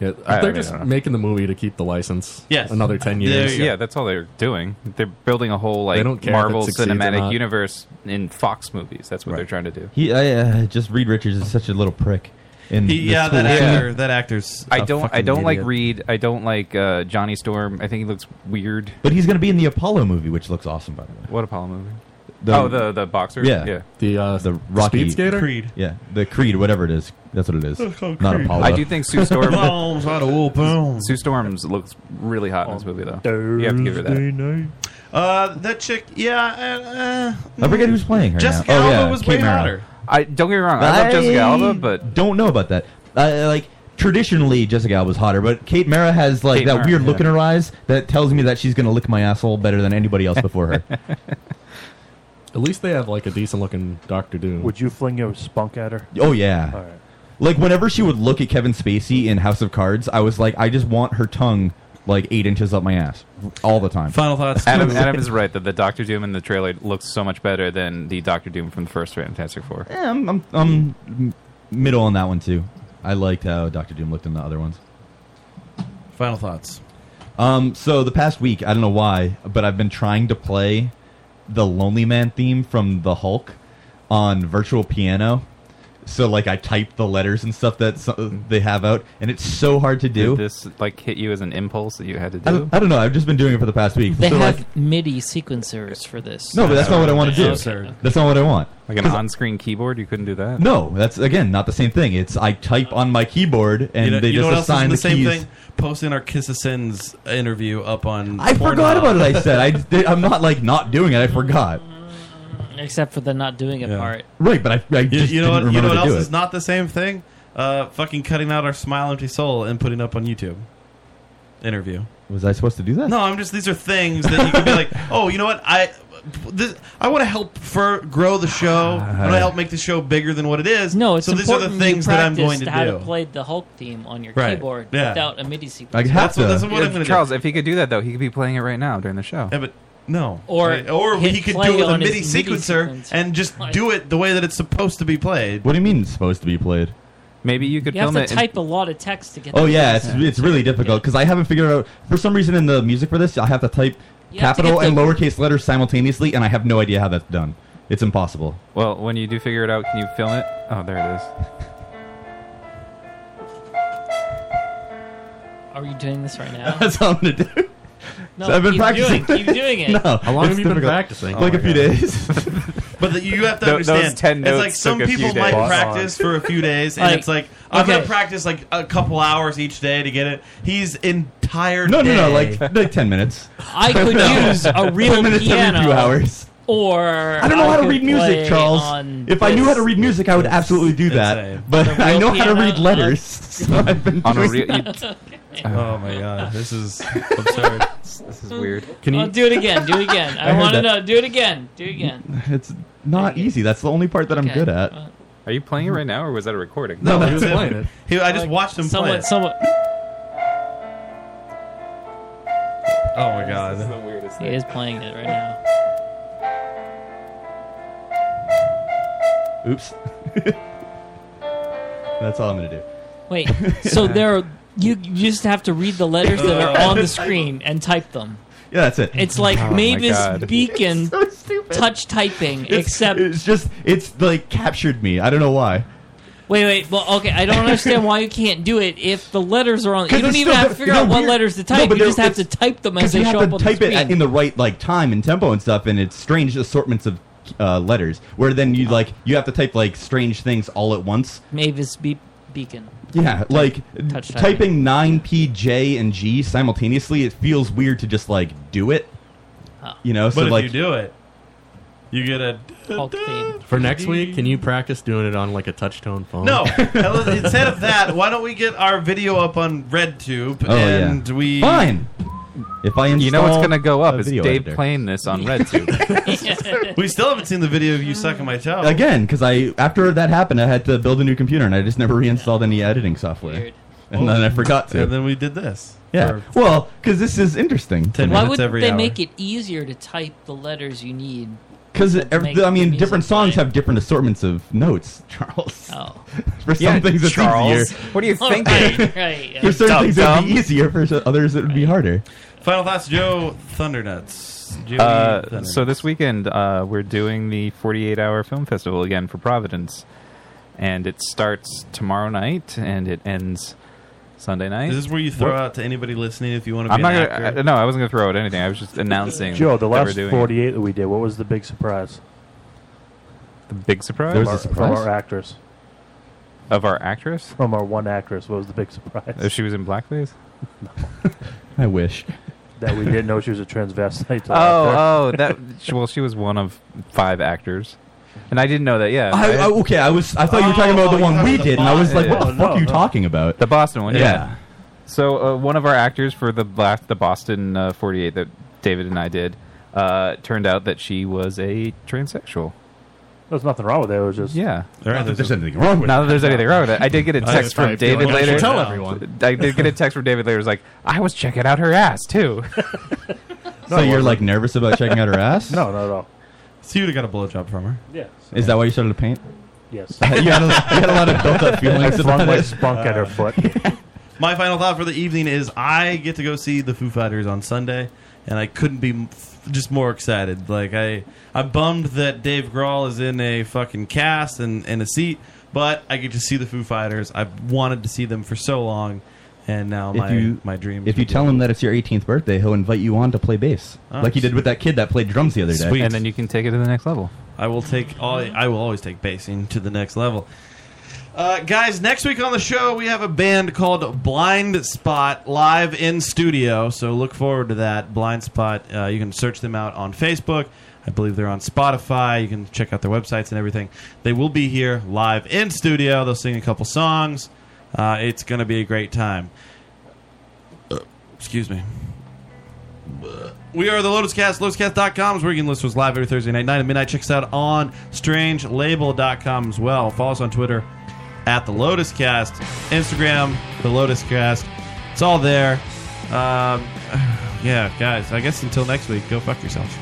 Yeah,
I- I
they're
mean, I
just
don't know.
making the movie to keep the license.
Yes.
another ten years.
Yeah, that's all they're doing. They're building a whole
They
like
don't care if it
Marvel
succeeds or
cinematic
not.
universe in Fox movies. That's what they're trying to do.
He, I, uh, just Reed Richards is such a little prick. And
He-
yeah, that actor- that actor's
I
a
don't. I
fucking
don't like
idiot.
Reed. I don't like uh, Johnny Storm. I think he looks weird.
But he's going to be in the Apollo movie, which looks awesome, by the way.
What Apollo movie? oh, the the boxer.
Yeah,
yeah.
The uh,
the Rocky
speed skater? Creed.
Yeah, the Creed, whatever it is. That's what it is.
It's called
Not
Creed.
Apollo.
I do think Sue Storm.
Bones out of wool, bones.
Sue Storms looks really hot in this movie, though. You have to give her that.
Uh, that chick, yeah. Uh, uh,
I forget who's playing her.
Jessica
now. Oh,
Alba
yeah,
was
Kate
way
Mara.
hotter.
I don't get me wrong. I love Jessica Alba, but
don't know about that. I like traditionally Jessica Alba's hotter, but Kate Mara has like
Kate
that
Mara,
weird look
yeah.
in her eyes that tells me that she's gonna lick my asshole better than anybody else before her.
At least they have like a decent looking Doctor Doom.
Would you fling your spunk at her?
Oh yeah.
All right.
Like whenever she would look at Kevin Spacey in House of Cards, I was like, I just want her tongue like eight inches up my ass all the time.
Final thoughts.
Adam, Adam is right that the Doctor Doom in the trailer looks so much better than the Doctor Doom from the first Fantastic Four.
Yeah, I'm, I'm, I'm m- middle on that one too. I liked how Doctor Doom looked in the other ones.
Final thoughts.
Um, so the past week, I don't know why, but I've been trying to play the Lonely Man theme from the Hulk on virtual piano. So like I type the letters and stuff that so- they have out, and it's so hard to do.
Did this like hit you as an impulse that you had to
I
do?
don't, I don't know. I've just been doing it for the past week.
They
so
have
like,
MIDI sequencers for this.
no, but that's not what I want to do. That's not what I want.
Like an on-screen keyboard, you couldn't do that.
No, that's again not the same thing. It's I type on my keyboard and
you know,
they
you know what
just
else
assign
is the,
the,
same
keys.
thing? Posting our Kiss of Sins interview up on.
I forgot
Pornhub.
about it. I said I, did- I'm not like not doing it. I forgot.
Except for the not doing it part.
Right, but I, I
You,
just
you know
didn't
what? You
remember
know what
to
else
do
is
it.
not the same thing? Uh, fucking cutting out our smile, empty soul, and putting up on YouTube. Interview.
Was I supposed to do that?
No, I'm just. These are things that you can be like, oh, you know what? I this, I want to help for grow the show. I want to help make the show bigger than what it is. No,
It's
so these are the
important you
things that I'm going
practiced
to
how
do.
to play the Hulk theme on your
Right.
keyboard
Yeah.
without a MIDI sequencer.
Yeah, Charles, if he could do that though, he could be playing it right now during the show.
Yeah, but no.
Or
Right, or
hit
he could
play
do it with a
on his
MIDI
MIDI
sequencer
sequencer.
and just do it the way that it's supposed to be played.
What do you mean it's supposed to be played?
Maybe you could
You have to type a lot of text to get.
Oh
the
yeah,
MIDI
it's it's really difficult because I haven't figured out for some reason in the music for this I have to type
You have to
capital
get
and
the-
lowercase letters simultaneously, and I have no idea how that's done. It's impossible.
Well, when you do figure it out, can you film it? Oh, there it is.
sequencer. Are you doing this right now?
That's all I'm gonna do.
No,
So I've been
keep
practicing.
Doing, keep doing it.
no, it's difficult. Like a few days.
But the, you have to
Tho- those
understand.
10
it's
notes
like some
took a
people
few
might
days.
practice for a few days, and
Like,
it's like I'm
okay.
gonna practice like a couple hours each day to get it. He's entire
No, no, no,
day.
like like ten minutes.
I could
No.
use a
Ten
real
minutes
piano.
every few hours.
Or
I don't know how to
could
read music,
play
Charles.
on
If I knew how to
this.
read music, I would absolutely do that. But
On a
I
real
know how to
piano,
read
on-
letters. So I've been
On a
doing
real- you-
that.
oh my god, this is absurd.
this is weird.
Can
Oh,
you-
do it again. Do it again.
I
I,
heard
want to
that.
know. Do it again. Do it again.
It's not easy. That's the only part that I'm
Okay. Uh,
good at.
Are you playing it right now, or was that a recording?
No, No, he was that's playing it.
He- I just watched him
Someone-
play. It.
someone-
Oh my god,
This is the
weirdest
He is playing it right now.
Oops. That's all I'm gonna do.
Wait. So there, are, you you just have to read the letters that are on the screen and type them.
Yeah, that's it.
It's like
Oh my
Mavis
God.
Beacon touch typing,
It's-
except
it's just it's like captured me. I don't know why.
wait, wait. Well, okay, I don't understand why you can't do it if the letters are on. You
'Cause
don't
it's
even
still-
have to figure
they're
out what
weird.
letters to
No,
type.
but
you just
they're-
have to type them
Because
as they
you
show
have
up
to
on
type
the
it
screen.
at- in the right like time and tempo and stuff, and it's strange assortments of uh, letters. Where then you like you have to type like strange things all at once.
Mavis Be- Beacon.
Yeah, like
Touch
typing nine P, J, and G simultaneously. It feels weird to just like do it. You know, so
but if
like
you do it, you get a
For next week, can you practice doing it on like a touchtone phone?
No, Hell, instead of that, why don't we get our video up on RedTube
Oh, yeah.
and we
Fine. If I
You know what's
install
going to go up
a
is
video
Dave
editor.
playing this on RedTube.
we still haven't seen the video of you sucking my toe.
again because I after that happened, I had to build a new computer and I just never reinstalled any editing software, and then I forgot to.
Oh. And then we did this.
yeah,
For-
well, because this is interesting. to me.
Why would they make it easier to type the letters you need?
Because
that make
I
the
mean,
music?
different songs have different assortments of notes, Charles.
Oh.
For some
Yeah,
things, it's
Charles.
easier.
What are you
All
thinking?
right, right, yeah.
For certain
Dumb
things, it would be
dumb.
easier. For so- others, it would be harder.
Final thoughts, Joe Thundernuts. Joey
Uh,
Thundernuts.
so this weekend uh, we're doing the 48 hour film festival again for Providence, and it starts tomorrow night and it ends Sunday night.
Is this where you throw
What?
out to anybody listening if you want to be
I'm not
an
gonna.
actor?
I, no, I wasn't gonna throw out anything. I was just announcing.
Joe, the
that we're
last
doing it.
48 that we did, what was the big surprise?
The big surprise.
From our- From our actors.
Of our actress?
From our one actress. What was the big surprise?
If she was in blackface.
I wish.
That we didn't know she was a transvestite.
Oh, oh, that. she- Well, she was one of five actors, and I Oh, didn't know that. Yeah.
I, I, okay, I was. I thought Oh, you were talking about the one we did, and I was like, "What the fuck are you talking about?"
The Boston one, yeah.
Yeah.
So uh, one of our actors for the bla- the Boston uh, 48 that David and I did uh, turned out that she was a transsexual.
There's nothing wrong with it. It was just.
Yeah.
Not that there's anything
Not that there's anything wrong with it. I did get a
I
text
just
from
probably feel
David
like I should
later.
tell everyone.
I did get a text from David later. It was like, I was checking out her ass too.
So you're like nervous about checking out her ass?
No, not at all.
So you would have got a blowjob from her.
Yeah.
Is that why you started to paint?
Yes.
you, had a, you had a lot of built-up feelings.
I
about
flung my
it.
spunk at her foot.
My final thought for the evening is I get to go see the Foo Fighters on Sunday, and I couldn't be m- f- just more excited. Like I, I'm bummed that Dave Grohl is in a fucking cast and in a seat, but I get to see the Foo Fighters. I've wanted to see them for so long, and now my my dream.
If you tell him that it's your 18th birthday, he'll invite you on to play bass,
Oh,
like he did with that kid that played drums the other day.
Sweet. And then
you can take it to the next level.
I will take all. I will always take basing to the next level. Uh, guys, next week on the show we have a band called Blind Spot live in studio, so look forward to that. Blind Spot, uh, you can search them out on Facebook. I believe they're on Spotify. You can check out their websites and everything. They will be here live in studio. They'll sing a couple songs. Uh, it's going to be a great time. Uh, Excuse me. We are the Lotus Cast. LotusCast.com is where you can listen to us live every Thursday night, 9 at midnight. Check us out on strangelabel.com as well. Follow us on Twitter at the Lotus Cast, Instagram, the Lotus Cast. It's all there. Um, yeah, guys, I guess until next week, go fuck yourself.